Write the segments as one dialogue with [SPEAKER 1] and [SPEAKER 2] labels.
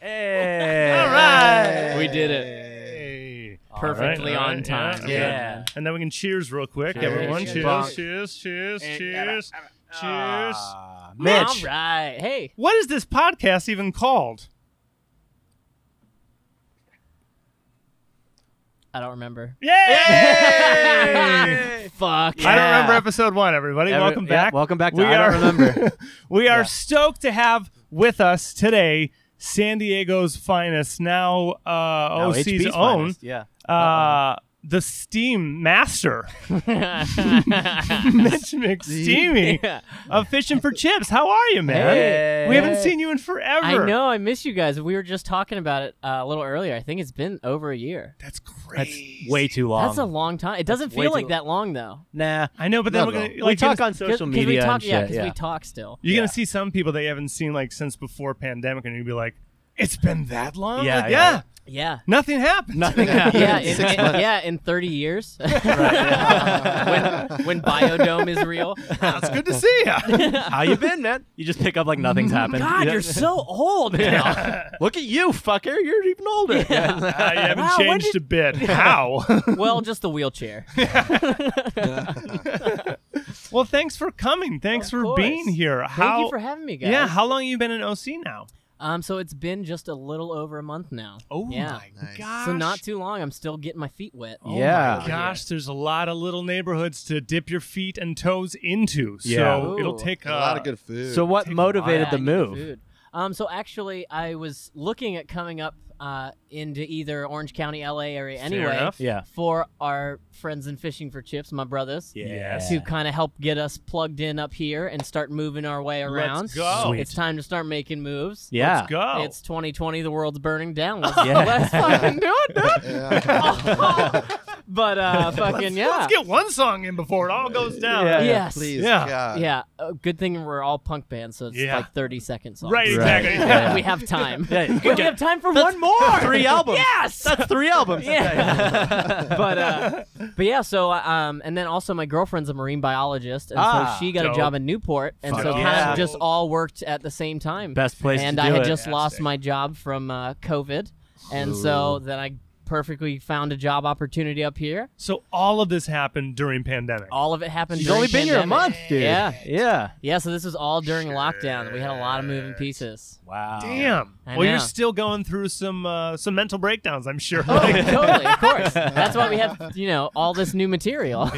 [SPEAKER 1] Hey.
[SPEAKER 2] All right.
[SPEAKER 3] We did it
[SPEAKER 2] Hey.
[SPEAKER 3] perfectly
[SPEAKER 2] all right,
[SPEAKER 3] on time.
[SPEAKER 2] yeah,
[SPEAKER 3] Yeah.
[SPEAKER 1] yeah.
[SPEAKER 2] And then we can cheers real quick,
[SPEAKER 3] Cheers.
[SPEAKER 2] everyone.
[SPEAKER 3] Cheers.
[SPEAKER 2] Cheers,
[SPEAKER 3] Bonk.
[SPEAKER 2] cheers, cheers,
[SPEAKER 1] And- uh,
[SPEAKER 2] cheers, cheers.
[SPEAKER 1] Ah,
[SPEAKER 3] All
[SPEAKER 1] Mitch.
[SPEAKER 3] right. Hey.
[SPEAKER 2] What is this podcast even called?
[SPEAKER 3] I don't remember.
[SPEAKER 2] Yay!
[SPEAKER 3] Fuck.
[SPEAKER 2] I don't
[SPEAKER 1] Yeah.
[SPEAKER 2] remember episode one, everybody.
[SPEAKER 1] Every-
[SPEAKER 2] welcome
[SPEAKER 1] yeah,
[SPEAKER 2] back.
[SPEAKER 1] welcome back to I Don't Remember.
[SPEAKER 2] we are
[SPEAKER 1] Yeah.
[SPEAKER 2] stoked to have with us today San Diego's finest, now uh,
[SPEAKER 1] Now,
[SPEAKER 2] OC's
[SPEAKER 1] HP's
[SPEAKER 2] own,
[SPEAKER 1] finest, Yeah.
[SPEAKER 2] Uh, the Steam Master,
[SPEAKER 3] yeah.
[SPEAKER 2] Mitch McSteamy of Fishing for Chips. How are you, man?
[SPEAKER 1] Hey.
[SPEAKER 2] We haven't seen you in forever.
[SPEAKER 3] I know. I miss you guys. We were just talking about it uh, a little earlier. I think it's been over a year.
[SPEAKER 2] That's crazy.
[SPEAKER 1] That's way too long.
[SPEAKER 3] That's a long time. It doesn't
[SPEAKER 1] Way
[SPEAKER 3] feel like
[SPEAKER 1] too-
[SPEAKER 3] that long though.
[SPEAKER 1] nah.
[SPEAKER 2] I know, but then
[SPEAKER 1] not
[SPEAKER 2] we're
[SPEAKER 1] at all.
[SPEAKER 2] gonna
[SPEAKER 1] we
[SPEAKER 2] like,
[SPEAKER 1] talk
[SPEAKER 2] you're
[SPEAKER 1] on
[SPEAKER 3] Cause-
[SPEAKER 1] social
[SPEAKER 3] 'cause
[SPEAKER 1] media
[SPEAKER 3] we talk,
[SPEAKER 1] and shit.
[SPEAKER 3] yeah, because we talk still.
[SPEAKER 2] You're
[SPEAKER 1] Yeah.
[SPEAKER 2] gonna see some people that you haven't seen like since before pandemic, and you'll be like, "It's been that long."
[SPEAKER 1] Yeah,
[SPEAKER 2] Like,
[SPEAKER 1] yeah.
[SPEAKER 3] Yeah.
[SPEAKER 2] Nothing happened.
[SPEAKER 1] Nothing happened.
[SPEAKER 3] Yeah, in,
[SPEAKER 1] Six
[SPEAKER 3] in-
[SPEAKER 1] months.
[SPEAKER 3] yeah, in 30 years. when, when Biodome is real.
[SPEAKER 2] it's good to see Uh, you.
[SPEAKER 1] How you been, man? You just pick up like nothing's happened.
[SPEAKER 3] Mm-hmm. God,
[SPEAKER 1] Yeah.
[SPEAKER 3] you're so old now.
[SPEAKER 1] Look at you, fucker. You're even older.
[SPEAKER 2] Uh, you haven't
[SPEAKER 3] Wow, when
[SPEAKER 2] changed a bit. How?
[SPEAKER 3] well, just the wheelchair.
[SPEAKER 2] well, thanks for coming. Thanks
[SPEAKER 3] Of
[SPEAKER 2] for being
[SPEAKER 3] course.
[SPEAKER 2] here. How?
[SPEAKER 3] Thank you for having me, guys.
[SPEAKER 2] yeah. How long you been in OC now?
[SPEAKER 3] Um, so it's been just a little over a month now.
[SPEAKER 2] Oh
[SPEAKER 3] yeah.
[SPEAKER 2] my
[SPEAKER 4] Nice.
[SPEAKER 2] gosh.
[SPEAKER 3] So not too long. I'm still getting my feet wet.
[SPEAKER 2] Oh
[SPEAKER 1] Yeah.
[SPEAKER 2] my gosh, there's a lot of little neighborhoods to dip your feet and toes into. So
[SPEAKER 1] Yeah.
[SPEAKER 3] Ooh.
[SPEAKER 2] it'll take
[SPEAKER 4] a lot
[SPEAKER 2] uh,
[SPEAKER 4] of good food.
[SPEAKER 1] So what
[SPEAKER 2] Take a
[SPEAKER 1] motivated
[SPEAKER 3] Yeah,
[SPEAKER 1] the
[SPEAKER 3] I need
[SPEAKER 1] move?
[SPEAKER 3] food. Um, so actually, I was looking at coming up uh, into either Orange County, LA area, anyway,
[SPEAKER 2] enough.
[SPEAKER 1] Yeah.
[SPEAKER 3] for our friends in fishing for chips, my brothers,
[SPEAKER 2] Yes.
[SPEAKER 3] to kind of help get us plugged in up here and start moving our way around.
[SPEAKER 2] go.
[SPEAKER 1] Sweet.
[SPEAKER 3] It's time to start making moves.
[SPEAKER 1] Yeah.
[SPEAKER 2] Let's go.
[SPEAKER 3] It's 2020. The world's burning down. Let's,
[SPEAKER 1] Yeah.
[SPEAKER 3] let's fucking do it, dude.
[SPEAKER 4] Yeah.
[SPEAKER 3] but uh, fucking
[SPEAKER 2] let's,
[SPEAKER 3] yeah,
[SPEAKER 2] let's get one song in before it all goes down.
[SPEAKER 1] Yeah.
[SPEAKER 3] yes,
[SPEAKER 4] Please.
[SPEAKER 2] Yeah.
[SPEAKER 4] God.
[SPEAKER 3] yeah. Uh, good thing we're all punk bands, so it's
[SPEAKER 2] Yeah.
[SPEAKER 3] like 30 seconds. Off.
[SPEAKER 2] Right, exactly.
[SPEAKER 1] Right.
[SPEAKER 2] Yeah.
[SPEAKER 1] Yeah.
[SPEAKER 3] we have time.
[SPEAKER 1] Yeah, you
[SPEAKER 3] we
[SPEAKER 1] get-
[SPEAKER 3] have time for
[SPEAKER 1] That's
[SPEAKER 3] one more.
[SPEAKER 1] three albums.
[SPEAKER 3] Yes.
[SPEAKER 1] That's three albums.
[SPEAKER 3] Yeah. but uh, but yeah, so uh, um, and then also my girlfriend's a marine biologist, and
[SPEAKER 1] Ah,
[SPEAKER 3] so she got
[SPEAKER 2] dope.
[SPEAKER 3] a job in Newport, and
[SPEAKER 1] Fuck
[SPEAKER 3] so kind
[SPEAKER 1] yeah.
[SPEAKER 3] of just all worked at the same time.
[SPEAKER 1] Best place
[SPEAKER 3] and
[SPEAKER 1] to
[SPEAKER 3] I
[SPEAKER 1] do
[SPEAKER 3] had
[SPEAKER 1] it.
[SPEAKER 3] just lost
[SPEAKER 2] Fantastic.
[SPEAKER 3] my job from uh, COVID, and so then I perfectly found a job opportunity up here.
[SPEAKER 2] So all of this happened during pandemic.
[SPEAKER 3] All of it happened.
[SPEAKER 1] She's
[SPEAKER 3] during
[SPEAKER 1] only been here a
[SPEAKER 3] pandemic.
[SPEAKER 1] month, dude.
[SPEAKER 3] Yeah.
[SPEAKER 1] Yeah.
[SPEAKER 3] Yeah, so this was all during lockdown. We had a lot of moving pieces.
[SPEAKER 1] Wow.
[SPEAKER 2] Damn.
[SPEAKER 3] Oh, I
[SPEAKER 2] well, you're
[SPEAKER 3] know.
[SPEAKER 2] still going through some uh, some mental breakdowns, I'm sure.
[SPEAKER 3] Oh, totally, of course. That's why we have, you know, all this new material.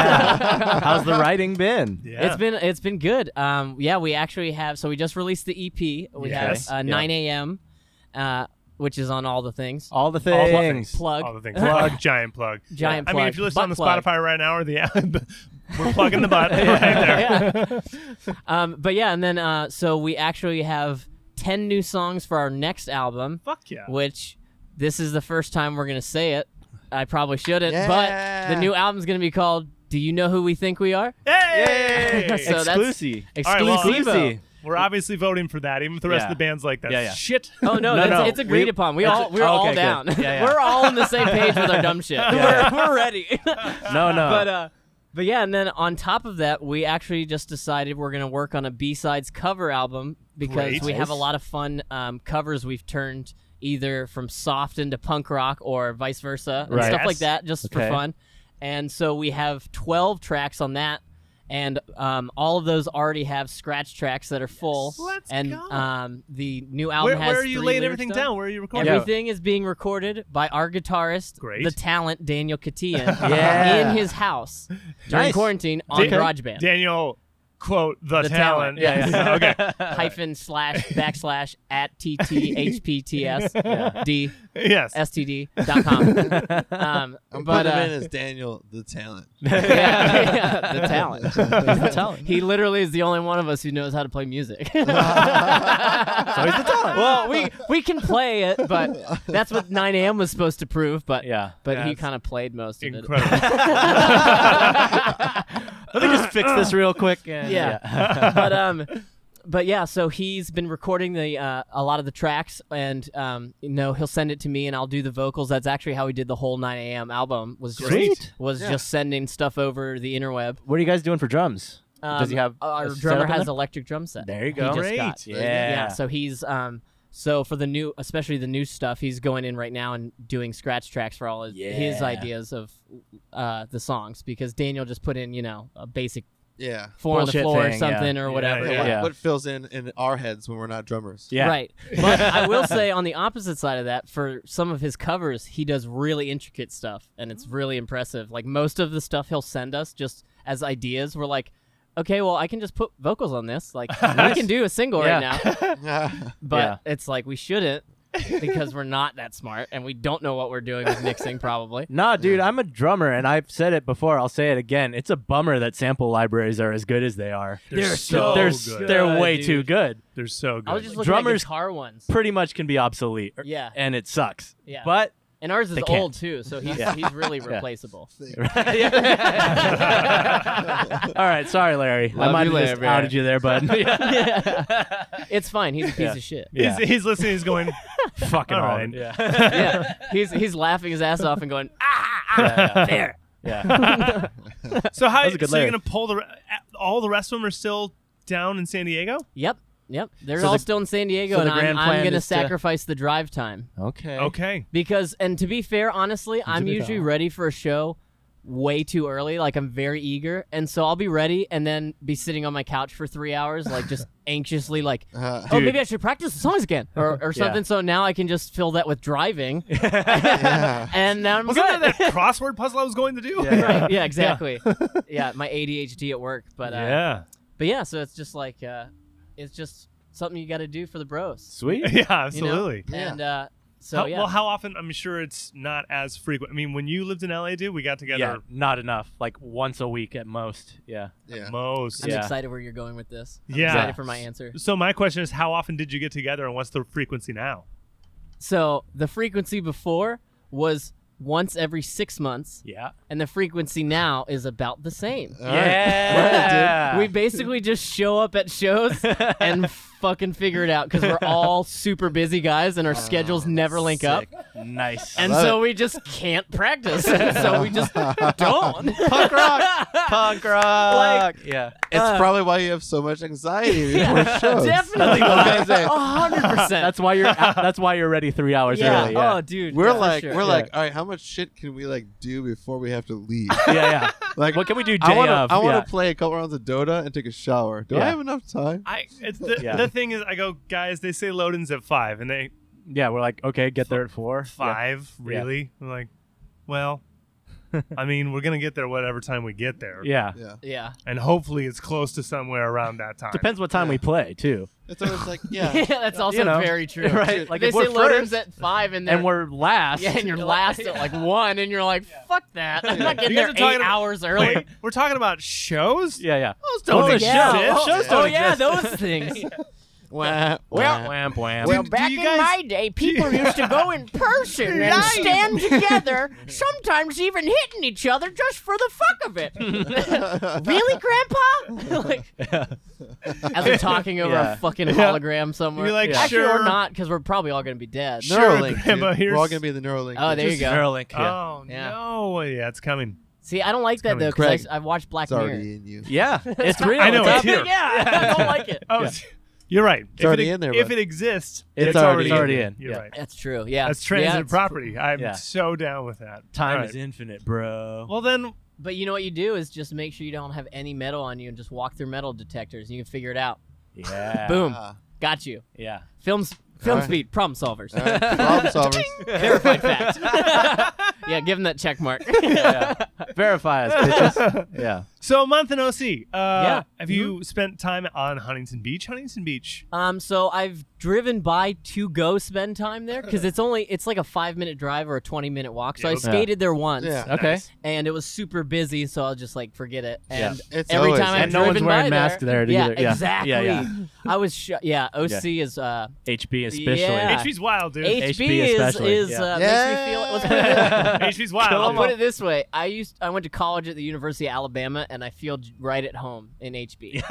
[SPEAKER 1] Yeah. How's the writing been?
[SPEAKER 2] yeah.
[SPEAKER 3] It's been it's been good. Um, yeah, we actually have. So we just released the EP. We
[SPEAKER 2] Yes.
[SPEAKER 3] have uh,
[SPEAKER 1] Yeah.
[SPEAKER 3] 9 a.m., uh, which is on all the things.
[SPEAKER 1] All the
[SPEAKER 2] All the
[SPEAKER 1] things.
[SPEAKER 3] Plug.
[SPEAKER 2] All the things.
[SPEAKER 1] Plug.
[SPEAKER 2] Plug, giant plug.
[SPEAKER 3] Giant
[SPEAKER 2] I mean,
[SPEAKER 3] plug.
[SPEAKER 2] if you listen
[SPEAKER 3] Butt
[SPEAKER 2] on the
[SPEAKER 3] plug.
[SPEAKER 2] Spotify right now or the app, we're plugging the butt right there.
[SPEAKER 3] Yeah. um, but yeah, and then uh, so we actually have 10 new songs for our next album,
[SPEAKER 2] Fuck yeah.
[SPEAKER 3] which this is the first time we're gonna say it. I probably shouldn't,
[SPEAKER 4] Yeah.
[SPEAKER 3] but the new album's gonna be called "Do You Know Who We Think We Are."
[SPEAKER 2] Hey!
[SPEAKER 3] So that's-
[SPEAKER 1] Exclusive.
[SPEAKER 2] right, well,
[SPEAKER 3] Exclusivo.
[SPEAKER 1] Exclusive.
[SPEAKER 2] We're obviously voting for that, even if the rest
[SPEAKER 1] Yeah.
[SPEAKER 2] of the band's like that.
[SPEAKER 1] Yeah, yeah.
[SPEAKER 2] Shit.
[SPEAKER 3] Oh no,
[SPEAKER 1] No,
[SPEAKER 3] that's,
[SPEAKER 1] no,
[SPEAKER 3] it's agreed
[SPEAKER 1] we-
[SPEAKER 3] upon. We
[SPEAKER 1] it's-
[SPEAKER 3] all we're
[SPEAKER 1] okay,
[SPEAKER 3] all
[SPEAKER 1] good.
[SPEAKER 3] down.
[SPEAKER 1] Yeah, yeah.
[SPEAKER 3] We're all on the same page with our dumb shit.
[SPEAKER 1] Yeah.
[SPEAKER 3] We're, we're ready.
[SPEAKER 1] No, no.
[SPEAKER 3] but uh, but yeah, and then on top of that, we actually just decided we're gonna work on a B sides cover album because
[SPEAKER 2] Great.
[SPEAKER 3] we have a
[SPEAKER 1] Nice.
[SPEAKER 3] lot of fun um, covers we've turned either from soft into punk rock or vice versa and
[SPEAKER 1] Right.
[SPEAKER 3] stuff like
[SPEAKER 2] Yes.
[SPEAKER 3] that just for
[SPEAKER 1] Okay.
[SPEAKER 3] fun. And so we have twelve tracks on that. And um, all of those already have scratch tracks that are full.
[SPEAKER 2] Let's
[SPEAKER 3] and
[SPEAKER 2] go.
[SPEAKER 3] um, the new album
[SPEAKER 2] Where,
[SPEAKER 3] has
[SPEAKER 2] where are you
[SPEAKER 3] three
[SPEAKER 2] laying
[SPEAKER 3] lyrics
[SPEAKER 2] everything
[SPEAKER 3] done.
[SPEAKER 2] down? Where are you recording?
[SPEAKER 3] Everything is being recorded by our guitarist,
[SPEAKER 2] Great.
[SPEAKER 3] the talent Daniel Katian,
[SPEAKER 1] Yeah.
[SPEAKER 3] in his house during
[SPEAKER 1] Nice.
[SPEAKER 3] quarantine on
[SPEAKER 1] Okay.
[SPEAKER 3] GarageBand.
[SPEAKER 2] Daniel, quote, the,
[SPEAKER 3] The
[SPEAKER 2] talent.
[SPEAKER 3] talent.
[SPEAKER 1] yeah, yeah.
[SPEAKER 2] okay.
[SPEAKER 3] hyphen slash backslash at tthpts d
[SPEAKER 2] Yes.
[SPEAKER 3] std dot com. Um,
[SPEAKER 4] I'm
[SPEAKER 3] but
[SPEAKER 4] putting
[SPEAKER 3] uh,
[SPEAKER 4] him in as Daniel the Talent.
[SPEAKER 3] yeah, yeah, the talent, the talent. He literally is the only one of us who knows how to play music.
[SPEAKER 1] so he's the talent.
[SPEAKER 3] well, we we can play it, but that's what 9 a.m. was supposed to prove. But
[SPEAKER 1] yeah.
[SPEAKER 3] but he
[SPEAKER 2] That's
[SPEAKER 3] kind of played most of it.
[SPEAKER 2] Incredible.
[SPEAKER 1] Let me just fix this real quick.
[SPEAKER 3] Yeah. but um but yeah so he's been recording the uh, a lot of the tracks and um you know he'll send it to me and i'll do the vocals that's actually how we did the whole 9 a.m album was just
[SPEAKER 2] Great.
[SPEAKER 3] was just sending stuff over the interweb Um,
[SPEAKER 1] What are you guys doing for drums? Does he have
[SPEAKER 3] our
[SPEAKER 1] a
[SPEAKER 3] drummer
[SPEAKER 1] setup in
[SPEAKER 3] has
[SPEAKER 1] there?
[SPEAKER 3] electric drum set
[SPEAKER 1] There you
[SPEAKER 3] he
[SPEAKER 1] go.
[SPEAKER 3] just got.
[SPEAKER 2] Great.
[SPEAKER 1] Yeah.
[SPEAKER 3] yeah so he's um So for the new, especially the new stuff, he's going in right now and doing scratch tracks for all his, his
[SPEAKER 5] Yeah.
[SPEAKER 3] ideas of uh, the songs because Daniel just put in you know a basic
[SPEAKER 4] Yeah.
[SPEAKER 3] four on the
[SPEAKER 5] Bullshit
[SPEAKER 3] floor or
[SPEAKER 5] thing,
[SPEAKER 3] something or whatever.
[SPEAKER 2] Yeah.
[SPEAKER 4] Yeah, what-
[SPEAKER 1] Yeah.
[SPEAKER 4] What, fills in in our heads when we're not drummers?
[SPEAKER 1] Yeah.
[SPEAKER 3] Right. But I will say on the opposite side of that, for some of his covers, he does really intricate stuff and it's really impressive. Like most of the stuff he'll send us just as ideas, we're like, okay, well, I can just put vocals on this. Like we can do a single
[SPEAKER 1] Yeah.
[SPEAKER 3] right now. But it's like we shouldn't because we're not that smart and we don't know what we're doing with mixing probably.
[SPEAKER 1] Nah, dude, I'm a drummer, and I've said it before. I'll say it again. It's a bummer that sample libraries are as good as they are.
[SPEAKER 2] They're They're so
[SPEAKER 1] they're
[SPEAKER 2] good.
[SPEAKER 1] s- they're
[SPEAKER 3] good,
[SPEAKER 1] way
[SPEAKER 3] dude.
[SPEAKER 1] too good.
[SPEAKER 2] They're so good.
[SPEAKER 3] I was just looking
[SPEAKER 1] Drummers-
[SPEAKER 3] at guitar ones.
[SPEAKER 1] Pretty much can be obsolete, or-
[SPEAKER 3] Yeah,
[SPEAKER 1] and it sucks.
[SPEAKER 3] yeah.
[SPEAKER 1] But
[SPEAKER 3] and ours is
[SPEAKER 1] they can't.
[SPEAKER 3] old too, so he's,
[SPEAKER 1] Yeah.
[SPEAKER 3] he's really replaceable.
[SPEAKER 1] all right, sorry, Larry. I
[SPEAKER 5] Love
[SPEAKER 1] might
[SPEAKER 5] you,
[SPEAKER 1] have just
[SPEAKER 5] Larry Bear.
[SPEAKER 1] outed you there, bud.
[SPEAKER 3] It's fine. He's a piece
[SPEAKER 1] Yeah.
[SPEAKER 3] of shit.
[SPEAKER 1] Yeah.
[SPEAKER 2] he's, he's listening. He's going.
[SPEAKER 1] Fucking
[SPEAKER 2] All
[SPEAKER 1] all
[SPEAKER 2] right.
[SPEAKER 1] Yeah.
[SPEAKER 3] yeah, he's he's laughing his ass off and going ah, ah, ah there.
[SPEAKER 1] yeah.
[SPEAKER 2] So how?
[SPEAKER 1] was a
[SPEAKER 2] So
[SPEAKER 1] good
[SPEAKER 2] you're
[SPEAKER 1] layer.
[SPEAKER 2] gonna pull the re- all the rest of them are still down in San Diego?
[SPEAKER 3] Yep, yep. They're
[SPEAKER 1] So
[SPEAKER 3] all
[SPEAKER 1] the-
[SPEAKER 3] still in San Diego,
[SPEAKER 1] so
[SPEAKER 3] and
[SPEAKER 1] the
[SPEAKER 3] I'm,
[SPEAKER 1] grand
[SPEAKER 3] I'm
[SPEAKER 1] plan
[SPEAKER 3] gonna
[SPEAKER 1] is to-
[SPEAKER 3] sacrifice the drive time
[SPEAKER 1] Okay.
[SPEAKER 2] Okay.
[SPEAKER 3] because. And to be fair, honestly, I'm
[SPEAKER 1] be
[SPEAKER 3] usually
[SPEAKER 1] fair.
[SPEAKER 3] ready for a show way too early. Like I'm very eager, and so I'll be ready, and then be sitting on my couch for three hours, like just anxiously, like.
[SPEAKER 4] Uh,
[SPEAKER 3] Oh,
[SPEAKER 1] Dude.
[SPEAKER 3] maybe I should practice the songs again, or, or something. So now I can just fill that with driving,
[SPEAKER 4] yeah.
[SPEAKER 3] and now I'm
[SPEAKER 2] Wasn't
[SPEAKER 3] good.
[SPEAKER 2] that that crossword puzzle I was going to do?
[SPEAKER 3] Right, yeah, exactly. Yeah. my ADHD at work, but uh,
[SPEAKER 2] Yeah.
[SPEAKER 3] But yeah, so it's just like uh, it's just something you got to do for the bros.
[SPEAKER 1] Sweet.
[SPEAKER 2] Yeah.
[SPEAKER 3] you know?
[SPEAKER 2] Absolutely.
[SPEAKER 4] Yeah.
[SPEAKER 3] And uh, so
[SPEAKER 2] How-
[SPEAKER 3] yeah,
[SPEAKER 2] Well, how often? I'm sure it's not as frequent. I mean, when you lived in LA, dude, we got together
[SPEAKER 1] Yeah, not enough. Like once a week at most. Yeah.
[SPEAKER 4] Yeah.
[SPEAKER 2] most.
[SPEAKER 3] I'm
[SPEAKER 1] yeah.
[SPEAKER 3] excited where you're going with this. I'm
[SPEAKER 2] Yeah.
[SPEAKER 3] excited for my answer.
[SPEAKER 2] So my question is, how often did you get together, and what's the frequency now?
[SPEAKER 3] So the frequency before was once every six months,
[SPEAKER 1] Yeah.
[SPEAKER 3] and the frequency now is about the
[SPEAKER 2] Uh,
[SPEAKER 3] same.
[SPEAKER 4] All right.
[SPEAKER 1] Yeah.
[SPEAKER 3] We basically just show up at shows and fucking figure it out because we're all super busy guys
[SPEAKER 2] Ah,
[SPEAKER 3] and our schedules never link up.
[SPEAKER 4] Sick.
[SPEAKER 1] nice.
[SPEAKER 3] And
[SPEAKER 4] love
[SPEAKER 3] so we just can't practice. so we just don't.
[SPEAKER 1] punk rock. Punk rock. yeah.
[SPEAKER 4] It's
[SPEAKER 3] Uh,
[SPEAKER 4] probably why you have so much anxiety before shows.
[SPEAKER 3] Definitely Oh,
[SPEAKER 4] That's what I'm
[SPEAKER 3] not.
[SPEAKER 4] saying.
[SPEAKER 3] A hundred percent.
[SPEAKER 1] That's why you're out- that's why you're ready 3 hours
[SPEAKER 3] yeah.
[SPEAKER 1] early. Yeah.
[SPEAKER 3] Oh, dude.
[SPEAKER 4] We're
[SPEAKER 3] yeah, for
[SPEAKER 4] like,
[SPEAKER 3] sure.
[SPEAKER 4] we're like, all right, how much shit can we like do before we have to leave?
[SPEAKER 1] yeah, yeah.
[SPEAKER 4] Like,
[SPEAKER 1] What can we do day
[SPEAKER 4] I want
[SPEAKER 1] of?
[SPEAKER 4] to, I want
[SPEAKER 1] Yeah.
[SPEAKER 4] to play a couple rounds of Dota and take a shower. Do
[SPEAKER 1] Yeah.
[SPEAKER 4] I have enough time?
[SPEAKER 2] I it's the,
[SPEAKER 1] Yeah.
[SPEAKER 2] the thing is, I go, guys, they say load in's at five, and they
[SPEAKER 1] Yeah, we're like, okay, get there at four.
[SPEAKER 2] five really. I'm like, well, I mean, we're gonna get there whatever time we get there,
[SPEAKER 1] Yeah. yeah.
[SPEAKER 4] Yeah.
[SPEAKER 3] yeah.
[SPEAKER 2] and hopefully it's close to somewhere around that time.
[SPEAKER 1] Depends what time we play too.
[SPEAKER 4] It's always like,
[SPEAKER 3] Yeah,
[SPEAKER 4] yeah.
[SPEAKER 3] that's also
[SPEAKER 1] you know,
[SPEAKER 3] very true.
[SPEAKER 1] right? Like
[SPEAKER 3] they
[SPEAKER 1] if we're
[SPEAKER 3] say load
[SPEAKER 1] first
[SPEAKER 3] ins at five, and,
[SPEAKER 1] and
[SPEAKER 3] they're-
[SPEAKER 1] we're last.
[SPEAKER 3] yeah, and you're last at like one, and you're like, fuck that. I'm not getting
[SPEAKER 2] You
[SPEAKER 3] there
[SPEAKER 2] guys
[SPEAKER 3] eight
[SPEAKER 2] are talking about-
[SPEAKER 3] hours early.
[SPEAKER 2] Wait, we're talking about shows.
[SPEAKER 1] Yeah, yeah.
[SPEAKER 2] Those
[SPEAKER 1] Oh,
[SPEAKER 2] don't
[SPEAKER 1] the
[SPEAKER 2] exist.
[SPEAKER 1] show.
[SPEAKER 3] Yeah. Oh,
[SPEAKER 1] Shows
[SPEAKER 3] oh,
[SPEAKER 1] don't
[SPEAKER 3] yeah,
[SPEAKER 1] exist.
[SPEAKER 3] those things.
[SPEAKER 4] Wah, wah.
[SPEAKER 1] Wham, wham.
[SPEAKER 3] Well,
[SPEAKER 2] do
[SPEAKER 3] back
[SPEAKER 2] you
[SPEAKER 3] in
[SPEAKER 2] guys-
[SPEAKER 3] my day, people used to go in person and stand together, sometimes even hitting each other just for the fuck of it. really, Grandpa? like, as they're talking over
[SPEAKER 1] Yeah.
[SPEAKER 3] a fucking hologram somewhere.
[SPEAKER 2] You're like,
[SPEAKER 1] Yeah.
[SPEAKER 3] Actually,
[SPEAKER 2] sure.
[SPEAKER 3] we're not, because we're probably all going to be dead.
[SPEAKER 2] Sure,
[SPEAKER 4] Neuralink. dude.
[SPEAKER 2] Grandma, here's-
[SPEAKER 4] We're all gonna be in the Neuralink.
[SPEAKER 3] Oh, there you go.
[SPEAKER 1] Neuralink. Yeah.
[SPEAKER 2] Oh
[SPEAKER 3] Yeah.
[SPEAKER 2] no! Yeah, it's coming.
[SPEAKER 3] See, I don't like that, though,
[SPEAKER 2] coming.
[SPEAKER 3] because
[SPEAKER 4] Craig,
[SPEAKER 3] I've watched Black
[SPEAKER 4] It's already
[SPEAKER 3] Mirror.
[SPEAKER 4] in you.
[SPEAKER 1] Yeah. It's real.
[SPEAKER 2] I know,
[SPEAKER 1] It's
[SPEAKER 2] it's
[SPEAKER 1] up
[SPEAKER 2] here.
[SPEAKER 1] there.
[SPEAKER 3] Yeah, I don't like it.
[SPEAKER 2] Oh,
[SPEAKER 1] Yeah.
[SPEAKER 2] it's- you're right. It's
[SPEAKER 4] already in there,
[SPEAKER 2] If
[SPEAKER 4] bud.
[SPEAKER 2] it exists,
[SPEAKER 1] It's already in.
[SPEAKER 2] You're
[SPEAKER 1] Yeah.
[SPEAKER 2] right.
[SPEAKER 3] That's true. Yeah.
[SPEAKER 2] That's
[SPEAKER 3] Yeah,
[SPEAKER 2] transitive
[SPEAKER 3] it's-
[SPEAKER 2] property. I'm
[SPEAKER 1] Yeah.
[SPEAKER 2] so down with that.
[SPEAKER 1] Time
[SPEAKER 2] All right.
[SPEAKER 1] is infinite, bro.
[SPEAKER 2] Well then,
[SPEAKER 3] But you know what you do is just make sure you don't have any metal on you and just walk through metal detectors and you can figure it out.
[SPEAKER 1] yeah.
[SPEAKER 3] Boom.
[SPEAKER 4] Ah,
[SPEAKER 3] Got you.
[SPEAKER 1] Yeah.
[SPEAKER 3] Films film
[SPEAKER 4] All right.
[SPEAKER 3] speed, problem solvers.
[SPEAKER 4] all right. Problem solvers.
[SPEAKER 3] Verified fact. yeah, give him that check mark.
[SPEAKER 1] Verify us, bitches. yeah.
[SPEAKER 2] so a month in OC. Uh,
[SPEAKER 3] Yeah.
[SPEAKER 2] Have
[SPEAKER 1] Mm-hmm.
[SPEAKER 2] you spent time on Huntington Beach? Huntington Beach.
[SPEAKER 3] um, so I've driven by to go spend time there because it's only it's like a five minute drive or a twenty minute walk. So I
[SPEAKER 2] Yeah.
[SPEAKER 3] skated there once,
[SPEAKER 4] Yeah.
[SPEAKER 1] Okay.
[SPEAKER 2] Nice.
[SPEAKER 3] and it was super busy, so I'll just like forget it.
[SPEAKER 1] Yeah.
[SPEAKER 3] And
[SPEAKER 4] It's
[SPEAKER 3] every
[SPEAKER 4] always-
[SPEAKER 3] time I've
[SPEAKER 1] And no one's
[SPEAKER 3] driven
[SPEAKER 1] wearing
[SPEAKER 3] by
[SPEAKER 1] masks there
[SPEAKER 3] yeah,
[SPEAKER 1] either. Yeah.
[SPEAKER 3] exactly.
[SPEAKER 1] Yeah, yeah.
[SPEAKER 3] I was sh- yeah. OC is uh,
[SPEAKER 1] HB especially.
[SPEAKER 3] Yeah.
[SPEAKER 2] HB's wild, dude.
[SPEAKER 3] HB, is
[SPEAKER 1] especially,
[SPEAKER 3] is
[SPEAKER 1] yeah.
[SPEAKER 3] uh, makes me feel. Let's put it
[SPEAKER 4] Yeah.
[SPEAKER 2] HB's wild.
[SPEAKER 3] I'll put it this way: I used I went to college at the University of Alabama, and I feel j- right at home in HB.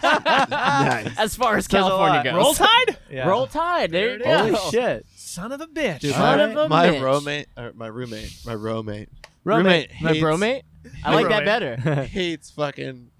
[SPEAKER 4] nice.
[SPEAKER 3] as far as
[SPEAKER 1] Says a
[SPEAKER 3] California
[SPEAKER 1] lot.
[SPEAKER 3] goes.
[SPEAKER 2] Roll Tide.
[SPEAKER 1] Yeah.
[SPEAKER 3] Roll Tide. There you
[SPEAKER 1] Holy
[SPEAKER 3] go.
[SPEAKER 1] shit.
[SPEAKER 2] Son of a bitch.
[SPEAKER 4] Dude,
[SPEAKER 3] Son
[SPEAKER 4] my,
[SPEAKER 3] of a
[SPEAKER 4] my
[SPEAKER 3] bitch.
[SPEAKER 4] roommate, or my roommate, my roommate,
[SPEAKER 1] Roommate.
[SPEAKER 3] My
[SPEAKER 4] hates-
[SPEAKER 3] bromate. I like that
[SPEAKER 2] Bromate.
[SPEAKER 3] better.
[SPEAKER 4] hates fucking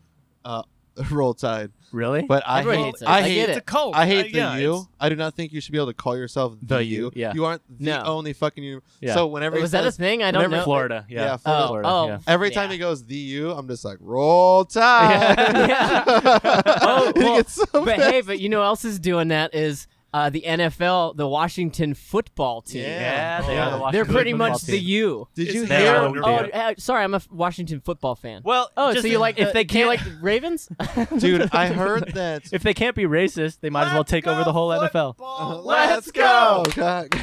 [SPEAKER 4] uh, Roll Tide.
[SPEAKER 1] Really?
[SPEAKER 4] But I
[SPEAKER 3] Everyone
[SPEAKER 4] hate,
[SPEAKER 3] hates it.
[SPEAKER 4] I
[SPEAKER 3] I
[SPEAKER 4] hate
[SPEAKER 3] get
[SPEAKER 2] it's
[SPEAKER 3] it.
[SPEAKER 2] a cult.
[SPEAKER 4] I hate
[SPEAKER 2] Uh,
[SPEAKER 4] the
[SPEAKER 2] yeah, it's-
[SPEAKER 4] you. I do not think you should be able to call yourself the,
[SPEAKER 1] The
[SPEAKER 4] you.
[SPEAKER 1] you, yeah.
[SPEAKER 4] You aren't the
[SPEAKER 3] No.
[SPEAKER 4] only fucking you.
[SPEAKER 1] Yeah.
[SPEAKER 4] So whenever he
[SPEAKER 3] Was that a
[SPEAKER 4] says-
[SPEAKER 3] thing? I don't
[SPEAKER 4] whenever
[SPEAKER 3] know.
[SPEAKER 1] Florida. Yeah.
[SPEAKER 4] yeah,
[SPEAKER 3] Oh,
[SPEAKER 4] Florida,
[SPEAKER 1] Florida,
[SPEAKER 3] oh,
[SPEAKER 1] yeah.
[SPEAKER 4] every
[SPEAKER 3] yeah.
[SPEAKER 4] time he goes the you, I'm just like roll tide.
[SPEAKER 3] Yeah.
[SPEAKER 4] oh,
[SPEAKER 3] Oh,
[SPEAKER 4] he
[SPEAKER 3] well,
[SPEAKER 4] gets so
[SPEAKER 3] but
[SPEAKER 4] mad.
[SPEAKER 3] hey, but you know who else is doing that is uh, the NFL, the Washington football team.
[SPEAKER 1] Yeah, they
[SPEAKER 4] Yeah.
[SPEAKER 1] are the Washington
[SPEAKER 3] They're pretty
[SPEAKER 1] football
[SPEAKER 3] much
[SPEAKER 1] team.
[SPEAKER 3] the U.
[SPEAKER 4] Did you
[SPEAKER 2] It's
[SPEAKER 1] They
[SPEAKER 4] hear?
[SPEAKER 1] are
[SPEAKER 2] narrow.
[SPEAKER 1] the
[SPEAKER 3] Oh,
[SPEAKER 1] U.
[SPEAKER 3] uh, sorry, I'm a f- Washington football fan.
[SPEAKER 1] well,
[SPEAKER 3] oh,
[SPEAKER 1] just
[SPEAKER 3] so you like
[SPEAKER 1] if
[SPEAKER 3] the-
[SPEAKER 1] they
[SPEAKER 3] do you
[SPEAKER 1] can't
[SPEAKER 3] like Ravens?
[SPEAKER 4] Dude, I heard that.
[SPEAKER 1] if they can't be racist, they might as well take over the whole NFL.
[SPEAKER 4] Uh-huh. Oh, Let's go. God-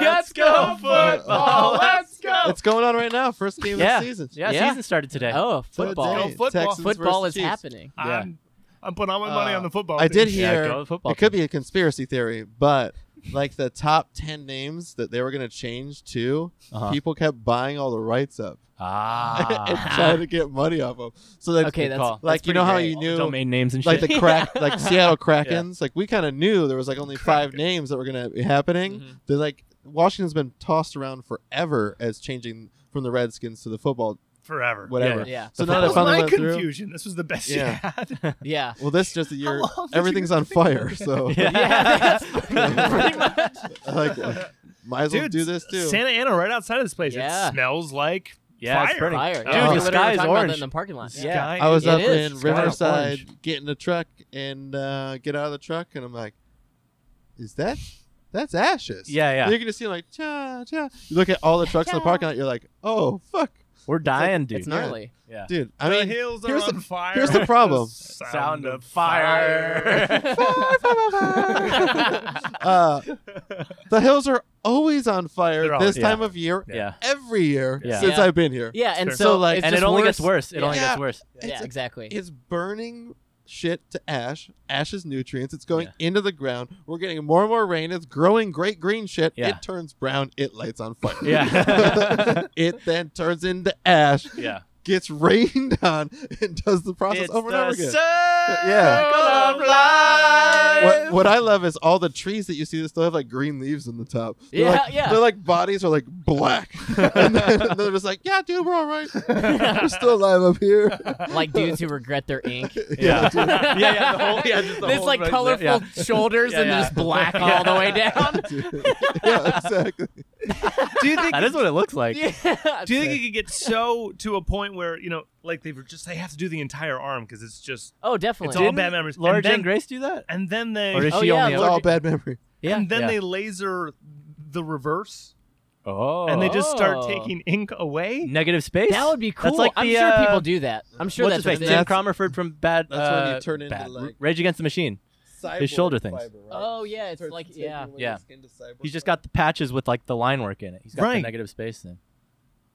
[SPEAKER 1] Let's go
[SPEAKER 4] football,
[SPEAKER 2] Let's go.
[SPEAKER 4] It's going on right now. First game
[SPEAKER 1] Yeah.
[SPEAKER 4] of the season.
[SPEAKER 1] Yeah,
[SPEAKER 3] Yeah.
[SPEAKER 1] season started today.
[SPEAKER 3] oh,
[SPEAKER 4] Today,
[SPEAKER 3] football.
[SPEAKER 2] football.
[SPEAKER 4] Texans
[SPEAKER 3] Football is
[SPEAKER 4] versus Chiefs.
[SPEAKER 3] happening.
[SPEAKER 1] Yeah.
[SPEAKER 2] I'm, I'm putting all my money
[SPEAKER 4] Uh,
[SPEAKER 2] on the football.
[SPEAKER 4] I
[SPEAKER 2] team.
[SPEAKER 4] did
[SPEAKER 1] Yeah,
[SPEAKER 4] hear
[SPEAKER 1] go with football
[SPEAKER 4] it could be a conspiracy theory, but like the top ten names that they were gonna change to,
[SPEAKER 1] Uh-huh.
[SPEAKER 4] people kept buying all the rights up and
[SPEAKER 1] Ah.
[SPEAKER 4] trying to get money off them. So that
[SPEAKER 3] Uh-huh. Okay,
[SPEAKER 1] Good
[SPEAKER 3] that's
[SPEAKER 1] call.
[SPEAKER 4] like
[SPEAKER 3] that's
[SPEAKER 4] you know
[SPEAKER 3] pretty
[SPEAKER 4] how
[SPEAKER 3] great.
[SPEAKER 4] you knew
[SPEAKER 1] domain names and
[SPEAKER 4] like
[SPEAKER 1] shit.
[SPEAKER 4] the crack like Seattle Krakens, like we kind of knew there was like only five names that were gonna be happening.
[SPEAKER 2] Mm-hmm.
[SPEAKER 4] They're like Washington's been tossed around forever as changing from the Redskins to the football
[SPEAKER 2] forever.
[SPEAKER 4] whatever.
[SPEAKER 3] Yeah.
[SPEAKER 4] So
[SPEAKER 1] The
[SPEAKER 4] now
[SPEAKER 2] That
[SPEAKER 4] they
[SPEAKER 2] was
[SPEAKER 4] finally
[SPEAKER 2] my
[SPEAKER 4] went through.
[SPEAKER 2] confusion. This was the best
[SPEAKER 4] Yeah.
[SPEAKER 2] you had.
[SPEAKER 3] Yeah.
[SPEAKER 4] Well, this just a year.
[SPEAKER 2] long did you
[SPEAKER 4] Everything's on
[SPEAKER 2] think about
[SPEAKER 4] fire,
[SPEAKER 2] it?
[SPEAKER 4] so
[SPEAKER 1] Yeah.
[SPEAKER 3] that's pretty much.
[SPEAKER 4] like, might as well
[SPEAKER 2] Dude,
[SPEAKER 4] do this too.
[SPEAKER 2] Santa Ana, right outside of this place.
[SPEAKER 3] Yeah.
[SPEAKER 2] It smells like
[SPEAKER 1] yeah, it's
[SPEAKER 2] Fire.
[SPEAKER 1] burning.
[SPEAKER 3] Fire.
[SPEAKER 1] Dude,
[SPEAKER 3] Yeah, we
[SPEAKER 1] Oh. the
[SPEAKER 3] literally
[SPEAKER 1] sky is
[SPEAKER 3] were talking about that
[SPEAKER 1] orange.
[SPEAKER 3] in the parking lot.
[SPEAKER 1] Yeah.
[SPEAKER 2] sky.
[SPEAKER 4] I was
[SPEAKER 3] It
[SPEAKER 4] up
[SPEAKER 3] is.
[SPEAKER 4] in
[SPEAKER 1] orange.
[SPEAKER 3] Sky
[SPEAKER 4] Riverside getting a truck and uh, get out of the truck, and I'm like, "Is that that's ashes?"
[SPEAKER 1] Yeah, yeah.
[SPEAKER 4] And you can just see like cha cha. You look at all the trucks in the parking lot. You're like, "Oh fuck,
[SPEAKER 1] We're dying, dude.
[SPEAKER 3] It's gnarly.
[SPEAKER 1] yeah.
[SPEAKER 4] dude!" I
[SPEAKER 2] the
[SPEAKER 4] mean,
[SPEAKER 2] hills are
[SPEAKER 4] here's
[SPEAKER 2] on
[SPEAKER 4] the-
[SPEAKER 2] fire.
[SPEAKER 4] here's the problem.
[SPEAKER 2] sound,
[SPEAKER 4] uh, the hills are always on
[SPEAKER 2] They're
[SPEAKER 4] fire
[SPEAKER 2] always-
[SPEAKER 4] this
[SPEAKER 1] Yeah.
[SPEAKER 4] time of year,
[SPEAKER 1] Yeah.
[SPEAKER 4] every year
[SPEAKER 1] Yeah.
[SPEAKER 4] since
[SPEAKER 3] Yeah.
[SPEAKER 4] I've been here.
[SPEAKER 3] Yeah, and
[SPEAKER 2] Sure.
[SPEAKER 3] so,
[SPEAKER 4] So, like-
[SPEAKER 3] it's
[SPEAKER 1] and it
[SPEAKER 3] just
[SPEAKER 1] only
[SPEAKER 3] worse.
[SPEAKER 1] gets worse. It only
[SPEAKER 4] Yeah.
[SPEAKER 1] gets worse.
[SPEAKER 4] It's
[SPEAKER 3] Yeah,
[SPEAKER 4] a-
[SPEAKER 3] exactly.
[SPEAKER 4] It's burning shit to ash, ash's nutrients. It's going
[SPEAKER 1] Yeah.
[SPEAKER 4] into the ground. We're getting more and more rain. It's growing great green shit.
[SPEAKER 1] Yeah.
[SPEAKER 4] It turns brown. It lights on fire.
[SPEAKER 1] Yeah.
[SPEAKER 4] it then turns into ash,
[SPEAKER 1] Yeah.
[SPEAKER 4] gets rained on, and does the process over and over again.
[SPEAKER 1] yeah.
[SPEAKER 4] of What, what I love is all the trees that you see that still have like green leaves on the top. They're
[SPEAKER 3] Yeah,
[SPEAKER 4] like,
[SPEAKER 3] yeah.
[SPEAKER 4] They're like bodies are like black. and then, they're just like, yeah, dude, we're all right. we're still alive up here.
[SPEAKER 3] like dudes who regret their ink.
[SPEAKER 1] Yeah.
[SPEAKER 4] dude.
[SPEAKER 1] yeah, yeah, the whole, yeah, just the
[SPEAKER 3] It's
[SPEAKER 1] whole
[SPEAKER 3] like
[SPEAKER 1] right
[SPEAKER 3] colorful
[SPEAKER 1] there.
[SPEAKER 3] shoulders
[SPEAKER 1] Yeah,
[SPEAKER 3] and
[SPEAKER 1] yeah.
[SPEAKER 3] just black all the way down.
[SPEAKER 4] yeah, exactly.
[SPEAKER 2] Do you think
[SPEAKER 1] That is what it looks like.
[SPEAKER 3] yeah.
[SPEAKER 2] Do you think it could get so to a point where you know, like they were just they have to do the entire arm because it's just
[SPEAKER 3] oh,
[SPEAKER 2] it's
[SPEAKER 3] definitely.
[SPEAKER 2] all
[SPEAKER 1] Didn't
[SPEAKER 2] bad memories.
[SPEAKER 1] Laura
[SPEAKER 2] and
[SPEAKER 1] Jane
[SPEAKER 2] then,
[SPEAKER 1] Grace do that?
[SPEAKER 2] and then
[SPEAKER 1] Or
[SPEAKER 2] they
[SPEAKER 1] is
[SPEAKER 3] Oh,
[SPEAKER 1] she
[SPEAKER 3] yeah,
[SPEAKER 1] only
[SPEAKER 4] It's
[SPEAKER 1] a-
[SPEAKER 4] all bad memory.
[SPEAKER 3] yeah.
[SPEAKER 2] and then
[SPEAKER 1] Yeah.
[SPEAKER 2] they laser the reverse
[SPEAKER 1] Oh.
[SPEAKER 2] and they just start
[SPEAKER 3] Oh.
[SPEAKER 2] taking ink away.
[SPEAKER 1] negative space?
[SPEAKER 3] that would be cool.
[SPEAKER 1] That's like
[SPEAKER 3] I'm
[SPEAKER 1] the,
[SPEAKER 3] sure
[SPEAKER 1] uh,
[SPEAKER 3] people do that. I'm sure
[SPEAKER 1] what's
[SPEAKER 3] that's
[SPEAKER 1] his
[SPEAKER 3] what
[SPEAKER 1] face?
[SPEAKER 3] they-
[SPEAKER 1] Tim Cromerford from Bad.
[SPEAKER 4] That's when you
[SPEAKER 1] uh,
[SPEAKER 4] turn into,
[SPEAKER 1] Bad-
[SPEAKER 4] like-
[SPEAKER 1] Rage Against the Machine. His shoulder things. fiber,
[SPEAKER 3] Oh, yeah, it's like- yeah.
[SPEAKER 1] Yeah. He's just got the patches with like the line work in it. He's got the
[SPEAKER 2] Right.
[SPEAKER 1] negative space thing.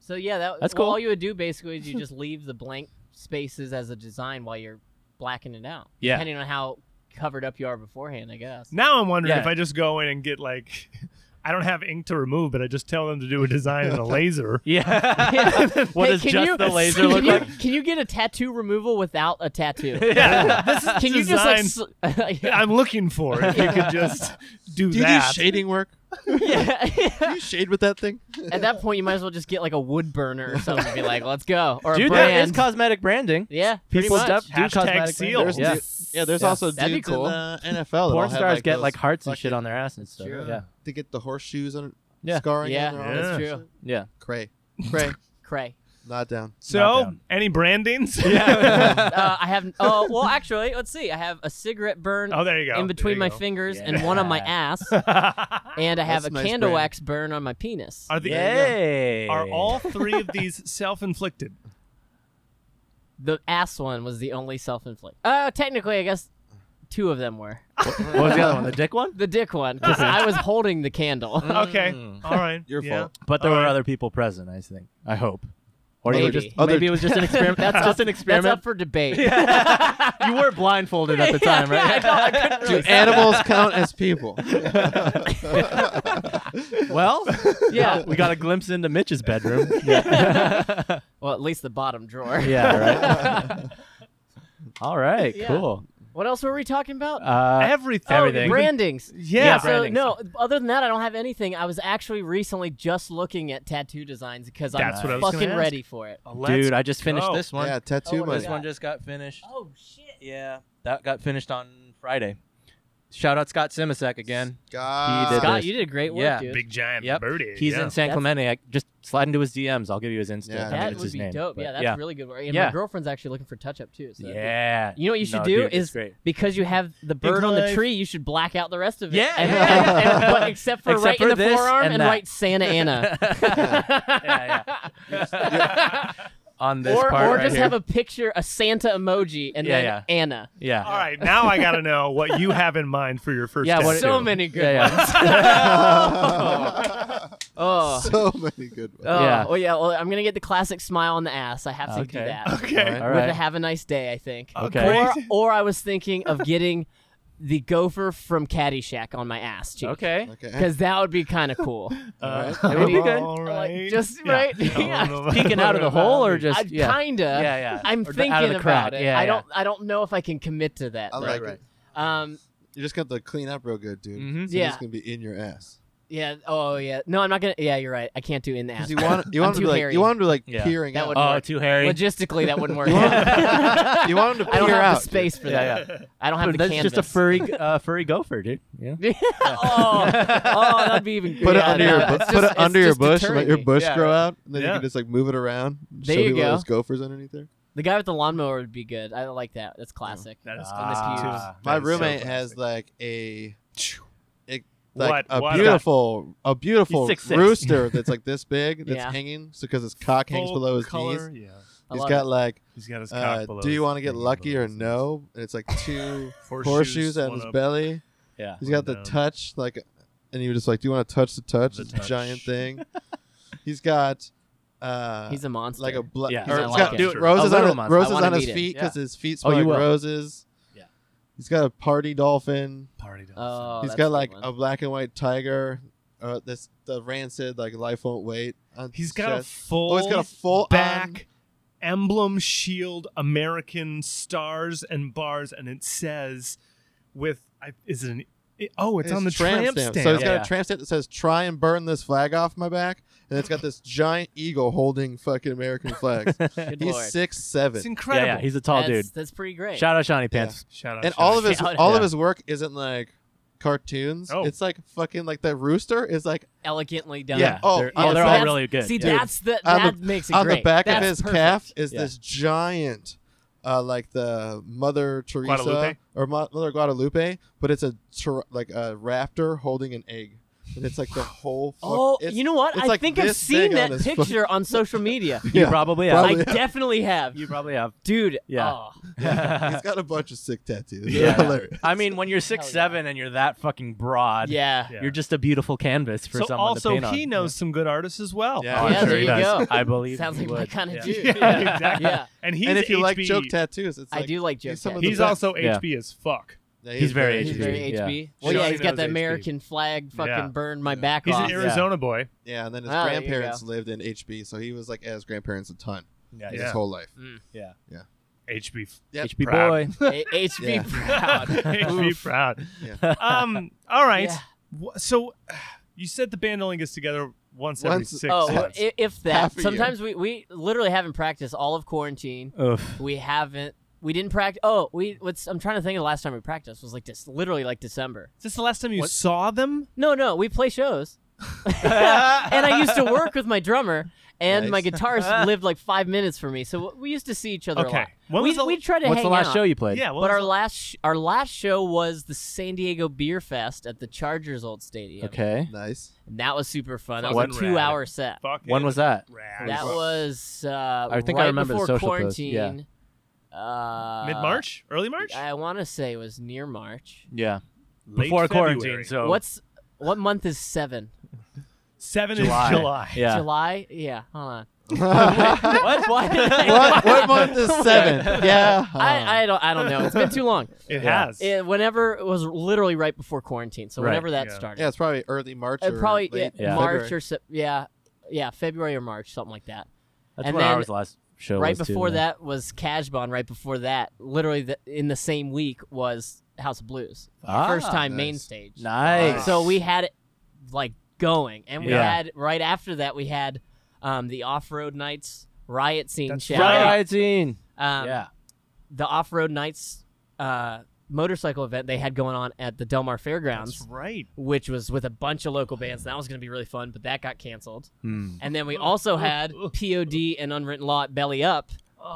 [SPEAKER 3] So yeah, that,
[SPEAKER 1] That's
[SPEAKER 3] well,
[SPEAKER 1] cool.
[SPEAKER 3] All you would do basically is you just leave the blank spaces as a design while you're blacking it out.
[SPEAKER 1] Yeah.
[SPEAKER 3] Depending on how covered up you are beforehand, I guess.
[SPEAKER 2] Now I'm wondering
[SPEAKER 1] Yeah.
[SPEAKER 2] if I just go in and get like. I don't have ink to remove, but I just tell them to do a design in a laser.
[SPEAKER 1] Yeah.
[SPEAKER 3] Yeah.
[SPEAKER 1] What
[SPEAKER 3] Hey,
[SPEAKER 1] does
[SPEAKER 3] can
[SPEAKER 1] just
[SPEAKER 3] you-
[SPEAKER 1] the laser
[SPEAKER 3] can
[SPEAKER 1] look
[SPEAKER 3] you-
[SPEAKER 1] like?
[SPEAKER 3] Can you get a tattoo removal without a tattoo?
[SPEAKER 2] Yeah, this is
[SPEAKER 3] Can you just like?
[SPEAKER 2] design
[SPEAKER 3] s- yeah.
[SPEAKER 2] I'm looking for. If you could just do,
[SPEAKER 4] Do you do
[SPEAKER 2] that.
[SPEAKER 4] shading work? Do you shade with that thing?
[SPEAKER 3] At that point, you might as well just get like a wood burner or something. and Be like, let's go. Or a
[SPEAKER 1] Dude, that
[SPEAKER 3] brand.
[SPEAKER 1] is cosmetic branding.
[SPEAKER 3] yeah, pretty
[SPEAKER 1] People
[SPEAKER 3] much.
[SPEAKER 1] def- do
[SPEAKER 2] Hashtag
[SPEAKER 1] cosmetic
[SPEAKER 2] seal.
[SPEAKER 1] branding. Yeah.
[SPEAKER 4] There's dude- Yeah, there's
[SPEAKER 1] Yeah.
[SPEAKER 4] also
[SPEAKER 3] That'd be
[SPEAKER 4] dudes
[SPEAKER 3] cool.
[SPEAKER 4] in the NFL.
[SPEAKER 1] uh, Porn
[SPEAKER 4] that
[SPEAKER 1] stars
[SPEAKER 4] like,
[SPEAKER 1] get
[SPEAKER 4] those
[SPEAKER 1] like hearts and
[SPEAKER 4] fucking-
[SPEAKER 1] shit on their ass and stuff.
[SPEAKER 3] Sure.
[SPEAKER 1] Yeah.
[SPEAKER 4] They get the horseshoes and
[SPEAKER 1] Yeah.
[SPEAKER 4] scarring.
[SPEAKER 3] Yeah,
[SPEAKER 4] and all
[SPEAKER 2] Yeah.
[SPEAKER 4] that
[SPEAKER 3] that's
[SPEAKER 4] shit.
[SPEAKER 3] true.
[SPEAKER 1] Yeah.
[SPEAKER 4] Cray, cray,
[SPEAKER 3] Cray.
[SPEAKER 4] not down.
[SPEAKER 1] Not
[SPEAKER 2] So,
[SPEAKER 1] down.
[SPEAKER 2] any brandings?
[SPEAKER 3] Uh, I have. Oh well, actually, let's see. I have a cigarette burn
[SPEAKER 2] oh, there you go.
[SPEAKER 3] in between my
[SPEAKER 2] There you
[SPEAKER 3] fingers and one on my
[SPEAKER 1] Yeah.
[SPEAKER 3] ass,
[SPEAKER 2] go.
[SPEAKER 3] and I have
[SPEAKER 4] That's
[SPEAKER 3] a
[SPEAKER 4] nice
[SPEAKER 3] candle
[SPEAKER 4] brand.
[SPEAKER 3] wax burn on my penis.
[SPEAKER 2] Are the
[SPEAKER 1] Yay.
[SPEAKER 2] are all three of these self-inflicted?
[SPEAKER 3] The ass one was the only self-inflict. Uh, technically, I guess two of them were.
[SPEAKER 1] What was the other one? The dick one?
[SPEAKER 3] The dick one, because I was holding the candle.
[SPEAKER 2] Okay, all right.
[SPEAKER 4] Your
[SPEAKER 2] yeah.
[SPEAKER 4] fault.
[SPEAKER 1] But there
[SPEAKER 2] All
[SPEAKER 1] were
[SPEAKER 2] right.
[SPEAKER 1] other people present, I think. I hope. Or you were
[SPEAKER 3] Maybe.
[SPEAKER 1] just
[SPEAKER 4] Other-
[SPEAKER 1] maybe it was just an experiment.
[SPEAKER 3] That's
[SPEAKER 1] just
[SPEAKER 3] up-
[SPEAKER 1] an
[SPEAKER 3] That's
[SPEAKER 1] experiment.
[SPEAKER 3] up for debate.
[SPEAKER 1] you were blindfolded at the
[SPEAKER 3] Yeah,
[SPEAKER 1] time, right?
[SPEAKER 3] yeah, I know, I couldn't
[SPEAKER 4] Do
[SPEAKER 3] really
[SPEAKER 4] animals count as people?
[SPEAKER 1] Well,
[SPEAKER 3] Yeah.
[SPEAKER 1] we got a glimpse into Mitch's bedroom.
[SPEAKER 3] Well, at least the bottom drawer.
[SPEAKER 1] yeah, right. All right,
[SPEAKER 3] Yeah.
[SPEAKER 1] cool.
[SPEAKER 3] What else were we talking about? Oh,
[SPEAKER 1] Uh,
[SPEAKER 2] Everything.
[SPEAKER 1] Everything.
[SPEAKER 3] Brandings.
[SPEAKER 2] Yeah.
[SPEAKER 1] Yeah,
[SPEAKER 3] so
[SPEAKER 1] brandings.
[SPEAKER 3] no, other than that, I don't have anything. I was actually recently just looking at tattoo designs because I'm
[SPEAKER 2] That's what I was
[SPEAKER 3] fucking
[SPEAKER 2] gonna ask.
[SPEAKER 3] ready for it.
[SPEAKER 2] Let's-
[SPEAKER 1] dude, I just finished
[SPEAKER 2] go.
[SPEAKER 1] this one.
[SPEAKER 4] yeah,
[SPEAKER 1] this
[SPEAKER 4] tattoo
[SPEAKER 3] Oh my
[SPEAKER 4] money.
[SPEAKER 3] God.
[SPEAKER 1] one just got finished.
[SPEAKER 3] Oh shit!
[SPEAKER 1] Yeah, that got finished on Friday. Shout out Scott Simisek again.
[SPEAKER 4] God.
[SPEAKER 1] He did
[SPEAKER 3] Scott,
[SPEAKER 1] this.
[SPEAKER 3] you did great work,
[SPEAKER 1] Yeah.
[SPEAKER 3] dude.
[SPEAKER 2] Big giant
[SPEAKER 1] Yep.
[SPEAKER 2] birdie.
[SPEAKER 1] He's
[SPEAKER 2] yeah.
[SPEAKER 1] in San
[SPEAKER 3] That's-
[SPEAKER 1] Clemente. I, just slide into his DMs. I'll give you his Insta.
[SPEAKER 4] Yeah.
[SPEAKER 1] I mean,
[SPEAKER 3] that
[SPEAKER 1] it's
[SPEAKER 3] would
[SPEAKER 1] his
[SPEAKER 3] be
[SPEAKER 1] name,
[SPEAKER 3] dope.
[SPEAKER 1] but
[SPEAKER 3] Yeah, that's
[SPEAKER 1] yeah.
[SPEAKER 3] really good work. And my
[SPEAKER 1] Yeah.
[SPEAKER 3] girlfriend's actually looking for touch up too. So that'd be-
[SPEAKER 1] Yeah.
[SPEAKER 3] You know what you should
[SPEAKER 1] No,
[SPEAKER 3] do
[SPEAKER 1] dude, it's
[SPEAKER 3] is-
[SPEAKER 1] great.
[SPEAKER 3] because you have the bird on
[SPEAKER 2] Clive.
[SPEAKER 3] the tree, you should black out the rest of it.
[SPEAKER 1] Yeah,
[SPEAKER 3] And-
[SPEAKER 1] yeah,
[SPEAKER 3] and-
[SPEAKER 1] yeah.
[SPEAKER 3] but except for
[SPEAKER 1] Except
[SPEAKER 3] right in
[SPEAKER 1] for
[SPEAKER 3] the
[SPEAKER 1] this
[SPEAKER 3] forearm
[SPEAKER 1] and
[SPEAKER 3] and,
[SPEAKER 1] that.
[SPEAKER 3] right Santa Ana.
[SPEAKER 1] Yeah, on this
[SPEAKER 3] or
[SPEAKER 1] part
[SPEAKER 3] or
[SPEAKER 1] right
[SPEAKER 3] just
[SPEAKER 1] here.
[SPEAKER 3] have a picture, a Santa emoji, and
[SPEAKER 1] Yeah,
[SPEAKER 3] then
[SPEAKER 1] yeah.
[SPEAKER 3] Anna.
[SPEAKER 1] yeah.
[SPEAKER 2] All right, now I gotta know what you have in mind for your first.
[SPEAKER 1] Yeah, what-
[SPEAKER 2] tattoo.
[SPEAKER 3] so many good
[SPEAKER 1] Yeah, yeah.
[SPEAKER 3] ones. oh.
[SPEAKER 4] so many good ones.
[SPEAKER 3] Oh,
[SPEAKER 1] Yeah.
[SPEAKER 3] yeah. Well, yeah. Well, I'm gonna get the classic smile on the ass. I have to do
[SPEAKER 1] Okay.
[SPEAKER 3] that.
[SPEAKER 2] okay.
[SPEAKER 1] All
[SPEAKER 3] With
[SPEAKER 1] right.
[SPEAKER 3] a have a nice day, I think.
[SPEAKER 1] Okay.
[SPEAKER 3] Or,
[SPEAKER 2] Great.
[SPEAKER 3] or I was thinking of getting the gopher from Caddyshack on my ass cheek.
[SPEAKER 1] Okay.
[SPEAKER 4] Okay.
[SPEAKER 3] Because that would be kind of cool.
[SPEAKER 2] Uh,
[SPEAKER 1] It would be good.
[SPEAKER 2] all
[SPEAKER 3] Like,
[SPEAKER 2] right.
[SPEAKER 3] just-
[SPEAKER 2] Yeah.
[SPEAKER 3] right?
[SPEAKER 2] I don't
[SPEAKER 3] Yeah.
[SPEAKER 2] know
[SPEAKER 1] Peeking out of the
[SPEAKER 2] about
[SPEAKER 1] hole or
[SPEAKER 2] it.
[SPEAKER 1] just
[SPEAKER 3] I
[SPEAKER 1] yeah.
[SPEAKER 3] kinda.
[SPEAKER 1] yeah, yeah.
[SPEAKER 3] I'm
[SPEAKER 1] Or the-
[SPEAKER 3] thinking
[SPEAKER 1] out of the
[SPEAKER 3] about
[SPEAKER 1] crowd.
[SPEAKER 3] it.
[SPEAKER 1] Yeah,
[SPEAKER 3] I
[SPEAKER 1] yeah.
[SPEAKER 3] don't. I don't know if I can commit to that.
[SPEAKER 4] I
[SPEAKER 3] though.
[SPEAKER 4] like
[SPEAKER 1] right.
[SPEAKER 4] it.
[SPEAKER 3] Um.
[SPEAKER 4] You just got to clean up real good, dude.
[SPEAKER 2] Mm-hmm.
[SPEAKER 1] Mhm.
[SPEAKER 4] So
[SPEAKER 3] Yeah.
[SPEAKER 4] It's gonna be in your ass.
[SPEAKER 3] Yeah. Oh, yeah. No, I'm not gonna. Yeah, you're right. I can't do in the ass.
[SPEAKER 4] Because you want you
[SPEAKER 3] I'm
[SPEAKER 4] want him
[SPEAKER 3] too
[SPEAKER 4] to like
[SPEAKER 3] hairy.
[SPEAKER 4] you want him to like
[SPEAKER 1] Yeah.
[SPEAKER 4] peering
[SPEAKER 3] That
[SPEAKER 4] out.
[SPEAKER 3] would-
[SPEAKER 1] Oh,
[SPEAKER 3] work.
[SPEAKER 1] too hairy.
[SPEAKER 3] Logistically, that wouldn't work.
[SPEAKER 4] You want him-
[SPEAKER 3] I
[SPEAKER 4] you want him to peer
[SPEAKER 3] don't
[SPEAKER 4] out.
[SPEAKER 3] have the
[SPEAKER 4] dude.
[SPEAKER 3] space for
[SPEAKER 1] Yeah,
[SPEAKER 3] that. I don't have the
[SPEAKER 1] That's
[SPEAKER 3] canvas.
[SPEAKER 1] just a furry, uh, furry gopher, dude. Yeah.
[SPEAKER 3] oh, oh, that'd be even.
[SPEAKER 4] Put
[SPEAKER 3] yeah,
[SPEAKER 4] it under
[SPEAKER 3] no,
[SPEAKER 4] your
[SPEAKER 3] it's
[SPEAKER 4] bu-
[SPEAKER 3] just-
[SPEAKER 4] put it
[SPEAKER 3] it's
[SPEAKER 4] under your
[SPEAKER 3] just
[SPEAKER 4] bush and let
[SPEAKER 3] deterring
[SPEAKER 4] your
[SPEAKER 3] me.
[SPEAKER 4] bush
[SPEAKER 1] Yeah,
[SPEAKER 4] grow
[SPEAKER 1] right.
[SPEAKER 4] out, and then
[SPEAKER 2] Yeah.
[SPEAKER 4] you can just like move it around. and
[SPEAKER 3] There
[SPEAKER 4] show
[SPEAKER 3] you
[SPEAKER 4] people
[SPEAKER 3] go.
[SPEAKER 4] Those gophers underneath there.
[SPEAKER 3] The guy with the lawnmower would be good. I like that. That's classic.
[SPEAKER 2] That is
[SPEAKER 1] Ah.
[SPEAKER 2] classic, too.
[SPEAKER 1] My
[SPEAKER 4] My
[SPEAKER 2] That is so
[SPEAKER 4] roommate
[SPEAKER 2] classic.
[SPEAKER 4] has like a it,
[SPEAKER 2] What-
[SPEAKER 4] like a
[SPEAKER 2] what a-
[SPEAKER 4] beautiful a beautiful
[SPEAKER 1] He's 6'6".
[SPEAKER 4] rooster that's like this big that's
[SPEAKER 3] Yeah.
[SPEAKER 4] hanging so because his cock hangs
[SPEAKER 2] Full
[SPEAKER 4] below his
[SPEAKER 2] color,
[SPEAKER 4] knees.
[SPEAKER 2] Yeah.
[SPEAKER 3] I
[SPEAKER 4] He's
[SPEAKER 3] love
[SPEAKER 4] got
[SPEAKER 3] it.
[SPEAKER 4] like
[SPEAKER 2] He's got his cock
[SPEAKER 4] uh,
[SPEAKER 2] below.
[SPEAKER 4] do you
[SPEAKER 2] want
[SPEAKER 4] want to get lucky or no? And it's like two
[SPEAKER 2] Horseshoes,
[SPEAKER 4] horseshoes on
[SPEAKER 2] one
[SPEAKER 4] his
[SPEAKER 2] up.
[SPEAKER 4] belly.
[SPEAKER 1] Yeah.
[SPEAKER 4] He's got the
[SPEAKER 2] Down.
[SPEAKER 4] touch, like, and you were just like, "Do you want to touch the touch?"
[SPEAKER 2] The
[SPEAKER 4] it's
[SPEAKER 2] touch.
[SPEAKER 4] a giant thing. he's got, uh,
[SPEAKER 3] He's a monster.
[SPEAKER 4] like a bla-
[SPEAKER 1] Yeah.
[SPEAKER 4] or
[SPEAKER 3] He's
[SPEAKER 4] he's
[SPEAKER 3] a
[SPEAKER 4] got
[SPEAKER 3] like
[SPEAKER 4] dude,
[SPEAKER 2] it.
[SPEAKER 4] roses
[SPEAKER 1] A
[SPEAKER 4] on
[SPEAKER 1] little
[SPEAKER 4] his,
[SPEAKER 1] monster.
[SPEAKER 4] roses
[SPEAKER 3] I wanna
[SPEAKER 4] on
[SPEAKER 3] meet
[SPEAKER 4] his
[SPEAKER 3] it, Oh,
[SPEAKER 4] feet
[SPEAKER 1] yeah.
[SPEAKER 4] because his feet smell
[SPEAKER 1] you
[SPEAKER 4] like
[SPEAKER 1] will.
[SPEAKER 4] roses.
[SPEAKER 1] Yeah.
[SPEAKER 4] He's got a party dolphin.
[SPEAKER 2] Party does.
[SPEAKER 3] Oh,
[SPEAKER 4] he's
[SPEAKER 3] that's a
[SPEAKER 4] got like
[SPEAKER 3] good
[SPEAKER 4] a
[SPEAKER 3] one.
[SPEAKER 4] black and white tiger. Uh, this the rancid like life won't wait. on
[SPEAKER 2] he's
[SPEAKER 4] his
[SPEAKER 2] got a
[SPEAKER 4] chest.
[SPEAKER 2] full.
[SPEAKER 4] oh, he's got a full on-
[SPEAKER 2] back emblem shield American stars and bars, and it says with I, is it an it- oh it's, on the
[SPEAKER 4] tramp, stamp. So he's
[SPEAKER 1] Yeah.
[SPEAKER 4] got a tramp stamp that says "Try and burn this flag off my back," and it's got this giant eagle holding fucking American flags.
[SPEAKER 3] Good
[SPEAKER 4] he's
[SPEAKER 3] lord.
[SPEAKER 4] six
[SPEAKER 2] it's
[SPEAKER 4] seven,
[SPEAKER 1] Yeah,
[SPEAKER 2] incredible.
[SPEAKER 1] yeah. He's a tall
[SPEAKER 3] that's,
[SPEAKER 1] dude.
[SPEAKER 3] That's pretty great.
[SPEAKER 1] Shout out Shawnee Pants.
[SPEAKER 2] Shout out
[SPEAKER 4] and
[SPEAKER 2] shout
[SPEAKER 4] all
[SPEAKER 2] out.
[SPEAKER 4] of his
[SPEAKER 3] Shout out.
[SPEAKER 4] all
[SPEAKER 1] Yeah.
[SPEAKER 4] of his work isn't like cartoons.
[SPEAKER 2] Oh.
[SPEAKER 4] It's like fucking like that rooster is like
[SPEAKER 3] Elegantly done.
[SPEAKER 4] yeah. Oh,
[SPEAKER 1] They're,
[SPEAKER 4] on
[SPEAKER 1] oh,
[SPEAKER 4] the
[SPEAKER 1] they're all
[SPEAKER 4] back-
[SPEAKER 1] really good.
[SPEAKER 3] See,
[SPEAKER 1] yeah.
[SPEAKER 3] that's the
[SPEAKER 4] On the-
[SPEAKER 3] that makes it
[SPEAKER 4] on
[SPEAKER 3] great.
[SPEAKER 4] the back of
[SPEAKER 3] That's
[SPEAKER 4] his
[SPEAKER 3] perfect.
[SPEAKER 4] calf is
[SPEAKER 1] Yeah.
[SPEAKER 4] this giant, uh, like the Mother Teresa
[SPEAKER 2] Guadalupe?
[SPEAKER 4] or Mo- Mother Guadalupe, but it's a ter- like a raptor holding an egg, and it's like the whole. Fuck,
[SPEAKER 3] Oh,
[SPEAKER 4] it's-
[SPEAKER 3] you know what?
[SPEAKER 4] it's
[SPEAKER 3] I
[SPEAKER 4] like
[SPEAKER 3] think I've
[SPEAKER 4] this
[SPEAKER 3] seen
[SPEAKER 4] big on
[SPEAKER 3] that
[SPEAKER 4] his fucking-
[SPEAKER 3] picture on social media.
[SPEAKER 1] you
[SPEAKER 4] Yeah.
[SPEAKER 1] probably
[SPEAKER 3] I
[SPEAKER 1] have.
[SPEAKER 4] Probably.
[SPEAKER 3] definitely have,
[SPEAKER 1] You probably have.
[SPEAKER 3] dude.
[SPEAKER 1] Yeah.
[SPEAKER 3] oh.
[SPEAKER 4] He's got a bunch of sick tattoos. They're
[SPEAKER 1] Yeah.
[SPEAKER 4] hilarious.
[SPEAKER 1] I mean, when you're six seven and you're that fucking broad,
[SPEAKER 3] yeah.
[SPEAKER 2] Yeah.
[SPEAKER 1] you're just a beautiful canvas for
[SPEAKER 2] so
[SPEAKER 1] someone
[SPEAKER 2] also
[SPEAKER 1] to paint on.
[SPEAKER 2] he knows some good artists as well.
[SPEAKER 4] Yeah.
[SPEAKER 1] Oh,
[SPEAKER 4] Yeah,
[SPEAKER 1] I'm sure
[SPEAKER 3] there
[SPEAKER 1] he
[SPEAKER 3] you
[SPEAKER 1] does.
[SPEAKER 3] go.
[SPEAKER 1] I believe
[SPEAKER 3] Sounds
[SPEAKER 1] he
[SPEAKER 3] like
[SPEAKER 1] would.
[SPEAKER 3] my kind of
[SPEAKER 1] Yeah.
[SPEAKER 3] dude.
[SPEAKER 2] Yeah, exactly.
[SPEAKER 3] Yeah.
[SPEAKER 2] And he's
[SPEAKER 4] and if you
[SPEAKER 2] HB,
[SPEAKER 4] like joke tattoos, it's like
[SPEAKER 3] I do like
[SPEAKER 4] he's
[SPEAKER 3] Joe.
[SPEAKER 4] some of the
[SPEAKER 2] he's
[SPEAKER 4] best.
[SPEAKER 2] also
[SPEAKER 1] Yeah.
[SPEAKER 2] HB as fuck.
[SPEAKER 4] Yeah,
[SPEAKER 1] He's very
[SPEAKER 3] He's
[SPEAKER 1] HB,
[SPEAKER 3] very
[SPEAKER 1] yeah.
[SPEAKER 3] HB. Well,
[SPEAKER 2] Sure,
[SPEAKER 3] yeah,
[SPEAKER 2] he
[SPEAKER 3] he's got
[SPEAKER 2] knows
[SPEAKER 3] the
[SPEAKER 2] HB.
[SPEAKER 3] American flag fucking
[SPEAKER 2] Yeah.
[SPEAKER 3] burn my
[SPEAKER 4] Yeah.
[SPEAKER 3] back
[SPEAKER 2] He's
[SPEAKER 3] off.
[SPEAKER 2] an Arizona boy.
[SPEAKER 4] Yeah, and then his
[SPEAKER 3] Ah, there you
[SPEAKER 4] grandparents lived in HB, so he was like at his grandparents a ton
[SPEAKER 1] Yeah,
[SPEAKER 4] his
[SPEAKER 2] Yeah.
[SPEAKER 4] whole life.
[SPEAKER 2] HB f-
[SPEAKER 4] Yep.
[SPEAKER 1] HB
[SPEAKER 2] Proud.
[SPEAKER 1] boy.
[SPEAKER 3] A- HB
[SPEAKER 4] Yeah.
[SPEAKER 3] proud.
[SPEAKER 2] HB proud.
[SPEAKER 4] Yeah.
[SPEAKER 2] Um. All right.
[SPEAKER 3] Yeah.
[SPEAKER 2] Wh- So, you said the band only gets together once, every
[SPEAKER 4] Once-
[SPEAKER 2] six
[SPEAKER 3] Oh, well,
[SPEAKER 2] months.
[SPEAKER 3] i- if that.
[SPEAKER 4] Half a year.
[SPEAKER 3] Sometimes we, we literally haven't practiced all of quarantine.
[SPEAKER 1] Oof.
[SPEAKER 3] We haven't. We didn't practice. Oh, we. What's, I'm trying to think of the last time we practiced was like this, literally like December.
[SPEAKER 2] Is this the last time you
[SPEAKER 1] What?
[SPEAKER 2] saw them?
[SPEAKER 3] No, no, we play shows. and I used to work with my drummer, and my
[SPEAKER 4] Nice.
[SPEAKER 3] guitarist lived like five minutes from me, so we used to see each other a
[SPEAKER 2] Okay.
[SPEAKER 3] lot.
[SPEAKER 2] When
[SPEAKER 3] we
[SPEAKER 2] was the-
[SPEAKER 3] we try to
[SPEAKER 1] What's
[SPEAKER 3] hang
[SPEAKER 1] the last
[SPEAKER 3] out.
[SPEAKER 1] show you played?
[SPEAKER 2] Yeah. what
[SPEAKER 3] but
[SPEAKER 2] was
[SPEAKER 3] our
[SPEAKER 2] the-
[SPEAKER 3] last sh- our last show was the San Diego Beer Fest at the Chargers old stadium.
[SPEAKER 1] Okay.
[SPEAKER 4] Nice.
[SPEAKER 3] and that was super fun. That
[SPEAKER 2] Fucking
[SPEAKER 3] was a two hour set.
[SPEAKER 2] Fuck
[SPEAKER 1] When
[SPEAKER 2] it.
[SPEAKER 1] was that?
[SPEAKER 2] Rad.
[SPEAKER 3] That was uh,
[SPEAKER 1] I think I
[SPEAKER 3] right
[SPEAKER 1] remember the
[SPEAKER 3] before
[SPEAKER 1] social post, yeah.
[SPEAKER 3] quarantine. Uh,
[SPEAKER 2] mid March, early March,
[SPEAKER 3] I want to say it was near March.
[SPEAKER 1] Yeah.
[SPEAKER 2] Late
[SPEAKER 1] Before quarantine.
[SPEAKER 2] February.
[SPEAKER 1] So
[SPEAKER 3] What's what month is seven?
[SPEAKER 2] seven
[SPEAKER 1] July.
[SPEAKER 2] is July.
[SPEAKER 1] Yeah.
[SPEAKER 3] July? Yeah. Hold on.
[SPEAKER 4] what?
[SPEAKER 3] what? Why did I-
[SPEAKER 4] What month is seven? Yeah. Uh-huh.
[SPEAKER 3] I, I don't I don't know. It's been too long.
[SPEAKER 2] It
[SPEAKER 1] Yeah.
[SPEAKER 2] has.
[SPEAKER 3] It, whenever it was literally right before quarantine, so
[SPEAKER 1] Right.
[SPEAKER 3] whenever that
[SPEAKER 2] Yeah.
[SPEAKER 3] started,
[SPEAKER 4] yeah, it's probably early March.
[SPEAKER 3] Uh,
[SPEAKER 4] or
[SPEAKER 3] probably
[SPEAKER 4] late
[SPEAKER 3] yeah,
[SPEAKER 1] Yeah.
[SPEAKER 3] March
[SPEAKER 4] February.
[SPEAKER 3] or Sep- yeah, yeah, February or March, something like that.
[SPEAKER 1] that's
[SPEAKER 3] and
[SPEAKER 1] when
[SPEAKER 3] then
[SPEAKER 1] ours last show
[SPEAKER 3] right
[SPEAKER 1] was, too,
[SPEAKER 3] before
[SPEAKER 1] yeah.
[SPEAKER 3] that was Cashbon. Right before that, literally the, in the same week was House of Blues.
[SPEAKER 1] Ah,
[SPEAKER 3] First time main
[SPEAKER 4] nice.
[SPEAKER 3] stage.
[SPEAKER 1] Nice.
[SPEAKER 3] So we had it like going, and we
[SPEAKER 1] Yeah.
[SPEAKER 3] had right after that we had um, the off road nights riot scene.
[SPEAKER 2] That's
[SPEAKER 3] shout
[SPEAKER 2] right.
[SPEAKER 3] out.
[SPEAKER 1] Right. Zine.
[SPEAKER 3] Um,
[SPEAKER 1] yeah.
[SPEAKER 3] the off road nights uh, motorcycle event they had going on at the Del Mar Fairgrounds,
[SPEAKER 2] That's right.
[SPEAKER 3] which was with a bunch of local bands. And that was going to be really fun, but that got canceled.
[SPEAKER 1] Hmm.
[SPEAKER 3] And then we also had POD and Unwritten Law at Belly Up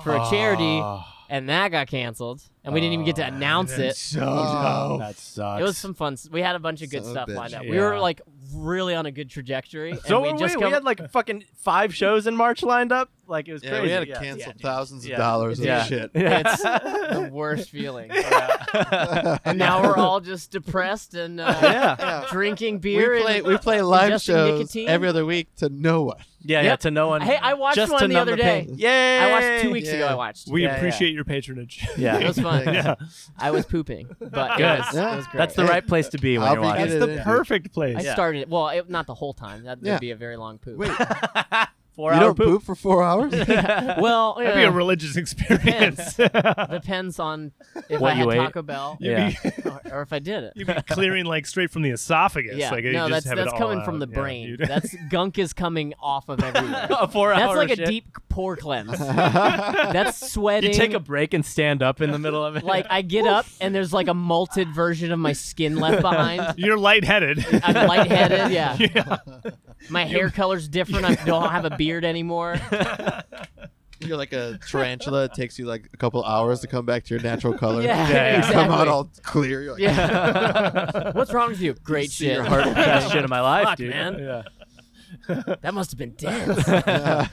[SPEAKER 3] for a charity,
[SPEAKER 1] Ah. Oh,
[SPEAKER 3] and that got canceled. And we didn't even get to announce
[SPEAKER 2] That's
[SPEAKER 3] it.
[SPEAKER 2] So
[SPEAKER 4] Oh.
[SPEAKER 2] dope.
[SPEAKER 1] That Ah, sucks.
[SPEAKER 3] Um, It was some fun. s- We had a bunch of good
[SPEAKER 4] Son of a
[SPEAKER 3] stuff
[SPEAKER 4] bitch.
[SPEAKER 3] lined up. We were
[SPEAKER 1] Yeah.
[SPEAKER 3] like really on a good trajectory.
[SPEAKER 1] so
[SPEAKER 3] and we
[SPEAKER 1] were
[SPEAKER 3] just
[SPEAKER 1] we.
[SPEAKER 3] come-
[SPEAKER 1] we had like fucking five shows in March lined up. Like it was
[SPEAKER 4] Yeah,
[SPEAKER 1] crazy.
[SPEAKER 4] we had to
[SPEAKER 1] yeah.
[SPEAKER 4] cancel
[SPEAKER 3] Yeah, dude.
[SPEAKER 4] thousands
[SPEAKER 1] Yeah.
[SPEAKER 4] of dollars of
[SPEAKER 1] Yeah.
[SPEAKER 4] shit.
[SPEAKER 3] It's
[SPEAKER 1] Yeah.
[SPEAKER 3] the worst feeling. And now we're all just depressed and uh,
[SPEAKER 1] yeah.
[SPEAKER 4] Yeah.
[SPEAKER 3] drinking
[SPEAKER 4] We
[SPEAKER 3] beer.
[SPEAKER 4] play
[SPEAKER 3] and-
[SPEAKER 4] we play live
[SPEAKER 3] ingesting
[SPEAKER 4] shows
[SPEAKER 3] nicotine.
[SPEAKER 4] every other week to no one.
[SPEAKER 1] Yeah, yeah,
[SPEAKER 3] Yep.
[SPEAKER 1] to no one.
[SPEAKER 3] Hey, I watched
[SPEAKER 1] just
[SPEAKER 3] one
[SPEAKER 1] to
[SPEAKER 3] the
[SPEAKER 1] numb
[SPEAKER 3] other day.
[SPEAKER 1] pain. Yay!
[SPEAKER 3] I watched two weeks ago.
[SPEAKER 4] Yeah.
[SPEAKER 3] I watched.
[SPEAKER 2] We
[SPEAKER 1] Yeah, yeah.
[SPEAKER 2] appreciate your patronage.
[SPEAKER 3] It
[SPEAKER 1] Yeah,
[SPEAKER 3] was fun.
[SPEAKER 2] Yeah.
[SPEAKER 3] I was pooping, but it
[SPEAKER 1] Good.
[SPEAKER 3] was, it
[SPEAKER 4] Yeah.
[SPEAKER 3] was great.
[SPEAKER 1] that's the right place to be when
[SPEAKER 4] I'll
[SPEAKER 1] you're
[SPEAKER 4] be
[SPEAKER 1] watching.
[SPEAKER 2] That's
[SPEAKER 4] Edit it
[SPEAKER 2] the
[SPEAKER 4] in.
[SPEAKER 2] perfect place.
[SPEAKER 3] I started. Well, it, not the whole time. That would
[SPEAKER 4] Yeah.
[SPEAKER 3] be a very long poop.
[SPEAKER 4] Wait,
[SPEAKER 1] Four
[SPEAKER 4] you
[SPEAKER 1] hour
[SPEAKER 4] don't
[SPEAKER 1] poop.
[SPEAKER 4] poop for four hours?
[SPEAKER 3] Well, um,
[SPEAKER 2] That'd be a
[SPEAKER 3] yeah,
[SPEAKER 2] religious experience. You'd
[SPEAKER 3] depends on if
[SPEAKER 1] What
[SPEAKER 3] I had
[SPEAKER 1] you ate.
[SPEAKER 3] Taco Bell
[SPEAKER 1] Yeah.
[SPEAKER 2] be,
[SPEAKER 3] or, or if I did it.
[SPEAKER 2] you'd be clearing like straight from the esophagus.
[SPEAKER 3] Yeah,
[SPEAKER 2] Like, you
[SPEAKER 3] no,
[SPEAKER 2] just
[SPEAKER 3] that's
[SPEAKER 2] have it
[SPEAKER 3] that's
[SPEAKER 2] all
[SPEAKER 3] coming
[SPEAKER 2] out.
[SPEAKER 3] from the
[SPEAKER 2] Yeah,
[SPEAKER 3] brain.
[SPEAKER 2] you'd-
[SPEAKER 3] That's gunk is coming off of everywhere.
[SPEAKER 1] a four
[SPEAKER 3] that's
[SPEAKER 1] hour
[SPEAKER 3] like a
[SPEAKER 1] shit.
[SPEAKER 3] deep pore cleanse. that's sweating.
[SPEAKER 1] You take a break and stand up in the middle of it.
[SPEAKER 3] like I get up and there's like a malted version of my skin left behind.
[SPEAKER 2] You're lightheaded.
[SPEAKER 3] I'm lightheaded. Yeah.
[SPEAKER 2] yeah.
[SPEAKER 3] My hair color's different. I don't have a beard anymore.
[SPEAKER 4] You're like a tarantula. It takes you like a couple hours to come back to your natural color.
[SPEAKER 3] Yeah,
[SPEAKER 4] You
[SPEAKER 1] yeah.
[SPEAKER 4] come out
[SPEAKER 3] exactly.
[SPEAKER 4] all clear. You're like,
[SPEAKER 3] Yeah. What's wrong with you? Great
[SPEAKER 4] See
[SPEAKER 3] shit.
[SPEAKER 4] your heart.
[SPEAKER 1] best shit of my life,
[SPEAKER 3] Fuck,
[SPEAKER 1] dude.
[SPEAKER 3] man.
[SPEAKER 2] yeah.
[SPEAKER 3] That must have been dense.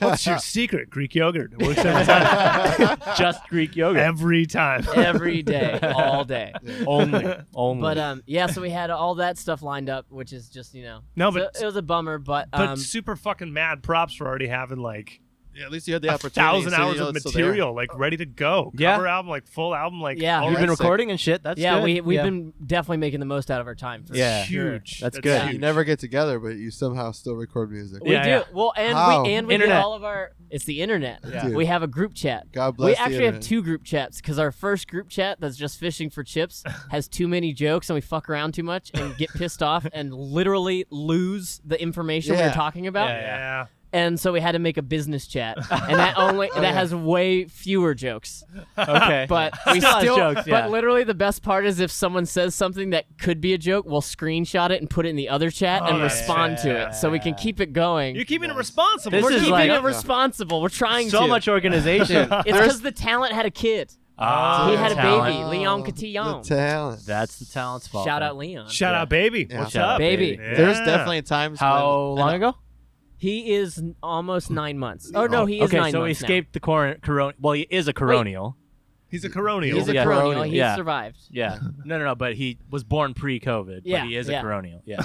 [SPEAKER 2] What's your secret? Greek yogurt. It works every time.
[SPEAKER 1] Just Greek yogurt.
[SPEAKER 2] every time.
[SPEAKER 3] Every day, all day.
[SPEAKER 1] only, only.
[SPEAKER 3] But um, yeah. So we had all that stuff lined up, which is just you know.
[SPEAKER 2] No,
[SPEAKER 3] so
[SPEAKER 2] but-
[SPEAKER 3] it was a bummer. But
[SPEAKER 2] But
[SPEAKER 3] um,
[SPEAKER 2] super fucking mad props for already having like
[SPEAKER 4] Yeah, at least you had the
[SPEAKER 2] a
[SPEAKER 4] opportunity.
[SPEAKER 2] thousand
[SPEAKER 4] so you
[SPEAKER 2] hours
[SPEAKER 4] know
[SPEAKER 2] of
[SPEAKER 4] it's still there.
[SPEAKER 2] material, like ready to go.
[SPEAKER 1] Yeah.
[SPEAKER 2] Cover album, like full album, like
[SPEAKER 3] Yeah.
[SPEAKER 2] all
[SPEAKER 1] you've been
[SPEAKER 4] that's sick.
[SPEAKER 1] recording and shit. That's
[SPEAKER 3] yeah,
[SPEAKER 1] good.
[SPEAKER 3] we we've
[SPEAKER 1] Yeah.
[SPEAKER 3] been definitely making the most out of our time. For
[SPEAKER 1] Yeah.
[SPEAKER 3] sure.
[SPEAKER 2] huge.
[SPEAKER 1] That's good.
[SPEAKER 4] You
[SPEAKER 2] huge.
[SPEAKER 4] never get together, but you somehow still record music.
[SPEAKER 3] We
[SPEAKER 1] Yeah,
[SPEAKER 3] do.
[SPEAKER 1] yeah.
[SPEAKER 3] Well, and
[SPEAKER 4] How?
[SPEAKER 3] we and we
[SPEAKER 1] Internet.
[SPEAKER 3] get all of our. It's the internet.
[SPEAKER 4] Yeah.
[SPEAKER 3] We have a group chat.
[SPEAKER 4] God bless.
[SPEAKER 3] We
[SPEAKER 4] the
[SPEAKER 3] actually have
[SPEAKER 4] internet.
[SPEAKER 3] two group chats because our first group chat that's just fishing for chips has too many jokes and we fuck around too much and get pissed off and literally lose the information we
[SPEAKER 4] Yeah.
[SPEAKER 3] were talking about.
[SPEAKER 1] Yeah,
[SPEAKER 2] Yeah.
[SPEAKER 3] And so we had to make a business chat, and that only
[SPEAKER 1] Oh,
[SPEAKER 3] that has way fewer jokes.
[SPEAKER 1] okay.
[SPEAKER 3] But we
[SPEAKER 1] Still
[SPEAKER 3] still,
[SPEAKER 1] has jokes, yeah.
[SPEAKER 3] but literally the best part is if someone says something that could be a joke, we'll screenshot it and put it in the other chat
[SPEAKER 2] Oh,
[SPEAKER 3] and
[SPEAKER 2] that's
[SPEAKER 3] respond to it, so we can keep it going.
[SPEAKER 2] You're keeping it responsible.
[SPEAKER 1] This
[SPEAKER 3] We're
[SPEAKER 1] is
[SPEAKER 3] keeping
[SPEAKER 1] like-
[SPEAKER 3] it responsible. We're trying
[SPEAKER 1] so
[SPEAKER 3] to.
[SPEAKER 1] much organization.
[SPEAKER 3] It's because the talent had a kid.
[SPEAKER 1] Ah,
[SPEAKER 3] he had a
[SPEAKER 1] talent.
[SPEAKER 3] baby, Leon
[SPEAKER 4] The
[SPEAKER 3] Cotillon.
[SPEAKER 4] talent.
[SPEAKER 1] That's the talent's fault.
[SPEAKER 3] Shout
[SPEAKER 1] man.
[SPEAKER 3] out Leon.
[SPEAKER 2] Shout
[SPEAKER 1] Yeah.
[SPEAKER 2] out, baby.
[SPEAKER 4] Yeah.
[SPEAKER 2] What's
[SPEAKER 1] Shout out,
[SPEAKER 2] up?
[SPEAKER 3] baby.
[SPEAKER 2] Yeah.
[SPEAKER 4] There's definitely times.
[SPEAKER 1] How
[SPEAKER 4] when,
[SPEAKER 1] long ago?
[SPEAKER 3] He is n- almost nine months. Oh no, he is
[SPEAKER 1] okay,
[SPEAKER 3] nine
[SPEAKER 1] so he
[SPEAKER 3] months now.
[SPEAKER 1] escaped the coron- coron- Well, he is a coronial.
[SPEAKER 2] He's a coronial.
[SPEAKER 3] He's a
[SPEAKER 1] Yeah.
[SPEAKER 3] coronial. He
[SPEAKER 1] Yeah.
[SPEAKER 3] survived.
[SPEAKER 1] Yeah. No, no, no. But he was born pre-COVID.
[SPEAKER 3] Yeah,
[SPEAKER 1] But he is
[SPEAKER 3] yeah.
[SPEAKER 1] a coronial. Yeah.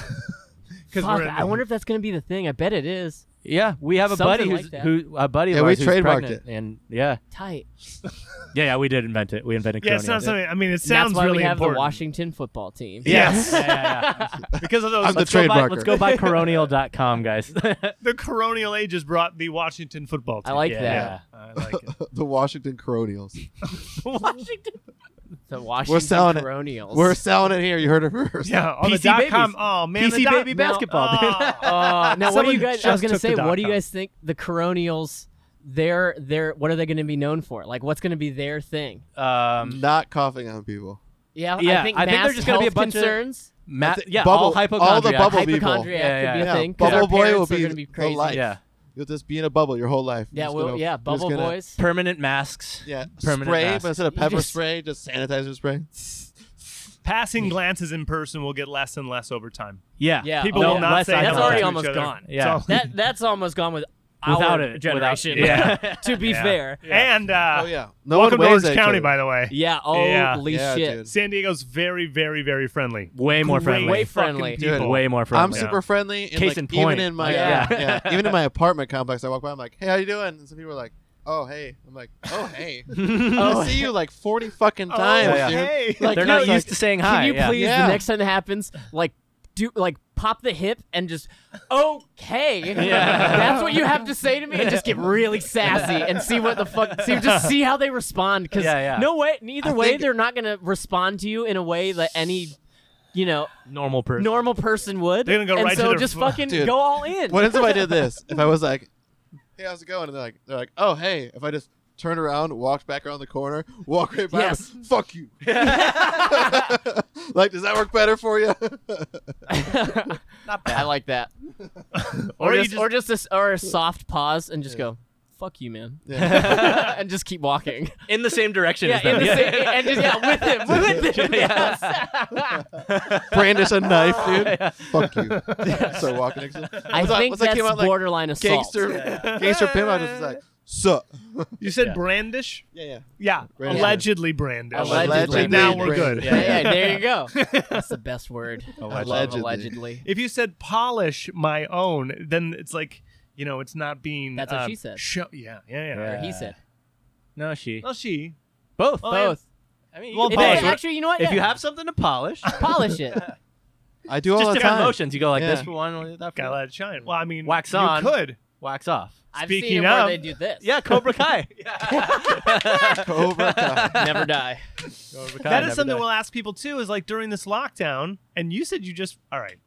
[SPEAKER 2] Because
[SPEAKER 3] Fuck,
[SPEAKER 2] we're in
[SPEAKER 3] I wonder if that's gonna be the thing. I bet it is.
[SPEAKER 1] yeah. We have a
[SPEAKER 3] Something
[SPEAKER 1] buddy
[SPEAKER 3] like
[SPEAKER 1] who's
[SPEAKER 3] that.
[SPEAKER 1] who a buddy of
[SPEAKER 4] Yeah, we
[SPEAKER 1] ours who's
[SPEAKER 4] trademarked
[SPEAKER 1] pregnant, and yeah,
[SPEAKER 3] Tight.
[SPEAKER 1] yeah, yeah. We did invent it. We invented
[SPEAKER 2] Yeah,
[SPEAKER 1] coronial.
[SPEAKER 2] it's not something. I mean, it
[SPEAKER 3] And
[SPEAKER 2] sounds
[SPEAKER 3] that's why
[SPEAKER 2] really
[SPEAKER 3] we have
[SPEAKER 2] important.
[SPEAKER 3] the Washington football team.
[SPEAKER 2] Yes.
[SPEAKER 1] Yeah, yeah, yeah.
[SPEAKER 2] because of those,
[SPEAKER 4] I'm the
[SPEAKER 1] Let's go, buy,
[SPEAKER 4] trademarker.
[SPEAKER 1] let's go buy coronial.com, guys.
[SPEAKER 2] the coronial ages brought the Washington football
[SPEAKER 3] I
[SPEAKER 2] team.
[SPEAKER 3] like
[SPEAKER 1] Yeah.
[SPEAKER 3] that.
[SPEAKER 2] I like it.
[SPEAKER 4] the Washington Coronials.
[SPEAKER 3] Washington. The Washington
[SPEAKER 4] selling it.
[SPEAKER 3] Coronials.
[SPEAKER 4] We're selling it here. You heard it first.
[SPEAKER 2] Yeah, on the
[SPEAKER 1] PC
[SPEAKER 2] dot com.
[SPEAKER 1] babies.
[SPEAKER 2] Oh man, the
[SPEAKER 1] PC
[SPEAKER 2] dot-
[SPEAKER 1] baby
[SPEAKER 3] now-
[SPEAKER 1] basketball, dude.
[SPEAKER 2] Oh.
[SPEAKER 3] Uh, now, what do
[SPEAKER 2] Someone
[SPEAKER 3] you guys? I was
[SPEAKER 2] just
[SPEAKER 3] gonna
[SPEAKER 2] took the
[SPEAKER 3] say,
[SPEAKER 2] dot
[SPEAKER 3] what do you
[SPEAKER 2] com.
[SPEAKER 3] guys think the Coronials? They're they're what are they gonna be known for? Like, what's gonna be their thing?
[SPEAKER 1] Um,
[SPEAKER 4] Not coughing on people.
[SPEAKER 3] Yeah,
[SPEAKER 1] Yeah,
[SPEAKER 3] I think,
[SPEAKER 1] I think
[SPEAKER 3] mass
[SPEAKER 1] they're just gonna be a
[SPEAKER 3] health
[SPEAKER 1] bunch of-
[SPEAKER 3] concerns.
[SPEAKER 1] Matt,
[SPEAKER 4] That's it.
[SPEAKER 1] yeah,
[SPEAKER 4] Bubble-
[SPEAKER 1] all
[SPEAKER 4] all the
[SPEAKER 1] hypochondriac.
[SPEAKER 4] bubble- people.
[SPEAKER 3] Hypochondriac
[SPEAKER 1] Yeah,
[SPEAKER 3] could be
[SPEAKER 1] yeah,
[SPEAKER 3] a
[SPEAKER 4] yeah.
[SPEAKER 3] thing. 'cause
[SPEAKER 4] Bubble
[SPEAKER 3] our
[SPEAKER 4] boy
[SPEAKER 3] parents
[SPEAKER 4] will
[SPEAKER 3] are
[SPEAKER 4] be
[SPEAKER 3] gonna be
[SPEAKER 4] the
[SPEAKER 3] crazy.
[SPEAKER 4] life.
[SPEAKER 1] yeah,
[SPEAKER 4] You'll just be in a bubble your whole life.
[SPEAKER 3] Yeah,
[SPEAKER 4] Just
[SPEAKER 3] well,
[SPEAKER 4] gonna-
[SPEAKER 3] yeah,
[SPEAKER 4] just
[SPEAKER 3] bubble
[SPEAKER 4] gonna-
[SPEAKER 3] boys.
[SPEAKER 1] permanent masks.
[SPEAKER 4] Yeah,
[SPEAKER 1] Permanent
[SPEAKER 4] spray,
[SPEAKER 1] masks.
[SPEAKER 4] but instead of pepper
[SPEAKER 3] just-
[SPEAKER 4] spray, just sanitizer spray.
[SPEAKER 2] Passing glances in person will get less and less over time.
[SPEAKER 1] Yeah,
[SPEAKER 3] Yeah.
[SPEAKER 2] People
[SPEAKER 1] No,
[SPEAKER 2] will not
[SPEAKER 1] less
[SPEAKER 2] say
[SPEAKER 1] eye
[SPEAKER 3] That's
[SPEAKER 2] hello
[SPEAKER 3] already
[SPEAKER 2] to each
[SPEAKER 3] almost
[SPEAKER 2] other.
[SPEAKER 3] gone.
[SPEAKER 1] Yeah.
[SPEAKER 2] So-
[SPEAKER 3] That that's almost gone with
[SPEAKER 1] Without
[SPEAKER 3] our
[SPEAKER 1] it- without-
[SPEAKER 3] generation.
[SPEAKER 2] yeah.
[SPEAKER 3] to be
[SPEAKER 2] Yeah.
[SPEAKER 3] fair.
[SPEAKER 2] And uh,
[SPEAKER 4] Oh yeah, no
[SPEAKER 2] welcome
[SPEAKER 4] one
[SPEAKER 2] to
[SPEAKER 4] waves
[SPEAKER 2] Orange
[SPEAKER 4] at each
[SPEAKER 2] County,
[SPEAKER 4] other.
[SPEAKER 2] by the way.
[SPEAKER 3] Yeah. Holy
[SPEAKER 2] Yeah.
[SPEAKER 4] Yeah,
[SPEAKER 3] shit.
[SPEAKER 4] dude.
[SPEAKER 2] San Diego's very, very, very friendly.
[SPEAKER 1] way more
[SPEAKER 2] Great
[SPEAKER 1] friendly.
[SPEAKER 3] Way
[SPEAKER 2] fucking
[SPEAKER 3] friendly.
[SPEAKER 2] people.
[SPEAKER 4] Dude,
[SPEAKER 1] way more friendly.
[SPEAKER 4] I'm super friendly. And
[SPEAKER 1] Case
[SPEAKER 4] like,
[SPEAKER 1] in
[SPEAKER 4] Even
[SPEAKER 1] point.
[SPEAKER 4] in my
[SPEAKER 3] Like,
[SPEAKER 4] yeah.
[SPEAKER 1] yeah.
[SPEAKER 4] yeah, even in my apartment complex, I walk by. I'm like, hey, how you doing? And some people are like, oh hey. I'm like, oh hey. I see you like 40 fucking
[SPEAKER 2] Oh,
[SPEAKER 4] times,
[SPEAKER 1] yeah.
[SPEAKER 4] dude.
[SPEAKER 2] hey.
[SPEAKER 4] Like,
[SPEAKER 1] They're
[SPEAKER 4] you're
[SPEAKER 1] not
[SPEAKER 4] like-
[SPEAKER 1] used to saying hi.
[SPEAKER 3] Can you
[SPEAKER 1] yeah.
[SPEAKER 3] please
[SPEAKER 4] Yeah.
[SPEAKER 3] the next time that happens, like do like pop the hip and just okay. That's what you have to say to me and just get really sassy and see what the fuck see just see how they respond cuz
[SPEAKER 1] Yeah, yeah.
[SPEAKER 3] no way neither
[SPEAKER 4] I
[SPEAKER 3] way
[SPEAKER 4] think-
[SPEAKER 3] they're not going to respond to you in a way that any you know
[SPEAKER 1] normal person?
[SPEAKER 3] normal person would.
[SPEAKER 2] They're gonna go
[SPEAKER 3] and
[SPEAKER 2] right to
[SPEAKER 3] so
[SPEAKER 2] their
[SPEAKER 3] just
[SPEAKER 2] fu-
[SPEAKER 3] fucking
[SPEAKER 4] Dude.
[SPEAKER 3] go all in.
[SPEAKER 4] What if I did this? If I was like, hey, how's it going? And they're like, they're like, oh hey. If I just turned around, walked back around the corner, walked right by him,
[SPEAKER 3] Yes.
[SPEAKER 4] Fuck you. like, does that work better for you?
[SPEAKER 3] Not bad. I like that.
[SPEAKER 2] Or,
[SPEAKER 3] Or,
[SPEAKER 2] you
[SPEAKER 3] just,
[SPEAKER 2] just-
[SPEAKER 3] or just this, or a soft pause and just go, "Fuck you, man,"
[SPEAKER 4] yeah.
[SPEAKER 3] and just keep walking.
[SPEAKER 1] in the same direction as
[SPEAKER 3] yeah,
[SPEAKER 1] them.
[SPEAKER 3] in the same, and just yeah, with him, with him.
[SPEAKER 1] Yeah.
[SPEAKER 3] Yes.
[SPEAKER 4] Brandish a knife, dude. Fuck you. so walking next to him.
[SPEAKER 3] I
[SPEAKER 4] What's that-
[SPEAKER 3] think
[SPEAKER 4] what's that
[SPEAKER 3] that's
[SPEAKER 4] came out like?
[SPEAKER 3] borderline assault.
[SPEAKER 4] Gangster, gangster pimp. I was just like, sup.
[SPEAKER 2] You said
[SPEAKER 1] Yeah.
[SPEAKER 2] brandish?
[SPEAKER 4] Yeah, yeah.
[SPEAKER 2] Yeah.
[SPEAKER 4] Brandish.
[SPEAKER 2] Allegedly brandish.
[SPEAKER 3] Allegedly
[SPEAKER 2] Now we're good.
[SPEAKER 4] brandish.
[SPEAKER 3] Yeah, yeah, there you go. That's the best word. I love
[SPEAKER 4] Allegedly.
[SPEAKER 3] allegedly.
[SPEAKER 2] If you said polish my own, then it's like, you know, it's not being.
[SPEAKER 3] That's what
[SPEAKER 2] uh,
[SPEAKER 3] she said.
[SPEAKER 2] Show- yeah, yeah, yeah.
[SPEAKER 3] Or he said
[SPEAKER 1] No, she.
[SPEAKER 2] Well, she.
[SPEAKER 1] Both.
[SPEAKER 2] Well, yeah.
[SPEAKER 3] both.
[SPEAKER 1] I mean,
[SPEAKER 2] Well,
[SPEAKER 1] you
[SPEAKER 3] It-
[SPEAKER 1] can
[SPEAKER 2] polish
[SPEAKER 1] polish
[SPEAKER 3] actually, you know what?
[SPEAKER 1] it. if
[SPEAKER 3] Yeah.
[SPEAKER 1] you have something to polish,
[SPEAKER 3] polish it.
[SPEAKER 4] I do all
[SPEAKER 1] just
[SPEAKER 4] the
[SPEAKER 1] different
[SPEAKER 4] time.
[SPEAKER 1] motions. You go like
[SPEAKER 4] Yeah.
[SPEAKER 1] this for one, that
[SPEAKER 2] Gotta
[SPEAKER 1] for
[SPEAKER 2] let it shine. Well, I mean,
[SPEAKER 1] Wax
[SPEAKER 2] you
[SPEAKER 1] on.
[SPEAKER 2] could.
[SPEAKER 1] wax off.
[SPEAKER 3] I've
[SPEAKER 2] Speaking
[SPEAKER 3] seen it where
[SPEAKER 2] of-
[SPEAKER 3] they do this.
[SPEAKER 1] Yeah, Cobra Kai.
[SPEAKER 4] Cobra Kai.
[SPEAKER 3] never die.
[SPEAKER 2] that is something we'll ask people too. Is like during this lockdown, and you said you just all right.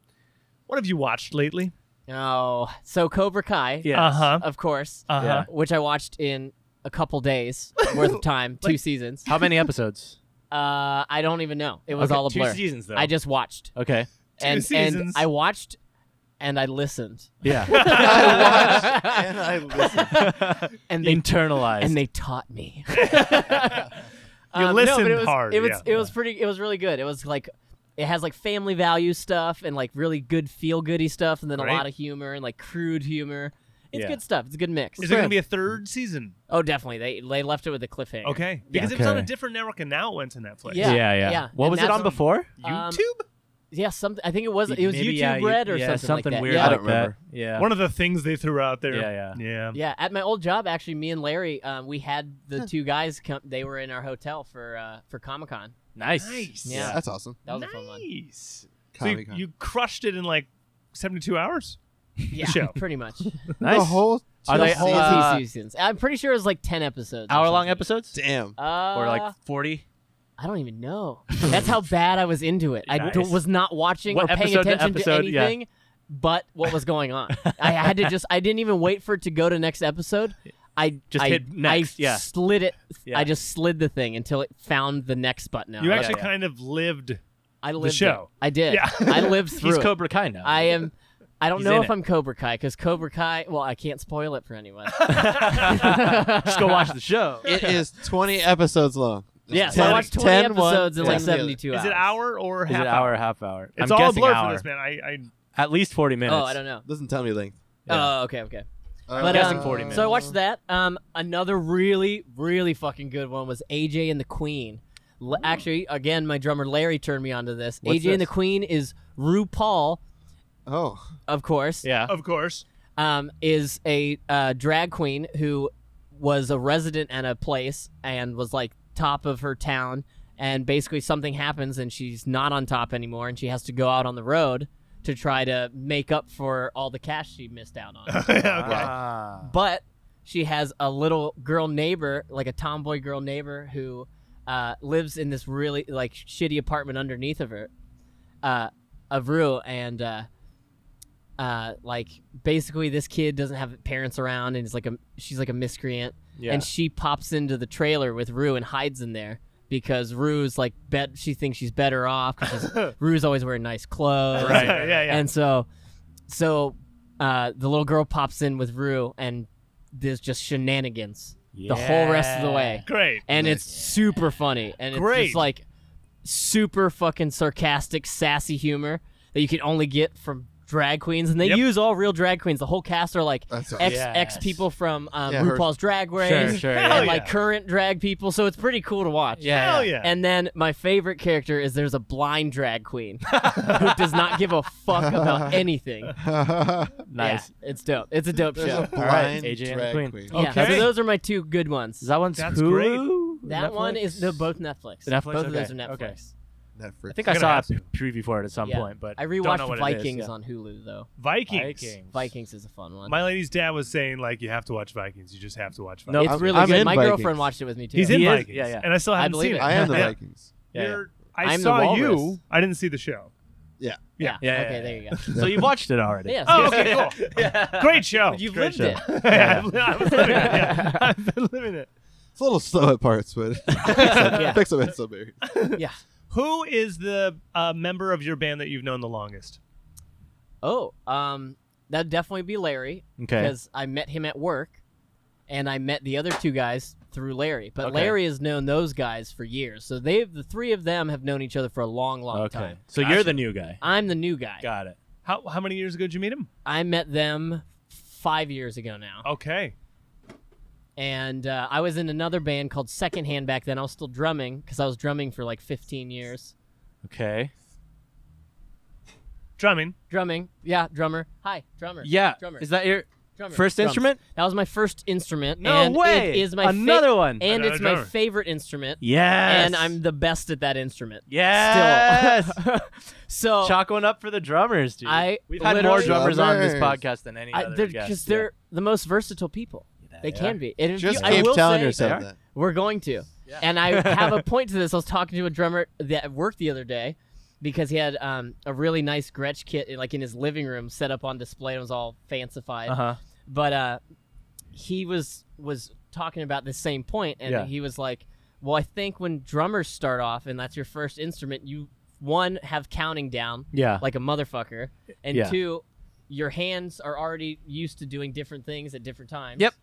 [SPEAKER 2] What have you watched lately?
[SPEAKER 3] Oh, so Cobra Kai,
[SPEAKER 1] Yeah.
[SPEAKER 2] Uh huh.
[SPEAKER 3] of course,
[SPEAKER 2] Uh huh.
[SPEAKER 1] Yeah.
[SPEAKER 3] which I watched in a couple days worth of time, two seasons.
[SPEAKER 1] How many episodes?
[SPEAKER 3] Uh, I don't even know. It was
[SPEAKER 1] Okay,
[SPEAKER 3] all a
[SPEAKER 1] two
[SPEAKER 3] blur.
[SPEAKER 1] seasons, though.
[SPEAKER 3] I just watched,
[SPEAKER 1] Okay.
[SPEAKER 3] and and
[SPEAKER 2] seasons.
[SPEAKER 3] I watched, and I listened,
[SPEAKER 1] Yeah.
[SPEAKER 4] I watched and I listened.
[SPEAKER 3] and they
[SPEAKER 1] Internalized.
[SPEAKER 3] and they taught me. Uh,
[SPEAKER 2] You
[SPEAKER 3] no, but
[SPEAKER 2] listened
[SPEAKER 3] it was,
[SPEAKER 2] hard,
[SPEAKER 3] It was
[SPEAKER 2] yeah.
[SPEAKER 3] it was pretty. It was really good. It was like it has like family value stuff and like really good feel goody stuff, and then
[SPEAKER 2] Right.
[SPEAKER 3] a lot of humor and like crude humor. It's
[SPEAKER 1] Yeah.
[SPEAKER 3] good stuff. It's a good mix.
[SPEAKER 2] Is there gonna be a third season?
[SPEAKER 3] oh, definitely. They they left it with a cliffhanger.
[SPEAKER 2] Okay, because it was
[SPEAKER 1] Okay.
[SPEAKER 2] on a different network, and now it went to Netflix.
[SPEAKER 3] Yeah,
[SPEAKER 1] yeah, yeah.
[SPEAKER 3] yeah.
[SPEAKER 1] What
[SPEAKER 3] And
[SPEAKER 1] was it
[SPEAKER 3] that's-
[SPEAKER 1] on before?
[SPEAKER 3] Um,
[SPEAKER 2] YouTube.
[SPEAKER 3] Yeah, something. I think it was it was
[SPEAKER 1] Maybe, yeah,
[SPEAKER 3] YouTube Red or
[SPEAKER 1] yeah,
[SPEAKER 3] something, like that.
[SPEAKER 1] weird
[SPEAKER 3] Yeah.
[SPEAKER 4] I don't
[SPEAKER 1] like that.
[SPEAKER 4] remember.
[SPEAKER 1] Yeah.
[SPEAKER 2] One of the things they threw out there.
[SPEAKER 1] Yeah,
[SPEAKER 2] yeah.
[SPEAKER 3] Um, Yeah, at my old job, actually, me and Larry, um, we had the two guys. Come, they were in our hotel for uh, for Comic Con.
[SPEAKER 1] nice.
[SPEAKER 2] Nice.
[SPEAKER 3] Yeah.
[SPEAKER 4] That's awesome.
[SPEAKER 3] That was a fun one.
[SPEAKER 2] Nice. So you,
[SPEAKER 4] Comic-Con.
[SPEAKER 2] you crushed it in like seventy-two hours.
[SPEAKER 3] Yeah,
[SPEAKER 2] show.
[SPEAKER 3] pretty much.
[SPEAKER 1] Nice.
[SPEAKER 4] The whole
[SPEAKER 1] Are they-
[SPEAKER 4] two
[SPEAKER 1] whole
[SPEAKER 3] Two
[SPEAKER 4] seasons?
[SPEAKER 1] uh,
[SPEAKER 3] seasons. I'm pretty sure it was like ten episodes. or
[SPEAKER 1] hour long
[SPEAKER 3] something.
[SPEAKER 1] episodes?
[SPEAKER 4] Damn.
[SPEAKER 3] Uh,
[SPEAKER 1] or like 40?
[SPEAKER 3] I don't even know. That's how bad I was into it. I d-
[SPEAKER 1] Nice.
[SPEAKER 3] was not watching
[SPEAKER 1] What
[SPEAKER 3] or paying
[SPEAKER 1] episode to
[SPEAKER 3] attention to,
[SPEAKER 1] episode, yeah.
[SPEAKER 3] anything but what was going on. I had to just I didn't even wait for it to go to next episode. I
[SPEAKER 1] Just
[SPEAKER 3] I,
[SPEAKER 1] hit next,
[SPEAKER 3] I
[SPEAKER 1] yeah.
[SPEAKER 3] slid it.
[SPEAKER 1] Yeah.
[SPEAKER 3] I just slid the thing until it found the next button.
[SPEAKER 2] You
[SPEAKER 1] yeah,
[SPEAKER 2] actually
[SPEAKER 1] yeah.
[SPEAKER 2] kind of lived.
[SPEAKER 3] I lived it.
[SPEAKER 2] show.
[SPEAKER 3] I did.
[SPEAKER 2] Yeah.
[SPEAKER 3] I lived through.
[SPEAKER 1] He's
[SPEAKER 3] it.
[SPEAKER 1] Cobra Kai now.
[SPEAKER 3] I am. I don't
[SPEAKER 1] He's
[SPEAKER 3] know
[SPEAKER 1] in
[SPEAKER 3] if
[SPEAKER 1] it.
[SPEAKER 3] I'm Cobra Kai because Cobra Kai. Well, I can't spoil it for anyone.
[SPEAKER 1] Just go watch the show.
[SPEAKER 4] It is 20 episodes long.
[SPEAKER 3] Yes,
[SPEAKER 4] Ten-
[SPEAKER 3] I watched 20
[SPEAKER 4] ten, one,
[SPEAKER 3] episodes in
[SPEAKER 4] ten
[SPEAKER 3] like
[SPEAKER 4] the other.
[SPEAKER 3] 72 hours.
[SPEAKER 2] Is it hour or
[SPEAKER 1] Is
[SPEAKER 2] half
[SPEAKER 1] it hour or half hour?
[SPEAKER 2] It's
[SPEAKER 1] I'm
[SPEAKER 2] all a
[SPEAKER 1] guessing
[SPEAKER 2] blur
[SPEAKER 1] hour.
[SPEAKER 2] for this man. I, I
[SPEAKER 1] At least 40 minutes.
[SPEAKER 3] Oh, I don't know.
[SPEAKER 4] Doesn't tell me length.
[SPEAKER 1] Yeah.
[SPEAKER 3] Oh, okay, okay.
[SPEAKER 4] I'm
[SPEAKER 3] But,
[SPEAKER 1] guessing
[SPEAKER 3] um,
[SPEAKER 1] 40 minutes.
[SPEAKER 3] So I watched that. Um, another really, really fucking good one was AJ and the Queen. L- actually, again, my drummer Larry turned me onto this.
[SPEAKER 1] What's
[SPEAKER 3] AJ and the
[SPEAKER 1] this?
[SPEAKER 3] Queen is RuPaul,
[SPEAKER 4] Oh,
[SPEAKER 3] of course.
[SPEAKER 1] Yeah.
[SPEAKER 2] of course.
[SPEAKER 3] um, is a uh, drag queen who was a resident at a place and was like top of her town. And basically, something happens and she's not on top anymore, and she has to go out on the road to try to make up for all the cash she missed out on.
[SPEAKER 1] Ah.
[SPEAKER 3] but she has a little girl neighbor, like a tomboy girl neighbor, who uh, lives in this really like shitty apartment underneath of her, uh, of Rue, and uh, uh, like basically this kid doesn't have parents around, and is like a she's like a miscreant,
[SPEAKER 1] Yeah.
[SPEAKER 3] and she pops into the trailer with Rue and hides in there. Because Rue's like bet she thinks she's better off because Rue's always wearing nice clothes,
[SPEAKER 2] Right. yeah, yeah.
[SPEAKER 3] and so, so uh, the little girl pops in with Rue, and there's just shenanigans the whole rest of the way,
[SPEAKER 2] Great.
[SPEAKER 3] and it's super funny, and it's
[SPEAKER 2] Great.
[SPEAKER 3] just like super fucking sarcastic, sassy humor that you can only get from drag queens, and they
[SPEAKER 2] Yep.
[SPEAKER 3] use all real drag queens. The whole cast are like
[SPEAKER 4] That's awesome.
[SPEAKER 3] ex
[SPEAKER 1] Yes.
[SPEAKER 3] ex people from um,
[SPEAKER 4] Uh, Yeah, her-
[SPEAKER 3] RuPaul's Drag Race,
[SPEAKER 1] Sure, sure.
[SPEAKER 2] Hell
[SPEAKER 1] Yeah.
[SPEAKER 3] and like
[SPEAKER 2] Oh, yeah.
[SPEAKER 3] current drag people. So it's pretty cool to watch.
[SPEAKER 2] Hell yeah.
[SPEAKER 3] And then my favorite character is there's a blind drag queen who does not give a fuck about anything.
[SPEAKER 1] Nice.
[SPEAKER 3] Yeah, it's dope. It's a dope
[SPEAKER 4] There's
[SPEAKER 3] show.
[SPEAKER 4] a blind
[SPEAKER 1] right, AJ and the
[SPEAKER 4] drag
[SPEAKER 1] Queen.
[SPEAKER 4] queen.
[SPEAKER 3] Yeah,
[SPEAKER 2] Okay.
[SPEAKER 3] so those are my two good ones.
[SPEAKER 1] Is that one's
[SPEAKER 2] That's
[SPEAKER 1] Hulu?
[SPEAKER 2] great.
[SPEAKER 3] that one
[SPEAKER 1] Netflix?
[SPEAKER 3] is no, both Netflix.
[SPEAKER 1] Netflix?
[SPEAKER 3] Both of those
[SPEAKER 1] Okay,
[SPEAKER 3] are Netflix.
[SPEAKER 1] okay.
[SPEAKER 4] Netflix.
[SPEAKER 1] I think
[SPEAKER 2] We're
[SPEAKER 1] I
[SPEAKER 2] gonna
[SPEAKER 1] saw a
[SPEAKER 2] have to.
[SPEAKER 1] p- preview for it at some
[SPEAKER 3] Yeah.
[SPEAKER 1] point, but
[SPEAKER 3] I
[SPEAKER 1] don't know what
[SPEAKER 3] rewatched
[SPEAKER 1] it
[SPEAKER 3] Vikings
[SPEAKER 1] is,
[SPEAKER 3] on Hulu though.
[SPEAKER 1] yeah.
[SPEAKER 2] Vikings.
[SPEAKER 1] Vikings.
[SPEAKER 3] Vikings is a fun one.
[SPEAKER 2] My lady's dad was saying like you have to watch Vikings. You just have to watch Vikings.
[SPEAKER 3] it's
[SPEAKER 4] I'm-
[SPEAKER 3] really
[SPEAKER 4] I'm
[SPEAKER 3] good.
[SPEAKER 4] in
[SPEAKER 3] My
[SPEAKER 4] Vikings.
[SPEAKER 3] girlfriend watched it with me too.
[SPEAKER 2] He's in
[SPEAKER 1] He is-
[SPEAKER 2] Vikings.
[SPEAKER 1] yeah, yeah.
[SPEAKER 2] And I still
[SPEAKER 3] I
[SPEAKER 2] haven't
[SPEAKER 3] believe
[SPEAKER 2] seen
[SPEAKER 3] it.
[SPEAKER 2] it.
[SPEAKER 4] I am the
[SPEAKER 2] Yeah.
[SPEAKER 4] Vikings.
[SPEAKER 1] Yeah, yeah.
[SPEAKER 2] You're- I
[SPEAKER 3] I'm the
[SPEAKER 2] saw
[SPEAKER 3] walrus.
[SPEAKER 2] you. I didn't see the show.
[SPEAKER 3] yeah.
[SPEAKER 1] Yeah, yeah,
[SPEAKER 3] okay,
[SPEAKER 1] yeah,
[SPEAKER 3] there you go.
[SPEAKER 1] So you've watched it already.
[SPEAKER 3] Yeah,
[SPEAKER 2] Oh,
[SPEAKER 3] so-
[SPEAKER 2] okay, cool. Great show.
[SPEAKER 3] You've
[SPEAKER 1] Great
[SPEAKER 3] lived
[SPEAKER 1] show.
[SPEAKER 3] it.
[SPEAKER 2] yeah, I was living it. Yeah. I've been living it.
[SPEAKER 4] It's a little slow at parts, but
[SPEAKER 3] Yeah.
[SPEAKER 4] picks up at some areas.
[SPEAKER 2] Who is the uh, member of your band that you've known the longest?
[SPEAKER 3] Oh, um, that'd definitely be Larry
[SPEAKER 1] Okay.
[SPEAKER 3] because I met him at work, and I met the other two guys through Larry. But
[SPEAKER 1] Okay.
[SPEAKER 3] Larry has known those guys for years, so they've the three of them have known each other for a long, long
[SPEAKER 1] Okay.
[SPEAKER 3] time.
[SPEAKER 1] So you're the new guy.
[SPEAKER 3] I'm the new guy.
[SPEAKER 1] Got it.
[SPEAKER 2] How how many years ago did you meet him?
[SPEAKER 3] I met them five years ago now,
[SPEAKER 2] Okay.
[SPEAKER 3] and uh, I was in another band called Secondhand back then. I was still drumming because I was drumming for like 15 years.
[SPEAKER 1] Okay.
[SPEAKER 2] Drumming.
[SPEAKER 3] Drumming, yeah, drummer. Hi, drummer.
[SPEAKER 1] Yeah.
[SPEAKER 3] drummer.
[SPEAKER 1] Is that your
[SPEAKER 3] drummer.
[SPEAKER 1] first
[SPEAKER 3] Drums.
[SPEAKER 1] instrument?
[SPEAKER 3] That was my first instrument.
[SPEAKER 1] No
[SPEAKER 3] and
[SPEAKER 1] way.
[SPEAKER 3] It is my fa-
[SPEAKER 1] Another one.
[SPEAKER 3] and
[SPEAKER 2] Another
[SPEAKER 3] it's my
[SPEAKER 2] drummer.
[SPEAKER 3] favorite instrument.
[SPEAKER 1] Yes.
[SPEAKER 3] And I'm the best at that instrument.
[SPEAKER 1] Yes.
[SPEAKER 3] Still. so
[SPEAKER 1] Chalk one up for the drummers, dude.
[SPEAKER 3] I
[SPEAKER 1] We've had more
[SPEAKER 3] literally-
[SPEAKER 1] drummers on this
[SPEAKER 4] Drummers.
[SPEAKER 1] podcast than any
[SPEAKER 3] I,
[SPEAKER 1] other.
[SPEAKER 3] they're
[SPEAKER 1] guest.
[SPEAKER 3] because they're the most versatile people. They can be. And if
[SPEAKER 4] Just
[SPEAKER 3] you, I
[SPEAKER 4] keep
[SPEAKER 3] will
[SPEAKER 4] telling
[SPEAKER 3] say,
[SPEAKER 4] yourself
[SPEAKER 1] they
[SPEAKER 4] that.
[SPEAKER 3] We're going to. And I have a point to this. I was talking to a drummer that at work the other day because he had um, a really nice Gretsch kit like in his living room set up on display. It was all fancified.
[SPEAKER 1] Yeah. Uh-huh.
[SPEAKER 3] but uh he was was talking about the same point and
[SPEAKER 1] Yeah.
[SPEAKER 3] he was like well i think when drummers start off and that's your first instrument you one have counting down
[SPEAKER 1] Yeah.
[SPEAKER 3] like a motherfucker and
[SPEAKER 1] Yeah.
[SPEAKER 3] two your hands are already used to doing different things at different times
[SPEAKER 1] Yep.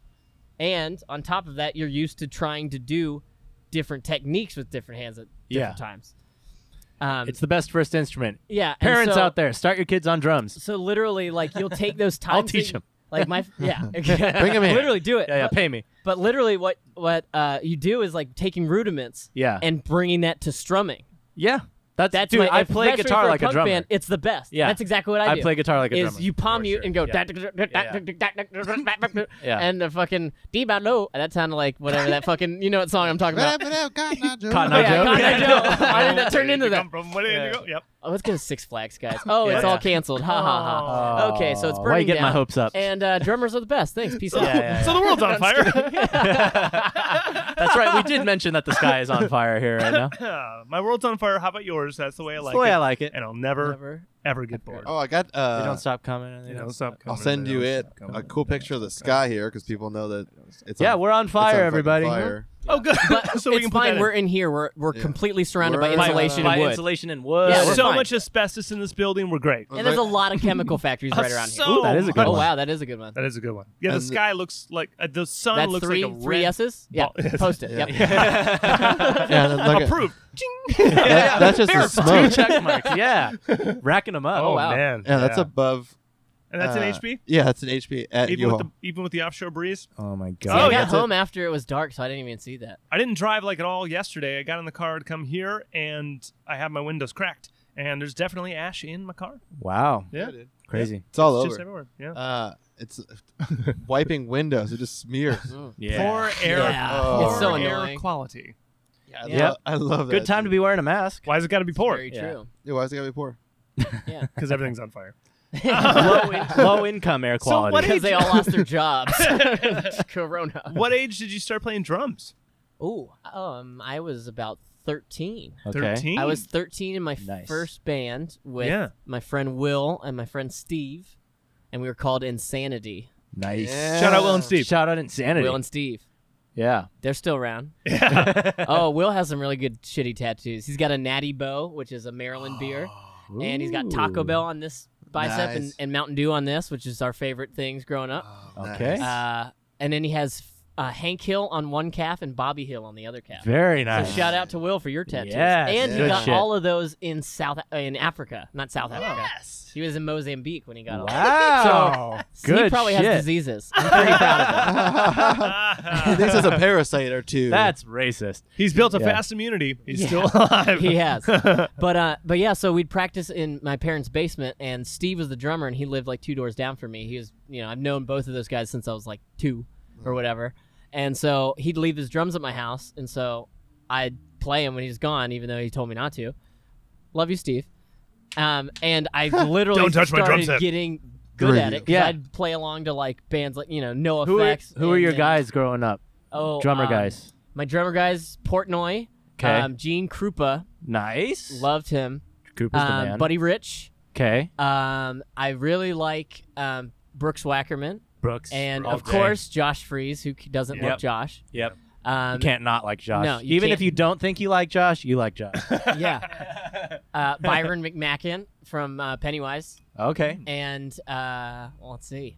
[SPEAKER 3] and on top of that you're used to trying to do different techniques with different hands at different times um,
[SPEAKER 1] it's the best first instrument.
[SPEAKER 3] yeah and
[SPEAKER 1] Parents
[SPEAKER 3] so-
[SPEAKER 1] out there, start your kids on drums.
[SPEAKER 3] so literally like you'll take those times
[SPEAKER 1] I'll teach
[SPEAKER 3] that-
[SPEAKER 1] 'em.
[SPEAKER 3] like my yeah
[SPEAKER 1] Bring 'em in.
[SPEAKER 3] literally do it
[SPEAKER 1] Yeah, yeah.
[SPEAKER 3] But-
[SPEAKER 1] Pay me.
[SPEAKER 3] but literally, what what uh, you do is like taking rudiments
[SPEAKER 1] Yeah.
[SPEAKER 3] and bringing that to strumming.
[SPEAKER 1] yeah. That's,
[SPEAKER 3] That's
[SPEAKER 1] dude.
[SPEAKER 3] my,
[SPEAKER 1] I play
[SPEAKER 3] especially
[SPEAKER 1] guitar
[SPEAKER 3] for
[SPEAKER 1] like a
[SPEAKER 3] punk
[SPEAKER 1] drummer.
[SPEAKER 3] Band, it's the best.
[SPEAKER 1] Yeah.
[SPEAKER 3] that's exactly what I,
[SPEAKER 1] I
[SPEAKER 3] do.
[SPEAKER 1] play guitar like a
[SPEAKER 3] is
[SPEAKER 1] drummer.
[SPEAKER 3] you palm
[SPEAKER 1] for
[SPEAKER 3] mute
[SPEAKER 1] sure.
[SPEAKER 3] and go
[SPEAKER 1] Yeah. Yeah.
[SPEAKER 3] and the fucking deep I know and that sounded like whatever that fucking you know what song I'm talking about.
[SPEAKER 1] Cotton
[SPEAKER 3] Oh,
[SPEAKER 1] Eye
[SPEAKER 3] yeah,
[SPEAKER 1] Joe.
[SPEAKER 3] God, I
[SPEAKER 1] Yeah.
[SPEAKER 3] know. Why did that turn into
[SPEAKER 2] You
[SPEAKER 3] that?
[SPEAKER 2] come from where did
[SPEAKER 1] Yeah.
[SPEAKER 2] you go? Yep.
[SPEAKER 3] Oh, let's go to Six Flags, guys. Oh, it's
[SPEAKER 1] Yeah.
[SPEAKER 3] all canceled. Ha ha
[SPEAKER 1] Oh.
[SPEAKER 3] ha. Okay, so it's
[SPEAKER 1] Why you
[SPEAKER 3] burning
[SPEAKER 1] getting my
[SPEAKER 3] down.
[SPEAKER 1] hopes up?
[SPEAKER 3] And uh, drummers are the best. Thanks. Peace out.
[SPEAKER 1] Yeah, yeah,
[SPEAKER 2] So the world's on fire.
[SPEAKER 1] That's right. We did mention that the sky is on fire here right now.
[SPEAKER 2] Yeah, My world's on fire. How about yours? That's the way I
[SPEAKER 1] That's
[SPEAKER 2] like
[SPEAKER 1] the way
[SPEAKER 2] it.
[SPEAKER 1] I like it.
[SPEAKER 2] and I'll never,
[SPEAKER 3] Whatever.
[SPEAKER 2] ever get bored.
[SPEAKER 4] Oh, I got.
[SPEAKER 1] They
[SPEAKER 4] Uh,
[SPEAKER 1] don't stop coming. and They
[SPEAKER 2] You know,
[SPEAKER 1] don't
[SPEAKER 2] stop
[SPEAKER 4] I'll
[SPEAKER 2] coming,
[SPEAKER 4] send
[SPEAKER 2] they
[SPEAKER 4] you
[SPEAKER 2] don't
[SPEAKER 4] it.
[SPEAKER 2] stop coming,
[SPEAKER 4] A cool
[SPEAKER 2] they don't
[SPEAKER 4] picture of the
[SPEAKER 2] stop
[SPEAKER 4] sky here because people know that it's.
[SPEAKER 1] Yeah,
[SPEAKER 4] on,
[SPEAKER 1] we're on
[SPEAKER 4] it's on
[SPEAKER 1] fire,
[SPEAKER 4] fucking
[SPEAKER 1] everybody.
[SPEAKER 4] fire.
[SPEAKER 2] coming. Oh, good.
[SPEAKER 3] But
[SPEAKER 2] so we
[SPEAKER 3] it's
[SPEAKER 2] can put
[SPEAKER 3] fine.
[SPEAKER 2] that
[SPEAKER 3] We're
[SPEAKER 2] in.
[SPEAKER 3] in here. We're we're
[SPEAKER 4] Yeah.
[SPEAKER 3] completely surrounded by
[SPEAKER 4] We're- By-
[SPEAKER 3] insulation
[SPEAKER 1] by
[SPEAKER 3] and wood.
[SPEAKER 1] insulation and wood.
[SPEAKER 3] Yeah, we're
[SPEAKER 2] so
[SPEAKER 3] fine.
[SPEAKER 2] much asbestos in this building. We're great.
[SPEAKER 4] We're
[SPEAKER 3] And there's a
[SPEAKER 4] like-
[SPEAKER 3] lot of chemical factories right around here.
[SPEAKER 2] So
[SPEAKER 1] that is a good
[SPEAKER 2] much-
[SPEAKER 3] oh
[SPEAKER 1] one.
[SPEAKER 3] wow, that is a good one.
[SPEAKER 2] That is a good one. Yeah, the
[SPEAKER 4] And the-
[SPEAKER 2] sky looks like uh, the sun
[SPEAKER 3] That's
[SPEAKER 2] looks
[SPEAKER 3] three
[SPEAKER 2] like a
[SPEAKER 3] three
[SPEAKER 2] red.
[SPEAKER 3] S's. Yeah,
[SPEAKER 2] ball. Yes.
[SPEAKER 3] post it.
[SPEAKER 4] Yeah.
[SPEAKER 3] Yep.
[SPEAKER 4] Yeah, that's like a-
[SPEAKER 2] Approved.
[SPEAKER 4] that- that's just the
[SPEAKER 1] Two
[SPEAKER 4] smoke.
[SPEAKER 1] check marks. Yeah, racking them up.
[SPEAKER 2] Oh,
[SPEAKER 3] wow.
[SPEAKER 2] man.
[SPEAKER 4] Yeah, that's above.
[SPEAKER 2] and that's
[SPEAKER 4] uh,
[SPEAKER 2] an HP.
[SPEAKER 4] Yeah, that's an HP at
[SPEAKER 2] Even
[SPEAKER 4] U-Haul.
[SPEAKER 2] with the even with the offshore breeze,
[SPEAKER 1] Oh my
[SPEAKER 3] See, I
[SPEAKER 1] god.
[SPEAKER 2] Oh, yeah,
[SPEAKER 3] got
[SPEAKER 4] that's it.
[SPEAKER 3] home after it was dark, so I didn't even see that.
[SPEAKER 2] I didn't drive like at all yesterday. I got in the car to come here, and I have my windows cracked, and there's definitely ash in my car.
[SPEAKER 1] Wow.
[SPEAKER 2] Yeah,
[SPEAKER 1] Crazy.
[SPEAKER 4] It's all
[SPEAKER 2] it's
[SPEAKER 4] over.
[SPEAKER 2] just everywhere. Yeah,
[SPEAKER 4] uh, it's wiping windows. It just smears.
[SPEAKER 2] poor air.
[SPEAKER 3] Yeah.
[SPEAKER 4] Oh.
[SPEAKER 2] Poor
[SPEAKER 4] It's so
[SPEAKER 2] air
[SPEAKER 3] annoying.
[SPEAKER 2] quality.
[SPEAKER 4] Yeah, I,
[SPEAKER 1] Yeah.
[SPEAKER 4] love, I love that.
[SPEAKER 1] Good time to be wearing a mask.
[SPEAKER 2] Why's it got to be poor?
[SPEAKER 3] Very
[SPEAKER 1] Yeah.
[SPEAKER 3] true.
[SPEAKER 4] Yeah, why is it gotta be poor?
[SPEAKER 3] Yeah.
[SPEAKER 2] Because everything's on fire.
[SPEAKER 1] low, in- low income air quality.
[SPEAKER 2] what
[SPEAKER 3] Because they all lost their jobs. Corona.
[SPEAKER 2] What age did you start playing drums?
[SPEAKER 3] Ooh, um, I was about thirteen.
[SPEAKER 1] okay.
[SPEAKER 2] Thirteen.
[SPEAKER 3] I was thirteen in my
[SPEAKER 1] Nice.
[SPEAKER 3] first band with
[SPEAKER 2] Yeah.
[SPEAKER 3] my friend Will and my friend Steve, and we were called Insanity.
[SPEAKER 1] Nice.
[SPEAKER 4] Yeah.
[SPEAKER 2] Shout out Will and Steve.
[SPEAKER 1] Shout out insanity.
[SPEAKER 3] Will and Steve.
[SPEAKER 1] yeah.
[SPEAKER 3] They're still around.
[SPEAKER 2] Yeah.
[SPEAKER 3] oh, Will has some really good shitty tattoos. He's got a Natty Bow, which is a Maryland beer, and he's got Taco Bell on this bicep and,
[SPEAKER 4] Nice.
[SPEAKER 3] and Mountain Dew on this, which is our favorite things growing up.
[SPEAKER 2] Oh,
[SPEAKER 1] Okay.
[SPEAKER 4] Nice.
[SPEAKER 3] Uh, and then he has uh, Hank Hill on one calf and Bobby Hill on the other calf.
[SPEAKER 1] Very
[SPEAKER 3] So
[SPEAKER 1] nice.
[SPEAKER 3] shout out to Will for your tattoos.
[SPEAKER 1] Yes,
[SPEAKER 3] and he
[SPEAKER 4] good
[SPEAKER 3] got
[SPEAKER 1] shit.
[SPEAKER 3] all of those in South uh, in Africa, not South Africa. Yes. He was in Mozambique when he got all that.
[SPEAKER 1] Wow.
[SPEAKER 3] So he
[SPEAKER 1] Good
[SPEAKER 3] probably
[SPEAKER 1] shit.
[SPEAKER 3] has diseases. I'm pretty proud of that.
[SPEAKER 4] this is a parasite or two.
[SPEAKER 1] That's racist.
[SPEAKER 2] He's built a
[SPEAKER 1] Yeah.
[SPEAKER 2] fast immunity. He's
[SPEAKER 3] Yeah.
[SPEAKER 2] still alive.
[SPEAKER 3] he has. But uh, but yeah, so we'd practice in my parents' basement, and Steve was the drummer, and he lived like two doors down from me. He was, you know, I've known both of those guys since I was like two or whatever, and so he'd leave his drums at my house, and so I'd play him when he's gone, even though he told me not to. Love you, Steve. Um, and I literally
[SPEAKER 2] Don't touch my
[SPEAKER 3] started
[SPEAKER 2] drum set.
[SPEAKER 3] getting good at it. 'cause
[SPEAKER 1] Yeah.
[SPEAKER 3] I'd play along to like bands like you know No
[SPEAKER 1] Who are,
[SPEAKER 3] Effects.
[SPEAKER 1] who are your
[SPEAKER 3] and-
[SPEAKER 1] guys growing up?
[SPEAKER 3] Oh,
[SPEAKER 1] Drummer
[SPEAKER 3] um,
[SPEAKER 1] guys.
[SPEAKER 3] My drummer guys, Portnoy.
[SPEAKER 1] 'Kay.
[SPEAKER 3] Um, Gene Krupa,
[SPEAKER 1] Nice.
[SPEAKER 3] loved him.
[SPEAKER 1] Cooper's the
[SPEAKER 3] Um,
[SPEAKER 1] man.
[SPEAKER 3] Buddy Rich.
[SPEAKER 1] Okay.
[SPEAKER 3] Um, I really like um, Brooks Wackerman
[SPEAKER 1] Brooks.
[SPEAKER 3] and
[SPEAKER 1] all
[SPEAKER 3] of
[SPEAKER 1] day.
[SPEAKER 3] course Josh Fries, who c- doesn't
[SPEAKER 1] Yep.
[SPEAKER 3] love Josh.
[SPEAKER 1] Yep.
[SPEAKER 3] Um,
[SPEAKER 1] you can't not like Josh.
[SPEAKER 3] no, you
[SPEAKER 1] Even if
[SPEAKER 3] can't.
[SPEAKER 1] you don't think you like Josh, you like Josh.
[SPEAKER 3] Yeah. Uh, Byron McMacken from uh, Pennywise.
[SPEAKER 1] Okay.
[SPEAKER 3] and uh, well, let's see.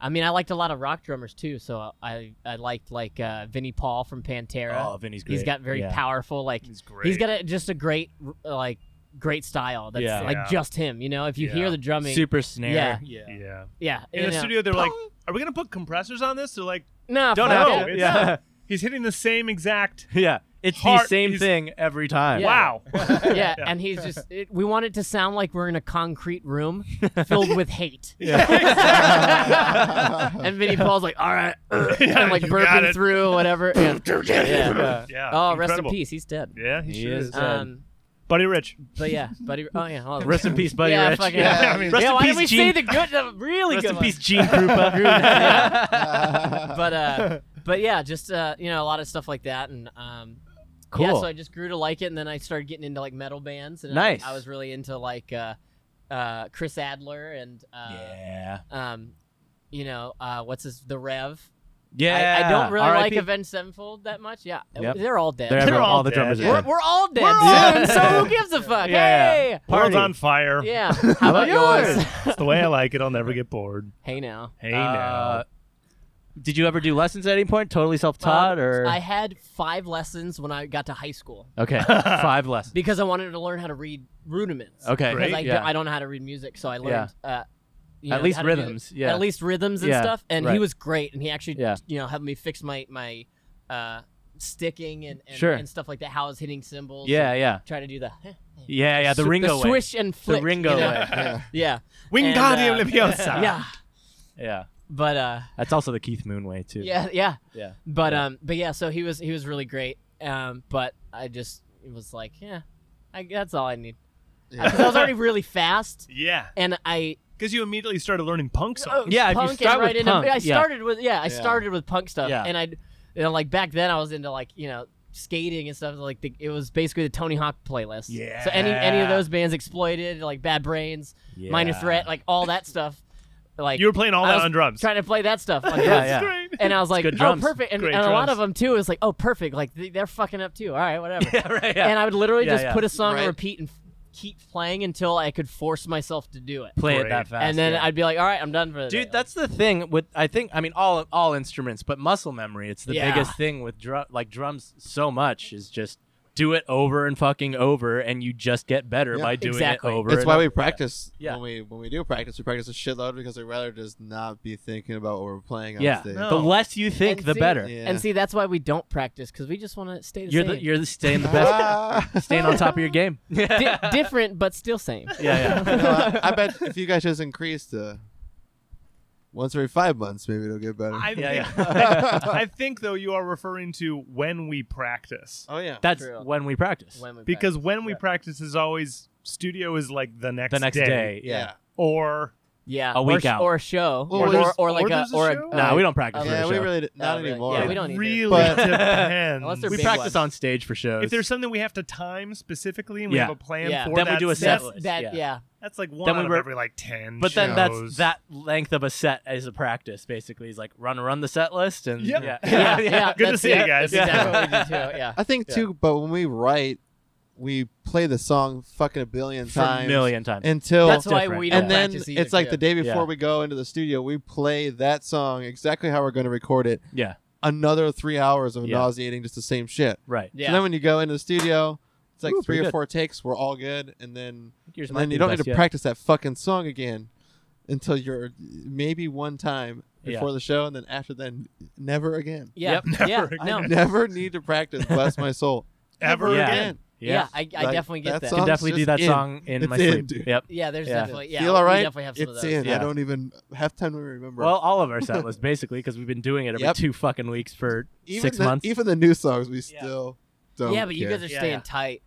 [SPEAKER 3] I mean, I liked a lot of rock drummers too. So I I liked like uh, Vinnie Paul from Pantera.
[SPEAKER 1] Oh, Vinny's great.
[SPEAKER 3] he's got very
[SPEAKER 1] yeah.
[SPEAKER 3] powerful like
[SPEAKER 2] He's great.
[SPEAKER 3] he's got a, just a great r- like great style that's
[SPEAKER 1] Yeah.
[SPEAKER 3] like
[SPEAKER 2] Yeah.
[SPEAKER 3] just him. You know, if you
[SPEAKER 2] Yeah.
[SPEAKER 3] hear the drumming,
[SPEAKER 1] Super snare.
[SPEAKER 3] Yeah.
[SPEAKER 5] Yeah.
[SPEAKER 2] Yeah.
[SPEAKER 3] yeah.
[SPEAKER 2] In
[SPEAKER 3] you
[SPEAKER 2] the
[SPEAKER 3] know.
[SPEAKER 2] studio, they're like, "Are we gonna put compressors on this?" They're like,
[SPEAKER 3] no,
[SPEAKER 2] "Don't
[SPEAKER 3] fuck
[SPEAKER 2] know.
[SPEAKER 3] it.
[SPEAKER 2] It's
[SPEAKER 1] Yeah.
[SPEAKER 2] not. He's hitting the same exact.
[SPEAKER 1] Yeah. It's the
[SPEAKER 2] Heart
[SPEAKER 1] same
[SPEAKER 2] is-
[SPEAKER 1] thing every time.
[SPEAKER 3] Yeah.
[SPEAKER 2] Wow.
[SPEAKER 3] yeah, and he's just. It, we want it to sound like we're in a concrete room filled with hate. and Vinnie Paul's like, all right, and like
[SPEAKER 2] you got
[SPEAKER 3] burping
[SPEAKER 2] it.
[SPEAKER 3] through or whatever. Yeah. Yeah.
[SPEAKER 2] Yeah.
[SPEAKER 3] Oh, rest in
[SPEAKER 2] incredible.
[SPEAKER 3] peace. He's dead.
[SPEAKER 2] Yeah, he,
[SPEAKER 1] He
[SPEAKER 2] sure
[SPEAKER 1] is
[SPEAKER 2] is.
[SPEAKER 1] dead.
[SPEAKER 3] Um,
[SPEAKER 2] Buddy Rich.
[SPEAKER 3] but yeah, buddy. Oh yeah, hold on.
[SPEAKER 1] Rest in peace, buddy
[SPEAKER 3] yeah,
[SPEAKER 1] Rich.
[SPEAKER 3] fucking-
[SPEAKER 4] Yeah,
[SPEAKER 2] I mean,
[SPEAKER 1] Rest
[SPEAKER 3] yeah,
[SPEAKER 1] in
[SPEAKER 3] why
[SPEAKER 1] peace,
[SPEAKER 3] did we
[SPEAKER 1] Gene.
[SPEAKER 3] say the good, the really
[SPEAKER 1] Rest
[SPEAKER 3] good
[SPEAKER 1] in
[SPEAKER 3] one?
[SPEAKER 1] peace, Gene Krupa.
[SPEAKER 3] But uh, but yeah, just uh, you know, a lot of stuff like that, and um, yeah.
[SPEAKER 1] Cool.
[SPEAKER 3] So I just grew to like it, and then I started getting into like metal bands, and
[SPEAKER 1] Nice.
[SPEAKER 3] I, I was really into like uh, uh, Chris Adler and uh,
[SPEAKER 1] yeah.
[SPEAKER 3] um, you know, uh, what's his the Rev.
[SPEAKER 1] Yeah.
[SPEAKER 3] I, I don't really like
[SPEAKER 1] RIP.
[SPEAKER 3] Avenged Sevenfold that much. Yeah,
[SPEAKER 1] Yep.
[SPEAKER 3] they're all dead.
[SPEAKER 1] They're,
[SPEAKER 2] They're
[SPEAKER 1] all,
[SPEAKER 2] all
[SPEAKER 1] the
[SPEAKER 2] dead.
[SPEAKER 1] drummers are
[SPEAKER 4] Yeah.
[SPEAKER 3] we're,
[SPEAKER 1] dead.
[SPEAKER 3] we're all dead
[SPEAKER 1] all
[SPEAKER 3] soon, so who gives a fuck?
[SPEAKER 1] Yeah.
[SPEAKER 3] Hey,
[SPEAKER 1] Party.
[SPEAKER 2] World's on fire.
[SPEAKER 3] yeah.
[SPEAKER 1] How
[SPEAKER 3] How about yours?
[SPEAKER 2] That's the way I like it. I'll never get bored.
[SPEAKER 3] hey now.
[SPEAKER 2] Hey
[SPEAKER 1] Uh, Did you ever do lessons at any point? Totally self-taught,
[SPEAKER 3] Um,
[SPEAKER 1] or
[SPEAKER 3] I had five lessons when I got to high school
[SPEAKER 1] okay, five lessons.
[SPEAKER 3] because I wanted to learn how to read rudiments.
[SPEAKER 1] Okay,
[SPEAKER 3] Because
[SPEAKER 2] Great,
[SPEAKER 3] I,
[SPEAKER 1] yeah.
[SPEAKER 3] I don't know how to read music, so I learned. Uh, you
[SPEAKER 1] At
[SPEAKER 3] know,
[SPEAKER 1] least
[SPEAKER 3] how to do-
[SPEAKER 1] rhythms, yeah.
[SPEAKER 3] At least rhythms and
[SPEAKER 1] Yeah,
[SPEAKER 3] stuff. And
[SPEAKER 1] right.
[SPEAKER 3] he was great, and he actually,
[SPEAKER 1] Yeah.
[SPEAKER 3] you know, helped me fix my my uh, sticking and and,
[SPEAKER 1] Sure.
[SPEAKER 3] and stuff like that. How I was hitting cymbals.
[SPEAKER 1] yeah,
[SPEAKER 3] and
[SPEAKER 1] yeah,
[SPEAKER 3] Try to do the
[SPEAKER 1] yeah, yeah. The
[SPEAKER 3] sw-
[SPEAKER 1] Ringo way.
[SPEAKER 3] swish and flick.
[SPEAKER 1] the Ringo
[SPEAKER 3] you know?
[SPEAKER 1] way. Ah. Yeah.
[SPEAKER 3] Yeah.
[SPEAKER 2] Wingardium
[SPEAKER 3] and,
[SPEAKER 2] Leviosa.
[SPEAKER 3] uh, Yeah.
[SPEAKER 1] yeah,
[SPEAKER 3] But uh,
[SPEAKER 1] that's also the Keith Moon way too.
[SPEAKER 3] yeah, yeah.
[SPEAKER 1] yeah.
[SPEAKER 3] But um, but yeah, so he was he was really great. Um, but I just was like, yeah, I, that's all I need.
[SPEAKER 4] Yeah.
[SPEAKER 3] Because I was already really fast,
[SPEAKER 2] Yeah.
[SPEAKER 3] and I
[SPEAKER 2] Because you immediately started learning punk
[SPEAKER 3] oh,
[SPEAKER 2] songs.
[SPEAKER 1] Yeah, if you
[SPEAKER 3] punk
[SPEAKER 1] start
[SPEAKER 3] and
[SPEAKER 1] with
[SPEAKER 3] right into
[SPEAKER 1] punk,
[SPEAKER 3] I
[SPEAKER 1] yeah.
[SPEAKER 3] started with yeah, I
[SPEAKER 4] Yeah.
[SPEAKER 3] started with punk stuff,
[SPEAKER 1] Yeah.
[SPEAKER 3] and I you know like back then I was into like you know skating and stuff like the, it was basically the Tony Hawk playlist. So any any
[SPEAKER 2] Yeah.
[SPEAKER 3] of those bands exploited like Bad Brains, Minor
[SPEAKER 1] Yeah.
[SPEAKER 3] Threat, like all that stuff, like
[SPEAKER 2] You were playing all
[SPEAKER 3] I
[SPEAKER 2] that
[SPEAKER 3] was
[SPEAKER 2] on drums.
[SPEAKER 3] trying to play that stuff. on
[SPEAKER 1] Yeah,
[SPEAKER 3] drums.
[SPEAKER 1] yeah.
[SPEAKER 2] Great.
[SPEAKER 3] And I was like,
[SPEAKER 1] good
[SPEAKER 3] oh,
[SPEAKER 1] drums.
[SPEAKER 3] perfect. And,
[SPEAKER 2] Great
[SPEAKER 3] and a lot
[SPEAKER 2] drums.
[SPEAKER 3] of them too is like, oh, perfect. Like they- they're fucking up too. All right, whatever.
[SPEAKER 1] Yeah, right, yeah.
[SPEAKER 3] And I would literally
[SPEAKER 1] Yeah,
[SPEAKER 3] just
[SPEAKER 1] yeah.
[SPEAKER 3] put a song
[SPEAKER 4] Right.
[SPEAKER 3] on repeat and f- keep playing until I could force myself to do it.
[SPEAKER 1] Play it
[SPEAKER 2] Great.
[SPEAKER 1] that fast.
[SPEAKER 3] and then
[SPEAKER 1] yeah.
[SPEAKER 3] I'd be like, all right, I'm done for the day.
[SPEAKER 1] Dude, that's the thing with I think I mean all all instruments, but muscle memory. It's the
[SPEAKER 3] Yeah.
[SPEAKER 1] biggest thing with drum like drums. So much is just do it over and fucking over, and you just get better
[SPEAKER 4] Yeah.
[SPEAKER 1] by doing
[SPEAKER 3] Exactly.
[SPEAKER 1] it over.
[SPEAKER 4] That's
[SPEAKER 1] and
[SPEAKER 4] why
[SPEAKER 1] over.
[SPEAKER 4] we practice
[SPEAKER 1] Yeah.
[SPEAKER 4] when we when we do practice. We practice a shitload because I'd rather just not be thinking about what we're playing on
[SPEAKER 1] Yeah,
[SPEAKER 4] stage.
[SPEAKER 2] No.
[SPEAKER 1] the less you think,
[SPEAKER 3] And
[SPEAKER 1] the
[SPEAKER 3] see-
[SPEAKER 1] better.
[SPEAKER 4] Yeah.
[SPEAKER 3] And see, that's why we don't practice because we just want to stay the
[SPEAKER 1] You're
[SPEAKER 3] same.
[SPEAKER 1] the you're the staying the best,
[SPEAKER 4] Ah.
[SPEAKER 1] staying on top of your game. yeah,
[SPEAKER 3] Di- different, but still same.
[SPEAKER 1] yeah.
[SPEAKER 4] You know, I, I bet if you guys just increase to once every five months, maybe it'll get better.
[SPEAKER 2] I,
[SPEAKER 1] Yeah,
[SPEAKER 2] think, I think, though, you are referring to when we practice.
[SPEAKER 4] oh yeah,
[SPEAKER 1] That's
[SPEAKER 3] True.
[SPEAKER 1] when we practice.
[SPEAKER 3] When we
[SPEAKER 2] Because when we practice is always studio is like the next
[SPEAKER 1] the next day.
[SPEAKER 4] yeah.
[SPEAKER 2] or
[SPEAKER 3] practice. yeah,
[SPEAKER 1] a
[SPEAKER 3] or
[SPEAKER 1] week
[SPEAKER 3] sh-
[SPEAKER 1] out.
[SPEAKER 3] or a show,
[SPEAKER 4] Well,
[SPEAKER 3] or,
[SPEAKER 4] there's-
[SPEAKER 3] or, or like
[SPEAKER 2] or
[SPEAKER 3] a
[SPEAKER 2] there's a
[SPEAKER 3] or a,
[SPEAKER 2] show?
[SPEAKER 1] No, we don't practice.
[SPEAKER 3] Yeah,
[SPEAKER 1] for
[SPEAKER 4] Yeah,
[SPEAKER 1] a
[SPEAKER 4] we
[SPEAKER 1] show.
[SPEAKER 4] really d-
[SPEAKER 3] Oh,
[SPEAKER 4] not
[SPEAKER 3] really?
[SPEAKER 4] anymore.
[SPEAKER 3] Yeah, we
[SPEAKER 2] it
[SPEAKER 3] don't need to.
[SPEAKER 2] really
[SPEAKER 4] But-
[SPEAKER 2] depends.
[SPEAKER 3] Unless they're
[SPEAKER 1] we
[SPEAKER 3] big
[SPEAKER 1] practice
[SPEAKER 3] ones.
[SPEAKER 1] on stage for shows.
[SPEAKER 2] if there's something we have to time specifically and we
[SPEAKER 1] Yeah.
[SPEAKER 2] have a plan
[SPEAKER 3] Yeah.
[SPEAKER 2] for
[SPEAKER 1] Then we
[SPEAKER 2] that
[SPEAKER 1] do a
[SPEAKER 2] set,
[SPEAKER 1] set list.
[SPEAKER 3] that
[SPEAKER 1] Yeah.
[SPEAKER 3] yeah.
[SPEAKER 2] that's like one
[SPEAKER 1] Then we
[SPEAKER 2] out of
[SPEAKER 1] were-
[SPEAKER 2] every like 10
[SPEAKER 1] But then that's
[SPEAKER 2] shows.
[SPEAKER 1] that length of a set as a practice. Basically, is like run run the set list and
[SPEAKER 2] Yep.
[SPEAKER 1] yeah,
[SPEAKER 3] Yeah, yeah,
[SPEAKER 2] Good to
[SPEAKER 3] that's
[SPEAKER 2] see you
[SPEAKER 3] it.
[SPEAKER 2] guys.
[SPEAKER 3] That's exactly
[SPEAKER 1] Yeah.
[SPEAKER 3] what we do too. Yeah,
[SPEAKER 4] I think
[SPEAKER 1] Yeah.
[SPEAKER 4] too, but when we write, we play the song fucking a billion
[SPEAKER 1] For a
[SPEAKER 4] times
[SPEAKER 1] million times.
[SPEAKER 4] until
[SPEAKER 3] that's why
[SPEAKER 1] different.
[SPEAKER 3] we don't
[SPEAKER 4] and then
[SPEAKER 3] practice either,
[SPEAKER 4] it's like
[SPEAKER 3] too.
[SPEAKER 4] the day before
[SPEAKER 1] Yeah.
[SPEAKER 4] we go into the studio, we play that song exactly how we're going to record it.
[SPEAKER 1] yeah,
[SPEAKER 4] Another three hours of
[SPEAKER 1] Yeah.
[SPEAKER 4] nauseating, just the same shit.
[SPEAKER 1] right.
[SPEAKER 3] yeah.
[SPEAKER 4] So then when you go into the studio, it's like
[SPEAKER 1] Ooh,
[SPEAKER 4] three
[SPEAKER 1] pretty
[SPEAKER 4] or
[SPEAKER 1] good.
[SPEAKER 4] four takes. We're all good, and then
[SPEAKER 1] Yours
[SPEAKER 4] and
[SPEAKER 1] might
[SPEAKER 4] then
[SPEAKER 1] be
[SPEAKER 4] you
[SPEAKER 1] the
[SPEAKER 4] don't need
[SPEAKER 1] best
[SPEAKER 4] to
[SPEAKER 1] yet.
[SPEAKER 4] practice that fucking song again until you're maybe one time
[SPEAKER 1] Yeah.
[SPEAKER 4] before the show, and then after then never again.
[SPEAKER 3] Yeah.
[SPEAKER 1] Yep.
[SPEAKER 3] Yeah.
[SPEAKER 2] Never
[SPEAKER 3] No.
[SPEAKER 4] I
[SPEAKER 3] Yeah.
[SPEAKER 4] never need to practice. Bless my soul.
[SPEAKER 2] ever
[SPEAKER 1] Yeah.
[SPEAKER 2] again
[SPEAKER 1] Yeah,
[SPEAKER 3] I, I
[SPEAKER 4] Like,
[SPEAKER 3] definitely get
[SPEAKER 4] that
[SPEAKER 3] that.
[SPEAKER 1] can
[SPEAKER 4] song's
[SPEAKER 1] definitely do
[SPEAKER 4] just
[SPEAKER 1] that
[SPEAKER 4] in.
[SPEAKER 1] song in
[SPEAKER 4] It's
[SPEAKER 1] my
[SPEAKER 4] in,
[SPEAKER 1] sleep.
[SPEAKER 4] dude.
[SPEAKER 1] Yep.
[SPEAKER 3] Yeah. There's
[SPEAKER 1] Yeah.
[SPEAKER 3] definitely. Yeah.
[SPEAKER 4] Feel all
[SPEAKER 3] We
[SPEAKER 4] right?
[SPEAKER 3] definitely have some of
[SPEAKER 4] It's
[SPEAKER 3] those.
[SPEAKER 4] in.
[SPEAKER 1] Yeah.
[SPEAKER 4] I don't even have time to remember.
[SPEAKER 1] Well, all of our set lists basically because we've been doing it every
[SPEAKER 4] Yep.
[SPEAKER 1] two fucking weeks for
[SPEAKER 4] even
[SPEAKER 1] six
[SPEAKER 4] the,
[SPEAKER 1] months.
[SPEAKER 4] Even the new songs, we still don't.
[SPEAKER 3] yeah, but you
[SPEAKER 4] care.
[SPEAKER 3] guys are
[SPEAKER 1] Yeah,
[SPEAKER 3] staying
[SPEAKER 1] yeah.
[SPEAKER 3] tight.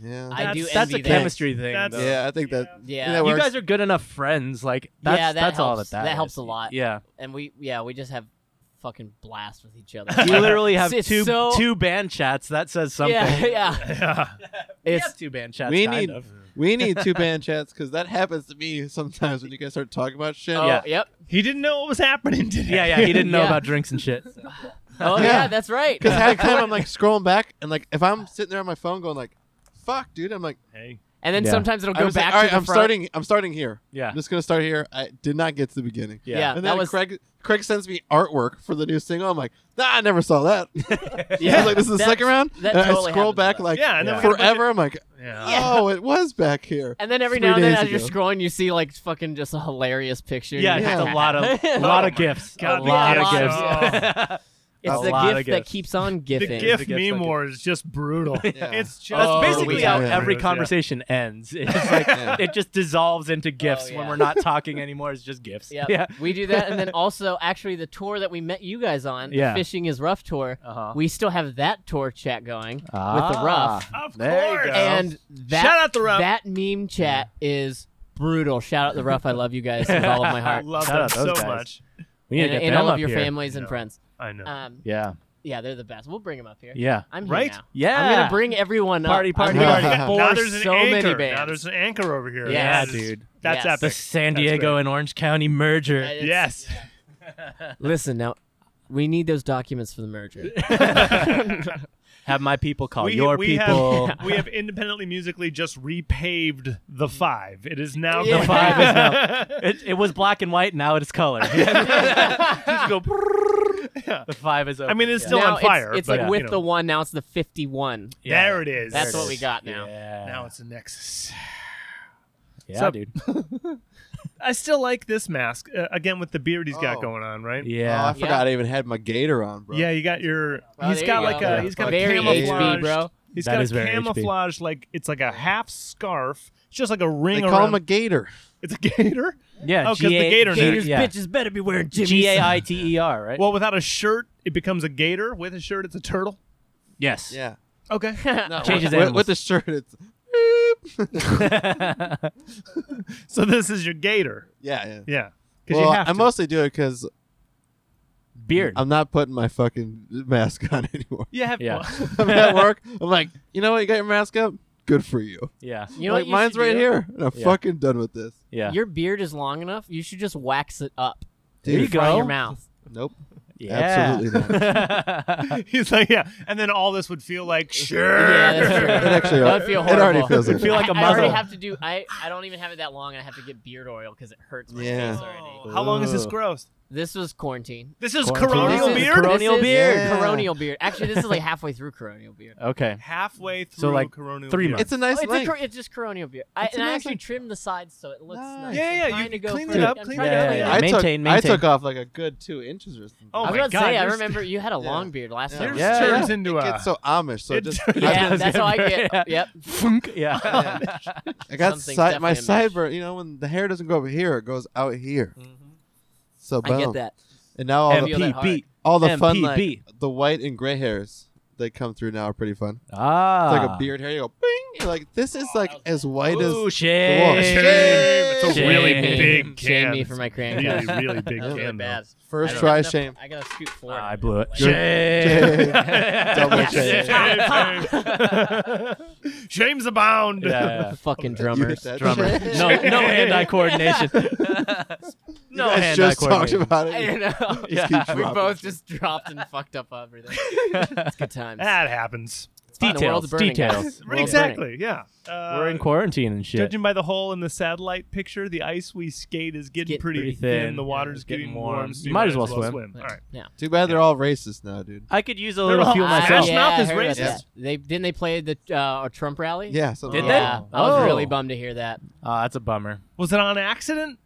[SPEAKER 4] Yeah.
[SPEAKER 3] I do
[SPEAKER 2] That's-
[SPEAKER 1] that's a
[SPEAKER 3] envy that.
[SPEAKER 1] chemistry thing.
[SPEAKER 2] That's-
[SPEAKER 1] though.
[SPEAKER 4] yeah, I think that.
[SPEAKER 3] Yeah.
[SPEAKER 4] that
[SPEAKER 1] you
[SPEAKER 4] works.
[SPEAKER 1] guys are good enough friends. Like
[SPEAKER 3] Yeah,
[SPEAKER 1] that's
[SPEAKER 3] that
[SPEAKER 1] that's all that
[SPEAKER 3] helps.
[SPEAKER 1] that
[SPEAKER 3] That
[SPEAKER 1] is.
[SPEAKER 3] helps a lot.
[SPEAKER 1] Yeah,
[SPEAKER 3] And we, yeah, we just have fucking blast with each other.
[SPEAKER 1] we literally have
[SPEAKER 3] It's
[SPEAKER 1] two
[SPEAKER 3] so-
[SPEAKER 1] two band chats. That says something.
[SPEAKER 3] Yeah. Yeah.
[SPEAKER 2] yeah
[SPEAKER 1] We
[SPEAKER 3] It's
[SPEAKER 1] have two band chats.
[SPEAKER 4] we
[SPEAKER 1] kind
[SPEAKER 4] need-
[SPEAKER 1] of.
[SPEAKER 4] we need two band chats because that happens to me sometimes when you guys start talking about shit.
[SPEAKER 3] oh,
[SPEAKER 1] Yeah.
[SPEAKER 3] yep.
[SPEAKER 2] he didn't know what was happening today
[SPEAKER 1] Yeah, yeah. He didn't know
[SPEAKER 3] Yeah.
[SPEAKER 1] about drinks and shit.
[SPEAKER 3] Oh yeah,
[SPEAKER 4] Yeah.
[SPEAKER 3] that's right.
[SPEAKER 4] Because half the time I'm like scrolling back, and like if I'm sitting there on my phone going like, "Fuck, dude," I'm like,
[SPEAKER 2] Hey,
[SPEAKER 3] and then
[SPEAKER 1] Yeah.
[SPEAKER 3] sometimes it'll
[SPEAKER 4] I
[SPEAKER 3] go
[SPEAKER 4] was like,
[SPEAKER 3] back
[SPEAKER 4] "All
[SPEAKER 3] to
[SPEAKER 4] right,
[SPEAKER 3] the
[SPEAKER 4] I'm
[SPEAKER 3] front.
[SPEAKER 4] starting. I'm starting here.
[SPEAKER 1] Yeah.
[SPEAKER 4] I'm just gonna start here. I did not get to the beginning.
[SPEAKER 1] Yeah.
[SPEAKER 3] Yeah,
[SPEAKER 4] and
[SPEAKER 3] that
[SPEAKER 4] then
[SPEAKER 3] was
[SPEAKER 4] Craig Craig sends me artwork for the new single. I'm like, Nah, I never saw that. I
[SPEAKER 3] yeah.
[SPEAKER 4] was like, This is the
[SPEAKER 3] that-
[SPEAKER 4] second round.
[SPEAKER 3] that
[SPEAKER 4] and
[SPEAKER 3] totally
[SPEAKER 4] I scroll
[SPEAKER 3] happens to
[SPEAKER 4] back
[SPEAKER 3] us.
[SPEAKER 4] like
[SPEAKER 2] yeah, and then
[SPEAKER 1] Yeah.
[SPEAKER 2] we got a bunch
[SPEAKER 4] forever. I'm like,
[SPEAKER 2] of- yeah.
[SPEAKER 3] Yeah.
[SPEAKER 4] Oh, it was back here.
[SPEAKER 3] And then every
[SPEAKER 4] Three
[SPEAKER 3] now and then,
[SPEAKER 4] days
[SPEAKER 3] as you're
[SPEAKER 4] ago.
[SPEAKER 3] scrolling, you see like fucking just a hilarious picture. and
[SPEAKER 1] Yeah,
[SPEAKER 3] you're
[SPEAKER 4] Yeah.
[SPEAKER 1] just a
[SPEAKER 3] like,
[SPEAKER 1] lot of a lot of gifts.
[SPEAKER 2] God,
[SPEAKER 1] a
[SPEAKER 2] the
[SPEAKER 1] lot of
[SPEAKER 3] gifts.
[SPEAKER 1] gifts.
[SPEAKER 2] Oh.
[SPEAKER 3] It's
[SPEAKER 1] A
[SPEAKER 3] the
[SPEAKER 1] lot of
[SPEAKER 3] gift that
[SPEAKER 1] gifts.
[SPEAKER 3] keeps on
[SPEAKER 2] the
[SPEAKER 3] gifting.
[SPEAKER 2] GIF
[SPEAKER 1] The GIF
[SPEAKER 2] meme
[SPEAKER 1] fucking-
[SPEAKER 2] war is just brutal.
[SPEAKER 4] Yeah.
[SPEAKER 2] It's just
[SPEAKER 1] That's
[SPEAKER 3] Oh,
[SPEAKER 1] basically
[SPEAKER 3] yeah.
[SPEAKER 1] how
[SPEAKER 4] Yeah.
[SPEAKER 1] every
[SPEAKER 2] Yeah.
[SPEAKER 1] conversation ends. It's just like
[SPEAKER 4] Yeah.
[SPEAKER 1] it just dissolves into gifts when
[SPEAKER 3] yeah.
[SPEAKER 1] we're not talking anymore. It's just gifts.
[SPEAKER 3] Yep.
[SPEAKER 1] Yeah.
[SPEAKER 3] we do that, and then also actually the tour that we met you guys on,
[SPEAKER 1] Yeah.
[SPEAKER 3] the fishing is rough tour.
[SPEAKER 1] Uh-huh.
[SPEAKER 3] We still have that tour chat going
[SPEAKER 1] Uh,
[SPEAKER 3] with the rough,
[SPEAKER 2] Of
[SPEAKER 1] There you
[SPEAKER 2] course.
[SPEAKER 1] go.
[SPEAKER 3] and that
[SPEAKER 2] Shout out the rough.
[SPEAKER 3] that meme chat is brutal. Shout out the rough. I love you guys with all of my
[SPEAKER 2] I
[SPEAKER 3] heart,
[SPEAKER 2] love
[SPEAKER 1] Shout
[SPEAKER 2] them
[SPEAKER 1] out
[SPEAKER 2] so
[SPEAKER 1] those guys.
[SPEAKER 2] much.
[SPEAKER 1] we need
[SPEAKER 3] and,
[SPEAKER 1] to get
[SPEAKER 3] and
[SPEAKER 1] them
[SPEAKER 3] all
[SPEAKER 1] up
[SPEAKER 3] of your
[SPEAKER 1] here.
[SPEAKER 3] families and
[SPEAKER 2] Yeah.
[SPEAKER 3] friends.
[SPEAKER 2] I know.
[SPEAKER 1] Uh,
[SPEAKER 3] Um,
[SPEAKER 1] Yeah.
[SPEAKER 3] yeah, they're the best. We'll bring them up here.
[SPEAKER 1] Yeah.
[SPEAKER 3] I'm here
[SPEAKER 2] Right?
[SPEAKER 3] now.
[SPEAKER 1] Yeah.
[SPEAKER 3] I'm gonna bring everyone
[SPEAKER 1] Party,
[SPEAKER 3] up.
[SPEAKER 1] party,
[SPEAKER 3] I'm gonna
[SPEAKER 4] party.
[SPEAKER 2] now
[SPEAKER 3] force
[SPEAKER 2] there's an
[SPEAKER 3] so
[SPEAKER 2] anchor.
[SPEAKER 3] many
[SPEAKER 2] Now
[SPEAKER 3] bands.
[SPEAKER 2] there's an anchor over here.
[SPEAKER 1] Yeah,
[SPEAKER 2] That is-
[SPEAKER 1] dude.
[SPEAKER 2] That's
[SPEAKER 3] Yes.
[SPEAKER 1] the
[SPEAKER 2] epic.
[SPEAKER 1] San
[SPEAKER 2] That's
[SPEAKER 1] Diego
[SPEAKER 2] great.
[SPEAKER 1] and Orange County merger.
[SPEAKER 3] Uh,
[SPEAKER 2] Yes.
[SPEAKER 3] Listen now, we need those documents for the merger.
[SPEAKER 1] Have my people call
[SPEAKER 2] we,
[SPEAKER 1] your
[SPEAKER 2] we
[SPEAKER 1] people.
[SPEAKER 2] Have, we have independently musically just repaved the five. It is now
[SPEAKER 3] Yeah.
[SPEAKER 1] The
[SPEAKER 2] going-
[SPEAKER 1] five is now. It, it was black and white. Now it's color. Just go.
[SPEAKER 2] Yeah.
[SPEAKER 1] The five is. Open.
[SPEAKER 2] I mean, it's still
[SPEAKER 3] now
[SPEAKER 2] on fire.
[SPEAKER 3] It's, it's
[SPEAKER 2] but,
[SPEAKER 3] like
[SPEAKER 2] you
[SPEAKER 3] with
[SPEAKER 2] know,
[SPEAKER 3] the one. Now it's the fifty-one.
[SPEAKER 1] Yeah.
[SPEAKER 2] There it is.
[SPEAKER 3] That's
[SPEAKER 1] There it
[SPEAKER 3] what we
[SPEAKER 1] is.
[SPEAKER 3] got now.
[SPEAKER 1] Yeah.
[SPEAKER 2] Now it's a Nexus.
[SPEAKER 1] yeah,
[SPEAKER 2] Sup?
[SPEAKER 1] dude.
[SPEAKER 2] I still like this mask uh, again with the beard he's got
[SPEAKER 4] Oh.
[SPEAKER 2] going on, right?
[SPEAKER 4] Oh, I
[SPEAKER 1] Yeah.
[SPEAKER 4] forgot I even had my gator on, bro.
[SPEAKER 2] Yeah, you got your.
[SPEAKER 3] Oh,
[SPEAKER 2] he's
[SPEAKER 3] there
[SPEAKER 2] got
[SPEAKER 3] you
[SPEAKER 2] like
[SPEAKER 3] go.
[SPEAKER 2] a. He's got
[SPEAKER 3] Very
[SPEAKER 2] a
[SPEAKER 3] HB,
[SPEAKER 2] camouflage.
[SPEAKER 3] bro.
[SPEAKER 2] He's
[SPEAKER 1] That
[SPEAKER 2] got
[SPEAKER 1] is
[SPEAKER 2] a
[SPEAKER 1] very HB.
[SPEAKER 2] camouflage. Like it's like a half scarf. It's just like a
[SPEAKER 4] They
[SPEAKER 2] ring
[SPEAKER 4] call
[SPEAKER 2] around.
[SPEAKER 4] him a gator.
[SPEAKER 2] it's a gator.
[SPEAKER 1] Yeah.
[SPEAKER 2] Oh, 'cause the
[SPEAKER 1] G-A-
[SPEAKER 2] gator
[SPEAKER 1] G-
[SPEAKER 2] neck.
[SPEAKER 1] yeah.
[SPEAKER 3] bitches better be wearing
[SPEAKER 1] G A I T E R, right?
[SPEAKER 2] Well, without a shirt, it becomes a gator. With a shirt, it's a turtle.
[SPEAKER 1] yes.
[SPEAKER 4] Yeah.
[SPEAKER 2] Okay.
[SPEAKER 4] No,
[SPEAKER 1] Changes
[SPEAKER 4] with,
[SPEAKER 1] animals.
[SPEAKER 4] with the shirt. It's. Beep.
[SPEAKER 2] So this is your gator.
[SPEAKER 4] yeah, yeah.
[SPEAKER 2] Yeah. 'Cause you
[SPEAKER 4] Well,
[SPEAKER 2] have
[SPEAKER 4] I
[SPEAKER 2] to.
[SPEAKER 4] mostly do it because
[SPEAKER 1] Beard.
[SPEAKER 4] I'm not putting my fucking mask on anymore.
[SPEAKER 2] You have
[SPEAKER 1] Yeah.
[SPEAKER 4] I'm at work. I'm like, you know what? You got your mask up. Good for you.
[SPEAKER 1] yeah.
[SPEAKER 3] You know
[SPEAKER 4] like
[SPEAKER 3] what you
[SPEAKER 4] mine's
[SPEAKER 3] should
[SPEAKER 4] right
[SPEAKER 3] do?
[SPEAKER 4] here, and I'm
[SPEAKER 1] Yeah.
[SPEAKER 4] fucking done with this.
[SPEAKER 1] Yeah.
[SPEAKER 3] Your beard is long enough. You should just wax it up.
[SPEAKER 4] Dude,
[SPEAKER 1] There you
[SPEAKER 3] in front of
[SPEAKER 1] go.
[SPEAKER 3] Your mouth.
[SPEAKER 4] Nope.
[SPEAKER 1] yeah.
[SPEAKER 4] Absolutely
[SPEAKER 1] not.
[SPEAKER 2] He's like, yeah. And then all this would feel like, sure.
[SPEAKER 3] Yeah, that's true.
[SPEAKER 4] It actually-
[SPEAKER 3] That'd feel
[SPEAKER 4] it already
[SPEAKER 3] horrible.
[SPEAKER 4] feels like-
[SPEAKER 1] Feel like
[SPEAKER 3] I-
[SPEAKER 1] a
[SPEAKER 3] I already
[SPEAKER 1] muzzle.
[SPEAKER 3] have to do. I I don't even have it that long, and I have to get beard oil because it hurts my
[SPEAKER 4] Yeah.
[SPEAKER 3] face already.
[SPEAKER 2] How long is this
[SPEAKER 4] Ugh.
[SPEAKER 2] gross?
[SPEAKER 3] This was quarantine.
[SPEAKER 2] This is
[SPEAKER 1] Quarantine.
[SPEAKER 2] coronial
[SPEAKER 3] This is-
[SPEAKER 2] beard?
[SPEAKER 1] Coronial
[SPEAKER 3] this is
[SPEAKER 1] beard.
[SPEAKER 4] Yeah.
[SPEAKER 3] Coronial beard. Actually, this is like halfway through coronial beard.
[SPEAKER 1] okay.
[SPEAKER 2] Halfway through
[SPEAKER 1] So, like,
[SPEAKER 2] coronial
[SPEAKER 1] three
[SPEAKER 2] beard.
[SPEAKER 1] months.
[SPEAKER 4] It's a nice
[SPEAKER 3] Oh, it's, a,
[SPEAKER 4] length.
[SPEAKER 3] cor- it's just coronial beard. I,
[SPEAKER 4] It's a
[SPEAKER 3] and I
[SPEAKER 4] nice
[SPEAKER 3] actually
[SPEAKER 4] link.
[SPEAKER 3] trimmed the sides so it looks
[SPEAKER 4] Nice.
[SPEAKER 3] nice.
[SPEAKER 2] Yeah, yeah,
[SPEAKER 3] I'm
[SPEAKER 2] you
[SPEAKER 3] trying to
[SPEAKER 2] can
[SPEAKER 3] go
[SPEAKER 2] clean
[SPEAKER 3] for-
[SPEAKER 2] it up,
[SPEAKER 3] I'm
[SPEAKER 2] clean
[SPEAKER 3] trying
[SPEAKER 1] it
[SPEAKER 3] to
[SPEAKER 1] up.
[SPEAKER 3] clean
[SPEAKER 1] Yeah,
[SPEAKER 3] it
[SPEAKER 1] yeah,
[SPEAKER 3] up.
[SPEAKER 4] I took
[SPEAKER 1] Maintain,
[SPEAKER 4] I
[SPEAKER 1] maintain.
[SPEAKER 4] took off like a good two inches or something.
[SPEAKER 2] Oh
[SPEAKER 3] I was
[SPEAKER 2] my
[SPEAKER 3] about to
[SPEAKER 2] God,
[SPEAKER 3] say, I
[SPEAKER 2] yours-
[SPEAKER 3] remember you had a
[SPEAKER 4] Yeah.
[SPEAKER 3] long beard last
[SPEAKER 4] Yeah.
[SPEAKER 3] time.
[SPEAKER 2] Yours
[SPEAKER 1] Yeah,
[SPEAKER 2] turns
[SPEAKER 1] yeah.
[SPEAKER 2] into
[SPEAKER 4] it
[SPEAKER 2] a.
[SPEAKER 4] gets so Amish. So
[SPEAKER 2] it
[SPEAKER 4] it just
[SPEAKER 2] turns-
[SPEAKER 4] I,
[SPEAKER 3] Yeah, that's how I get.
[SPEAKER 1] Yeah.
[SPEAKER 3] Yep.
[SPEAKER 1] Funk. Yeah.
[SPEAKER 4] I got
[SPEAKER 3] Something's
[SPEAKER 4] side, my
[SPEAKER 3] definitely Amish.
[SPEAKER 4] sideburn. You know, when the hair doesn't go over here, it goes out here.
[SPEAKER 2] Mm-hmm.
[SPEAKER 4] So boom.
[SPEAKER 3] I get that.
[SPEAKER 4] And now all
[SPEAKER 3] feel
[SPEAKER 4] the
[SPEAKER 3] that hard.
[SPEAKER 1] MPB.
[SPEAKER 4] all the fun like
[SPEAKER 1] MPB.
[SPEAKER 4] the white and gray hairs that come through now are pretty fun.
[SPEAKER 1] Ah.
[SPEAKER 4] It's like a beard hair. You go bing. You're like this is like as white as
[SPEAKER 1] Ooh,
[SPEAKER 4] shame.
[SPEAKER 1] shame.
[SPEAKER 2] It's a
[SPEAKER 1] Shame.
[SPEAKER 2] really
[SPEAKER 3] Shame
[SPEAKER 2] big can.
[SPEAKER 3] me for my crayon.
[SPEAKER 2] Really,
[SPEAKER 3] color.
[SPEAKER 2] really big
[SPEAKER 3] That's really
[SPEAKER 2] can. though.
[SPEAKER 3] bad. I
[SPEAKER 4] first
[SPEAKER 3] don't
[SPEAKER 4] try
[SPEAKER 3] have enough-
[SPEAKER 4] shame.
[SPEAKER 3] I gotta scoot forward.
[SPEAKER 1] Ah, I blew it.
[SPEAKER 3] Like-
[SPEAKER 1] Shame.
[SPEAKER 4] Double
[SPEAKER 3] Yes.
[SPEAKER 4] shame.
[SPEAKER 2] Shame. Shame's abound.
[SPEAKER 1] Yeah.
[SPEAKER 3] Fucking
[SPEAKER 4] You hit
[SPEAKER 3] drummers.
[SPEAKER 4] that
[SPEAKER 1] Drummer.
[SPEAKER 4] shame.
[SPEAKER 1] No, no hand-eye coordination.
[SPEAKER 4] You
[SPEAKER 1] no
[SPEAKER 4] guys
[SPEAKER 1] hand-eye
[SPEAKER 4] just talked
[SPEAKER 1] coordination.
[SPEAKER 4] about
[SPEAKER 3] I don't
[SPEAKER 4] it.
[SPEAKER 3] know.
[SPEAKER 4] Just keep
[SPEAKER 3] We
[SPEAKER 4] dropping
[SPEAKER 3] both
[SPEAKER 4] shit.
[SPEAKER 3] just dropped and fucked up everything. It's good times.
[SPEAKER 2] That happens.
[SPEAKER 3] It's fun. The
[SPEAKER 1] Details,
[SPEAKER 3] world's burning, guys.
[SPEAKER 1] details.
[SPEAKER 3] The world's burning.
[SPEAKER 2] exactly. Yeah. Uh,
[SPEAKER 1] We're in quarantine and shit.
[SPEAKER 2] Judging by the hole in the satellite picture, the ice we skate is getting
[SPEAKER 3] Getting
[SPEAKER 2] pretty,
[SPEAKER 1] pretty
[SPEAKER 2] thin.
[SPEAKER 1] thin.
[SPEAKER 2] The
[SPEAKER 1] Yeah,
[SPEAKER 2] water's
[SPEAKER 1] it's getting
[SPEAKER 2] getting
[SPEAKER 1] warm.
[SPEAKER 2] warm. so
[SPEAKER 1] You might as well swim.
[SPEAKER 2] All right.
[SPEAKER 3] Yeah.
[SPEAKER 4] Too bad they're all racist now, dude.
[SPEAKER 1] I could use a
[SPEAKER 2] They're
[SPEAKER 1] little
[SPEAKER 2] all
[SPEAKER 1] fuel
[SPEAKER 2] eyes.
[SPEAKER 1] myself.
[SPEAKER 2] Ash Mouth
[SPEAKER 3] I
[SPEAKER 2] is
[SPEAKER 3] heard about
[SPEAKER 2] racist.
[SPEAKER 3] that. They didn't they play the uh, a Trump rally?
[SPEAKER 4] Yeah. Something
[SPEAKER 1] Did
[SPEAKER 4] like
[SPEAKER 1] they?
[SPEAKER 4] that.
[SPEAKER 3] Yeah, I was
[SPEAKER 1] Oh.
[SPEAKER 3] really bummed to hear that.
[SPEAKER 1] Oh, that's a bummer.
[SPEAKER 2] Was it on accident?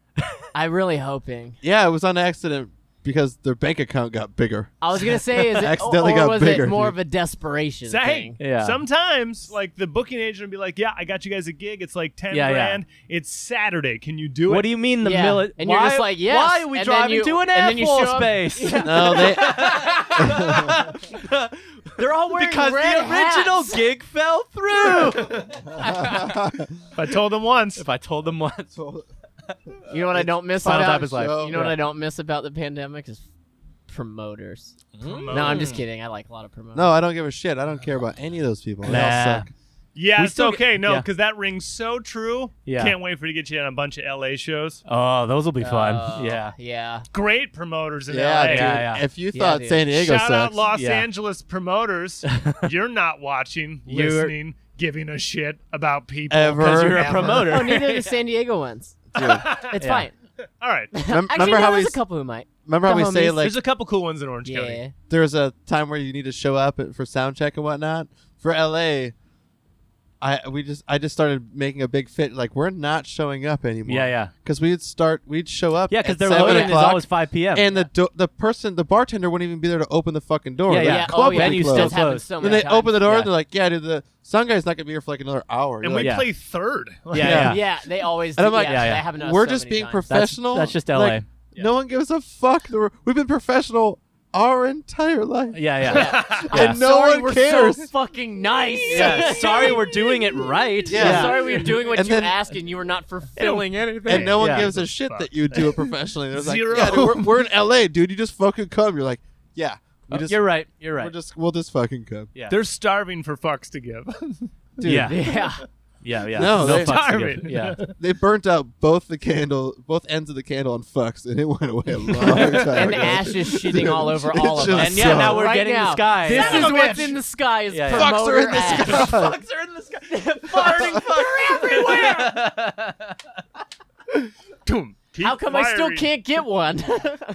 [SPEAKER 3] I really hoping.
[SPEAKER 4] Yeah, it was on accident because their bank account got bigger.
[SPEAKER 3] I was gonna say, is it
[SPEAKER 4] Accidentally
[SPEAKER 3] or
[SPEAKER 4] got
[SPEAKER 3] was
[SPEAKER 4] bigger,
[SPEAKER 3] it more
[SPEAKER 4] dude.
[SPEAKER 3] of a desperation
[SPEAKER 2] Say, hey,
[SPEAKER 3] thing?
[SPEAKER 1] Yeah.
[SPEAKER 2] sometimes like the booking agent would be like, "Yeah, I got you guys a gig. It's like ten
[SPEAKER 1] Yeah, yeah.
[SPEAKER 2] grand. It's Saturday. Can you do it?"
[SPEAKER 1] What do you mean the
[SPEAKER 3] Yeah.
[SPEAKER 1] military?
[SPEAKER 3] And you're just like, yes.
[SPEAKER 1] Why are we
[SPEAKER 3] And then
[SPEAKER 1] driving
[SPEAKER 3] you-
[SPEAKER 1] to an
[SPEAKER 3] and then
[SPEAKER 1] Air
[SPEAKER 3] you
[SPEAKER 1] Force
[SPEAKER 3] show up-
[SPEAKER 1] base?
[SPEAKER 4] No, they.
[SPEAKER 1] They're all
[SPEAKER 3] wearing
[SPEAKER 1] because
[SPEAKER 3] red
[SPEAKER 1] the original
[SPEAKER 3] hats.
[SPEAKER 1] gig fell through.
[SPEAKER 2] If I told them once,
[SPEAKER 1] if I told them once,
[SPEAKER 3] You know what I don't miss
[SPEAKER 1] Final
[SPEAKER 3] about
[SPEAKER 1] type is life.
[SPEAKER 3] you know what I don't miss about the pandemic is promoters.
[SPEAKER 1] Mm.
[SPEAKER 3] No, I'm just kidding. I like a lot of promoters.
[SPEAKER 4] No, I don't give a shit. I don't care about any of those people. They all
[SPEAKER 1] Nah.
[SPEAKER 4] suck.
[SPEAKER 2] Yeah,
[SPEAKER 1] We
[SPEAKER 2] it's
[SPEAKER 1] still get-
[SPEAKER 2] okay. no,
[SPEAKER 1] yeah.
[SPEAKER 2] because that rings so true.
[SPEAKER 1] Yeah.
[SPEAKER 2] Can't wait for to get you on a bunch of LA shows.
[SPEAKER 1] Oh, those will be fun.
[SPEAKER 3] Oh,
[SPEAKER 1] yeah.
[SPEAKER 3] Yeah.
[SPEAKER 2] Great promoters in
[SPEAKER 4] yeah,
[SPEAKER 2] LA.
[SPEAKER 4] dude.
[SPEAKER 1] Yeah, yeah.
[SPEAKER 4] If you
[SPEAKER 3] Yeah,
[SPEAKER 4] thought
[SPEAKER 3] dude.
[SPEAKER 4] San Diego
[SPEAKER 2] Shout out
[SPEAKER 4] sucks,
[SPEAKER 2] Los
[SPEAKER 1] Yeah.
[SPEAKER 2] Angeles promoters. You're not watching,
[SPEAKER 1] You're-
[SPEAKER 2] listening, giving a shit about people.
[SPEAKER 4] Ever.
[SPEAKER 2] 'cause
[SPEAKER 1] you're a
[SPEAKER 2] ever.
[SPEAKER 1] promoter.
[SPEAKER 3] Oh, neither of the San Diego ones.
[SPEAKER 4] dude.
[SPEAKER 3] It's
[SPEAKER 1] Yeah.
[SPEAKER 3] fine.
[SPEAKER 2] All right.
[SPEAKER 4] Mem-
[SPEAKER 3] Actually,
[SPEAKER 4] remember
[SPEAKER 3] no,
[SPEAKER 4] how
[SPEAKER 3] there's
[SPEAKER 4] we
[SPEAKER 3] a couple who might.
[SPEAKER 4] remember how
[SPEAKER 3] the
[SPEAKER 4] we say
[SPEAKER 3] homies.
[SPEAKER 4] like
[SPEAKER 2] There's a couple cool ones in Orange County.
[SPEAKER 3] Yeah.
[SPEAKER 4] there was a time where you need to show up at, for sound check and whatnot for LA. I we just I just started making a big fit like we're not showing up anymore.
[SPEAKER 1] Yeah, yeah.
[SPEAKER 4] Because we'd start we'd show up.
[SPEAKER 1] Yeah,
[SPEAKER 4] because
[SPEAKER 1] because their
[SPEAKER 4] seven
[SPEAKER 1] load-in is
[SPEAKER 4] o'clock,
[SPEAKER 1] always 5 p.m.
[SPEAKER 4] and the do- the person the bartender wouldn't even be there to open the fucking door.
[SPEAKER 1] Yeah,
[SPEAKER 4] The
[SPEAKER 1] yeah.
[SPEAKER 3] Yeah.
[SPEAKER 4] club
[SPEAKER 3] Oh,
[SPEAKER 4] would
[SPEAKER 3] yeah.
[SPEAKER 4] be
[SPEAKER 1] Venue's still
[SPEAKER 3] That's
[SPEAKER 4] closed.
[SPEAKER 3] happened
[SPEAKER 1] closed.
[SPEAKER 3] so
[SPEAKER 4] Then
[SPEAKER 3] many
[SPEAKER 4] they
[SPEAKER 3] times.
[SPEAKER 4] open the door
[SPEAKER 1] Yeah.
[SPEAKER 4] and they're like, "Yeah, dude, the sound guy's not gonna be here for like another hour."
[SPEAKER 2] And
[SPEAKER 4] You're
[SPEAKER 2] we
[SPEAKER 4] like,
[SPEAKER 1] Yeah.
[SPEAKER 2] play third.
[SPEAKER 1] Yeah,
[SPEAKER 3] Yeah. they always.
[SPEAKER 4] And I'm
[SPEAKER 3] do-
[SPEAKER 4] like,
[SPEAKER 3] yeah,
[SPEAKER 1] Yeah, yeah.
[SPEAKER 3] that happened to us
[SPEAKER 4] we're
[SPEAKER 3] so
[SPEAKER 4] just
[SPEAKER 3] many
[SPEAKER 4] being
[SPEAKER 3] times.
[SPEAKER 4] professional.
[SPEAKER 1] that's just
[SPEAKER 4] Like,
[SPEAKER 1] LA.
[SPEAKER 4] No one gives a fuck. There were- We've been professional our entire life,
[SPEAKER 1] yeah, yeah.
[SPEAKER 3] Yeah.
[SPEAKER 1] Yeah.
[SPEAKER 4] and no
[SPEAKER 3] Sorry,
[SPEAKER 4] one
[SPEAKER 3] we're
[SPEAKER 4] cares.
[SPEAKER 3] So fucking nice.
[SPEAKER 1] Yeah, sorry, we're doing it right.
[SPEAKER 4] Yeah. Yeah.
[SPEAKER 3] Sorry, we were doing what
[SPEAKER 4] And
[SPEAKER 3] you
[SPEAKER 4] then-
[SPEAKER 3] asked, and you were not fulfilling anything.
[SPEAKER 4] and no one
[SPEAKER 1] Yeah.
[SPEAKER 4] gives a shit
[SPEAKER 2] Fuck.
[SPEAKER 4] that you do it professionally. They're like,
[SPEAKER 2] Zero.
[SPEAKER 4] yeah, dude, we're, we're in LA, dude. You just fucking come. You're like, yeah, we
[SPEAKER 1] Uh,
[SPEAKER 4] just,
[SPEAKER 1] you're right. You're
[SPEAKER 4] we're
[SPEAKER 1] right.
[SPEAKER 4] just, we'll just fucking come.
[SPEAKER 1] yeah.
[SPEAKER 2] They're starving for fucks to give.
[SPEAKER 4] Dude,
[SPEAKER 1] Yeah.
[SPEAKER 3] Yeah.
[SPEAKER 1] yeah, yeah.
[SPEAKER 4] No, they-
[SPEAKER 1] fucks to
[SPEAKER 2] Starving.
[SPEAKER 1] give. Yeah.
[SPEAKER 4] they burnt out both the candle, both ends of the candle on fucks, and it went away a long time
[SPEAKER 3] And
[SPEAKER 4] ago.
[SPEAKER 3] ass is shitting all over
[SPEAKER 4] It
[SPEAKER 3] all of
[SPEAKER 4] just
[SPEAKER 3] us.
[SPEAKER 1] And yeah, now
[SPEAKER 4] sucks.
[SPEAKER 1] we're
[SPEAKER 3] Right
[SPEAKER 1] getting
[SPEAKER 3] now.
[SPEAKER 1] the sky.
[SPEAKER 3] This
[SPEAKER 2] Son
[SPEAKER 3] is
[SPEAKER 2] of a
[SPEAKER 3] what's
[SPEAKER 2] bitch.
[SPEAKER 3] in the sky is
[SPEAKER 1] Yeah, yeah.
[SPEAKER 4] Fucks are
[SPEAKER 3] promoter
[SPEAKER 4] in the
[SPEAKER 3] ass.
[SPEAKER 4] sky.
[SPEAKER 1] Fucks are in the sky. Farting fucks everywhere.
[SPEAKER 2] Doom. Keep
[SPEAKER 3] How come I still
[SPEAKER 2] firing.
[SPEAKER 3] can't get one?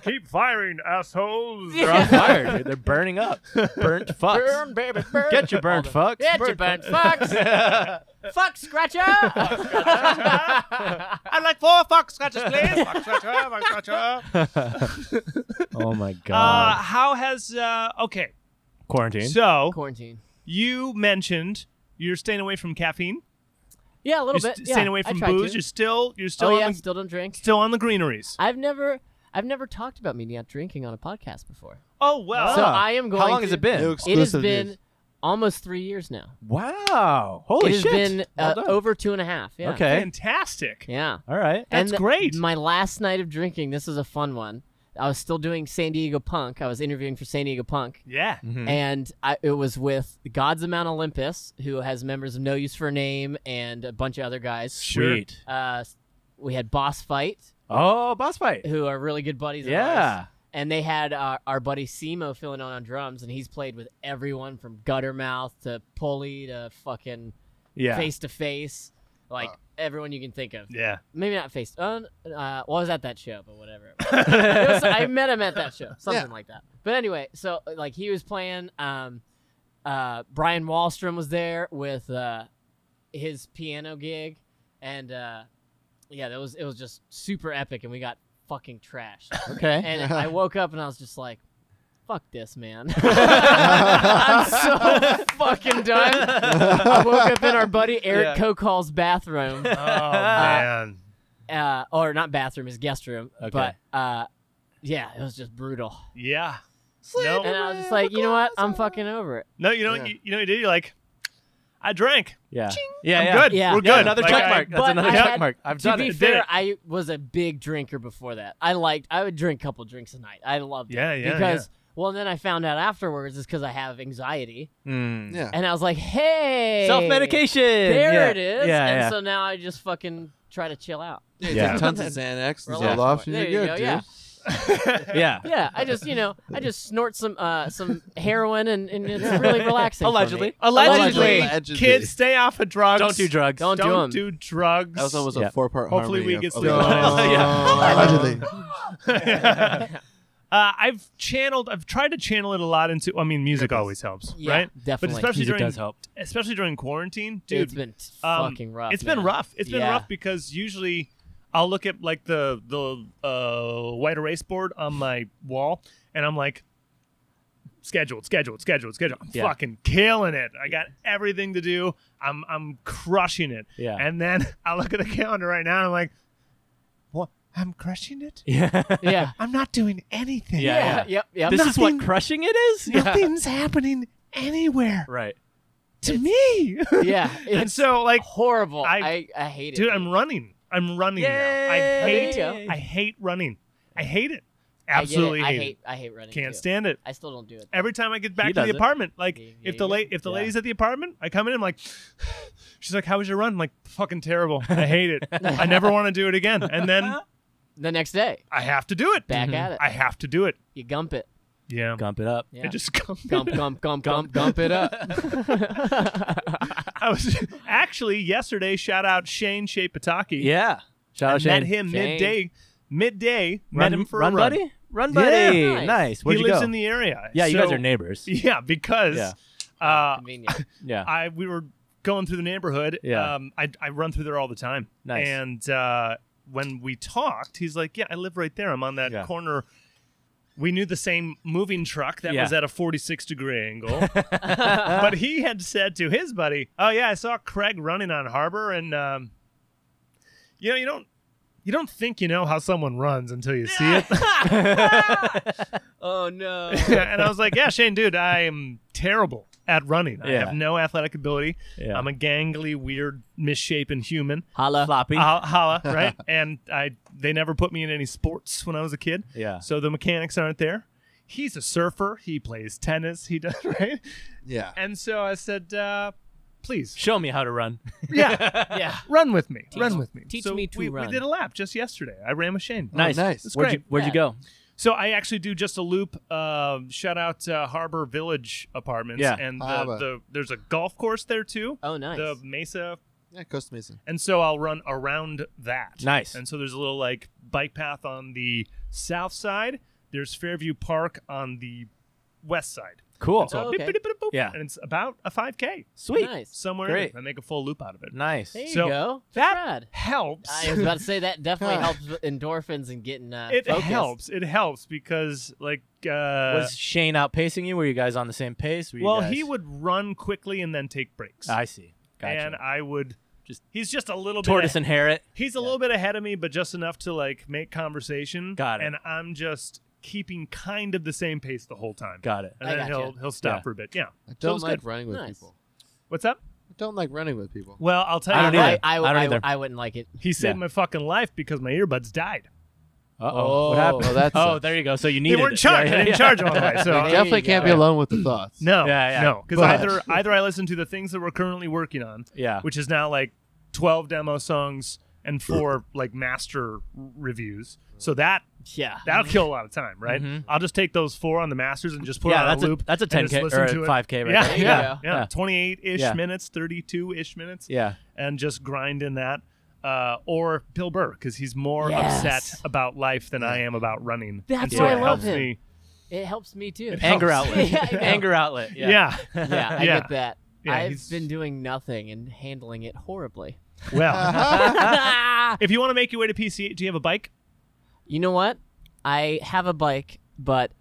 [SPEAKER 2] Keep firing, assholes.
[SPEAKER 1] They're on fire. dude. They're burning up. Burnt fucks.
[SPEAKER 3] burn, baby, burn.
[SPEAKER 1] Get your burnt fucks.
[SPEAKER 3] Get your burnt fucks. Fuck scratcher.
[SPEAKER 2] I'd like four fuck scratches, please. fuck scratcher, fuck scratcher.
[SPEAKER 1] oh my
[SPEAKER 2] Uh,
[SPEAKER 1] god.
[SPEAKER 2] how has uh, okay?
[SPEAKER 1] Quarantine.
[SPEAKER 2] So
[SPEAKER 3] Quarantine.
[SPEAKER 2] you mentioned you're staying away from caffeine.
[SPEAKER 3] Yeah, a little
[SPEAKER 2] You're
[SPEAKER 3] bit.
[SPEAKER 2] st-
[SPEAKER 3] yeah,
[SPEAKER 2] staying away
[SPEAKER 3] I
[SPEAKER 2] from
[SPEAKER 3] try
[SPEAKER 2] booze.
[SPEAKER 3] To.
[SPEAKER 2] You're still you're still
[SPEAKER 3] oh
[SPEAKER 2] on
[SPEAKER 3] yeah,
[SPEAKER 2] the,
[SPEAKER 3] still don't drink.
[SPEAKER 2] still on the greeneries.
[SPEAKER 3] I've never, I've never talked about me not drinking on a podcast before.
[SPEAKER 2] Oh well.
[SPEAKER 3] So
[SPEAKER 1] Ah.
[SPEAKER 3] I am going.
[SPEAKER 1] How long
[SPEAKER 3] to,
[SPEAKER 1] has it
[SPEAKER 4] No
[SPEAKER 1] been?
[SPEAKER 3] It has
[SPEAKER 4] exclusive
[SPEAKER 3] been
[SPEAKER 4] news.
[SPEAKER 3] almost three years now.
[SPEAKER 1] Wow. Holy
[SPEAKER 3] it has
[SPEAKER 1] shit.
[SPEAKER 3] been
[SPEAKER 1] Well
[SPEAKER 3] uh,
[SPEAKER 1] done.
[SPEAKER 3] over two and a half. Yeah.
[SPEAKER 1] Okay.
[SPEAKER 2] Fantastic.
[SPEAKER 3] Yeah.
[SPEAKER 1] All right.
[SPEAKER 2] That's
[SPEAKER 3] and
[SPEAKER 2] great.
[SPEAKER 3] My last night of drinking. This is a fun one. I was still doing San Diego Punk. I was interviewing for San Diego Punk,
[SPEAKER 2] Yeah.
[SPEAKER 1] Mhm.
[SPEAKER 3] and I, it was with Gods of Mount Olympus, who has members of No Use for a Name and a bunch of other guys.
[SPEAKER 2] Sure.
[SPEAKER 1] Sweet.
[SPEAKER 3] Uh, we had Boss Fight,
[SPEAKER 1] Oh, boss fight.
[SPEAKER 3] who are really good buddies. of ours.
[SPEAKER 1] Yeah.
[SPEAKER 3] and they had uh, our buddy Simo filling in on drums, and he's played with everyone from Guttermouth to Pulley to fucking
[SPEAKER 1] Yeah.
[SPEAKER 3] Face to Face, like
[SPEAKER 4] Wow.
[SPEAKER 3] everyone you can think of.
[SPEAKER 2] Yeah.
[SPEAKER 3] Maybe not Face. Uh, uh, well, I was at that show, but whatever. It was. It was- I met him at that show, something
[SPEAKER 4] Yeah.
[SPEAKER 3] like that. But anyway, so like he was playing. Um, uh, Brian Wallstrom was there with uh, his piano gig, and uh, yeah, that was it was just super epic, and we got fucking trashed.
[SPEAKER 4] Okay.
[SPEAKER 3] And I woke up and I was just like, fuck this, man. I'm so fucking done. I woke up in our buddy Eric
[SPEAKER 1] Yeah.
[SPEAKER 3] Kokal's bathroom,
[SPEAKER 2] Oh man.
[SPEAKER 3] uh, or not bathroom, his guest room.
[SPEAKER 1] Okay.
[SPEAKER 3] But uh, yeah, it was just brutal.
[SPEAKER 2] Yeah.
[SPEAKER 3] And
[SPEAKER 2] No.
[SPEAKER 3] I was just like, you know what? I'm fucking over it.
[SPEAKER 2] No. You know.
[SPEAKER 4] Yeah.
[SPEAKER 2] You, you know. You did. You're like. I drank.
[SPEAKER 1] Yeah. Yeah.
[SPEAKER 2] I'm
[SPEAKER 1] yeah.
[SPEAKER 2] good.
[SPEAKER 3] Yeah.
[SPEAKER 2] We're good.
[SPEAKER 1] Yeah, another
[SPEAKER 2] Like,
[SPEAKER 1] check
[SPEAKER 2] I-
[SPEAKER 1] mark. That's
[SPEAKER 3] but
[SPEAKER 1] another
[SPEAKER 3] I
[SPEAKER 1] check
[SPEAKER 3] had-
[SPEAKER 1] mark. I've
[SPEAKER 3] to
[SPEAKER 1] done
[SPEAKER 3] be
[SPEAKER 1] it.
[SPEAKER 2] I did
[SPEAKER 3] fair,
[SPEAKER 2] it.
[SPEAKER 3] I was a big drinker before that. I liked, I would drink a couple drinks a night. I loved
[SPEAKER 2] Yeah,
[SPEAKER 3] it.
[SPEAKER 2] yeah,
[SPEAKER 3] Because, well, then I found out afterwards is because I have anxiety.
[SPEAKER 1] Mm.
[SPEAKER 4] Yeah.
[SPEAKER 3] And I was like, hey.
[SPEAKER 1] Self medication.
[SPEAKER 3] There
[SPEAKER 1] yeah.
[SPEAKER 3] it is.
[SPEAKER 1] Yeah.
[SPEAKER 3] and
[SPEAKER 1] yeah.
[SPEAKER 3] so now I just fucking try to chill out.
[SPEAKER 4] Yeah,
[SPEAKER 1] Yeah.
[SPEAKER 4] take tons of Xanax and
[SPEAKER 3] Relax
[SPEAKER 4] Zoloft,
[SPEAKER 3] more.
[SPEAKER 4] and
[SPEAKER 3] There
[SPEAKER 4] you're
[SPEAKER 3] you
[SPEAKER 4] good,
[SPEAKER 3] go, yeah.
[SPEAKER 4] dude.
[SPEAKER 1] yeah.
[SPEAKER 3] Yeah, I just you know I just snort some uh some heroin and, and it's really relaxing. for me.
[SPEAKER 1] Allegedly.
[SPEAKER 2] Allegedly,
[SPEAKER 4] Allegedly.
[SPEAKER 2] kids, stay off of drugs.
[SPEAKER 1] Don't do drugs.
[SPEAKER 3] Don't-
[SPEAKER 2] Don't
[SPEAKER 3] do
[SPEAKER 2] do drugs.
[SPEAKER 4] That was almost
[SPEAKER 1] Yeah.
[SPEAKER 4] a four-part.
[SPEAKER 2] Hopefully we
[SPEAKER 4] harmony
[SPEAKER 2] get some-
[SPEAKER 4] of-
[SPEAKER 1] Yeah.
[SPEAKER 4] of- Allegedly.
[SPEAKER 2] uh, I've channeled. I've tried to channel it a lot into. I mean, music always helps,
[SPEAKER 3] Yeah,
[SPEAKER 2] right? But
[SPEAKER 3] definitely.
[SPEAKER 2] especially
[SPEAKER 1] Music
[SPEAKER 2] during,
[SPEAKER 1] does help.
[SPEAKER 2] especially during quarantine, dude.
[SPEAKER 3] it's been t-
[SPEAKER 2] um,
[SPEAKER 3] fucking rough.
[SPEAKER 2] It's been
[SPEAKER 3] man.
[SPEAKER 2] rough. It's been
[SPEAKER 3] Yeah.
[SPEAKER 2] rough because usually I'll look at like the the uh, white erase board on my wall, and I'm like. Scheduled, scheduled, scheduled, scheduled. I'm
[SPEAKER 1] Yeah.
[SPEAKER 2] fucking killing it. I got everything to do. I'm I'm crushing it.
[SPEAKER 1] Yeah.
[SPEAKER 2] And then I look at the calendar right now and I'm like, What I'm crushing it?
[SPEAKER 1] Yeah.
[SPEAKER 3] Yeah.
[SPEAKER 2] I'm not doing anything.
[SPEAKER 1] Yeah, yeah.
[SPEAKER 3] Yep. Yep.
[SPEAKER 1] This is what
[SPEAKER 2] Nothing-
[SPEAKER 1] crushing it is?
[SPEAKER 2] Nothing's happening anywhere
[SPEAKER 1] Right.
[SPEAKER 2] to me.
[SPEAKER 3] yeah.
[SPEAKER 2] and
[SPEAKER 3] It's
[SPEAKER 2] so like
[SPEAKER 3] horrible. I,
[SPEAKER 2] I-
[SPEAKER 3] I hate it.
[SPEAKER 2] dude, I'm running. I'm running now. I
[SPEAKER 1] Yay!
[SPEAKER 2] hate
[SPEAKER 3] There you
[SPEAKER 2] I hate running. I hate it. Absolutely
[SPEAKER 3] I, get it.
[SPEAKER 2] hate
[SPEAKER 3] I
[SPEAKER 2] it.
[SPEAKER 3] hate. I hate running.
[SPEAKER 2] Can't
[SPEAKER 3] too.
[SPEAKER 2] stand it.
[SPEAKER 3] I still don't do it.
[SPEAKER 2] Every time I get back
[SPEAKER 1] He
[SPEAKER 2] to
[SPEAKER 1] does
[SPEAKER 2] the
[SPEAKER 1] it.
[SPEAKER 2] apartment, like
[SPEAKER 3] Yeah,
[SPEAKER 2] if the
[SPEAKER 3] yeah,
[SPEAKER 2] late if the
[SPEAKER 3] yeah.
[SPEAKER 2] lady's at the apartment, I come in. I'm like, she's like, "How was your run?" I'm like, "Fucking terrible. I hate it. I never want to do it again." And then
[SPEAKER 3] The next day,
[SPEAKER 2] I have to do it.
[SPEAKER 1] Mm-hmm.
[SPEAKER 3] back at it.
[SPEAKER 2] I have to do it.
[SPEAKER 3] you gump it.
[SPEAKER 2] Yeah.
[SPEAKER 1] Gump it up.
[SPEAKER 3] Yeah.
[SPEAKER 2] I just come.
[SPEAKER 3] gump, gump, gump, gump, gump it up.
[SPEAKER 2] I was actually yesterday. Shout out Shane Shapataki.
[SPEAKER 1] Yeah. Shout
[SPEAKER 2] I
[SPEAKER 1] out Shane.
[SPEAKER 2] met him
[SPEAKER 3] Shane.
[SPEAKER 2] midday. Midday.
[SPEAKER 1] Run,
[SPEAKER 2] met him for
[SPEAKER 1] run
[SPEAKER 2] a run.
[SPEAKER 1] buddy. Run
[SPEAKER 2] Yeah.
[SPEAKER 1] buddy.
[SPEAKER 3] Nice.
[SPEAKER 1] Nice. Where'd
[SPEAKER 2] he
[SPEAKER 1] you
[SPEAKER 2] lives
[SPEAKER 1] go?
[SPEAKER 2] in the area.
[SPEAKER 1] yeah, you
[SPEAKER 2] So-
[SPEAKER 1] guys are neighbors.
[SPEAKER 2] Yeah, because
[SPEAKER 1] Yeah.
[SPEAKER 2] Uh,
[SPEAKER 3] Convenient.
[SPEAKER 1] Yeah.
[SPEAKER 2] I we were going through the neighborhood.
[SPEAKER 1] Yeah.
[SPEAKER 2] Um, I, I run through there all the time.
[SPEAKER 1] Nice.
[SPEAKER 2] And uh, when we talked, he's like, "Yeah, I live right there. I'm on that
[SPEAKER 1] Yeah.
[SPEAKER 2] corner." We knew the same moving truck that
[SPEAKER 1] Yeah.
[SPEAKER 2] was at a 46 degree angle, but he had said to his buddy, "Oh yeah, I saw Craig running on Harbor, and um, you know you don't." You don't think you know how someone runs until you see it.
[SPEAKER 3] Oh no.
[SPEAKER 2] and I was like, yeah, Shane, dude, I am terrible at running. I
[SPEAKER 1] Yeah.
[SPEAKER 2] have no athletic ability.
[SPEAKER 1] Yeah.
[SPEAKER 2] I'm a gangly, weird, misshapen human.
[SPEAKER 3] Holla.
[SPEAKER 1] Floppy.
[SPEAKER 2] Ho- Holla, right? and I they never put me in any sports when I was a kid.
[SPEAKER 1] yeah.
[SPEAKER 2] So the mechanics aren't there. He's a surfer. He plays tennis. He does right.
[SPEAKER 4] Yeah.
[SPEAKER 2] And so I said, uh, please,
[SPEAKER 1] Show me how to run.
[SPEAKER 2] yeah,
[SPEAKER 3] Yeah.
[SPEAKER 2] run with me. run
[SPEAKER 3] Teach-
[SPEAKER 2] with me.
[SPEAKER 3] teach
[SPEAKER 2] So
[SPEAKER 3] me to
[SPEAKER 2] we,
[SPEAKER 3] run.
[SPEAKER 2] We did a lap just yesterday. I ran with Shane.
[SPEAKER 1] Oh, Nice.
[SPEAKER 4] nice.
[SPEAKER 2] It's
[SPEAKER 1] Where'd
[SPEAKER 2] great.
[SPEAKER 1] you Where'd you
[SPEAKER 3] Yeah.
[SPEAKER 1] go?
[SPEAKER 2] So I actually do just a loop. Uh, shout out uh, Harbor Village Apartments.
[SPEAKER 1] Yeah.
[SPEAKER 2] and the,
[SPEAKER 4] Harbor.
[SPEAKER 2] the there's a golf course there too.
[SPEAKER 3] Oh nice.
[SPEAKER 2] The Mesa,
[SPEAKER 4] Yeah, Costa Mesa.
[SPEAKER 2] and so I'll run around that.
[SPEAKER 1] Nice.
[SPEAKER 2] And so there's a little like bike path on the south side. There's Fairview Park on the west side.
[SPEAKER 1] Cool.
[SPEAKER 2] And so
[SPEAKER 3] Oh,
[SPEAKER 2] beep,
[SPEAKER 3] okay.
[SPEAKER 2] beep, beep, boop,
[SPEAKER 1] Yeah.
[SPEAKER 2] and it's about a 5K
[SPEAKER 1] Sweet.
[SPEAKER 3] Nice.
[SPEAKER 2] somewhere.
[SPEAKER 1] Great.
[SPEAKER 2] I make a full loop out of it.
[SPEAKER 1] Nice.
[SPEAKER 3] There you
[SPEAKER 2] So,
[SPEAKER 3] go.
[SPEAKER 2] that-
[SPEAKER 3] Rad.
[SPEAKER 2] Helps.
[SPEAKER 3] I was about to say that definitely
[SPEAKER 4] Huh.
[SPEAKER 3] helps with endorphins and getting uh,
[SPEAKER 2] it
[SPEAKER 3] focused.
[SPEAKER 2] helps. It helps because like uh,
[SPEAKER 1] Was Shane outpacing you? Were you guys on the same pace? Were you
[SPEAKER 2] well,
[SPEAKER 1] guys-
[SPEAKER 2] he would run quickly and then take breaks.
[SPEAKER 1] I see. Gotcha.
[SPEAKER 2] and I would
[SPEAKER 1] Just-
[SPEAKER 2] just he's just a little
[SPEAKER 1] Tortoise
[SPEAKER 2] bit ahe-
[SPEAKER 1] and Harriet.
[SPEAKER 2] he's a little bit ahead of me, but just enough to like make conversation.
[SPEAKER 1] Got it.
[SPEAKER 2] And I'm just keeping kind of the same pace the whole time.
[SPEAKER 1] Got it.
[SPEAKER 2] And
[SPEAKER 3] I
[SPEAKER 2] then
[SPEAKER 3] gotcha.
[SPEAKER 2] he'll he'll stop
[SPEAKER 1] Yeah.
[SPEAKER 2] for a bit. Yeah.
[SPEAKER 4] I
[SPEAKER 2] So it
[SPEAKER 4] don't
[SPEAKER 2] was
[SPEAKER 4] like
[SPEAKER 2] good.
[SPEAKER 4] running with
[SPEAKER 3] Nice.
[SPEAKER 4] people.
[SPEAKER 2] What's up?
[SPEAKER 4] I don't like running with people.
[SPEAKER 2] Well, I'll tell
[SPEAKER 1] I
[SPEAKER 2] you.
[SPEAKER 1] don't
[SPEAKER 2] what,
[SPEAKER 1] either.
[SPEAKER 3] I,
[SPEAKER 1] I don't
[SPEAKER 3] I-
[SPEAKER 1] either.
[SPEAKER 3] I wouldn't like it.
[SPEAKER 2] He saved
[SPEAKER 1] Yeah.
[SPEAKER 2] my fucking life because my earbuds died.
[SPEAKER 1] Uh
[SPEAKER 4] Oh,
[SPEAKER 1] What happened?
[SPEAKER 4] well, that
[SPEAKER 1] oh,
[SPEAKER 4] sucks.
[SPEAKER 1] there you go. So you
[SPEAKER 2] They
[SPEAKER 1] needed.
[SPEAKER 2] weren't
[SPEAKER 1] it.
[SPEAKER 2] charged.
[SPEAKER 1] Yeah,
[SPEAKER 2] I
[SPEAKER 1] yeah,
[SPEAKER 2] didn't charge them all the way. So
[SPEAKER 4] You
[SPEAKER 3] There
[SPEAKER 4] definitely
[SPEAKER 3] you
[SPEAKER 4] can't
[SPEAKER 3] go.
[SPEAKER 4] be alone with the thoughts.
[SPEAKER 2] no,
[SPEAKER 1] Yeah, yeah.
[SPEAKER 2] no, because
[SPEAKER 4] But-
[SPEAKER 2] either either I listen to the things that we're currently working on,
[SPEAKER 1] Yeah.
[SPEAKER 2] which is now like 12 demo songs and four like master reviews. So that
[SPEAKER 3] Yeah.
[SPEAKER 2] That'll kill a lot of time, right?
[SPEAKER 1] Mhm.
[SPEAKER 2] I'll just take those four on the masters and just put
[SPEAKER 1] yeah,
[SPEAKER 2] it on
[SPEAKER 1] that's
[SPEAKER 2] a loop.
[SPEAKER 1] a that's a
[SPEAKER 2] and just
[SPEAKER 1] 10k
[SPEAKER 2] listen
[SPEAKER 1] or
[SPEAKER 2] to it.
[SPEAKER 1] 5k right
[SPEAKER 2] yeah,
[SPEAKER 1] there.
[SPEAKER 3] you
[SPEAKER 2] yeah,
[SPEAKER 1] go.
[SPEAKER 2] yeah,
[SPEAKER 1] Yeah.
[SPEAKER 2] 28 ish
[SPEAKER 1] Yeah.
[SPEAKER 2] minutes, 32 ish minutes,
[SPEAKER 1] Yeah.
[SPEAKER 2] and just grind in that. Uh, or Bill Burr, because he's more
[SPEAKER 3] Yes.
[SPEAKER 2] upset about life than I am about running.
[SPEAKER 3] That's
[SPEAKER 2] And so
[SPEAKER 1] why I
[SPEAKER 2] it
[SPEAKER 1] love
[SPEAKER 2] helps
[SPEAKER 3] him.
[SPEAKER 2] me.
[SPEAKER 3] It helps me too.
[SPEAKER 1] Anger
[SPEAKER 2] helps.
[SPEAKER 1] outlet.
[SPEAKER 3] Yeah, I know.
[SPEAKER 1] Anger outlet. Yeah.
[SPEAKER 2] Yeah.
[SPEAKER 3] yeah, I
[SPEAKER 2] Yeah.
[SPEAKER 3] get that.
[SPEAKER 2] Yeah,
[SPEAKER 3] I've
[SPEAKER 2] he's-
[SPEAKER 3] been doing nothing and handling it horribly.
[SPEAKER 1] Uh-huh.
[SPEAKER 2] Well,
[SPEAKER 3] you
[SPEAKER 2] if you want to make your way to PC, do you have a bike?
[SPEAKER 3] know what? I have a bike, but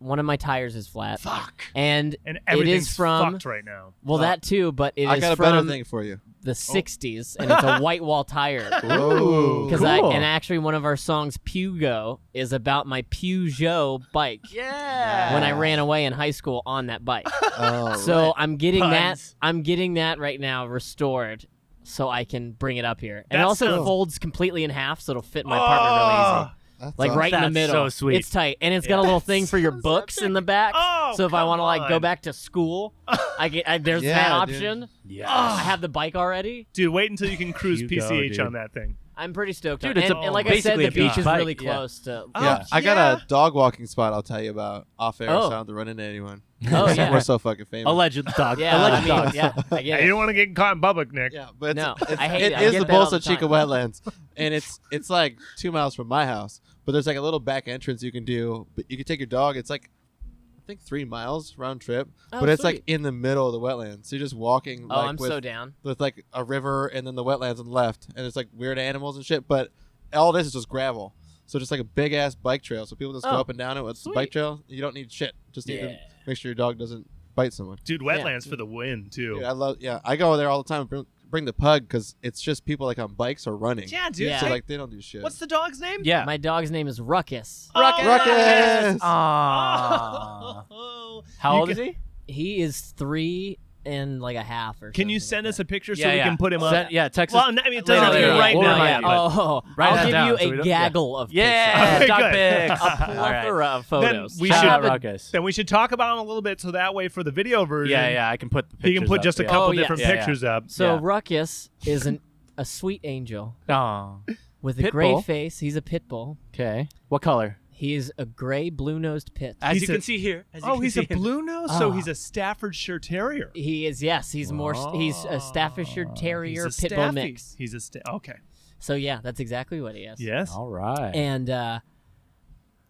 [SPEAKER 3] one of my tires is flat. Fuck. And
[SPEAKER 2] And
[SPEAKER 3] it
[SPEAKER 2] everything's
[SPEAKER 3] is from
[SPEAKER 2] fucked right now.
[SPEAKER 3] well that too, but it is
[SPEAKER 4] I got a better
[SPEAKER 3] from
[SPEAKER 4] thing for you.
[SPEAKER 1] Oh.
[SPEAKER 3] the '60s, and it's a white wall tire.
[SPEAKER 4] Ooh.
[SPEAKER 3] Because I
[SPEAKER 1] Cool.
[SPEAKER 3] and actually one of our songs Pugo is about my Peugeot bike
[SPEAKER 1] Yeah.
[SPEAKER 3] when I ran away in high school on that bike.
[SPEAKER 4] Oh,
[SPEAKER 3] so I'm getting
[SPEAKER 1] Puns.
[SPEAKER 3] that I'm getting that right now restored so I can bring it up here. And
[SPEAKER 2] That's
[SPEAKER 3] it also
[SPEAKER 2] cool.
[SPEAKER 3] folds completely in half so it'll fit my apartment really easy.
[SPEAKER 4] that's
[SPEAKER 3] Like
[SPEAKER 4] awesome.
[SPEAKER 3] right in the
[SPEAKER 1] That's
[SPEAKER 3] middle.
[SPEAKER 1] so sweet.
[SPEAKER 3] It's tight. And it's got a little thing for your books in the back.
[SPEAKER 2] Oh,
[SPEAKER 3] so if I
[SPEAKER 2] come
[SPEAKER 3] want to like go
[SPEAKER 2] on.
[SPEAKER 3] back to school, I get I, there's that
[SPEAKER 4] Yeah, dude.
[SPEAKER 3] option.
[SPEAKER 1] Yeah.
[SPEAKER 3] I have the bike already.
[SPEAKER 2] Dude, wait until you can cruise
[SPEAKER 1] You go,
[SPEAKER 2] PCH
[SPEAKER 1] dude.
[SPEAKER 2] on that thing.
[SPEAKER 3] I'm pretty stoked.
[SPEAKER 1] Dude,
[SPEAKER 3] on.
[SPEAKER 1] it's
[SPEAKER 3] and,
[SPEAKER 1] a-
[SPEAKER 3] and like I said,
[SPEAKER 1] basically
[SPEAKER 3] the
[SPEAKER 1] a huge
[SPEAKER 3] beach is
[SPEAKER 1] bike,
[SPEAKER 3] really
[SPEAKER 1] yeah.
[SPEAKER 3] close to.
[SPEAKER 4] Yeah,
[SPEAKER 2] Oh,
[SPEAKER 4] I got
[SPEAKER 2] yeah.
[SPEAKER 4] a dog walking spot. I'll tell you about off air.
[SPEAKER 3] Oh.
[SPEAKER 4] So I don't have to run into anyone.
[SPEAKER 3] Oh, yeah.
[SPEAKER 4] we're so fucking famous.
[SPEAKER 1] Alleged dog.
[SPEAKER 3] Yeah, I
[SPEAKER 1] Alleged
[SPEAKER 3] mean,
[SPEAKER 1] dog.
[SPEAKER 3] yeah, I get
[SPEAKER 2] Hey,
[SPEAKER 3] it.
[SPEAKER 2] you don't want to get caught in public, Nick.
[SPEAKER 4] yeah, but it's,
[SPEAKER 3] No,
[SPEAKER 4] it's,
[SPEAKER 3] I hate
[SPEAKER 4] it
[SPEAKER 3] it. I
[SPEAKER 4] is
[SPEAKER 3] get
[SPEAKER 4] the
[SPEAKER 3] that all the
[SPEAKER 4] Bolsa Chica
[SPEAKER 3] time.
[SPEAKER 4] wetlands, and it's it's like two miles from my house. But there's like a little back entrance you can do. But you can take your dog. It's like I think three miles round trip.
[SPEAKER 3] Oh,
[SPEAKER 4] but it's like
[SPEAKER 3] sweet.
[SPEAKER 4] in the middle of the wetlands. So you're just walking.
[SPEAKER 3] Oh,
[SPEAKER 4] like
[SPEAKER 3] I'm
[SPEAKER 4] with
[SPEAKER 3] so down.
[SPEAKER 4] with like a river and then the wetlands on the left, and it's like weird animals and shit. But all this is just gravel, so just like a big ass bike trail. So people just go
[SPEAKER 3] Oh,
[SPEAKER 4] up and down it with the
[SPEAKER 3] sweet.
[SPEAKER 4] bike trail. You don't need shit. Just need
[SPEAKER 3] Yeah.
[SPEAKER 4] to make sure your dog doesn't bite someone.
[SPEAKER 2] Dude, wetlands for the win, too.
[SPEAKER 4] Dude, I love. Yeah, I go there all the time. Bring, bring the pug because it's just people like on bikes or running.
[SPEAKER 2] Yeah, dude.
[SPEAKER 3] Yeah.
[SPEAKER 4] So
[SPEAKER 2] take-
[SPEAKER 4] like they don't do shit.
[SPEAKER 2] What's the dog's name?
[SPEAKER 1] Yeah.
[SPEAKER 3] My dog's name is Ruckus.
[SPEAKER 2] Oh,
[SPEAKER 1] Ruckus.
[SPEAKER 4] Ruckus!
[SPEAKER 1] Aw.
[SPEAKER 2] Oh.
[SPEAKER 1] How
[SPEAKER 2] You
[SPEAKER 1] old
[SPEAKER 2] can-
[SPEAKER 1] is he?
[SPEAKER 3] He is three and like a half or.
[SPEAKER 2] Can you
[SPEAKER 3] something
[SPEAKER 2] send
[SPEAKER 3] like
[SPEAKER 2] us a picture so
[SPEAKER 1] yeah,
[SPEAKER 2] we
[SPEAKER 1] yeah.
[SPEAKER 2] can put him
[SPEAKER 1] Send-
[SPEAKER 2] up?
[SPEAKER 1] Yeah, Texas.
[SPEAKER 2] Well, no, I mean, it doesn't have to be
[SPEAKER 1] Later,
[SPEAKER 2] right
[SPEAKER 1] we'll
[SPEAKER 2] now.
[SPEAKER 1] remind
[SPEAKER 2] yeah,
[SPEAKER 1] you,
[SPEAKER 2] but-
[SPEAKER 1] but-
[SPEAKER 3] Oh,
[SPEAKER 1] Write that
[SPEAKER 3] I'll give
[SPEAKER 1] down so
[SPEAKER 3] you
[SPEAKER 1] we
[SPEAKER 3] a
[SPEAKER 1] don't- yeah.
[SPEAKER 3] gaggle of
[SPEAKER 1] yeah,
[SPEAKER 2] Okay,
[SPEAKER 1] stock
[SPEAKER 2] good.
[SPEAKER 1] pics.
[SPEAKER 2] A
[SPEAKER 3] pictures. plethora of photos.
[SPEAKER 2] we
[SPEAKER 1] Shout
[SPEAKER 2] should-
[SPEAKER 1] out
[SPEAKER 3] Have a-
[SPEAKER 1] Ruckus.
[SPEAKER 2] Then we should talk about him a little bit so that way for the video version,
[SPEAKER 1] Yeah, yeah, I can put the pictures
[SPEAKER 2] he can put
[SPEAKER 1] up,
[SPEAKER 2] just a
[SPEAKER 1] yeah.
[SPEAKER 2] couple
[SPEAKER 3] Oh, yeah.
[SPEAKER 2] different
[SPEAKER 1] Yeah, yeah.
[SPEAKER 2] pictures up.
[SPEAKER 3] So
[SPEAKER 1] Yeah.
[SPEAKER 3] Ruckus is an a sweet angel
[SPEAKER 1] Oh,
[SPEAKER 3] with a
[SPEAKER 1] Pit
[SPEAKER 3] gray
[SPEAKER 1] bull.
[SPEAKER 3] face. He's a pit bull.
[SPEAKER 1] okay. What color?
[SPEAKER 3] He's a gray blue nosed pit.
[SPEAKER 1] As
[SPEAKER 2] He's
[SPEAKER 1] you
[SPEAKER 2] a-
[SPEAKER 1] can see here. as you
[SPEAKER 2] Oh,
[SPEAKER 1] can
[SPEAKER 2] he's
[SPEAKER 1] see
[SPEAKER 2] a
[SPEAKER 1] here.
[SPEAKER 2] blue nose, so
[SPEAKER 3] Ah.
[SPEAKER 2] he's a Staffordshire Terrier.
[SPEAKER 3] He is yes. He's more. s- He's a Staffordshire Terrier
[SPEAKER 2] he's a
[SPEAKER 3] pit bull
[SPEAKER 2] Staffy.
[SPEAKER 3] mix.
[SPEAKER 2] He's a sta- okay.
[SPEAKER 3] So yeah, that's exactly what he is.
[SPEAKER 2] Yes.
[SPEAKER 1] All right.
[SPEAKER 3] And uh,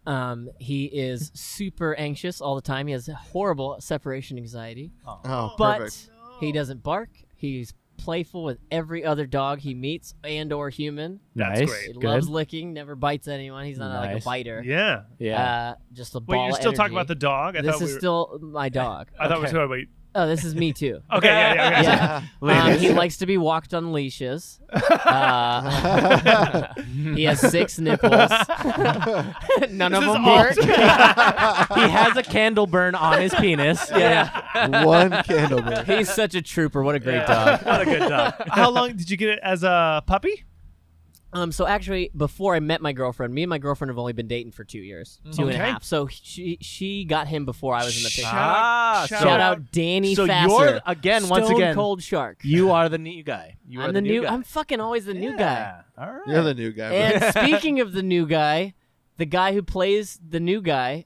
[SPEAKER 3] um, he is super anxious all the time. He has horrible separation anxiety,
[SPEAKER 4] Oh,
[SPEAKER 3] but
[SPEAKER 4] perfect.
[SPEAKER 3] he doesn't bark. He's playful with every other dog he meets and or human.
[SPEAKER 2] That's
[SPEAKER 1] nice.
[SPEAKER 2] great.
[SPEAKER 3] He
[SPEAKER 1] Good.
[SPEAKER 3] loves licking. Never bites anyone. He's not like a
[SPEAKER 1] Nice.
[SPEAKER 3] biter.
[SPEAKER 2] Yeah.
[SPEAKER 1] yeah.
[SPEAKER 3] Uh, just a ball.
[SPEAKER 2] Wait, you're
[SPEAKER 3] of
[SPEAKER 2] still talking about
[SPEAKER 3] energy.
[SPEAKER 2] the dog? I
[SPEAKER 3] this
[SPEAKER 2] thought
[SPEAKER 3] is
[SPEAKER 2] we were,
[SPEAKER 3] still my dog.
[SPEAKER 2] I thought we were
[SPEAKER 1] Okay.
[SPEAKER 2] talking about.
[SPEAKER 3] Oh, this is me too.
[SPEAKER 2] Okay, yeah, yeah, okay.
[SPEAKER 3] Yeah. Um,
[SPEAKER 1] Ladies.
[SPEAKER 3] he likes to be walked on leashes. Uh, he has six nipples. None of
[SPEAKER 2] This is
[SPEAKER 3] them work.
[SPEAKER 1] he has a candle burn on his penis.
[SPEAKER 3] yeah.
[SPEAKER 4] One candle. burn.
[SPEAKER 3] He's such a trooper. What a great dog.
[SPEAKER 2] what a good dog. How long did you get it as a puppy?
[SPEAKER 3] Um, so actually, before I met my girlfriend, me and my girlfriend have only been dating for two years,
[SPEAKER 1] Mm.
[SPEAKER 3] two and a half.
[SPEAKER 2] Okay.
[SPEAKER 3] So she she got him before I was in the picture.
[SPEAKER 2] Shout
[SPEAKER 3] Shout,
[SPEAKER 1] Ah,
[SPEAKER 2] out, shout,
[SPEAKER 1] so-
[SPEAKER 2] out.
[SPEAKER 3] out Danny
[SPEAKER 1] so
[SPEAKER 3] Fasser.
[SPEAKER 1] you're again, once
[SPEAKER 3] Stone
[SPEAKER 1] again,
[SPEAKER 3] cold shark.
[SPEAKER 1] you are the new guy. You are
[SPEAKER 3] I'm
[SPEAKER 1] the,
[SPEAKER 3] new.
[SPEAKER 1] guy.
[SPEAKER 3] I'm fucking always the new guy.
[SPEAKER 1] All right.
[SPEAKER 4] You're the new guy. bro.
[SPEAKER 3] And speaking of the new guy, the guy who plays the new guy.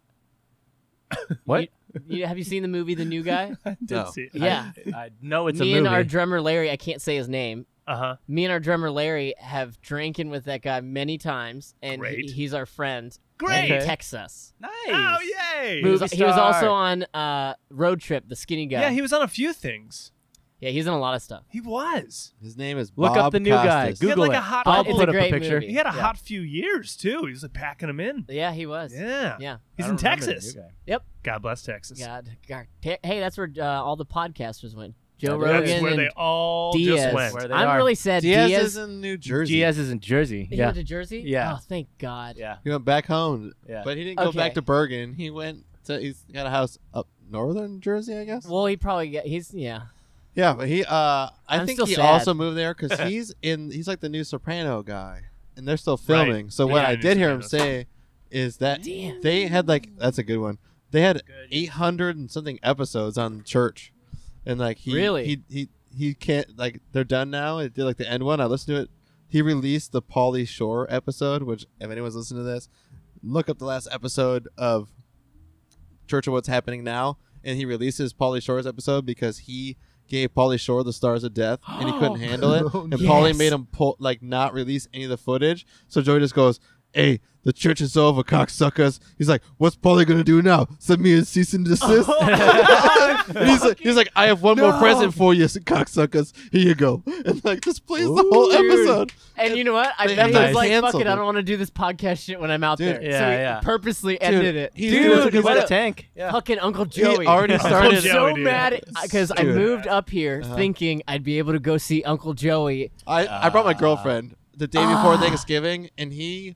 [SPEAKER 1] What?
[SPEAKER 3] You, have you seen the movie The New Guy?
[SPEAKER 2] Did
[SPEAKER 1] Oh.
[SPEAKER 4] No.
[SPEAKER 2] see-
[SPEAKER 3] Yeah.
[SPEAKER 1] I know it's
[SPEAKER 3] me
[SPEAKER 1] a
[SPEAKER 3] and
[SPEAKER 1] movie.
[SPEAKER 3] our drummer Larry, I can't say his name.
[SPEAKER 2] Uh-huh.
[SPEAKER 3] Me and our drummer Larry have drinking with that guy many times, and he,
[SPEAKER 2] Great.
[SPEAKER 3] he's our friend.
[SPEAKER 2] Great.
[SPEAKER 3] And he texts us.
[SPEAKER 1] nice.
[SPEAKER 2] Oh, yay.
[SPEAKER 3] He was,
[SPEAKER 1] Movie
[SPEAKER 3] he was
[SPEAKER 1] star.
[SPEAKER 3] also on uh, Road Trip, the skinny guy.
[SPEAKER 2] Yeah, he was on a few things.
[SPEAKER 3] Yeah, he's in a lot of stuff.
[SPEAKER 2] He was.
[SPEAKER 4] His name is
[SPEAKER 1] Look up
[SPEAKER 4] Bob
[SPEAKER 1] the new guy.
[SPEAKER 4] Costas.
[SPEAKER 2] He had
[SPEAKER 1] Google
[SPEAKER 2] like
[SPEAKER 1] it.
[SPEAKER 2] a hot
[SPEAKER 1] I'll
[SPEAKER 3] It's
[SPEAKER 2] couple.
[SPEAKER 1] put
[SPEAKER 3] a
[SPEAKER 1] up a
[SPEAKER 3] great
[SPEAKER 1] picture.
[SPEAKER 3] movie.
[SPEAKER 2] He had a
[SPEAKER 1] Yeah.
[SPEAKER 2] hot few years too. He was like packing them in.
[SPEAKER 3] Yeah, he was.
[SPEAKER 2] Yeah.
[SPEAKER 3] Yeah.
[SPEAKER 2] He's
[SPEAKER 1] I
[SPEAKER 2] in
[SPEAKER 1] don't remember the new
[SPEAKER 2] Texas.
[SPEAKER 1] guy.
[SPEAKER 2] God bless Texas.
[SPEAKER 3] God, God. Hey, that's where uh, all the podcasters went. Joe
[SPEAKER 1] Yeah,
[SPEAKER 3] Rogan
[SPEAKER 2] That's where
[SPEAKER 3] and
[SPEAKER 2] they all
[SPEAKER 3] Diaz.
[SPEAKER 2] just went.
[SPEAKER 1] Where they
[SPEAKER 3] I'm
[SPEAKER 1] are.
[SPEAKER 3] really sad.
[SPEAKER 4] Diaz, is in New Jersey.
[SPEAKER 1] Diaz is in Jersey.
[SPEAKER 3] he
[SPEAKER 1] Yeah.
[SPEAKER 3] went to Jersey.
[SPEAKER 1] Yeah.
[SPEAKER 3] Oh, thank God.
[SPEAKER 1] Yeah.
[SPEAKER 4] He went back home,
[SPEAKER 1] Yeah.
[SPEAKER 4] but he didn't go
[SPEAKER 3] Okay.
[SPEAKER 4] back to Bergen. He went to he's got a house up northern Jersey, I guess.
[SPEAKER 3] Well, he probably get, he's yeah.
[SPEAKER 4] yeah, but he uh I
[SPEAKER 3] I'm
[SPEAKER 4] think
[SPEAKER 3] still
[SPEAKER 4] he
[SPEAKER 3] sad.
[SPEAKER 4] also moved there cuz he's in he's like the new Soprano guy and they're still filming. So what
[SPEAKER 2] Yeah,
[SPEAKER 4] I
[SPEAKER 2] new
[SPEAKER 4] did hear him
[SPEAKER 2] Sopranos.
[SPEAKER 4] say is that
[SPEAKER 3] Damn.
[SPEAKER 4] they had like that's a good one. They had 800 and something episodes on church. And like he
[SPEAKER 3] Really?
[SPEAKER 4] he he he can't like they're done now. It did like the end one. I listened to it. He released the Pauly Shore episode, which if anyone's listening to this, look up the last episode of Church of What's Happening Now, and he releases Pauly Shore's episode because he gave Pauly Shore the Stars of Death, and he couldn't handle it, and Pauly
[SPEAKER 3] Yes.
[SPEAKER 4] made him pull like not release any of the footage. So Joey just goes, "Hey, the church is over, cocksuckers." He's like, "What's Pauly gonna do now? Send me a cease and desist?" And he's like, "He's like, I have one more
[SPEAKER 1] No.
[SPEAKER 4] present for you, cocksuckers. Here you go." And like just plays the
[SPEAKER 1] Ooh.
[SPEAKER 4] whole
[SPEAKER 3] Dude.
[SPEAKER 4] episode.
[SPEAKER 3] And you know what? I
[SPEAKER 4] They
[SPEAKER 3] bet he
[SPEAKER 1] had
[SPEAKER 3] was
[SPEAKER 4] to
[SPEAKER 3] like, "Fuck
[SPEAKER 4] cancel
[SPEAKER 3] it, I
[SPEAKER 4] it.
[SPEAKER 3] don't want to do this podcast shit when I'm out
[SPEAKER 4] Dude.
[SPEAKER 3] there." so
[SPEAKER 1] Yeah,
[SPEAKER 3] he
[SPEAKER 1] yeah.
[SPEAKER 3] purposely
[SPEAKER 4] Dude,
[SPEAKER 3] ended it.
[SPEAKER 4] he's doing
[SPEAKER 3] Dude,
[SPEAKER 4] such a good
[SPEAKER 3] what
[SPEAKER 1] what a
[SPEAKER 3] a
[SPEAKER 1] tank. Yeah.
[SPEAKER 3] fucking Uncle Joey!
[SPEAKER 4] already started-
[SPEAKER 3] I'm so
[SPEAKER 2] Joey, dude.
[SPEAKER 3] mad because I
[SPEAKER 4] Dude. Uh-huh.
[SPEAKER 3] moved up here thinking I'd be able to go see Uncle Joey.
[SPEAKER 4] I, I brought my girlfriend the day before Thanksgiving, and he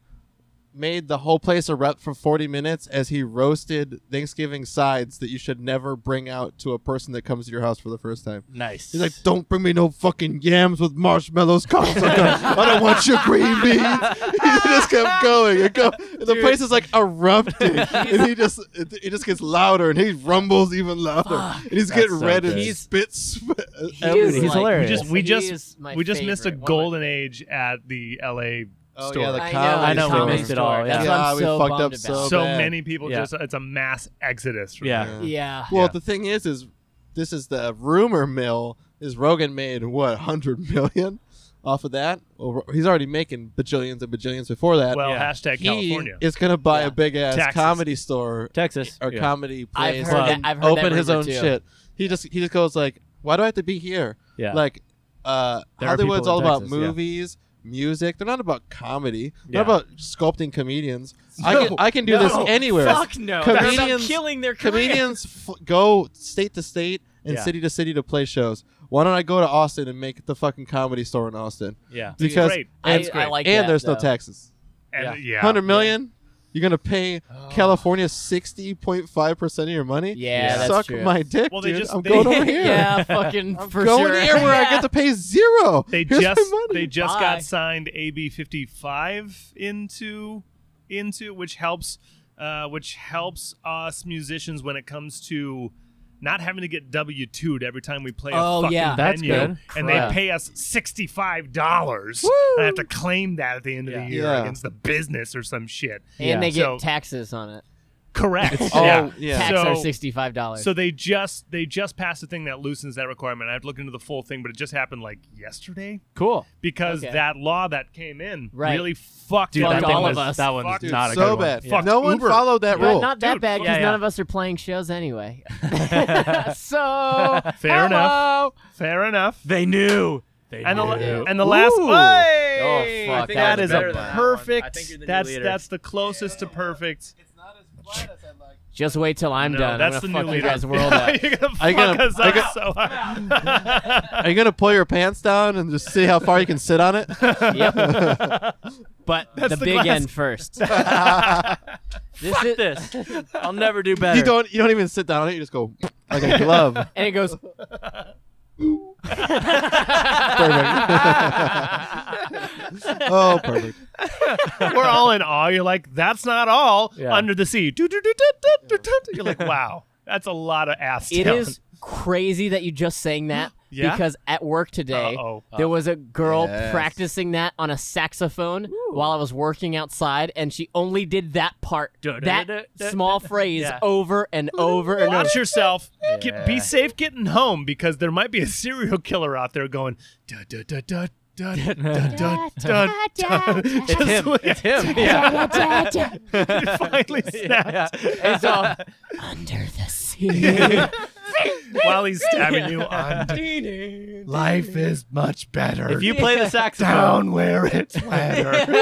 [SPEAKER 4] made the whole place erupt for 40 minutes as he roasted Thanksgiving sides that you should never bring out to a person that comes to your house for the first time.
[SPEAKER 1] Nice.
[SPEAKER 4] He's like, "Don't bring me no fucking yams with marshmallows, cocksucker. I don't want your green beans." He just kept going and go. and the place is like erupting, and he just it, it just gets louder, and he rumbles even louder, and he's
[SPEAKER 1] That's
[SPEAKER 4] getting
[SPEAKER 1] so
[SPEAKER 4] red
[SPEAKER 1] good.
[SPEAKER 4] and
[SPEAKER 1] He's-
[SPEAKER 4] spits.
[SPEAKER 1] Dude, he's
[SPEAKER 3] like-
[SPEAKER 1] hilarious.
[SPEAKER 2] We just we
[SPEAKER 3] He
[SPEAKER 2] just
[SPEAKER 3] is my
[SPEAKER 2] we just missed a
[SPEAKER 3] favorite. One of my-
[SPEAKER 2] golden age at the L.A.
[SPEAKER 4] Oh,
[SPEAKER 2] store.
[SPEAKER 4] yeah, the
[SPEAKER 3] I know,
[SPEAKER 4] comedy
[SPEAKER 1] I know, we
[SPEAKER 4] store.
[SPEAKER 1] missed it all,
[SPEAKER 3] That's
[SPEAKER 1] yeah.
[SPEAKER 3] what I'm
[SPEAKER 4] Yeah, we
[SPEAKER 3] so
[SPEAKER 4] fucked
[SPEAKER 3] bummed
[SPEAKER 4] up
[SPEAKER 3] about.
[SPEAKER 4] so
[SPEAKER 2] so
[SPEAKER 4] bad.
[SPEAKER 2] many people
[SPEAKER 1] Yeah.
[SPEAKER 2] just it's a mass exodus. From
[SPEAKER 1] Yeah.
[SPEAKER 4] Yeah.
[SPEAKER 3] Yeah.
[SPEAKER 4] Well,
[SPEAKER 1] Yeah.
[SPEAKER 4] the thing is, is this is the rumor mill. Is Rogan made what hundred million off of that? Well, Ro- he's already making bajillions and bajillions before that.
[SPEAKER 2] Well,
[SPEAKER 1] Yeah.
[SPEAKER 2] hashtag
[SPEAKER 4] he
[SPEAKER 2] California.
[SPEAKER 4] is gonna buy
[SPEAKER 3] Yeah.
[SPEAKER 4] a big ass
[SPEAKER 2] Taxes.
[SPEAKER 4] comedy store
[SPEAKER 1] Texas.
[SPEAKER 4] or
[SPEAKER 1] Yeah.
[SPEAKER 4] comedy
[SPEAKER 3] I've
[SPEAKER 4] place.
[SPEAKER 3] heard
[SPEAKER 4] and
[SPEAKER 3] that- I've heard that
[SPEAKER 4] open his
[SPEAKER 3] rumor
[SPEAKER 4] own
[SPEAKER 3] too.
[SPEAKER 4] shit. He just he just goes like, why do I have to be here?
[SPEAKER 1] Yeah.
[SPEAKER 4] Like, uh,
[SPEAKER 1] There are
[SPEAKER 4] Hollywood's
[SPEAKER 1] people in
[SPEAKER 4] all about
[SPEAKER 1] Texas, yeah.
[SPEAKER 4] movies. Music. They're not about comedy.
[SPEAKER 1] Yeah.
[SPEAKER 4] They're about sculpting comedians. I can I can do
[SPEAKER 2] No.
[SPEAKER 4] this anywhere.
[SPEAKER 3] Fuck no! They're about
[SPEAKER 4] Comedians-
[SPEAKER 3] killing their career.
[SPEAKER 4] comedians f- go state to state and
[SPEAKER 1] Yeah.
[SPEAKER 4] city to city to play shows. Why don't I go to Austin and make the fucking comedy store in Austin?
[SPEAKER 1] yeah.
[SPEAKER 4] Because
[SPEAKER 2] great.
[SPEAKER 3] I,
[SPEAKER 4] and,
[SPEAKER 3] I like
[SPEAKER 4] and
[SPEAKER 3] that,
[SPEAKER 4] there's no
[SPEAKER 3] though.
[SPEAKER 4] taxes.
[SPEAKER 2] And, yeah.
[SPEAKER 4] Hundred million. You're gonna pay
[SPEAKER 2] Oh.
[SPEAKER 4] California sixty point five percent of your money.
[SPEAKER 3] Yeah, that's
[SPEAKER 4] suck
[SPEAKER 3] true.
[SPEAKER 4] my dick,
[SPEAKER 2] Well, they
[SPEAKER 4] dude.
[SPEAKER 2] just-
[SPEAKER 4] I'm
[SPEAKER 2] they-
[SPEAKER 4] going over here.
[SPEAKER 3] yeah, fucking for
[SPEAKER 4] going
[SPEAKER 3] sure.
[SPEAKER 4] here where I get to pay zero.
[SPEAKER 2] They
[SPEAKER 4] Here's my
[SPEAKER 2] just
[SPEAKER 4] money.
[SPEAKER 2] they just
[SPEAKER 3] Bye.
[SPEAKER 2] got signed AB fifty five into into which helps uh, which helps us musicians when it comes to not having to get W two'd every time we play a
[SPEAKER 3] Oh,
[SPEAKER 2] fucking
[SPEAKER 3] yeah.
[SPEAKER 1] That's
[SPEAKER 2] venue,
[SPEAKER 1] good.
[SPEAKER 2] and
[SPEAKER 3] Crap.
[SPEAKER 2] they pay us sixty five dollars. I have to claim that at the end of
[SPEAKER 1] Yeah.
[SPEAKER 2] the year
[SPEAKER 4] Yeah.
[SPEAKER 2] against the business or some shit.
[SPEAKER 3] and
[SPEAKER 1] Yeah.
[SPEAKER 3] they get
[SPEAKER 2] So-
[SPEAKER 3] taxes on it.
[SPEAKER 2] Correct.
[SPEAKER 4] Oh,
[SPEAKER 2] yeah.
[SPEAKER 4] yeah.
[SPEAKER 3] Tax are
[SPEAKER 2] So-
[SPEAKER 3] sixty five dollars.
[SPEAKER 2] So they just they just passed a thing that loosens that requirement. I have to look into the full thing, but it just happened like yesterday
[SPEAKER 1] Cool.
[SPEAKER 2] because
[SPEAKER 3] Okay.
[SPEAKER 2] that law that came in
[SPEAKER 3] Right.
[SPEAKER 2] really fucked
[SPEAKER 1] Dude,
[SPEAKER 2] it
[SPEAKER 1] that
[SPEAKER 3] Fucked
[SPEAKER 2] up.
[SPEAKER 1] thing
[SPEAKER 3] all
[SPEAKER 1] was,
[SPEAKER 3] of us.
[SPEAKER 1] that one's
[SPEAKER 2] Fucked-
[SPEAKER 4] Dude,
[SPEAKER 1] not a
[SPEAKER 4] so
[SPEAKER 1] good
[SPEAKER 4] bad.
[SPEAKER 1] one.
[SPEAKER 2] Fuck
[SPEAKER 4] No one
[SPEAKER 2] Uber.
[SPEAKER 4] followed that
[SPEAKER 3] but
[SPEAKER 4] rule.
[SPEAKER 3] not that
[SPEAKER 2] Dude,
[SPEAKER 3] bad because
[SPEAKER 2] yeah,
[SPEAKER 3] none
[SPEAKER 2] yeah.
[SPEAKER 3] of us are playing shows anyway. so hello.
[SPEAKER 2] Fair enough. Fair enough.
[SPEAKER 1] They knew. They
[SPEAKER 2] And the, la-
[SPEAKER 1] knew.
[SPEAKER 2] and the last
[SPEAKER 1] Ooh.
[SPEAKER 2] Hey!
[SPEAKER 3] Oh, fuck, that
[SPEAKER 2] that
[SPEAKER 3] was
[SPEAKER 2] is
[SPEAKER 3] better than that
[SPEAKER 2] a
[SPEAKER 5] one. I think you're
[SPEAKER 2] perfect.
[SPEAKER 5] the new
[SPEAKER 2] That's
[SPEAKER 5] leader.
[SPEAKER 2] that's the closest to perfect.
[SPEAKER 3] Just wait till I'm
[SPEAKER 2] No,
[SPEAKER 3] done.
[SPEAKER 2] that's
[SPEAKER 3] I'm
[SPEAKER 2] the
[SPEAKER 3] gonna
[SPEAKER 2] new
[SPEAKER 3] fuck you
[SPEAKER 2] leader.
[SPEAKER 3] guys' world up.
[SPEAKER 2] You're gonna fuck
[SPEAKER 4] I gotta-
[SPEAKER 2] us
[SPEAKER 4] I
[SPEAKER 2] up
[SPEAKER 4] gotta-
[SPEAKER 2] so hard.
[SPEAKER 4] Are you gonna pull your pants down and just see how far you can sit on it?
[SPEAKER 3] yep. But
[SPEAKER 2] That's
[SPEAKER 3] the,
[SPEAKER 2] the
[SPEAKER 3] big
[SPEAKER 2] glass.
[SPEAKER 3] end first. this is,
[SPEAKER 1] this. I'll never do better.
[SPEAKER 4] you don't. You don't even sit down on it. You just go like a glove.
[SPEAKER 3] And it goes.
[SPEAKER 4] oh, perfect.
[SPEAKER 2] We're all in awe. You're like, that's not all.
[SPEAKER 1] Yeah.
[SPEAKER 2] Under the sea. Doo, doo, doo, doo, doo, doo, doo. You're like, wow, that's a lot of ass.
[SPEAKER 3] It is crazy that you just sang that
[SPEAKER 2] Yeah?
[SPEAKER 3] because at work today
[SPEAKER 2] Uh-oh.
[SPEAKER 3] there was a girl
[SPEAKER 4] Yes.
[SPEAKER 3] practicing that on a saxophone while I was working outside, and she only did that part,
[SPEAKER 1] Du- du- du-
[SPEAKER 3] that
[SPEAKER 1] du-
[SPEAKER 3] small
[SPEAKER 1] du-
[SPEAKER 3] phrase
[SPEAKER 1] Yeah.
[SPEAKER 3] over and over and over.
[SPEAKER 2] Watch yourself. Get, be
[SPEAKER 1] Yeah.
[SPEAKER 2] safe getting home because there might be a serial killer out there going. "Duh, duh, duh, duh, duh, duh, duh, duh, duh, duh."
[SPEAKER 1] It's
[SPEAKER 2] Just
[SPEAKER 1] him.
[SPEAKER 2] when
[SPEAKER 1] It's him. Yeah.
[SPEAKER 2] it finally snapped
[SPEAKER 3] And so, under the sea.
[SPEAKER 2] while he's stabbing you on. Life is much better.
[SPEAKER 1] If you play the saxophone,
[SPEAKER 2] down where it's wetter,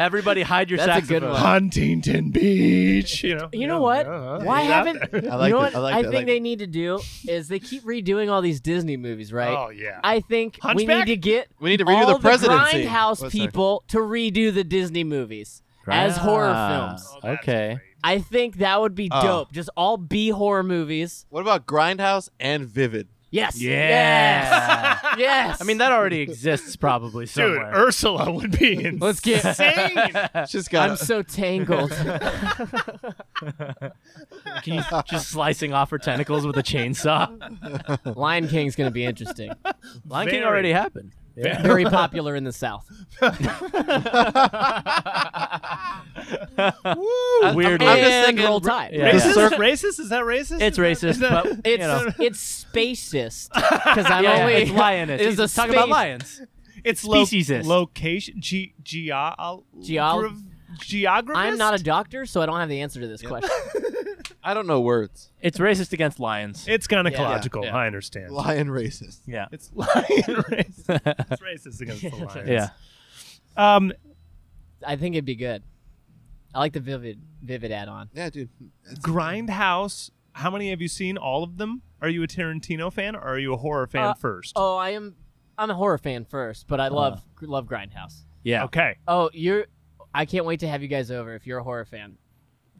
[SPEAKER 1] everybody hide your
[SPEAKER 3] That's a
[SPEAKER 1] saxophone.
[SPEAKER 3] good one.
[SPEAKER 2] Huntington Beach. You know. Uh-huh.
[SPEAKER 3] You know what? Why
[SPEAKER 2] He's out
[SPEAKER 3] haven't?
[SPEAKER 4] I like
[SPEAKER 3] you know
[SPEAKER 4] it.
[SPEAKER 3] what?
[SPEAKER 4] I like it. I
[SPEAKER 3] think
[SPEAKER 4] like
[SPEAKER 3] they
[SPEAKER 4] it.
[SPEAKER 3] need to do is they keep redoing all these Disney movies, right?
[SPEAKER 2] Oh yeah.
[SPEAKER 3] I think we need
[SPEAKER 2] Hunchback?
[SPEAKER 3] to get
[SPEAKER 4] We need to redo
[SPEAKER 3] all
[SPEAKER 4] the presidency.
[SPEAKER 3] grindhouse
[SPEAKER 4] Oh, sorry.
[SPEAKER 3] people to redo the Disney movies as
[SPEAKER 1] Ah.
[SPEAKER 3] horror films.
[SPEAKER 2] Oh, that's
[SPEAKER 1] Okay.
[SPEAKER 2] great.
[SPEAKER 3] I think that would be
[SPEAKER 4] Oh.
[SPEAKER 3] dope. Just all B horror movies.
[SPEAKER 4] What about Grindhouse and Vivid?
[SPEAKER 3] Yes.
[SPEAKER 1] Yeah.
[SPEAKER 3] Yes. yes.
[SPEAKER 1] I mean, that already exists probably
[SPEAKER 2] Dude,
[SPEAKER 1] somewhere.
[SPEAKER 2] Ursula would be insane.
[SPEAKER 3] Let's get-
[SPEAKER 4] She's got.
[SPEAKER 3] I'm so tangled.
[SPEAKER 1] Can you just slicing off her tentacles with a chainsaw?
[SPEAKER 3] Lion King's gonna be interesting.
[SPEAKER 1] Lion King
[SPEAKER 2] Very.
[SPEAKER 1] already happened.
[SPEAKER 2] Yeah.
[SPEAKER 3] Very popular in the South.
[SPEAKER 1] Weird.
[SPEAKER 4] I'm
[SPEAKER 3] and
[SPEAKER 4] just thinking-
[SPEAKER 3] roll tide.
[SPEAKER 1] Yeah.
[SPEAKER 2] Racist?
[SPEAKER 4] Yeah.
[SPEAKER 2] Racist? Is that racist?
[SPEAKER 1] It's racist, but you
[SPEAKER 3] It's
[SPEAKER 1] know.
[SPEAKER 3] it's spacist because I'm
[SPEAKER 1] Yeah, yeah,
[SPEAKER 3] only
[SPEAKER 1] it's lioness.
[SPEAKER 3] it
[SPEAKER 1] He's
[SPEAKER 3] is a
[SPEAKER 1] just talking about
[SPEAKER 3] space-
[SPEAKER 1] lions.
[SPEAKER 2] It's lo-
[SPEAKER 1] Speciesist.
[SPEAKER 2] location. Ge- geol-
[SPEAKER 3] Geol-
[SPEAKER 2] geography.
[SPEAKER 3] I'm not a doctor, so I don't have the answer to this question.
[SPEAKER 4] I don't know words.
[SPEAKER 1] It's racist against lions.
[SPEAKER 2] It's gynecological.
[SPEAKER 1] Yeah.
[SPEAKER 2] I understand.
[SPEAKER 4] Lion racist.
[SPEAKER 1] yeah.
[SPEAKER 2] It's lion racist. It's racist against the lions.
[SPEAKER 1] Yeah.
[SPEAKER 2] Um,
[SPEAKER 3] I think it'd be good. I like the vivid vivid add-on.
[SPEAKER 4] Yeah, dude.
[SPEAKER 2] Grindhouse. How many have you seen? All of them? Are you a Tarantino fan or are you a horror fan
[SPEAKER 3] Uh,
[SPEAKER 2] first?
[SPEAKER 3] Oh, I am. I'm a horror fan first, but I
[SPEAKER 1] Uh-huh.
[SPEAKER 3] love love Grindhouse.
[SPEAKER 1] Yeah.
[SPEAKER 2] Okay.
[SPEAKER 3] Oh, you're. I can't wait to have you guys over if you're a horror fan.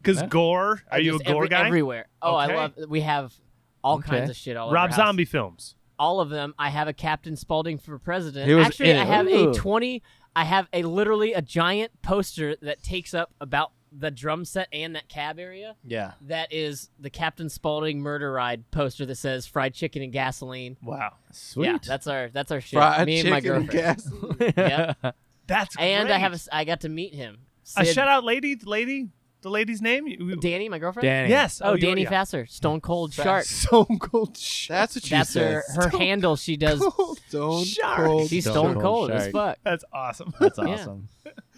[SPEAKER 2] Because
[SPEAKER 1] Yeah.
[SPEAKER 2] gore. Are
[SPEAKER 3] I
[SPEAKER 2] you a
[SPEAKER 3] just-
[SPEAKER 2] gore
[SPEAKER 3] every-
[SPEAKER 2] guy?
[SPEAKER 3] Everywhere. Oh,
[SPEAKER 2] Okay.
[SPEAKER 3] I love. We have all kinds
[SPEAKER 1] Okay.
[SPEAKER 3] of shit all over.
[SPEAKER 2] Rob
[SPEAKER 3] house.
[SPEAKER 2] Zombie films.
[SPEAKER 3] All of them. I have a Captain Spaulding for president.
[SPEAKER 4] He was
[SPEAKER 3] Actually,
[SPEAKER 4] in
[SPEAKER 3] I
[SPEAKER 4] it.
[SPEAKER 3] have
[SPEAKER 1] Ooh.
[SPEAKER 3] a twenty. I have a literally a giant poster that takes up about the drum set and that cab area.
[SPEAKER 1] Yeah.
[SPEAKER 3] That is the Captain Spaulding murder ride poster that says fried chicken and gasoline.
[SPEAKER 2] Wow.
[SPEAKER 1] Sweet.
[SPEAKER 3] Yeah, that's our that's our shit.
[SPEAKER 4] Fried
[SPEAKER 3] Me and
[SPEAKER 4] chicken
[SPEAKER 3] my girlfriend.
[SPEAKER 4] gas.
[SPEAKER 3] yeah.
[SPEAKER 2] That's
[SPEAKER 3] and I
[SPEAKER 2] great.
[SPEAKER 3] have a, s- I got to meet him.
[SPEAKER 2] a
[SPEAKER 3] Sid-
[SPEAKER 2] shout out, lady, lady, the lady's name. You-
[SPEAKER 3] Danny, my girlfriend.
[SPEAKER 1] Danny.
[SPEAKER 2] Yes.
[SPEAKER 3] Oh,
[SPEAKER 2] you-
[SPEAKER 3] Danny
[SPEAKER 2] yeah.
[SPEAKER 3] Fasser, Stone Cold Shark.
[SPEAKER 2] So cold. Shark.
[SPEAKER 4] That's what she
[SPEAKER 3] That's her
[SPEAKER 4] says.
[SPEAKER 3] her handle. She does.
[SPEAKER 4] Stone
[SPEAKER 2] Shark.
[SPEAKER 4] cold.
[SPEAKER 3] She's
[SPEAKER 1] Stone
[SPEAKER 3] Stone
[SPEAKER 1] Cold
[SPEAKER 3] Cold as
[SPEAKER 1] Shark.
[SPEAKER 3] fuck.
[SPEAKER 2] That's awesome.
[SPEAKER 1] That's
[SPEAKER 3] Yeah.
[SPEAKER 1] awesome.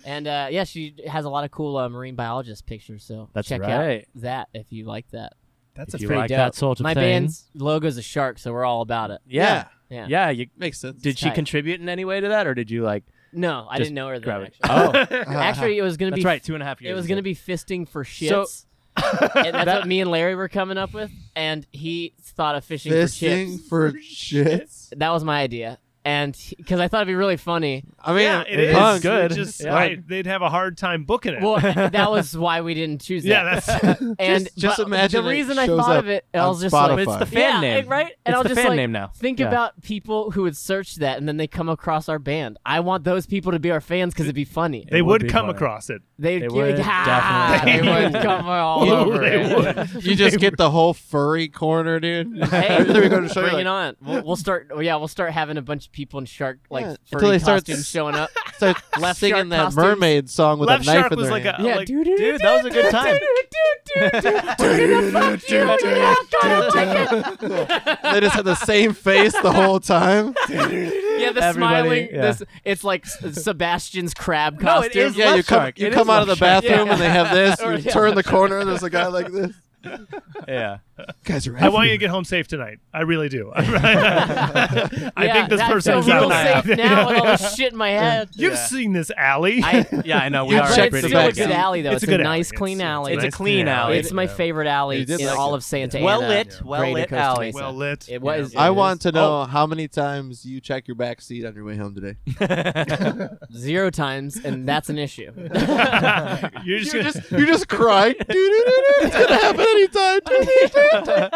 [SPEAKER 3] And uh, yeah, she has a lot of cool uh, marine biologist pictures. So
[SPEAKER 1] That's
[SPEAKER 3] check
[SPEAKER 1] right.
[SPEAKER 3] out that if you like that.
[SPEAKER 2] That's
[SPEAKER 1] If
[SPEAKER 2] a
[SPEAKER 1] you
[SPEAKER 2] fair.
[SPEAKER 1] like
[SPEAKER 3] dope.
[SPEAKER 1] that sort of
[SPEAKER 3] my
[SPEAKER 1] thing.
[SPEAKER 3] band's logo's a shark, so we're all about it.
[SPEAKER 1] Yeah.
[SPEAKER 3] Yeah.
[SPEAKER 1] Yeah. you,
[SPEAKER 4] Makes sense.
[SPEAKER 1] did she
[SPEAKER 3] tight.
[SPEAKER 1] contribute in any way to that, or did you like
[SPEAKER 3] No, I
[SPEAKER 1] Just
[SPEAKER 3] didn't know her then.
[SPEAKER 1] grab it?
[SPEAKER 3] Actually.
[SPEAKER 1] Oh,
[SPEAKER 4] Uh,
[SPEAKER 3] Actually, it was gonna
[SPEAKER 1] that's
[SPEAKER 3] be
[SPEAKER 1] right. Two and a half years.
[SPEAKER 3] It was
[SPEAKER 1] ago.
[SPEAKER 3] gonna be fisting for shits.
[SPEAKER 1] So-
[SPEAKER 3] and that's what me and Larry were coming up with, and he thought of fishing for
[SPEAKER 4] fisting
[SPEAKER 3] chips.
[SPEAKER 4] for chips?
[SPEAKER 3] That was my idea. and because I thought it'd be really funny.
[SPEAKER 4] I mean,
[SPEAKER 2] yeah, it
[SPEAKER 1] it is
[SPEAKER 2] is They
[SPEAKER 1] good.
[SPEAKER 2] Just,
[SPEAKER 1] Yeah.
[SPEAKER 2] I- they'd have a hard time booking it.
[SPEAKER 3] Well, that was why we didn't choose
[SPEAKER 2] yeah,
[SPEAKER 3] that.
[SPEAKER 2] that's
[SPEAKER 3] and
[SPEAKER 4] Just- just
[SPEAKER 3] but
[SPEAKER 4] imagine
[SPEAKER 3] the
[SPEAKER 4] it
[SPEAKER 3] reason I
[SPEAKER 4] shows
[SPEAKER 3] thought
[SPEAKER 4] up
[SPEAKER 3] of it, I
[SPEAKER 4] on
[SPEAKER 3] was just
[SPEAKER 1] But
[SPEAKER 3] like,
[SPEAKER 1] it's the
[SPEAKER 4] Spotify.
[SPEAKER 1] fan
[SPEAKER 3] Yeah,
[SPEAKER 1] name,
[SPEAKER 3] right? And
[SPEAKER 1] it's
[SPEAKER 3] I'll
[SPEAKER 1] the
[SPEAKER 3] just,
[SPEAKER 1] fan
[SPEAKER 3] like,
[SPEAKER 1] name now.
[SPEAKER 3] Think
[SPEAKER 1] Yeah.
[SPEAKER 3] about people who would search that and then they come across our band. I want those people to be our fans because it'd be funny.
[SPEAKER 2] they
[SPEAKER 1] It would
[SPEAKER 2] would
[SPEAKER 1] be
[SPEAKER 2] come
[SPEAKER 1] funny.
[SPEAKER 2] across it.
[SPEAKER 3] They
[SPEAKER 1] They
[SPEAKER 3] would,
[SPEAKER 1] would
[SPEAKER 3] ah,
[SPEAKER 1] definitely
[SPEAKER 3] they
[SPEAKER 2] come.
[SPEAKER 3] would come all
[SPEAKER 2] Ooh,
[SPEAKER 3] over.
[SPEAKER 2] they
[SPEAKER 3] it.
[SPEAKER 2] would.
[SPEAKER 4] you just get the whole furry corner, dude.
[SPEAKER 3] Hey,
[SPEAKER 4] Everything we go to show you,
[SPEAKER 3] bring
[SPEAKER 4] like,
[SPEAKER 3] it on. We'll, we'll start. oh, Yeah, we'll start having a bunch of people in shark like
[SPEAKER 4] Yeah,
[SPEAKER 3] furry
[SPEAKER 4] until they start
[SPEAKER 3] costumes
[SPEAKER 4] s-
[SPEAKER 3] showing up.
[SPEAKER 4] start
[SPEAKER 3] Left
[SPEAKER 4] singing
[SPEAKER 3] shark
[SPEAKER 4] that
[SPEAKER 3] costumes.
[SPEAKER 4] mermaid song with
[SPEAKER 2] Left
[SPEAKER 4] a knife
[SPEAKER 2] shark
[SPEAKER 4] in
[SPEAKER 2] was
[SPEAKER 4] their
[SPEAKER 2] like
[SPEAKER 4] hand.
[SPEAKER 2] a
[SPEAKER 3] Yeah,
[SPEAKER 2] like,
[SPEAKER 3] dude, dude,
[SPEAKER 1] that was a good time.
[SPEAKER 4] they just had the same face the whole time.
[SPEAKER 3] Yeah, the
[SPEAKER 1] Everybody-
[SPEAKER 3] smiling.
[SPEAKER 1] yeah.
[SPEAKER 3] This it's like S- Sebastian's crab
[SPEAKER 1] No, it
[SPEAKER 3] costume.
[SPEAKER 1] is
[SPEAKER 4] yeah,
[SPEAKER 1] Left
[SPEAKER 4] you come,
[SPEAKER 1] Shark.
[SPEAKER 4] you
[SPEAKER 1] It
[SPEAKER 4] come
[SPEAKER 1] is
[SPEAKER 4] out of the
[SPEAKER 1] Left Shark.
[SPEAKER 4] bathroom
[SPEAKER 3] Yeah.
[SPEAKER 4] and they have this.
[SPEAKER 3] Or,
[SPEAKER 4] you
[SPEAKER 3] yeah.
[SPEAKER 4] turn the corner, there's a guy like this.
[SPEAKER 1] Yeah.
[SPEAKER 4] Guys are
[SPEAKER 2] I want you to get home safe tonight. I really do. I
[SPEAKER 3] Yeah,
[SPEAKER 2] think this
[SPEAKER 3] that- I
[SPEAKER 2] person
[SPEAKER 3] feel
[SPEAKER 2] is
[SPEAKER 3] real
[SPEAKER 2] out.
[SPEAKER 3] safe now with all this shit in my head.
[SPEAKER 2] You've
[SPEAKER 1] Yeah.
[SPEAKER 2] seen this alley.
[SPEAKER 3] I,
[SPEAKER 1] Yeah, I know. We
[SPEAKER 4] Yeah,
[SPEAKER 1] are
[SPEAKER 4] but
[SPEAKER 3] but
[SPEAKER 4] check
[SPEAKER 1] pretty
[SPEAKER 3] it's
[SPEAKER 4] it
[SPEAKER 3] still a
[SPEAKER 4] back
[SPEAKER 3] good
[SPEAKER 4] out.
[SPEAKER 3] alley though. It's,
[SPEAKER 2] a good
[SPEAKER 3] nice,
[SPEAKER 2] alley.
[SPEAKER 3] clean
[SPEAKER 2] It's-
[SPEAKER 3] alley.
[SPEAKER 1] It's a
[SPEAKER 2] nice
[SPEAKER 1] clean alley.
[SPEAKER 3] It's my favorite alley
[SPEAKER 4] It is
[SPEAKER 3] in
[SPEAKER 4] like
[SPEAKER 3] all
[SPEAKER 4] it.
[SPEAKER 3] of Santa
[SPEAKER 5] well
[SPEAKER 3] Ana.
[SPEAKER 5] lit, well
[SPEAKER 3] Greater
[SPEAKER 5] lit
[SPEAKER 3] Costa
[SPEAKER 5] alley.
[SPEAKER 3] Mesa.
[SPEAKER 2] well lit.
[SPEAKER 3] It was.
[SPEAKER 4] I
[SPEAKER 3] it
[SPEAKER 4] want
[SPEAKER 3] is.
[SPEAKER 4] to know how many times you check your back seat on your way home today.
[SPEAKER 3] zero times, and that's an issue.
[SPEAKER 2] You're just,
[SPEAKER 4] You're
[SPEAKER 2] gonna-
[SPEAKER 4] just, you're just crying. Doo-doo-doo-doo. It's gonna happen anytime. Doo-doo-doo-doo.
[SPEAKER 1] just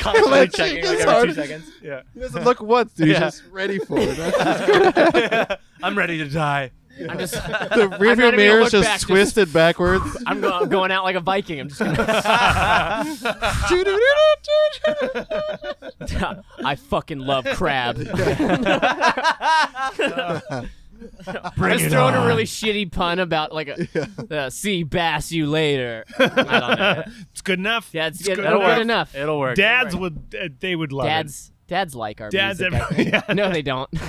[SPEAKER 4] constantly checking, like, every two
[SPEAKER 1] seconds.
[SPEAKER 2] yeah.
[SPEAKER 4] He doesn't look once, dude. He's
[SPEAKER 1] Yeah.
[SPEAKER 4] just ready for it. That's just good.
[SPEAKER 1] I'm ready to die.
[SPEAKER 3] I'm just.
[SPEAKER 4] The rear
[SPEAKER 3] not even
[SPEAKER 4] view
[SPEAKER 3] gonna
[SPEAKER 4] mirror
[SPEAKER 3] look
[SPEAKER 4] is just
[SPEAKER 3] back, just-
[SPEAKER 4] twisted backwards.
[SPEAKER 3] I'm, go- I'm going out like a Viking. I'm just gonna. I fucking love crab. I was throwing a really shitty pun about like a uh, see bass you later. I don't know.
[SPEAKER 2] it's good enough.
[SPEAKER 3] Yeah, it's,
[SPEAKER 2] good
[SPEAKER 3] good, that'll
[SPEAKER 2] enough.
[SPEAKER 3] good enough.
[SPEAKER 1] It'll work.
[SPEAKER 2] Dads would uh, they would love
[SPEAKER 3] Dads, dads like our
[SPEAKER 2] it. Dads,
[SPEAKER 3] music. I
[SPEAKER 2] every,
[SPEAKER 3] think.
[SPEAKER 2] yeah.
[SPEAKER 3] No, they don't.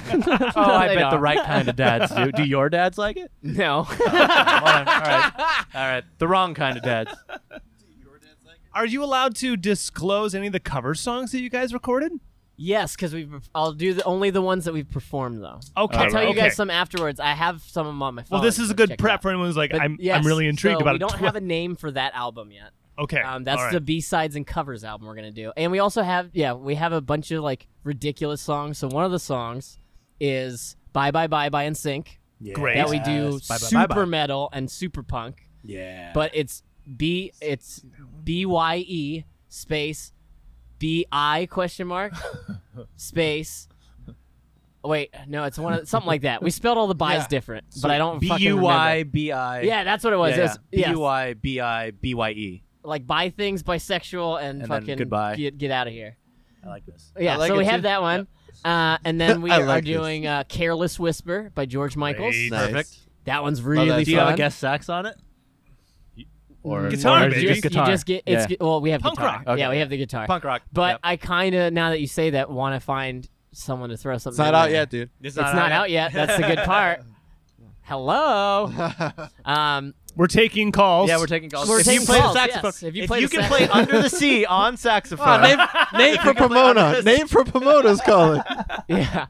[SPEAKER 1] Oh, I bet the right kind of dads do. Do your dads like it?
[SPEAKER 3] No.
[SPEAKER 1] All right. All right. All right. The wrong kind of dads.
[SPEAKER 2] Are you allowed to disclose any of the cover songs that you guys recorded?
[SPEAKER 3] yes, because we. I'll do the, only the ones that we've performed though.
[SPEAKER 2] Okay,
[SPEAKER 3] I'll tell you
[SPEAKER 2] okay.
[SPEAKER 3] guys some afterwards. I have some of them on my phone.
[SPEAKER 2] well, this is
[SPEAKER 3] so
[SPEAKER 2] a good
[SPEAKER 3] check it
[SPEAKER 2] prep
[SPEAKER 3] out.
[SPEAKER 2] for anyone who's like,
[SPEAKER 3] But
[SPEAKER 2] I'm,
[SPEAKER 3] yes,
[SPEAKER 2] I'm really intrigued
[SPEAKER 3] so
[SPEAKER 2] about
[SPEAKER 3] We
[SPEAKER 2] it.
[SPEAKER 3] don't
[SPEAKER 2] Tw-
[SPEAKER 3] have a name for that album yet.
[SPEAKER 2] okay,
[SPEAKER 3] Um, that's
[SPEAKER 2] all right.
[SPEAKER 3] the B sides and covers album we're gonna do, and we also have yeah we have a bunch of like ridiculous songs. So one of the songs is Bye Bye Bye Bye and Sync
[SPEAKER 2] Great.
[SPEAKER 3] that we do
[SPEAKER 1] Bye, bye,
[SPEAKER 3] super
[SPEAKER 1] bye, bye.
[SPEAKER 3] metal and super punk,
[SPEAKER 1] Yeah.
[SPEAKER 3] but it's B it's B Y E space B I question mark space. Wait, no, it's one of something like that. We spelled all the buys
[SPEAKER 1] Yeah.
[SPEAKER 3] different, but I don't
[SPEAKER 1] B
[SPEAKER 3] fucking
[SPEAKER 1] U
[SPEAKER 3] remember.
[SPEAKER 1] Y B I.
[SPEAKER 3] Yeah, that's what it was.
[SPEAKER 1] Yeah,
[SPEAKER 3] it was
[SPEAKER 1] yeah.
[SPEAKER 3] yes
[SPEAKER 1] B U I B I B Y E.
[SPEAKER 3] like buy things bisexual
[SPEAKER 1] And
[SPEAKER 3] and,
[SPEAKER 1] then
[SPEAKER 3] fucking
[SPEAKER 1] goodbye.
[SPEAKER 3] get get out of here
[SPEAKER 1] I like this.
[SPEAKER 3] yeah
[SPEAKER 4] I like
[SPEAKER 3] so we
[SPEAKER 4] it
[SPEAKER 3] have
[SPEAKER 4] too.
[SPEAKER 3] that one uh, and then we
[SPEAKER 4] I
[SPEAKER 3] are
[SPEAKER 4] like this.
[SPEAKER 3] doing uh, careless whisper by george michaels
[SPEAKER 2] Great.
[SPEAKER 4] Nice.
[SPEAKER 1] Perfect.
[SPEAKER 3] that one's
[SPEAKER 4] that
[SPEAKER 3] really
[SPEAKER 4] song.
[SPEAKER 3] fun
[SPEAKER 1] Do you have a guest sax on it? Or
[SPEAKER 2] Guitar,
[SPEAKER 1] or
[SPEAKER 2] baby.
[SPEAKER 1] just
[SPEAKER 3] you Mm. just, you
[SPEAKER 1] guitar.
[SPEAKER 3] just get it's
[SPEAKER 1] Yeah.
[SPEAKER 3] gu- well we have
[SPEAKER 2] Punk
[SPEAKER 3] guitar
[SPEAKER 2] rock.
[SPEAKER 1] Okay.
[SPEAKER 3] yeah we have the guitar
[SPEAKER 1] punk rock.
[SPEAKER 3] but
[SPEAKER 1] Yep.
[SPEAKER 3] i kind of now that you say that want to find someone to throw something
[SPEAKER 4] It's not
[SPEAKER 3] in
[SPEAKER 4] out
[SPEAKER 3] there.
[SPEAKER 4] yet, dude.
[SPEAKER 3] it's not, out yet that's the good part hello um
[SPEAKER 2] We're taking calls.
[SPEAKER 1] Yeah, we're taking calls.
[SPEAKER 3] We're
[SPEAKER 1] if
[SPEAKER 3] taking
[SPEAKER 1] you play
[SPEAKER 3] calls,
[SPEAKER 1] the saxophone,
[SPEAKER 3] yes. If you play the
[SPEAKER 1] can
[SPEAKER 3] sax-
[SPEAKER 1] play Under the Sea on saxophone,
[SPEAKER 4] Name for Pomona. Name for Pomona's calling.
[SPEAKER 3] yeah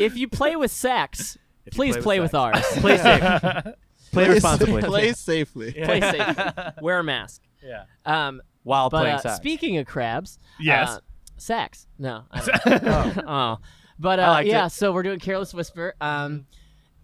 [SPEAKER 3] if you play with sex
[SPEAKER 1] If you
[SPEAKER 3] please play,
[SPEAKER 1] play with
[SPEAKER 3] with, ours
[SPEAKER 1] play safe, play responsibly,
[SPEAKER 4] Play safely.
[SPEAKER 1] Yeah.
[SPEAKER 3] play safe wear a mask
[SPEAKER 1] Yeah.
[SPEAKER 3] um
[SPEAKER 1] while
[SPEAKER 3] But
[SPEAKER 1] playing
[SPEAKER 3] uh,
[SPEAKER 1] sax.
[SPEAKER 3] speaking of crabs,
[SPEAKER 2] Yes.
[SPEAKER 3] uh, sax. No, I don't. oh. but
[SPEAKER 1] I
[SPEAKER 3] uh,
[SPEAKER 1] liked
[SPEAKER 3] yeah.
[SPEAKER 1] it.
[SPEAKER 3] So we're doing Careless Whisper, um,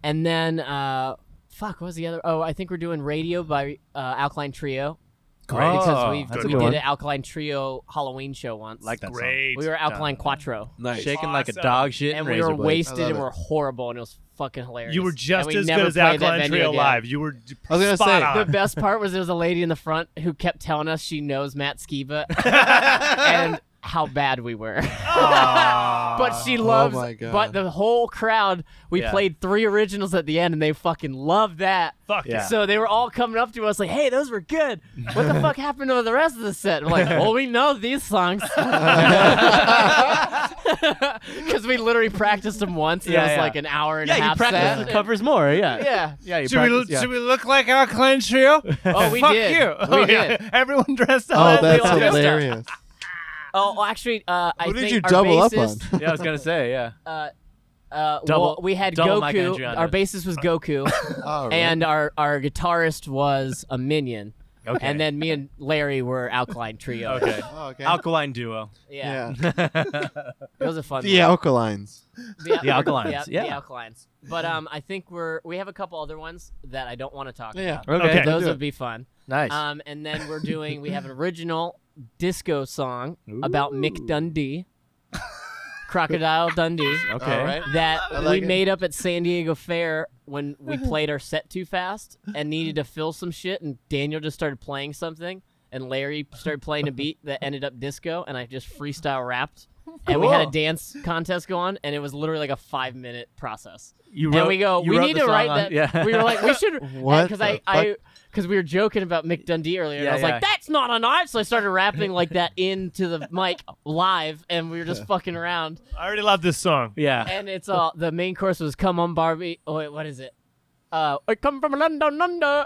[SPEAKER 3] and then uh, fuck, what was the other? Oh, I think we're doing Radio by uh, Alkaline Trio.
[SPEAKER 1] Great.
[SPEAKER 3] because
[SPEAKER 1] Oh,
[SPEAKER 3] we've,
[SPEAKER 1] that's
[SPEAKER 2] a
[SPEAKER 3] we
[SPEAKER 2] good
[SPEAKER 3] did
[SPEAKER 1] one.
[SPEAKER 3] an Alkaline Trio Halloween show once.
[SPEAKER 1] like that
[SPEAKER 2] great.
[SPEAKER 3] we were Alkaline Quattro,
[SPEAKER 1] song.
[SPEAKER 4] Nice.
[SPEAKER 1] Shaking like a
[SPEAKER 2] Awesome.
[SPEAKER 1] dog shit,
[SPEAKER 3] and
[SPEAKER 1] and
[SPEAKER 3] we
[SPEAKER 1] razor
[SPEAKER 3] were
[SPEAKER 1] blades.
[SPEAKER 3] wasted
[SPEAKER 4] I love
[SPEAKER 3] and
[SPEAKER 4] it.
[SPEAKER 3] we were horrible, and it was fucking hilarious.
[SPEAKER 2] You were just
[SPEAKER 3] And we
[SPEAKER 2] as
[SPEAKER 3] never
[SPEAKER 2] good as
[SPEAKER 3] played that
[SPEAKER 2] Alkaline
[SPEAKER 3] venue
[SPEAKER 2] Trio
[SPEAKER 3] again.
[SPEAKER 2] live. You were d-
[SPEAKER 4] I was gonna
[SPEAKER 2] spot
[SPEAKER 4] say,
[SPEAKER 2] on.
[SPEAKER 3] The best part was there was a lady in the front who kept telling us she knows Matt Skiba and how bad we were. but she loves
[SPEAKER 4] Oh my God.
[SPEAKER 3] but the whole crowd we
[SPEAKER 1] Yeah.
[SPEAKER 3] played three originals at the end and they fucking loved that.
[SPEAKER 2] Fuck
[SPEAKER 1] Yeah.
[SPEAKER 3] So they were all coming up to us like, "Hey, those were good. What the fuck happened to the rest of the set?" I'm like, "Well, we know these songs because we literally practiced them once. And
[SPEAKER 1] Yeah,
[SPEAKER 3] it was
[SPEAKER 1] yeah.
[SPEAKER 3] like an hour and a
[SPEAKER 1] Yeah, you
[SPEAKER 3] half
[SPEAKER 1] practice
[SPEAKER 3] set.
[SPEAKER 1] the covers more. Yeah,
[SPEAKER 3] yeah,
[SPEAKER 1] yeah. You
[SPEAKER 2] Should we,
[SPEAKER 1] practice. yeah.
[SPEAKER 2] should we look like Alkaline Trio?
[SPEAKER 3] Oh, we
[SPEAKER 2] Fuck
[SPEAKER 3] did. We
[SPEAKER 2] you. Oh, yeah.
[SPEAKER 3] did.
[SPEAKER 2] Everyone dressed
[SPEAKER 4] Oh,
[SPEAKER 2] up.
[SPEAKER 4] that's
[SPEAKER 3] all dressed up.
[SPEAKER 4] hilarious.
[SPEAKER 3] Oh, well, actually, uh, I
[SPEAKER 4] Who did
[SPEAKER 3] think
[SPEAKER 4] you
[SPEAKER 3] our
[SPEAKER 4] double up
[SPEAKER 3] bassist-
[SPEAKER 4] on?
[SPEAKER 1] yeah, I was gonna say. Yeah,
[SPEAKER 3] uh, uh,
[SPEAKER 1] Double-
[SPEAKER 3] well, we had
[SPEAKER 1] double Mike
[SPEAKER 3] Goku.
[SPEAKER 1] Andreonis.
[SPEAKER 3] Our bassist was Goku,
[SPEAKER 4] Oh, really?
[SPEAKER 3] and our our guitarist was a minion.
[SPEAKER 1] Okay.
[SPEAKER 3] And then me and Larry were Alkaline Trio.
[SPEAKER 1] okay.
[SPEAKER 4] Oh, okay.
[SPEAKER 1] Alkaline duo.
[SPEAKER 3] Yeah.
[SPEAKER 4] yeah.
[SPEAKER 3] It was a fun
[SPEAKER 4] The
[SPEAKER 3] one.
[SPEAKER 4] alkalines.
[SPEAKER 3] The,
[SPEAKER 1] The Alkalines,
[SPEAKER 3] The,
[SPEAKER 1] yeah.
[SPEAKER 3] the Alkalines. But um, I think we're we have a couple other ones that I don't want to talk
[SPEAKER 4] Yeah.
[SPEAKER 3] about.
[SPEAKER 2] Okay.
[SPEAKER 3] Those
[SPEAKER 4] do
[SPEAKER 3] would
[SPEAKER 4] it.
[SPEAKER 3] be fun.
[SPEAKER 1] Nice.
[SPEAKER 3] Um, and then we're doing we have an original disco song about Mick Dundee, Crocodile Dundee,
[SPEAKER 1] okay.
[SPEAKER 4] All right.
[SPEAKER 3] that
[SPEAKER 4] I like
[SPEAKER 3] we
[SPEAKER 4] it.
[SPEAKER 3] made up at San Diego Fair when we played our set too fast and needed to fill some shit, and Daniel just started playing something, and Larry started playing a beat that ended up disco, and I just freestyle rapped. And we had a
[SPEAKER 1] Cool.
[SPEAKER 3] dance contest go on, and it was literally like a five minute process.
[SPEAKER 1] You
[SPEAKER 3] and we go,
[SPEAKER 1] you
[SPEAKER 3] we
[SPEAKER 1] wrote
[SPEAKER 3] need
[SPEAKER 1] the
[SPEAKER 3] to
[SPEAKER 1] song
[SPEAKER 3] write
[SPEAKER 1] on-
[SPEAKER 3] that.
[SPEAKER 1] Yeah.
[SPEAKER 3] We were like, we should
[SPEAKER 4] What
[SPEAKER 3] because
[SPEAKER 4] the
[SPEAKER 3] I, I because we were joking about Mick Dundee earlier, and
[SPEAKER 1] Yeah,
[SPEAKER 3] I was
[SPEAKER 1] yeah.
[SPEAKER 3] like, "That's not a knife," so I started rapping like that into the mic live, and we were just fucking around.
[SPEAKER 2] I already love this song.
[SPEAKER 1] yeah.
[SPEAKER 3] And it's all the main course was "Come on, Barbie." Oh wait, what is it? Uh, I come from London, London.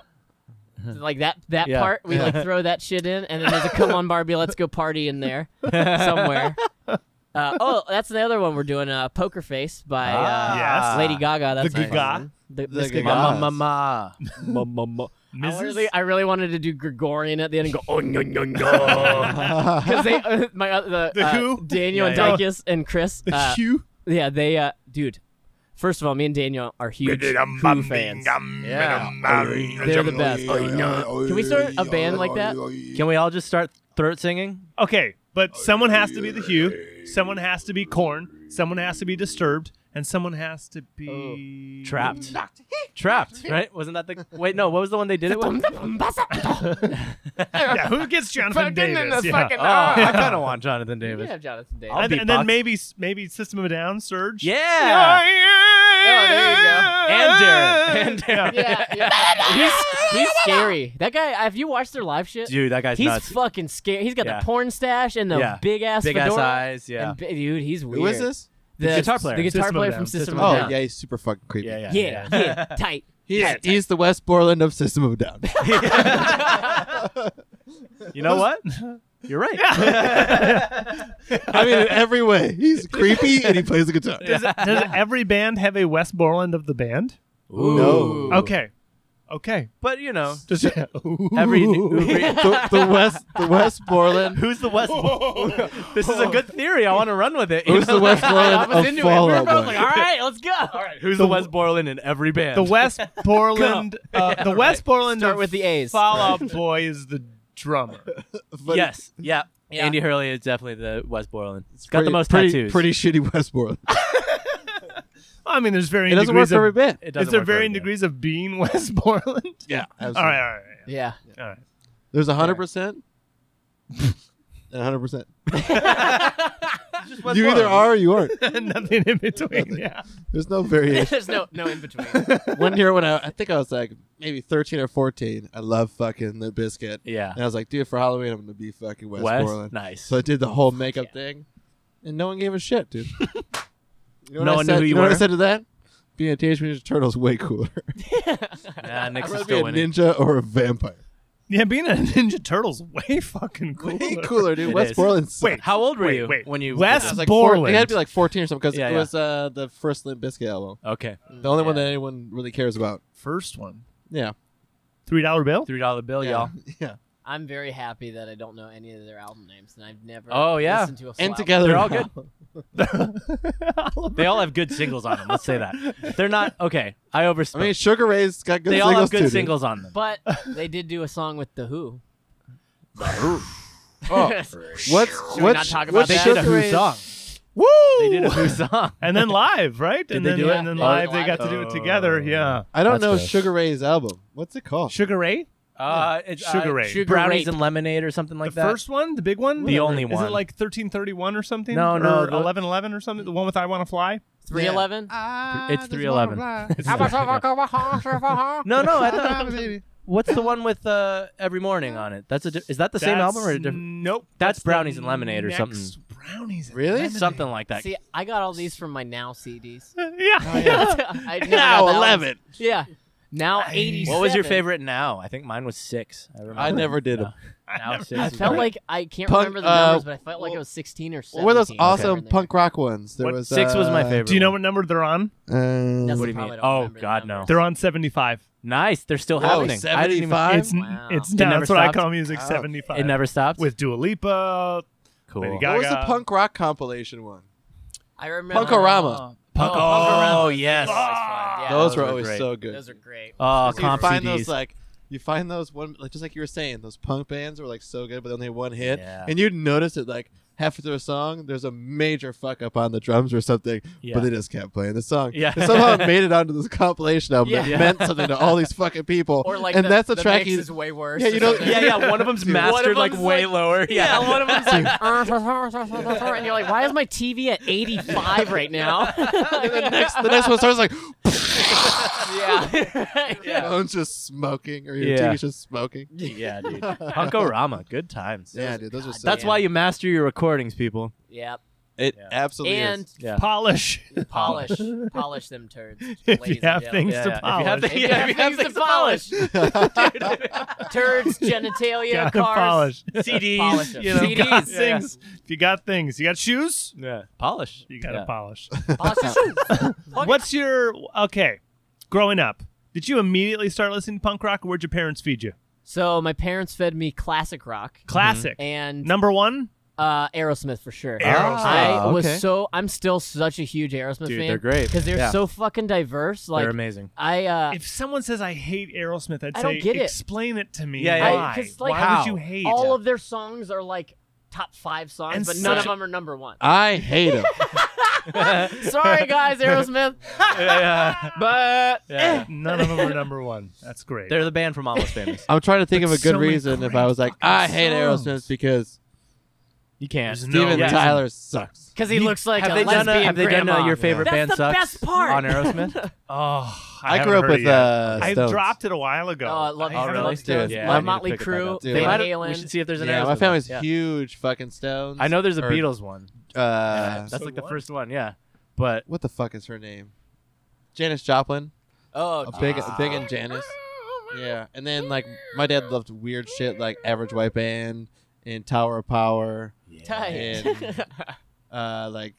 [SPEAKER 3] Like that that
[SPEAKER 1] Yeah.
[SPEAKER 3] part, we like throw that shit in, and then there's a "Come on, Barbie, let's go party" in there somewhere. Uh, oh, that's the other one we're doing. Uh, Poker Face by uh,
[SPEAKER 2] Yes.
[SPEAKER 3] Lady Gaga. That's
[SPEAKER 2] the
[SPEAKER 3] nice.
[SPEAKER 2] Gaga.
[SPEAKER 3] The,
[SPEAKER 4] The
[SPEAKER 3] Miss
[SPEAKER 4] Gaga.
[SPEAKER 3] Gaga.
[SPEAKER 1] Mama, mama, mama, mama.
[SPEAKER 3] I
[SPEAKER 2] Mrs.
[SPEAKER 3] really, I really wanted to do Gregorian at the end and go, oh, no, no, no. Because they, uh, my, uh, the,
[SPEAKER 2] The
[SPEAKER 3] uh,
[SPEAKER 2] who?
[SPEAKER 3] Daniel
[SPEAKER 1] Yeah,
[SPEAKER 3] and Dykes and Chris, uh,
[SPEAKER 2] Hugh.
[SPEAKER 3] yeah, they, uh, dude, first of all, me and Daniel are huge Who fans.
[SPEAKER 1] Yeah.
[SPEAKER 3] They're the best. Can we start a band like that?
[SPEAKER 1] Can we all just start throat singing?
[SPEAKER 2] Okay, but someone has to be the Hugh. Someone has to be Corn. Someone has to be Disturbed, and someone has to
[SPEAKER 3] Oh.
[SPEAKER 2] be
[SPEAKER 1] Trapped. Trapped, right? Wasn't that the Wait, no, what was the one they did it with? Oh,
[SPEAKER 2] Yeah, who gets Jonathan
[SPEAKER 3] Fucking in the
[SPEAKER 2] Davis? Yeah.
[SPEAKER 3] fucking-
[SPEAKER 1] Oh, I kind of want Jonathan
[SPEAKER 3] We
[SPEAKER 1] Davis.
[SPEAKER 3] have Jonathan Davis.
[SPEAKER 1] I'll
[SPEAKER 2] and,
[SPEAKER 1] be
[SPEAKER 2] and then
[SPEAKER 1] boxed.
[SPEAKER 2] maybe maybe System of a Down, Surge.
[SPEAKER 1] Yeah. And Darren. And Darren.
[SPEAKER 3] yeah, yeah. he's, he's scary. That guy, have you watched their live shit?
[SPEAKER 1] Dude, that guy's
[SPEAKER 3] he's
[SPEAKER 1] nuts.
[SPEAKER 3] fucking scary. He's got
[SPEAKER 1] Yeah.
[SPEAKER 3] the porn stash and the
[SPEAKER 1] Yeah.
[SPEAKER 3] big ass
[SPEAKER 1] Big ass
[SPEAKER 3] fedora.
[SPEAKER 1] eyes, yeah.
[SPEAKER 3] And bi- dude, he's weird.
[SPEAKER 4] Who is this?
[SPEAKER 1] The guitar player.
[SPEAKER 3] The guitar
[SPEAKER 2] System of
[SPEAKER 3] player
[SPEAKER 2] a
[SPEAKER 3] from
[SPEAKER 2] Down.
[SPEAKER 3] System,
[SPEAKER 4] Oh
[SPEAKER 3] of a
[SPEAKER 4] yeah.
[SPEAKER 3] Down. Oh,
[SPEAKER 4] he's super fucking creepy.
[SPEAKER 1] yeah, yeah.
[SPEAKER 3] Yeah, yeah, tight.
[SPEAKER 4] He's, he's the West Borland of System of a Down.
[SPEAKER 1] You know what? You're right.
[SPEAKER 4] I mean, in every way, he's creepy and he plays the guitar.
[SPEAKER 2] Does, does every band have a West Borland of the band?
[SPEAKER 4] Ooh.
[SPEAKER 2] Okay, okay.
[SPEAKER 1] But, you know,
[SPEAKER 2] Does
[SPEAKER 1] every
[SPEAKER 4] the, the West, the West Borland.
[SPEAKER 1] Who's the West? this is a good theory. I want to run with it. you
[SPEAKER 4] Who's
[SPEAKER 1] know?
[SPEAKER 4] the West
[SPEAKER 3] I
[SPEAKER 4] Borland
[SPEAKER 3] was
[SPEAKER 4] of
[SPEAKER 3] into it. We were
[SPEAKER 4] Fallout
[SPEAKER 3] both like,
[SPEAKER 4] Boy?
[SPEAKER 3] all right, let's go. All right.
[SPEAKER 1] Who's the, West Borland in every band?
[SPEAKER 2] the West Borland? Uh, the West Borland
[SPEAKER 3] Start
[SPEAKER 2] of
[SPEAKER 3] with the A's.
[SPEAKER 2] Fall Out Boy is the drummer.
[SPEAKER 4] But
[SPEAKER 1] yes. Yeah.
[SPEAKER 3] Yeah.
[SPEAKER 1] Andy Hurley is definitely the West Borland. It's got
[SPEAKER 4] pretty-
[SPEAKER 1] the most
[SPEAKER 4] pretty,
[SPEAKER 1] tattoos.
[SPEAKER 4] Pretty shitty West Borland.
[SPEAKER 2] I mean, there's varying
[SPEAKER 4] It doesn't work
[SPEAKER 2] degrees
[SPEAKER 4] for every
[SPEAKER 2] of.
[SPEAKER 4] band.
[SPEAKER 1] It doesn't
[SPEAKER 2] Is there
[SPEAKER 1] work for
[SPEAKER 2] varying
[SPEAKER 1] everybody.
[SPEAKER 2] degrees of being West Borland?
[SPEAKER 4] Yeah. Absolutely.
[SPEAKER 2] All right, all right,
[SPEAKER 3] Yeah.
[SPEAKER 2] all right.
[SPEAKER 4] There's 100% and 100%.
[SPEAKER 1] West
[SPEAKER 4] you either
[SPEAKER 1] Borland.
[SPEAKER 4] are or you aren't.
[SPEAKER 2] Nothing in between. Yeah.
[SPEAKER 4] There's no variation.
[SPEAKER 3] There's no no in between.
[SPEAKER 4] One year when I, I think I was like maybe 13 or 14, I love fucking the biscuit.
[SPEAKER 1] Yeah.
[SPEAKER 4] And I was like, dude, for Halloween, I'm going to be fucking West,
[SPEAKER 1] West?
[SPEAKER 4] Borland.
[SPEAKER 1] Nice.
[SPEAKER 4] So I did the whole makeup thing, and no one gave a shit, dude. you know what
[SPEAKER 1] No
[SPEAKER 4] I
[SPEAKER 1] one knew
[SPEAKER 4] said,
[SPEAKER 1] who you
[SPEAKER 4] know what I
[SPEAKER 1] were?
[SPEAKER 4] said to that? Being a Teenage Mutant Turtle's way cooler.
[SPEAKER 1] Nah, Nick's
[SPEAKER 4] I'd
[SPEAKER 1] is
[SPEAKER 4] rather be
[SPEAKER 1] still
[SPEAKER 4] a
[SPEAKER 1] winning.
[SPEAKER 4] ninja or a vampire.
[SPEAKER 2] Yeah, being a Ninja Turtle's way fucking cool.
[SPEAKER 4] Way cooler, dude.
[SPEAKER 1] It
[SPEAKER 4] West
[SPEAKER 1] is.
[SPEAKER 4] Borland. sucks.
[SPEAKER 2] Wait,
[SPEAKER 1] How old were
[SPEAKER 2] Wait,
[SPEAKER 1] you
[SPEAKER 2] wait.
[SPEAKER 1] when you
[SPEAKER 4] I
[SPEAKER 2] West-
[SPEAKER 4] was like four, it
[SPEAKER 2] Borland.
[SPEAKER 4] had to be like 14 or something because
[SPEAKER 1] Yeah,
[SPEAKER 4] it
[SPEAKER 1] yeah. Mm,
[SPEAKER 4] was uh, the first Limp Bizkit album.
[SPEAKER 1] Okay.
[SPEAKER 4] The only one
[SPEAKER 3] Yeah.
[SPEAKER 4] that anyone really cares about.
[SPEAKER 2] First one.
[SPEAKER 4] Yeah.
[SPEAKER 2] Three dollar bill.
[SPEAKER 1] Three dollar bill, Oh, y'all.
[SPEAKER 4] Yeah.
[SPEAKER 3] I'm very happy that I don't know any of their album names, and I've never.
[SPEAKER 1] Oh, yeah.
[SPEAKER 3] listened to a full
[SPEAKER 4] And
[SPEAKER 3] album.
[SPEAKER 4] together.
[SPEAKER 1] They're all good.
[SPEAKER 2] All of
[SPEAKER 1] They all have good singles on them. Let's say that. They're not okay. I
[SPEAKER 4] I
[SPEAKER 1] overspoke.
[SPEAKER 4] mean, Sugar Ray's got good
[SPEAKER 1] they all
[SPEAKER 4] singles
[SPEAKER 1] have
[SPEAKER 4] too,
[SPEAKER 1] good
[SPEAKER 4] dude.
[SPEAKER 1] singles on them.
[SPEAKER 3] But they did do a song with the Who.
[SPEAKER 4] Oh. What's,
[SPEAKER 3] we
[SPEAKER 4] what's,
[SPEAKER 3] not talk about
[SPEAKER 4] what's
[SPEAKER 1] they
[SPEAKER 3] that?
[SPEAKER 1] did
[SPEAKER 4] Sugar
[SPEAKER 1] a Who
[SPEAKER 4] Ray's-
[SPEAKER 1] song.
[SPEAKER 2] Woo!
[SPEAKER 1] They did a Who song.
[SPEAKER 2] and then live, right? and
[SPEAKER 1] they
[SPEAKER 2] then
[SPEAKER 1] do it?
[SPEAKER 2] and then
[SPEAKER 1] Yeah.
[SPEAKER 2] live,
[SPEAKER 3] Yeah.
[SPEAKER 2] they got to do it
[SPEAKER 1] Oh.
[SPEAKER 2] together. Yeah.
[SPEAKER 4] I don't
[SPEAKER 1] That's
[SPEAKER 4] know
[SPEAKER 1] gross.
[SPEAKER 4] Sugar Ray's album. What's it called?
[SPEAKER 2] Sugar Ray,
[SPEAKER 1] Uh, it's, uh,
[SPEAKER 2] Sugar Ray.
[SPEAKER 3] Sugar
[SPEAKER 1] brownies
[SPEAKER 3] Rape.
[SPEAKER 1] and lemonade or something like
[SPEAKER 2] the
[SPEAKER 1] that.
[SPEAKER 2] first one, the big one,
[SPEAKER 1] The only
[SPEAKER 2] Is
[SPEAKER 1] one.
[SPEAKER 2] it like thirteen thirty one or something?
[SPEAKER 1] No, no,
[SPEAKER 2] Or
[SPEAKER 1] the-
[SPEAKER 2] eleven eleven or something. The one with I Want to Fly.
[SPEAKER 3] Three eleven.
[SPEAKER 1] Uh, it's three eleven.
[SPEAKER 5] Same
[SPEAKER 1] No, no, I thought. What's the one with uh, every morning on it? That's a. di- Is that the same album or a different?
[SPEAKER 2] Nope.
[SPEAKER 1] That's
[SPEAKER 2] the
[SPEAKER 1] brownies and lemonade or
[SPEAKER 2] next
[SPEAKER 1] something.
[SPEAKER 2] Brownies. and
[SPEAKER 4] Really?
[SPEAKER 2] Lemonade.
[SPEAKER 1] Something like that.
[SPEAKER 3] See, I got all these from my Now CDs.
[SPEAKER 2] yeah.
[SPEAKER 1] Oh,
[SPEAKER 3] I never got that one. Yeah. Now eighty.
[SPEAKER 1] what was your favorite now? I think mine was six. I remember.
[SPEAKER 4] I never did
[SPEAKER 1] No.
[SPEAKER 4] them.
[SPEAKER 1] Now
[SPEAKER 2] never-
[SPEAKER 1] six.
[SPEAKER 3] I
[SPEAKER 1] is
[SPEAKER 3] felt
[SPEAKER 1] great.
[SPEAKER 3] like I can't
[SPEAKER 4] Punk-
[SPEAKER 3] remember the
[SPEAKER 4] uh,
[SPEAKER 3] numbers, but I felt like I was sixteen or
[SPEAKER 4] What
[SPEAKER 3] seventeen.
[SPEAKER 4] were those
[SPEAKER 3] somewhere in
[SPEAKER 4] awesome
[SPEAKER 3] there.
[SPEAKER 4] punk rock ones? There
[SPEAKER 2] What-
[SPEAKER 4] was
[SPEAKER 1] six was my
[SPEAKER 4] uh,
[SPEAKER 1] favorite.
[SPEAKER 2] Do you know
[SPEAKER 1] one.
[SPEAKER 2] what number they're on?
[SPEAKER 4] Um,
[SPEAKER 3] That's
[SPEAKER 1] What do you
[SPEAKER 3] the problem,
[SPEAKER 1] mean?
[SPEAKER 3] I don't
[SPEAKER 1] Oh,
[SPEAKER 3] remember the
[SPEAKER 1] God,
[SPEAKER 3] numbers.
[SPEAKER 1] no.
[SPEAKER 2] They're on seventy five.
[SPEAKER 1] Nice. They're still
[SPEAKER 4] Whoa,
[SPEAKER 1] happening. I didn't even,
[SPEAKER 4] 75?
[SPEAKER 2] It's
[SPEAKER 3] Wow.
[SPEAKER 2] it's
[SPEAKER 1] It
[SPEAKER 2] no,
[SPEAKER 1] never
[SPEAKER 2] that's what I
[SPEAKER 1] stopped?
[SPEAKER 2] call music
[SPEAKER 4] Wow.
[SPEAKER 2] seventy five.
[SPEAKER 1] it never stopped.
[SPEAKER 2] with Dua Lipa.
[SPEAKER 1] cool.
[SPEAKER 2] Lady
[SPEAKER 4] What was the
[SPEAKER 2] Gaga.
[SPEAKER 4] punk rock compilation one?
[SPEAKER 3] I remember.
[SPEAKER 4] Punkorama.
[SPEAKER 1] Punk- oh,
[SPEAKER 2] Oh, Punkorama.
[SPEAKER 1] yes.
[SPEAKER 2] Oh,
[SPEAKER 3] Yeah,
[SPEAKER 4] those,
[SPEAKER 1] those
[SPEAKER 4] were
[SPEAKER 1] were
[SPEAKER 4] always
[SPEAKER 1] great.
[SPEAKER 4] so good.
[SPEAKER 3] Those are great.
[SPEAKER 1] Oh,
[SPEAKER 4] So you
[SPEAKER 1] comp
[SPEAKER 4] find
[SPEAKER 1] CDs.
[SPEAKER 4] those like you find those one like just like you were saying those punk bands were like so good but they only had one hit
[SPEAKER 1] Yeah.
[SPEAKER 4] and you'd notice it like halfway through a song there's a major fuck up on the drums or something
[SPEAKER 1] Yeah.
[SPEAKER 4] but they just kept playing the song
[SPEAKER 1] Yeah.
[SPEAKER 4] and somehow it made it onto this compilation album that
[SPEAKER 3] Yeah.
[SPEAKER 4] meant something to all these fucking people
[SPEAKER 3] Or like,
[SPEAKER 4] and
[SPEAKER 3] the,
[SPEAKER 4] that's a
[SPEAKER 3] the
[SPEAKER 4] track
[SPEAKER 3] mix
[SPEAKER 4] you
[SPEAKER 3] is way worse.
[SPEAKER 4] Yeah,
[SPEAKER 3] or
[SPEAKER 4] you know-
[SPEAKER 3] something.
[SPEAKER 1] yeah, yeah. One of them's
[SPEAKER 4] Dude.
[SPEAKER 1] mastered
[SPEAKER 3] One of
[SPEAKER 1] like
[SPEAKER 3] them's
[SPEAKER 1] way
[SPEAKER 3] like-
[SPEAKER 1] lower.
[SPEAKER 3] Yeah,
[SPEAKER 1] Yeah.
[SPEAKER 3] one of them's like, "Uh," and you're like, why is my TV at 85 right now?
[SPEAKER 4] and the next the next one starts like
[SPEAKER 3] yeah. yeah.
[SPEAKER 4] phone's just smoking or your
[SPEAKER 1] Yeah.
[SPEAKER 4] TV's just smoking
[SPEAKER 1] yeah, dude. Punkorama. Good times.
[SPEAKER 4] yeah dude those are so
[SPEAKER 1] That's
[SPEAKER 4] good.
[SPEAKER 1] why you master your recordings, people.
[SPEAKER 3] Yep.
[SPEAKER 4] it
[SPEAKER 1] Yeah.
[SPEAKER 4] absolutely is.
[SPEAKER 3] And
[SPEAKER 1] Yeah.
[SPEAKER 2] Polish.
[SPEAKER 3] polish, polish them turds.
[SPEAKER 2] if
[SPEAKER 3] ladies
[SPEAKER 2] you
[SPEAKER 3] and
[SPEAKER 2] have
[SPEAKER 3] gentlemen.
[SPEAKER 2] things
[SPEAKER 1] Yeah,
[SPEAKER 2] to
[SPEAKER 1] yeah. If you
[SPEAKER 2] polish.
[SPEAKER 1] have
[SPEAKER 3] If
[SPEAKER 1] Yeah,
[SPEAKER 3] you have
[SPEAKER 1] if you have
[SPEAKER 3] things to
[SPEAKER 1] things to polish.
[SPEAKER 3] polish, turds, genitalia,
[SPEAKER 2] Gotta
[SPEAKER 3] cars.
[SPEAKER 2] polish.
[SPEAKER 1] CDs.
[SPEAKER 3] Polish 'em.
[SPEAKER 2] You know,
[SPEAKER 3] CDs.
[SPEAKER 2] got
[SPEAKER 1] Yeah.
[SPEAKER 2] things. If you got things, you got shoes.
[SPEAKER 1] Yeah. Polish.
[SPEAKER 2] You gotta
[SPEAKER 1] Yeah.
[SPEAKER 2] polish.
[SPEAKER 3] Polish your shoes. Fuck
[SPEAKER 2] What's your okay? Growing up, did you immediately start listening to punk rock? Or where'd your parents feed you?
[SPEAKER 1] Mm-hmm.
[SPEAKER 3] it. So my parents fed me classic rock
[SPEAKER 2] Classic.
[SPEAKER 3] and
[SPEAKER 2] Number one,
[SPEAKER 3] uh, Aerosmith for sure.
[SPEAKER 2] Aerosmith.
[SPEAKER 3] I
[SPEAKER 1] Ah,
[SPEAKER 3] was
[SPEAKER 1] okay.
[SPEAKER 3] so I'm still such a huge Aerosmith
[SPEAKER 1] Dude,
[SPEAKER 3] fan.
[SPEAKER 1] they're great.
[SPEAKER 3] because they're
[SPEAKER 1] Yeah.
[SPEAKER 3] so fucking diverse. Like
[SPEAKER 1] They're amazing.
[SPEAKER 3] I, uh,
[SPEAKER 2] if someone says I hate Aerosmith, I'd
[SPEAKER 3] I
[SPEAKER 2] say
[SPEAKER 3] don't get it.
[SPEAKER 2] explain it. to me.
[SPEAKER 1] Yeah, yeah,
[SPEAKER 2] why?
[SPEAKER 1] yeah.
[SPEAKER 3] I- 'cause, like,
[SPEAKER 2] why
[SPEAKER 1] how?
[SPEAKER 2] would you hate?
[SPEAKER 3] all of their songs are like top five songs,
[SPEAKER 2] And
[SPEAKER 3] but none
[SPEAKER 2] such
[SPEAKER 3] of them are number one.
[SPEAKER 1] Uh,
[SPEAKER 4] I hate him
[SPEAKER 3] Sorry guys, Aerosmith.
[SPEAKER 1] yeah.
[SPEAKER 3] but
[SPEAKER 1] Yeah.
[SPEAKER 2] None of them are number one. That's great.
[SPEAKER 1] eh. They're the band from Almost Famous.
[SPEAKER 4] I'm trying to think
[SPEAKER 2] But
[SPEAKER 4] of a good
[SPEAKER 2] so many
[SPEAKER 4] reason if
[SPEAKER 2] great
[SPEAKER 4] I was like
[SPEAKER 2] fucking
[SPEAKER 4] I hate
[SPEAKER 2] songs.
[SPEAKER 4] Aerosmith because
[SPEAKER 1] You can't.
[SPEAKER 2] There's no
[SPEAKER 4] Steven
[SPEAKER 2] reason.
[SPEAKER 4] Tyler sucks
[SPEAKER 3] because he
[SPEAKER 2] You-
[SPEAKER 3] looks like
[SPEAKER 1] have
[SPEAKER 3] a
[SPEAKER 1] they
[SPEAKER 3] lesbian
[SPEAKER 1] done a, have they done
[SPEAKER 3] grandma.
[SPEAKER 1] a, your favorite
[SPEAKER 3] That's
[SPEAKER 1] band
[SPEAKER 3] the
[SPEAKER 1] sucks
[SPEAKER 3] best part.
[SPEAKER 1] on Aerosmith?
[SPEAKER 2] oh,
[SPEAKER 4] I,
[SPEAKER 2] haven't
[SPEAKER 4] grew up
[SPEAKER 2] heard it
[SPEAKER 4] with
[SPEAKER 2] yet.
[SPEAKER 4] uh,
[SPEAKER 2] I
[SPEAKER 4] Stones.
[SPEAKER 2] dropped it a while ago.
[SPEAKER 3] Oh, I love,
[SPEAKER 2] I
[SPEAKER 1] Oh,
[SPEAKER 3] I
[SPEAKER 2] haven't
[SPEAKER 1] really?
[SPEAKER 3] love
[SPEAKER 2] listened to it.
[SPEAKER 3] Stones.
[SPEAKER 1] Yeah, I
[SPEAKER 3] love
[SPEAKER 1] need to
[SPEAKER 3] Motley
[SPEAKER 1] pick it back
[SPEAKER 3] Crue.
[SPEAKER 1] up.
[SPEAKER 4] Dude.
[SPEAKER 1] They
[SPEAKER 3] Van
[SPEAKER 1] might have-
[SPEAKER 3] Halen.
[SPEAKER 1] We should see if there's an
[SPEAKER 4] Yeah,
[SPEAKER 1] Aerosmith.
[SPEAKER 4] my family's
[SPEAKER 1] Yeah.
[SPEAKER 4] huge fucking Stones.
[SPEAKER 1] I know there's a
[SPEAKER 4] Or,
[SPEAKER 1] Beatles one.
[SPEAKER 4] Uh,
[SPEAKER 1] That's
[SPEAKER 2] So
[SPEAKER 1] like the
[SPEAKER 2] what?
[SPEAKER 1] first one, yeah. But
[SPEAKER 4] what the fuck is her name? Janice Joplin.
[SPEAKER 3] oh,
[SPEAKER 4] A Ah. big,
[SPEAKER 3] Jesus.
[SPEAKER 4] a big and Janice. Yeah, and then like my dad loved weird shit like Average White Band and Tower of Power.
[SPEAKER 3] Tight.
[SPEAKER 4] And- Uh, like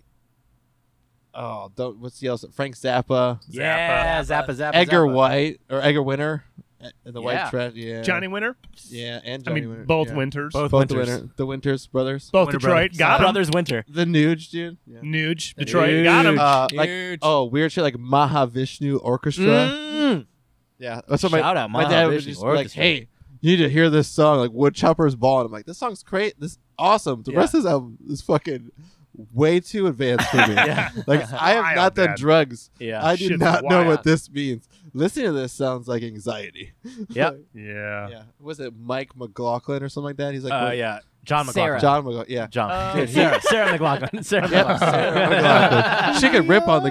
[SPEAKER 4] oh, don't, what's the else? Frank Zappa,
[SPEAKER 1] yeah,
[SPEAKER 3] Zappa.
[SPEAKER 1] Zappa, Zappa,
[SPEAKER 4] Edgar
[SPEAKER 1] Zappa.
[SPEAKER 4] White or Edgar Winter, eh, the White
[SPEAKER 1] Yeah.
[SPEAKER 4] Trash. Yeah,
[SPEAKER 2] Johnny Winter.
[SPEAKER 4] Yeah, and
[SPEAKER 2] I
[SPEAKER 4] Johnny
[SPEAKER 2] mean,
[SPEAKER 4] Winter.
[SPEAKER 2] both
[SPEAKER 4] yeah.
[SPEAKER 2] Winters.
[SPEAKER 1] Both
[SPEAKER 4] Both the
[SPEAKER 1] Winters.
[SPEAKER 4] Winter, the Winters brothers.
[SPEAKER 2] Both
[SPEAKER 1] Winter
[SPEAKER 2] Detroit.
[SPEAKER 1] Brothers.
[SPEAKER 2] Got him.
[SPEAKER 1] Brothers Winter.
[SPEAKER 4] The Nuge, dude. Yeah.
[SPEAKER 2] Nuge. Detroit. Got him.
[SPEAKER 4] Uh, like
[SPEAKER 3] Huge.
[SPEAKER 4] oh, weird shit like Mahavishnu Orchestra.
[SPEAKER 1] Mm.
[SPEAKER 4] Yeah, that's what my
[SPEAKER 1] Shout out
[SPEAKER 4] my dad would
[SPEAKER 1] Mahavishnu
[SPEAKER 4] just be like,
[SPEAKER 1] Orchestra.
[SPEAKER 4] "Hey, you need to hear this song like Woodchopper's Ball." And I'm like, "This song's great. This is awesome. The
[SPEAKER 1] Yeah.
[SPEAKER 4] rest of this album is fucking way too advanced for me.
[SPEAKER 1] Yeah.
[SPEAKER 4] Like I have
[SPEAKER 2] Wild,
[SPEAKER 4] not done
[SPEAKER 2] Dad.
[SPEAKER 4] drugs.
[SPEAKER 1] Yeah.
[SPEAKER 4] I do
[SPEAKER 2] shit's
[SPEAKER 4] not know
[SPEAKER 2] wild.
[SPEAKER 4] what this means. Listening to this sounds like anxiety."
[SPEAKER 1] Yep.
[SPEAKER 4] Like,
[SPEAKER 2] yeah.
[SPEAKER 4] yeah. Was it Mike McLaughlin or something like that? He's like,
[SPEAKER 1] Uh,
[SPEAKER 4] what-
[SPEAKER 1] yeah. John
[SPEAKER 3] Sarah.
[SPEAKER 1] McLaughlin.
[SPEAKER 4] John McLaughlin. Yeah.
[SPEAKER 1] John.
[SPEAKER 3] Uh,
[SPEAKER 1] Dude, Sarah. Sarah McLaughlin. Sarah
[SPEAKER 4] Yeah,
[SPEAKER 1] McLaughlin.
[SPEAKER 4] Sarah McLachlan. She could rip on the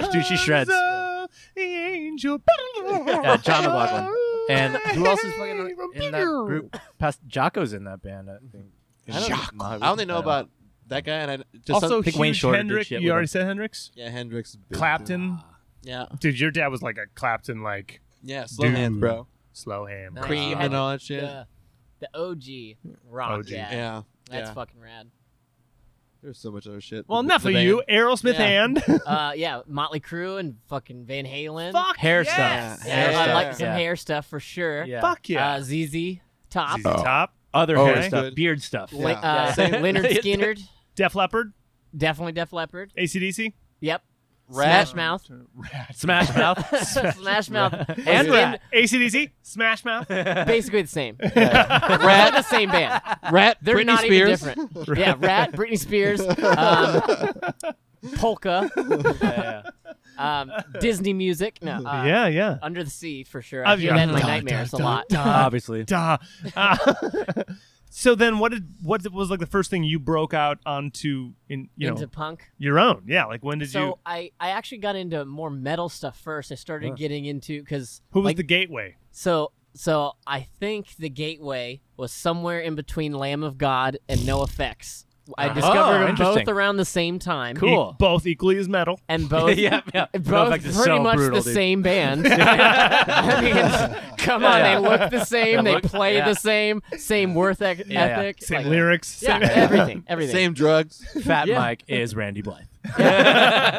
[SPEAKER 1] Yeah, dude, she shreds.
[SPEAKER 2] The angel.
[SPEAKER 1] Yeah, John McLaughlin. And who else is fucking in that group? Past Jocko's in that band, I think.
[SPEAKER 4] I don't, I only know about that guy, and I just
[SPEAKER 2] Also,
[SPEAKER 4] some-
[SPEAKER 1] think
[SPEAKER 2] huge
[SPEAKER 1] Wayne Shorter did
[SPEAKER 2] Hendrix.
[SPEAKER 1] shit
[SPEAKER 2] You
[SPEAKER 1] with
[SPEAKER 2] already
[SPEAKER 1] him.
[SPEAKER 2] said Hendrix.
[SPEAKER 4] yeah, Hendrix, big dude.
[SPEAKER 2] Clapton.
[SPEAKER 4] yeah,
[SPEAKER 2] Dude, your dad was like a Clapton, like
[SPEAKER 4] yeah, slow
[SPEAKER 2] Dude.
[SPEAKER 4] hands, bro,
[SPEAKER 2] slow hand.
[SPEAKER 3] Nice.
[SPEAKER 2] rock.
[SPEAKER 4] cream
[SPEAKER 3] you
[SPEAKER 4] and
[SPEAKER 3] had
[SPEAKER 4] all that shit. Yeah,
[SPEAKER 3] The, the OG rock.
[SPEAKER 2] OG.
[SPEAKER 3] Yeah.
[SPEAKER 4] yeah.
[SPEAKER 3] That's fucking rad.
[SPEAKER 4] There's so much other shit.
[SPEAKER 2] Well,
[SPEAKER 4] The-
[SPEAKER 2] enough
[SPEAKER 4] the
[SPEAKER 2] of
[SPEAKER 4] band.
[SPEAKER 2] you. Aerosmith
[SPEAKER 4] Yeah.
[SPEAKER 2] and
[SPEAKER 3] Uh, yeah, Motley Crue and fucking Van Halen.
[SPEAKER 2] fuck
[SPEAKER 1] Hair
[SPEAKER 2] yes!
[SPEAKER 1] stuff.
[SPEAKER 3] Yeah,
[SPEAKER 1] Hair
[SPEAKER 3] I
[SPEAKER 1] stuff.
[SPEAKER 3] like some
[SPEAKER 1] Yeah.
[SPEAKER 3] hair stuff for sure.
[SPEAKER 1] Yeah.
[SPEAKER 2] Fuck yeah.
[SPEAKER 3] Uh, ZZ Top.
[SPEAKER 1] Uh,
[SPEAKER 2] ZZ Top.
[SPEAKER 1] Other
[SPEAKER 4] Oh,
[SPEAKER 1] hair
[SPEAKER 2] it's
[SPEAKER 1] stuff,
[SPEAKER 4] good.
[SPEAKER 1] beard stuff.
[SPEAKER 4] Yeah.
[SPEAKER 3] Li- uh,
[SPEAKER 1] Same.
[SPEAKER 3] Leonard Skinner.
[SPEAKER 2] Def Leppard.
[SPEAKER 3] definitely Def Leppard.
[SPEAKER 2] ACDC.
[SPEAKER 3] Yep.
[SPEAKER 4] Rat.
[SPEAKER 3] Smash Mouth.
[SPEAKER 2] Rat.
[SPEAKER 1] Smash Mouth.
[SPEAKER 3] Smash Mouth.
[SPEAKER 1] And
[SPEAKER 3] Skin-
[SPEAKER 1] Rat.
[SPEAKER 2] ACDC. Smash Mouth.
[SPEAKER 3] Basically the same. They're
[SPEAKER 4] Rat,
[SPEAKER 3] the same band.
[SPEAKER 4] rat.
[SPEAKER 3] They're
[SPEAKER 4] Britney
[SPEAKER 3] not
[SPEAKER 4] Spears.
[SPEAKER 3] even different. yeah, Rat, Britney Spears, um, Polka,
[SPEAKER 1] Yeah, yeah.
[SPEAKER 3] um, Disney music. No. Uh,
[SPEAKER 2] yeah, yeah.
[SPEAKER 3] Under the Sea for sure.
[SPEAKER 2] Oh,
[SPEAKER 3] I hear
[SPEAKER 2] yeah.
[SPEAKER 3] that in my
[SPEAKER 2] Duh,
[SPEAKER 3] nightmares
[SPEAKER 2] duh,
[SPEAKER 3] a lot.
[SPEAKER 1] Obviously.
[SPEAKER 2] Duh. Uh, so then, what did what was like the first thing you broke out onto in you
[SPEAKER 3] Into
[SPEAKER 2] know
[SPEAKER 3] punk.
[SPEAKER 2] your own? Yeah, like when did
[SPEAKER 3] so
[SPEAKER 2] you?
[SPEAKER 3] I, I actually got into more metal stuff first. I started
[SPEAKER 1] Huh.
[SPEAKER 3] getting into because
[SPEAKER 2] Who was
[SPEAKER 3] like,
[SPEAKER 2] the gateway? E,
[SPEAKER 3] so so I think the gateway was somewhere in between Lamb of God and No Effects. I
[SPEAKER 1] Oh,
[SPEAKER 3] discovered them both
[SPEAKER 1] interesting.
[SPEAKER 3] around the same time,
[SPEAKER 1] Cool.
[SPEAKER 2] E- both equally as metal.
[SPEAKER 3] and both
[SPEAKER 1] yeah, yeah.
[SPEAKER 3] both
[SPEAKER 1] Effects
[SPEAKER 3] pretty
[SPEAKER 1] is so
[SPEAKER 3] much
[SPEAKER 1] brutal,
[SPEAKER 3] the
[SPEAKER 1] dude.
[SPEAKER 3] same band. I mean, come on,
[SPEAKER 1] Yeah.
[SPEAKER 3] they look the same,
[SPEAKER 1] They
[SPEAKER 3] they
[SPEAKER 1] look-
[SPEAKER 3] play
[SPEAKER 1] yeah.
[SPEAKER 3] the same, same worth ec-
[SPEAKER 1] Yeah, yeah.
[SPEAKER 3] ethic,
[SPEAKER 2] Same
[SPEAKER 3] like-
[SPEAKER 2] lyrics.
[SPEAKER 3] yeah,
[SPEAKER 2] Same
[SPEAKER 3] everything, everything.
[SPEAKER 4] Same drugs.
[SPEAKER 1] Fat
[SPEAKER 3] Yeah.
[SPEAKER 1] Mike is Randy Blythe.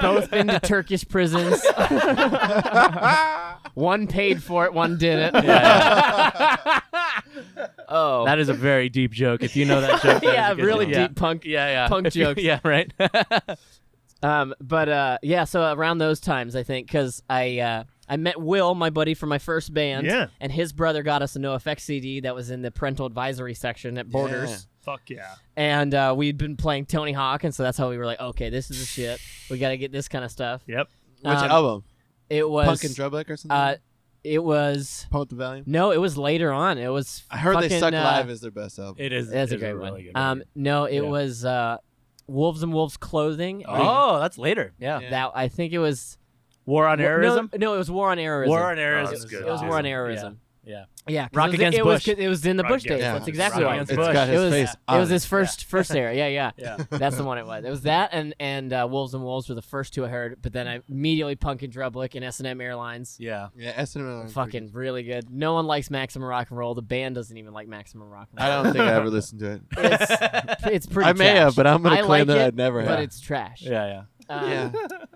[SPEAKER 3] Both been to Turkish prisons. one paid for it, one didn't. oh,
[SPEAKER 1] That is a very deep joke. If you know that joke, that is
[SPEAKER 3] yeah,
[SPEAKER 1] a good
[SPEAKER 3] really
[SPEAKER 1] joke.
[SPEAKER 3] deep punk.
[SPEAKER 1] Yeah, yeah.
[SPEAKER 3] punk jokes.
[SPEAKER 1] yeah, right.
[SPEAKER 3] Um, but uh, yeah, so around those times, I think, because I uh, I met Will, my buddy from my first band,
[SPEAKER 2] Yeah.
[SPEAKER 3] and his brother got us a NoFX CD that was in the parental advisory section at Borders,
[SPEAKER 2] Fuck yeah.
[SPEAKER 3] and uh, we'd been playing Tony Hawk, and so that's how we were like, okay, this is the shit. We got to get this kind of stuff.
[SPEAKER 2] Yep.
[SPEAKER 4] Which
[SPEAKER 3] Um,
[SPEAKER 4] album?
[SPEAKER 3] It was
[SPEAKER 4] Punk and Drublick or something?
[SPEAKER 3] Uh, it was
[SPEAKER 4] Pump the Volume?
[SPEAKER 3] no, it was later on. It was.
[SPEAKER 4] I heard
[SPEAKER 3] fucking,
[SPEAKER 4] They Suck
[SPEAKER 3] uh,
[SPEAKER 4] Live is their best album.
[SPEAKER 1] It is.
[SPEAKER 3] That's
[SPEAKER 1] it
[SPEAKER 3] a
[SPEAKER 1] is
[SPEAKER 3] great
[SPEAKER 1] really
[SPEAKER 3] one.
[SPEAKER 1] Good
[SPEAKER 3] Um, no, it
[SPEAKER 1] Yeah.
[SPEAKER 3] was uh, Wolves and Wolves Clothing.
[SPEAKER 1] oh, that's later. Yeah.
[SPEAKER 4] Yeah.
[SPEAKER 3] that I think it was.
[SPEAKER 1] War on
[SPEAKER 3] Wa-
[SPEAKER 1] Errorism.
[SPEAKER 3] No, no, it was War on Errorism.
[SPEAKER 1] War on Errorism.
[SPEAKER 2] that's
[SPEAKER 1] is
[SPEAKER 2] good.
[SPEAKER 3] It was
[SPEAKER 1] awesome.
[SPEAKER 3] War on
[SPEAKER 2] Yeah.
[SPEAKER 3] Errorism.
[SPEAKER 1] Yeah.
[SPEAKER 3] Yeah, 'cause
[SPEAKER 1] Rock
[SPEAKER 3] it was,
[SPEAKER 1] against
[SPEAKER 3] it was-
[SPEAKER 1] Bush.
[SPEAKER 3] it was in the
[SPEAKER 2] Rock
[SPEAKER 3] Bush days.
[SPEAKER 2] against
[SPEAKER 3] That's
[SPEAKER 2] Bush.
[SPEAKER 3] exactly
[SPEAKER 1] Rock
[SPEAKER 3] right.
[SPEAKER 1] against
[SPEAKER 4] It's
[SPEAKER 1] Bush.
[SPEAKER 4] got
[SPEAKER 3] It
[SPEAKER 4] his
[SPEAKER 3] was,
[SPEAKER 4] face
[SPEAKER 3] it
[SPEAKER 4] on
[SPEAKER 3] was
[SPEAKER 4] it.
[SPEAKER 3] his first first era. Yeah, yeah.
[SPEAKER 1] Yeah.
[SPEAKER 3] That's the one it was. It was that and and uh, Wolves and Wolves were the first two I heard, but then I immediately Punk and Drublick and S and M Airlines.
[SPEAKER 1] Yeah.
[SPEAKER 4] Yeah, SNM.
[SPEAKER 3] Fucking really good. No one likes Maximum Rock and Roll. The band doesn't even like Maximum Rock and
[SPEAKER 4] I
[SPEAKER 3] Roll.
[SPEAKER 4] don't think I ever listened to it.
[SPEAKER 3] It's, it's pretty.
[SPEAKER 4] I may
[SPEAKER 3] trash.
[SPEAKER 4] have, but I'm gonna
[SPEAKER 3] I like
[SPEAKER 4] claim that
[SPEAKER 3] it,
[SPEAKER 4] I'd never
[SPEAKER 3] But
[SPEAKER 4] have.
[SPEAKER 3] it's trash.
[SPEAKER 1] Yeah. Yeah.
[SPEAKER 3] Um,
[SPEAKER 4] yeah.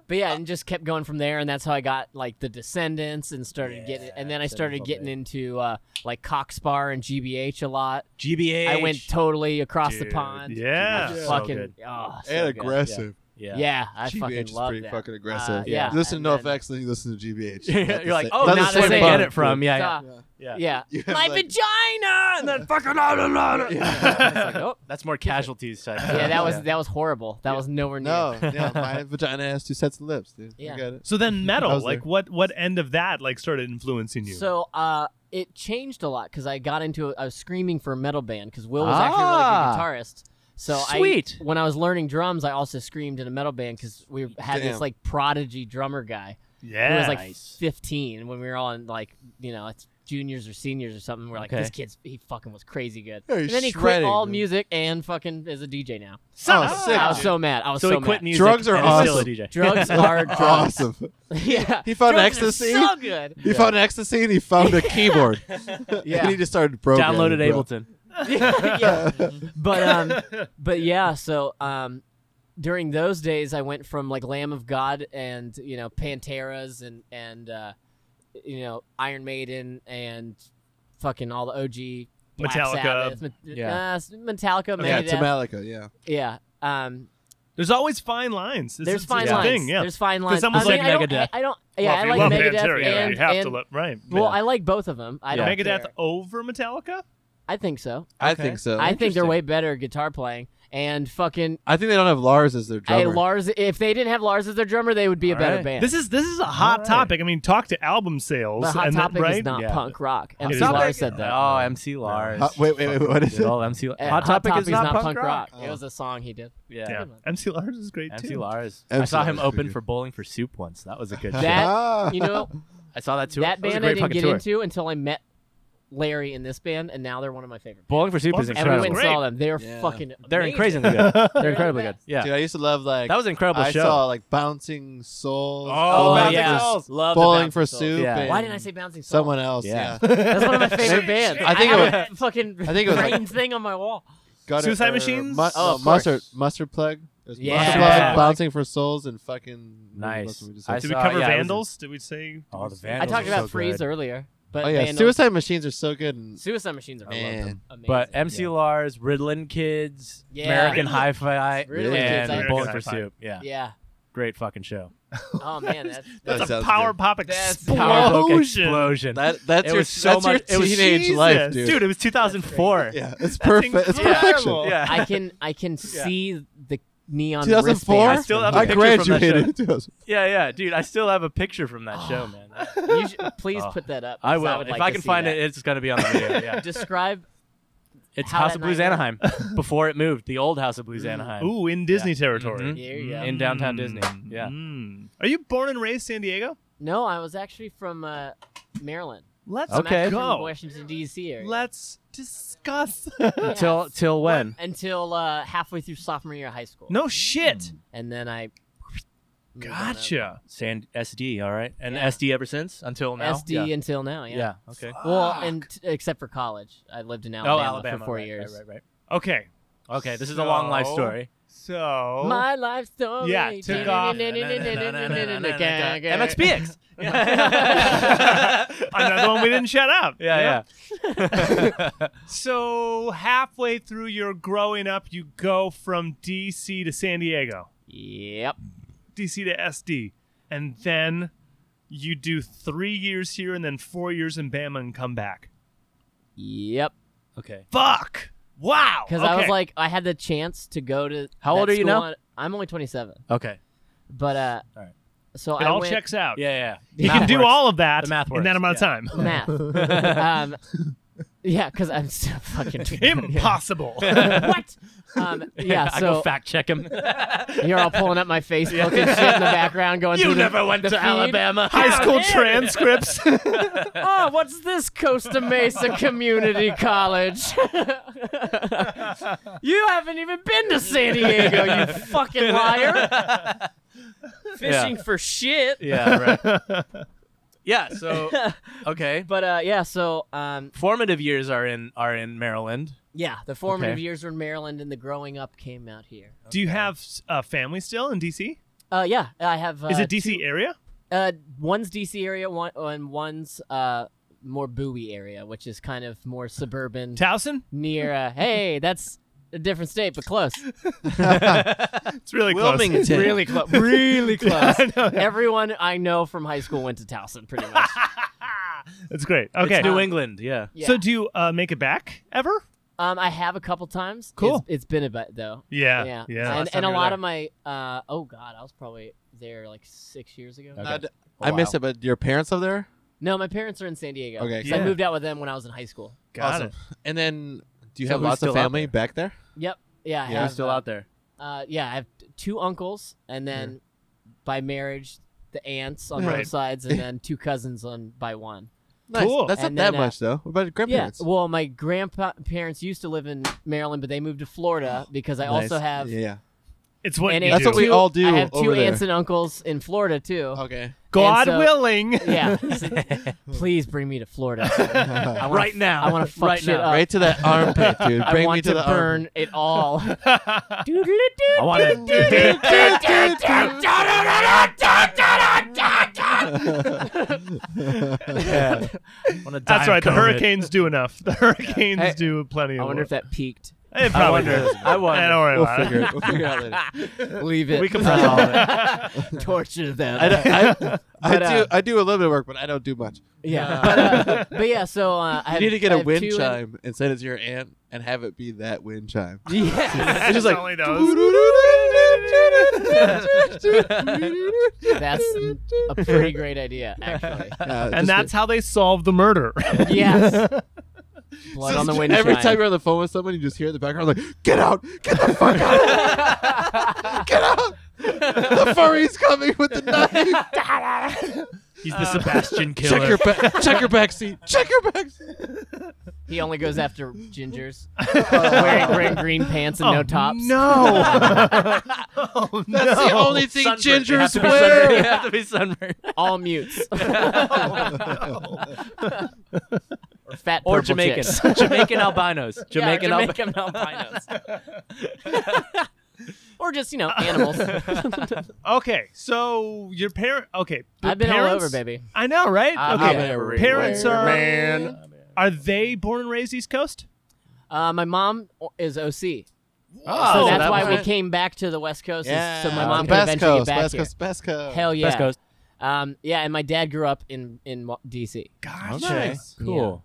[SPEAKER 3] But yeah, and just kept going from there, and that's how I got like the Descendants and started getting, and then I
[SPEAKER 1] Yeah, Descendants
[SPEAKER 3] started
[SPEAKER 1] all
[SPEAKER 3] getting
[SPEAKER 1] day.
[SPEAKER 3] into uh, like Cox Bar and GBH a lot.
[SPEAKER 1] GBH.
[SPEAKER 3] I went totally across the
[SPEAKER 1] Dude,
[SPEAKER 3] pond.
[SPEAKER 2] Yeah.
[SPEAKER 4] Yeah.
[SPEAKER 3] fucking
[SPEAKER 1] So good.
[SPEAKER 3] oh, so
[SPEAKER 4] and
[SPEAKER 3] good.
[SPEAKER 4] aggressive.
[SPEAKER 3] Yeah,
[SPEAKER 1] Yeah.
[SPEAKER 3] I
[SPEAKER 4] GBH
[SPEAKER 3] fucking
[SPEAKER 4] is
[SPEAKER 3] love
[SPEAKER 4] pretty
[SPEAKER 3] that.
[SPEAKER 4] fucking aggressive.
[SPEAKER 3] Uh, yeah,
[SPEAKER 4] You listen to
[SPEAKER 3] and then-
[SPEAKER 4] NoFX, then you listen to GBH. Not the
[SPEAKER 1] You're like,
[SPEAKER 4] same-
[SPEAKER 1] oh,
[SPEAKER 4] not the
[SPEAKER 1] that's
[SPEAKER 3] the
[SPEAKER 1] where they
[SPEAKER 3] same
[SPEAKER 1] get
[SPEAKER 3] band.
[SPEAKER 1] it from. Yeah. Yeah.
[SPEAKER 3] Uh,
[SPEAKER 1] Yeah.
[SPEAKER 3] yeah.
[SPEAKER 4] You have,
[SPEAKER 3] My
[SPEAKER 4] like-
[SPEAKER 3] vagina, and then fucking
[SPEAKER 4] Yeah.
[SPEAKER 3] It's like, oh.
[SPEAKER 1] That's more casualties type.
[SPEAKER 3] yeah, that was that was horrible. That was nowhere near.
[SPEAKER 4] No, yeah, my vagina has two sets of lips, dude.
[SPEAKER 3] Yeah.
[SPEAKER 4] I got it.
[SPEAKER 2] So then
[SPEAKER 4] I
[SPEAKER 2] metal,
[SPEAKER 4] was
[SPEAKER 2] like
[SPEAKER 4] there.
[SPEAKER 2] what what end of that like started influencing you?
[SPEAKER 3] So uh, it changed a lot because I got into I was screaming for a metal band because Will was actually
[SPEAKER 4] Ah!
[SPEAKER 3] a really good guitarist. So
[SPEAKER 1] Sweet.
[SPEAKER 3] I, when I was learning drums, I also screamed in a metal band because we had this
[SPEAKER 4] Damn.
[SPEAKER 3] like prodigy drummer guy
[SPEAKER 2] yeah.
[SPEAKER 3] who was like
[SPEAKER 1] Nice.
[SPEAKER 3] 15 when we were all in like you know it's juniors or seniors or something. We're like
[SPEAKER 1] Okay.
[SPEAKER 3] this kid's he fucking was crazy good.
[SPEAKER 4] Yeah, he's
[SPEAKER 3] and then he quit
[SPEAKER 4] shredding,
[SPEAKER 3] all
[SPEAKER 4] dude.
[SPEAKER 3] music and fucking is a DJ now.
[SPEAKER 4] Oh, sick.
[SPEAKER 3] I
[SPEAKER 4] Yeah,
[SPEAKER 3] was
[SPEAKER 4] dude.
[SPEAKER 3] so mad. I was
[SPEAKER 1] So
[SPEAKER 3] so,
[SPEAKER 1] he quit
[SPEAKER 3] mad.
[SPEAKER 1] music.
[SPEAKER 4] Drugs are
[SPEAKER 1] and is still a
[SPEAKER 4] awesome.
[SPEAKER 1] DJ.
[SPEAKER 3] Drugs are drugs.
[SPEAKER 4] awesome.
[SPEAKER 3] yeah,
[SPEAKER 4] Oh. He found
[SPEAKER 3] drugs are
[SPEAKER 4] ecstasy?
[SPEAKER 3] So good.
[SPEAKER 4] He found ecstasy and he found a keyboard.
[SPEAKER 3] Yeah.
[SPEAKER 4] and he just started programming.
[SPEAKER 1] Downloaded
[SPEAKER 4] bro.
[SPEAKER 1] Ableton.
[SPEAKER 3] yeah. But um but yeah, so um during those days I went from like Lamb of God and you know Panteras and and uh you know Iron Maiden and fucking all the OG Black
[SPEAKER 2] Metallica.
[SPEAKER 3] Sabbath, Met-
[SPEAKER 1] Yeah.
[SPEAKER 3] uh, Metallica,
[SPEAKER 4] Oh, Yeah,
[SPEAKER 3] Megadeth.
[SPEAKER 4] to Malika, yeah.
[SPEAKER 3] yeah. Um
[SPEAKER 2] There's always fine lines. This
[SPEAKER 3] there's
[SPEAKER 2] is
[SPEAKER 3] fine
[SPEAKER 2] the
[SPEAKER 3] lines.
[SPEAKER 2] Thing, yeah.
[SPEAKER 3] There's fine lines.
[SPEAKER 2] almost
[SPEAKER 3] I mean,
[SPEAKER 1] like
[SPEAKER 3] I don't-
[SPEAKER 1] Megadeth.
[SPEAKER 3] I, I don't yeah, I
[SPEAKER 2] Well, if
[SPEAKER 3] like
[SPEAKER 2] you love
[SPEAKER 3] Megadeth
[SPEAKER 2] Pantera, yeah,
[SPEAKER 3] and,
[SPEAKER 2] you have
[SPEAKER 3] and-
[SPEAKER 2] to love, right.
[SPEAKER 3] well,
[SPEAKER 2] yeah.
[SPEAKER 3] I like both of them. I
[SPEAKER 1] Yeah.
[SPEAKER 3] don't
[SPEAKER 2] Megadeth
[SPEAKER 3] care.
[SPEAKER 2] over Metallica?
[SPEAKER 3] I think so.
[SPEAKER 4] I
[SPEAKER 1] Okay.
[SPEAKER 4] think so.
[SPEAKER 3] I think they're
[SPEAKER 1] Oh, interesting.
[SPEAKER 3] way better at guitar playing and fucking
[SPEAKER 4] I think they don't have Lars as their
[SPEAKER 3] Hey,
[SPEAKER 4] drummer.
[SPEAKER 3] Lars, if they didn't have Lars as their drummer, they would be a
[SPEAKER 1] All
[SPEAKER 3] better
[SPEAKER 1] right.
[SPEAKER 3] band.
[SPEAKER 2] This is this is a hot
[SPEAKER 1] Alright.
[SPEAKER 2] topic. I mean, talk to album sales
[SPEAKER 3] but Hot
[SPEAKER 2] and
[SPEAKER 3] Topic
[SPEAKER 2] then, right?
[SPEAKER 3] is not
[SPEAKER 1] Yeah.
[SPEAKER 3] punk rock.
[SPEAKER 2] Hot
[SPEAKER 3] MC
[SPEAKER 2] Topic-
[SPEAKER 3] Lars said that.
[SPEAKER 1] Oh, MC Lars.
[SPEAKER 4] Uh, wait, wait, wait, what is
[SPEAKER 1] Did
[SPEAKER 4] it?
[SPEAKER 1] all MC.
[SPEAKER 3] Uh,
[SPEAKER 1] Hot Topic is not
[SPEAKER 3] punk rock. It was a song he did.
[SPEAKER 2] Yeah.
[SPEAKER 1] Yeah.
[SPEAKER 2] MC Lars is great
[SPEAKER 1] MC
[SPEAKER 2] too.
[SPEAKER 1] Lars. I
[SPEAKER 4] MC
[SPEAKER 1] saw him
[SPEAKER 4] Lars is
[SPEAKER 1] open
[SPEAKER 4] good.
[SPEAKER 1] for Bowling for Soup once. That was a good show.
[SPEAKER 3] That-
[SPEAKER 4] Ah.
[SPEAKER 3] You know,
[SPEAKER 1] I saw that too.
[SPEAKER 3] that
[SPEAKER 1] was a
[SPEAKER 3] band
[SPEAKER 1] great
[SPEAKER 3] I didn't
[SPEAKER 1] fucking
[SPEAKER 3] get
[SPEAKER 1] tour.
[SPEAKER 3] into until I met Larry in this band, and now they're one of my favorite. bands.
[SPEAKER 1] Bowling for Soup
[SPEAKER 2] Bowling
[SPEAKER 1] is
[SPEAKER 2] for Soup
[SPEAKER 3] And we
[SPEAKER 1] incredible.
[SPEAKER 3] went and
[SPEAKER 2] Great.
[SPEAKER 3] saw them. They're
[SPEAKER 4] Yeah.
[SPEAKER 3] fucking.
[SPEAKER 1] They're
[SPEAKER 3] amazing.
[SPEAKER 1] incredibly good. They're incredibly
[SPEAKER 3] the
[SPEAKER 1] good.
[SPEAKER 3] best.
[SPEAKER 1] Yeah.
[SPEAKER 4] Dude, I used to love like
[SPEAKER 1] That was an incredible
[SPEAKER 4] I
[SPEAKER 1] show.
[SPEAKER 4] saw like bouncing souls.
[SPEAKER 1] Oh,
[SPEAKER 4] Bouncing
[SPEAKER 1] yeah.
[SPEAKER 4] Souls,
[SPEAKER 3] Love the
[SPEAKER 4] bowling
[SPEAKER 3] Bouncing
[SPEAKER 4] for
[SPEAKER 3] Souls.
[SPEAKER 4] soup.
[SPEAKER 1] Yeah.
[SPEAKER 4] and
[SPEAKER 3] Why didn't I say Bouncing Soul?
[SPEAKER 4] someone else?
[SPEAKER 1] Yeah.
[SPEAKER 4] Yeah,
[SPEAKER 3] That's one of my favorite bands.
[SPEAKER 4] I think
[SPEAKER 3] I
[SPEAKER 4] it
[SPEAKER 3] have
[SPEAKER 4] was-
[SPEAKER 3] a fucking
[SPEAKER 4] I think it was like-
[SPEAKER 3] brain thing on my wall.
[SPEAKER 4] Gutter-
[SPEAKER 2] Suicide
[SPEAKER 4] or
[SPEAKER 2] Machines?
[SPEAKER 4] mu-
[SPEAKER 2] Oh,
[SPEAKER 4] oh,
[SPEAKER 2] of course.
[SPEAKER 4] mustard, mustard plug. It was
[SPEAKER 3] Yeah.
[SPEAKER 4] mustard
[SPEAKER 1] Mustard
[SPEAKER 4] plug,
[SPEAKER 1] Plug.
[SPEAKER 4] bouncing for souls, and fucking
[SPEAKER 1] Nice.
[SPEAKER 4] that's what we just
[SPEAKER 1] I
[SPEAKER 4] said.
[SPEAKER 2] Did we
[SPEAKER 1] saw-
[SPEAKER 2] cover
[SPEAKER 1] yeah, it was a-
[SPEAKER 2] Vandals? Did we say
[SPEAKER 1] Oh, the
[SPEAKER 3] I
[SPEAKER 1] Vandals
[SPEAKER 3] talked
[SPEAKER 1] are so
[SPEAKER 3] about Freeze
[SPEAKER 1] good.
[SPEAKER 3] earlier, but
[SPEAKER 4] oh yeah,
[SPEAKER 3] Vandal-
[SPEAKER 4] suicide machines are so good. And
[SPEAKER 3] Suicide Machines are
[SPEAKER 4] I love them.
[SPEAKER 3] amazing.
[SPEAKER 1] But MC
[SPEAKER 4] Yeah.
[SPEAKER 1] Lars, Ritalin Kids,
[SPEAKER 3] Yeah.
[SPEAKER 1] American
[SPEAKER 3] Ritalin-
[SPEAKER 1] Hi Fi,
[SPEAKER 3] Ritalin Kids, I-
[SPEAKER 1] and Bowling
[SPEAKER 2] American
[SPEAKER 1] for
[SPEAKER 2] Hi-Fi.
[SPEAKER 1] Soup. Yeah.
[SPEAKER 3] yeah.
[SPEAKER 1] Great fucking show.
[SPEAKER 3] Oh man, that's,
[SPEAKER 4] That
[SPEAKER 2] that's a
[SPEAKER 4] sounds
[SPEAKER 2] power
[SPEAKER 4] good.
[SPEAKER 2] pop
[SPEAKER 3] That's
[SPEAKER 2] explosion?
[SPEAKER 1] Power book explosion.
[SPEAKER 4] that that's
[SPEAKER 1] it
[SPEAKER 4] your
[SPEAKER 1] was so
[SPEAKER 4] that's
[SPEAKER 1] much.
[SPEAKER 4] your
[SPEAKER 1] it was
[SPEAKER 4] teenage
[SPEAKER 2] Jesus.
[SPEAKER 4] life, dude.
[SPEAKER 1] Dude, it was 2004.
[SPEAKER 4] Yeah, it's perfect. It's
[SPEAKER 2] incredible.
[SPEAKER 4] perfection.
[SPEAKER 1] Yeah.
[SPEAKER 3] I can I can see the neon
[SPEAKER 4] 2004.
[SPEAKER 1] I
[SPEAKER 3] wristbands.
[SPEAKER 1] still have a
[SPEAKER 4] I
[SPEAKER 1] picture from that
[SPEAKER 4] graduated. in 2000.
[SPEAKER 1] Yeah, yeah, dude. I still have a picture from that show, man.
[SPEAKER 3] You should, please
[SPEAKER 1] Oh.
[SPEAKER 3] put that up.
[SPEAKER 1] I
[SPEAKER 3] 'cause
[SPEAKER 1] will.
[SPEAKER 3] Oh. would
[SPEAKER 1] if
[SPEAKER 3] like
[SPEAKER 1] I
[SPEAKER 3] to
[SPEAKER 1] can
[SPEAKER 3] see
[SPEAKER 1] find
[SPEAKER 3] that.
[SPEAKER 1] it, it's gonna be on the video. Yeah.
[SPEAKER 3] Describe.
[SPEAKER 1] it's
[SPEAKER 3] how
[SPEAKER 1] House
[SPEAKER 3] that
[SPEAKER 1] of Blues
[SPEAKER 3] night went.
[SPEAKER 1] Anaheim before it moved. The old House of Blues Anaheim.
[SPEAKER 2] Ooh, in Disney territory.
[SPEAKER 1] Mhm.
[SPEAKER 3] There you go.
[SPEAKER 1] In downtown Disney. Yeah.
[SPEAKER 2] Mm. Are you born and raised San Diego?
[SPEAKER 3] No, I was actually from uh, Maryland.
[SPEAKER 2] Let's
[SPEAKER 3] I'm
[SPEAKER 1] Okay.
[SPEAKER 3] actually from
[SPEAKER 2] go.
[SPEAKER 3] Washington D.C. area.
[SPEAKER 2] Let's discuss.
[SPEAKER 3] Yeah.
[SPEAKER 1] Till till when?
[SPEAKER 3] until uh, halfway through sophomore year of high school.
[SPEAKER 2] no shit.
[SPEAKER 3] And then I. moved on up.
[SPEAKER 2] Gotcha.
[SPEAKER 1] Sand SD. All right, and
[SPEAKER 3] Yeah.
[SPEAKER 1] SD ever since until now.
[SPEAKER 3] SD
[SPEAKER 1] Yeah.
[SPEAKER 3] until now. Yeah.
[SPEAKER 1] Yeah, Okay.
[SPEAKER 3] Well, and t- except for college, I lived in Alabama,
[SPEAKER 1] oh, Alabama
[SPEAKER 3] for four
[SPEAKER 1] right,
[SPEAKER 3] years.
[SPEAKER 1] Right, right,
[SPEAKER 2] Okay.
[SPEAKER 1] right. Okay. This is a long life
[SPEAKER 2] So-
[SPEAKER 1] story.
[SPEAKER 2] So
[SPEAKER 3] My life story.
[SPEAKER 2] Yeah, took off.
[SPEAKER 1] MXPX.
[SPEAKER 2] another one we didn't shut up.
[SPEAKER 1] Yeah, yeah.
[SPEAKER 2] So halfway through your growing up, you go from DC to San Diego,
[SPEAKER 3] Yep.
[SPEAKER 2] DC to SD, and then you do three years here and then four years in Bama and come back.
[SPEAKER 3] Yep.
[SPEAKER 1] okay.
[SPEAKER 2] Fuck! Wow!
[SPEAKER 3] Because I
[SPEAKER 2] Okay.
[SPEAKER 3] was like, I had the chance to go to.
[SPEAKER 1] How
[SPEAKER 3] that
[SPEAKER 1] old are you
[SPEAKER 3] school
[SPEAKER 1] now?
[SPEAKER 3] on- I'm only 27,
[SPEAKER 1] Okay.
[SPEAKER 3] but uh,
[SPEAKER 1] All right.
[SPEAKER 3] so
[SPEAKER 2] it
[SPEAKER 3] I
[SPEAKER 2] all
[SPEAKER 3] went
[SPEAKER 2] checks out.
[SPEAKER 1] Yeah, yeah.
[SPEAKER 2] You can do all of that
[SPEAKER 1] The math
[SPEAKER 2] in
[SPEAKER 1] works,
[SPEAKER 2] that amount of time.
[SPEAKER 3] math. um, yeah, because I'm still fucking
[SPEAKER 2] Impossible.
[SPEAKER 3] what? Um, yeah.
[SPEAKER 1] I
[SPEAKER 3] So
[SPEAKER 1] go fact check him.
[SPEAKER 3] you're all pulling up my Facebook and shit in the background, going.
[SPEAKER 1] you
[SPEAKER 3] through the-
[SPEAKER 1] never went
[SPEAKER 3] the
[SPEAKER 1] to
[SPEAKER 3] feed.
[SPEAKER 1] Alabama.
[SPEAKER 2] High school transcripts.
[SPEAKER 3] Oh, what's this Costa Mesa Community College? you haven't even been to San Diego, you fucking liar. Fishing for shit.
[SPEAKER 1] Yeah, right. yeah. So okay.
[SPEAKER 3] But uh, yeah, so um,
[SPEAKER 1] Formative years are in are in Maryland.
[SPEAKER 3] yeah, the formative
[SPEAKER 1] Okay.
[SPEAKER 3] years were in Maryland, and the growing up came out here.
[SPEAKER 2] Do you have a family still in DC?
[SPEAKER 3] Uh, yeah, I have. Uh,
[SPEAKER 2] Is it DC area?
[SPEAKER 3] Uh, one's DC area, one and one's uh more Bowie area, which is kind of more suburban,
[SPEAKER 2] Towson?
[SPEAKER 3] near. Uh, hey, that's a different state, but close.
[SPEAKER 2] It's really
[SPEAKER 4] Wilmington.
[SPEAKER 2] close.
[SPEAKER 3] Really close. Really close.
[SPEAKER 2] I know.
[SPEAKER 3] Everyone I know from high school went to Towson, pretty much.
[SPEAKER 2] That's great. Okay.
[SPEAKER 1] It's New England. Yeah.
[SPEAKER 3] Yeah.
[SPEAKER 2] So do you uh, make it back ever?
[SPEAKER 3] um, I have a couple times.
[SPEAKER 2] Cool.
[SPEAKER 3] It's- it's been a bit though.
[SPEAKER 2] Yeah.
[SPEAKER 3] Yeah.
[SPEAKER 2] Yeah.
[SPEAKER 3] And,
[SPEAKER 1] Last time
[SPEAKER 3] and a
[SPEAKER 1] you were
[SPEAKER 3] lot
[SPEAKER 1] there.
[SPEAKER 3] of my. Uh, oh God, I was probably there like six years ago.
[SPEAKER 1] Okay.
[SPEAKER 4] I d- I miss it, but your parents are there.
[SPEAKER 3] No, my parents are in San Diego.
[SPEAKER 4] Okay,
[SPEAKER 3] 'cause
[SPEAKER 2] Yeah.
[SPEAKER 3] I moved out with them when I was in high school.
[SPEAKER 2] Got
[SPEAKER 4] awesome.
[SPEAKER 2] it.
[SPEAKER 4] And then, do you
[SPEAKER 1] So
[SPEAKER 4] have
[SPEAKER 1] who's
[SPEAKER 4] lots of
[SPEAKER 1] still out there?
[SPEAKER 4] family back there?
[SPEAKER 3] Yep. Yeah. I
[SPEAKER 4] Yeah.
[SPEAKER 1] You're
[SPEAKER 3] have,
[SPEAKER 1] still
[SPEAKER 3] uh,
[SPEAKER 1] out there.
[SPEAKER 3] Uh, yeah, I have t- two uncles, and then by marriage, the aunts on
[SPEAKER 2] Right.
[SPEAKER 3] both sides, and then two cousins on by one.
[SPEAKER 4] Nice.
[SPEAKER 2] Cool.
[SPEAKER 4] That's
[SPEAKER 3] And
[SPEAKER 4] not
[SPEAKER 3] then,
[SPEAKER 4] that
[SPEAKER 3] uh,
[SPEAKER 4] much though. What about your grandparents?
[SPEAKER 3] Yeah. Well, my grandparents used to live in Maryland, but they moved to Florida because I
[SPEAKER 4] Nice.
[SPEAKER 3] also have.
[SPEAKER 4] Yeah.
[SPEAKER 2] It's what
[SPEAKER 3] And
[SPEAKER 2] you
[SPEAKER 4] That's
[SPEAKER 3] I have
[SPEAKER 2] do.
[SPEAKER 4] what we
[SPEAKER 3] two-
[SPEAKER 4] all do
[SPEAKER 3] I have two
[SPEAKER 4] over there.
[SPEAKER 3] aunts and uncles in Florida too.
[SPEAKER 4] Okay.
[SPEAKER 2] God
[SPEAKER 3] and so-
[SPEAKER 2] willing.
[SPEAKER 3] Yeah. Please bring me to Florida. I wanna,
[SPEAKER 1] Right now.
[SPEAKER 3] I want to fuck
[SPEAKER 1] Right
[SPEAKER 3] shit
[SPEAKER 1] now.
[SPEAKER 3] up.
[SPEAKER 4] right to that armpit, dude.
[SPEAKER 3] I
[SPEAKER 4] Bring
[SPEAKER 3] want
[SPEAKER 4] me to,
[SPEAKER 3] to,
[SPEAKER 4] the
[SPEAKER 3] burn it all.
[SPEAKER 1] I want to. want to die. of
[SPEAKER 2] That's right. The
[SPEAKER 1] COVID.
[SPEAKER 2] hurricanes do enough. The hurricanes
[SPEAKER 1] Hey,
[SPEAKER 2] do plenty.
[SPEAKER 3] I
[SPEAKER 2] of
[SPEAKER 3] wonder if
[SPEAKER 2] work.
[SPEAKER 3] that peaked.
[SPEAKER 2] It probably
[SPEAKER 1] wonder-
[SPEAKER 2] does.
[SPEAKER 1] I wonder.
[SPEAKER 2] Eh, Don't worry
[SPEAKER 4] We'll
[SPEAKER 2] about
[SPEAKER 4] figure
[SPEAKER 2] it.
[SPEAKER 4] it. We'll figure it out later.
[SPEAKER 3] Leave it.
[SPEAKER 1] We can press all of it.
[SPEAKER 3] torture them.
[SPEAKER 4] I, don't- I, I
[SPEAKER 3] But,
[SPEAKER 4] do.
[SPEAKER 3] uh,
[SPEAKER 4] I do a little bit of work, but I don't do much.
[SPEAKER 3] yeah. But, uh, but yeah, so uh, I
[SPEAKER 4] You
[SPEAKER 3] have,
[SPEAKER 4] need to get
[SPEAKER 3] I
[SPEAKER 4] a
[SPEAKER 3] have
[SPEAKER 4] wind
[SPEAKER 3] two
[SPEAKER 4] chime and send it to your aunt and have it be that wind chime.
[SPEAKER 3] In- yeah.
[SPEAKER 4] It's just like.
[SPEAKER 2] only those.
[SPEAKER 3] That's a pretty great idea, actually.
[SPEAKER 4] Yeah, just
[SPEAKER 2] And that's how they solve the murder.
[SPEAKER 3] Yes. Blood on the wind
[SPEAKER 4] Every
[SPEAKER 3] chime.
[SPEAKER 4] time you're on the phone with someone, you just hear in the background like, "Get out! Get the fuck out! Get out! The furry's coming with the knife!
[SPEAKER 1] He's the Sebastian killer.
[SPEAKER 4] check your back! Check your back seat! Check your back seat!"
[SPEAKER 3] He only goes after gingers.
[SPEAKER 4] Oh,
[SPEAKER 3] wearing, wearing green pants and no tops.
[SPEAKER 2] Oh, No.
[SPEAKER 4] That's the only thing
[SPEAKER 1] Sunburned. You have
[SPEAKER 4] gingers
[SPEAKER 1] to be sunburned. You
[SPEAKER 4] wear.
[SPEAKER 1] have to be sunburned.
[SPEAKER 3] All mutes.
[SPEAKER 4] Oh,
[SPEAKER 3] or fat
[SPEAKER 1] Or
[SPEAKER 3] purple
[SPEAKER 1] Jamaicans.
[SPEAKER 3] chicks.
[SPEAKER 1] Jamaican albinos.
[SPEAKER 3] Yeah,
[SPEAKER 1] Jamaican, albinos.
[SPEAKER 3] Jamaican albinos. or just, you know, animals.
[SPEAKER 2] okay. So your parent. Okay. the
[SPEAKER 3] I've been all
[SPEAKER 2] parents-
[SPEAKER 3] over, baby.
[SPEAKER 2] I know, right?
[SPEAKER 1] Uh, I've
[SPEAKER 2] okay.
[SPEAKER 1] been everywhere.
[SPEAKER 2] Parents are.
[SPEAKER 4] Man.
[SPEAKER 2] Are they born and raised East Coast?
[SPEAKER 3] Uh, my mom is OC.
[SPEAKER 4] Oh,
[SPEAKER 3] so
[SPEAKER 1] so
[SPEAKER 3] that's
[SPEAKER 1] that
[SPEAKER 3] why
[SPEAKER 1] was
[SPEAKER 3] we
[SPEAKER 1] it.
[SPEAKER 3] came back to the West Coast is-
[SPEAKER 4] Yeah.
[SPEAKER 3] so my mom could
[SPEAKER 4] Best
[SPEAKER 3] eventually
[SPEAKER 4] Coast,
[SPEAKER 3] get back
[SPEAKER 4] Best
[SPEAKER 3] here.
[SPEAKER 4] Coast, Best Coast.
[SPEAKER 3] Hell yeah.
[SPEAKER 1] West Coast.
[SPEAKER 3] Um, yeah, and my dad grew up in in Wa- DC.
[SPEAKER 2] Gosh.
[SPEAKER 4] Nice.
[SPEAKER 1] Cool.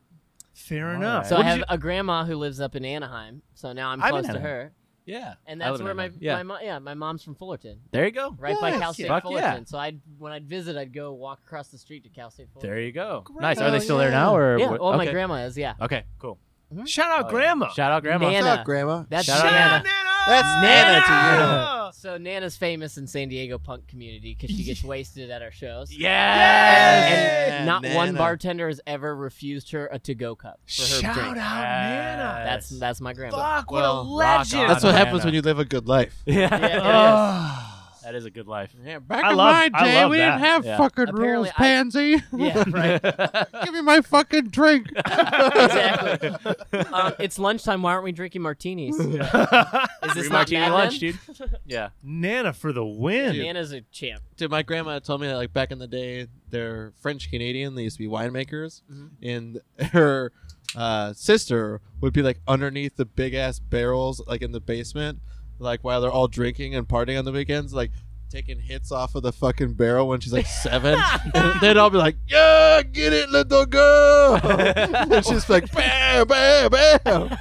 [SPEAKER 2] Fair
[SPEAKER 1] All
[SPEAKER 2] enough.
[SPEAKER 1] right.
[SPEAKER 3] So
[SPEAKER 2] What
[SPEAKER 3] I
[SPEAKER 2] did
[SPEAKER 3] have
[SPEAKER 2] you-
[SPEAKER 3] a grandma who lives up in Anaheim. So now I'm
[SPEAKER 1] I'm in
[SPEAKER 3] close to
[SPEAKER 1] Anaheim.
[SPEAKER 3] her,
[SPEAKER 1] Yeah.
[SPEAKER 3] and
[SPEAKER 1] I
[SPEAKER 3] that's
[SPEAKER 1] live in
[SPEAKER 3] where my
[SPEAKER 1] Anaheim.
[SPEAKER 3] my
[SPEAKER 1] yeah.
[SPEAKER 3] mom, yeah my mom's from Fullerton,
[SPEAKER 1] There you go.
[SPEAKER 3] right by Cal State
[SPEAKER 1] Fuck yeah.
[SPEAKER 3] Fullerton. So I when I'd visit, I'd go walk across the street to Cal State Fullerton.
[SPEAKER 1] There you go. Nice. Are
[SPEAKER 4] Hell
[SPEAKER 1] they still there
[SPEAKER 4] yeah.
[SPEAKER 1] now or?
[SPEAKER 3] yeah,
[SPEAKER 1] what?
[SPEAKER 3] well,
[SPEAKER 1] okay.
[SPEAKER 3] my grandma is yeah.
[SPEAKER 1] Okay. Cool.
[SPEAKER 2] Shout out,
[SPEAKER 1] Oh, yeah.
[SPEAKER 2] Grandma.
[SPEAKER 1] Shout out, grandma.
[SPEAKER 3] Nan-
[SPEAKER 4] What's
[SPEAKER 3] Nana.
[SPEAKER 4] up, Grandma?
[SPEAKER 3] That's
[SPEAKER 1] Shout out
[SPEAKER 3] Nana.
[SPEAKER 4] That's Nana to
[SPEAKER 3] So Nana's famous in San Diego punk community because she gets wasted at our shows.
[SPEAKER 1] Yes.
[SPEAKER 4] Yeah,
[SPEAKER 3] And not one
[SPEAKER 4] Nana.
[SPEAKER 3] bartender has ever refused her a to-go cup for her
[SPEAKER 2] Shout
[SPEAKER 3] drink.
[SPEAKER 2] out, Nana.
[SPEAKER 3] That's that's my grandma.
[SPEAKER 2] Fuck, what
[SPEAKER 4] Well,
[SPEAKER 2] a
[SPEAKER 1] rock
[SPEAKER 2] legend.
[SPEAKER 1] on.
[SPEAKER 4] That's what
[SPEAKER 1] Nana.
[SPEAKER 4] happens when you live a good life.
[SPEAKER 1] Yeah.
[SPEAKER 3] Yeah, it is.
[SPEAKER 2] Oh.
[SPEAKER 1] That is a good life.
[SPEAKER 4] Yeah, back
[SPEAKER 2] I
[SPEAKER 4] in
[SPEAKER 2] love-
[SPEAKER 4] my
[SPEAKER 2] I
[SPEAKER 4] day,
[SPEAKER 2] love
[SPEAKER 4] we
[SPEAKER 2] that.
[SPEAKER 4] didn't have
[SPEAKER 1] Yeah.
[SPEAKER 4] fucking
[SPEAKER 3] Apparently
[SPEAKER 4] rules,
[SPEAKER 3] I-
[SPEAKER 4] pansy.
[SPEAKER 3] Yeah, right.
[SPEAKER 4] Give me my fucking drink.
[SPEAKER 3] exactly. Um, it's lunchtime. Why aren't we drinking martinis? Is this
[SPEAKER 1] Three
[SPEAKER 3] not
[SPEAKER 1] martini
[SPEAKER 3] Mad
[SPEAKER 1] lunch,
[SPEAKER 3] Men?
[SPEAKER 1] dude. Yeah.
[SPEAKER 2] Nana for the win.
[SPEAKER 3] Nana's a champ.
[SPEAKER 4] Dude, my grandma told me that like back in the day, they're French Canadian. They used to be winemakers,
[SPEAKER 3] Mhm.
[SPEAKER 4] and her uh, sister would be like underneath the big ass barrels, like in the basement, like while they're all drinking and partying on the weekends, like taking hits off of the fucking barrel when she's like seven. and they'd all be like, "Yeah, get it, little girl." and she's like, "Bam, bam, bam."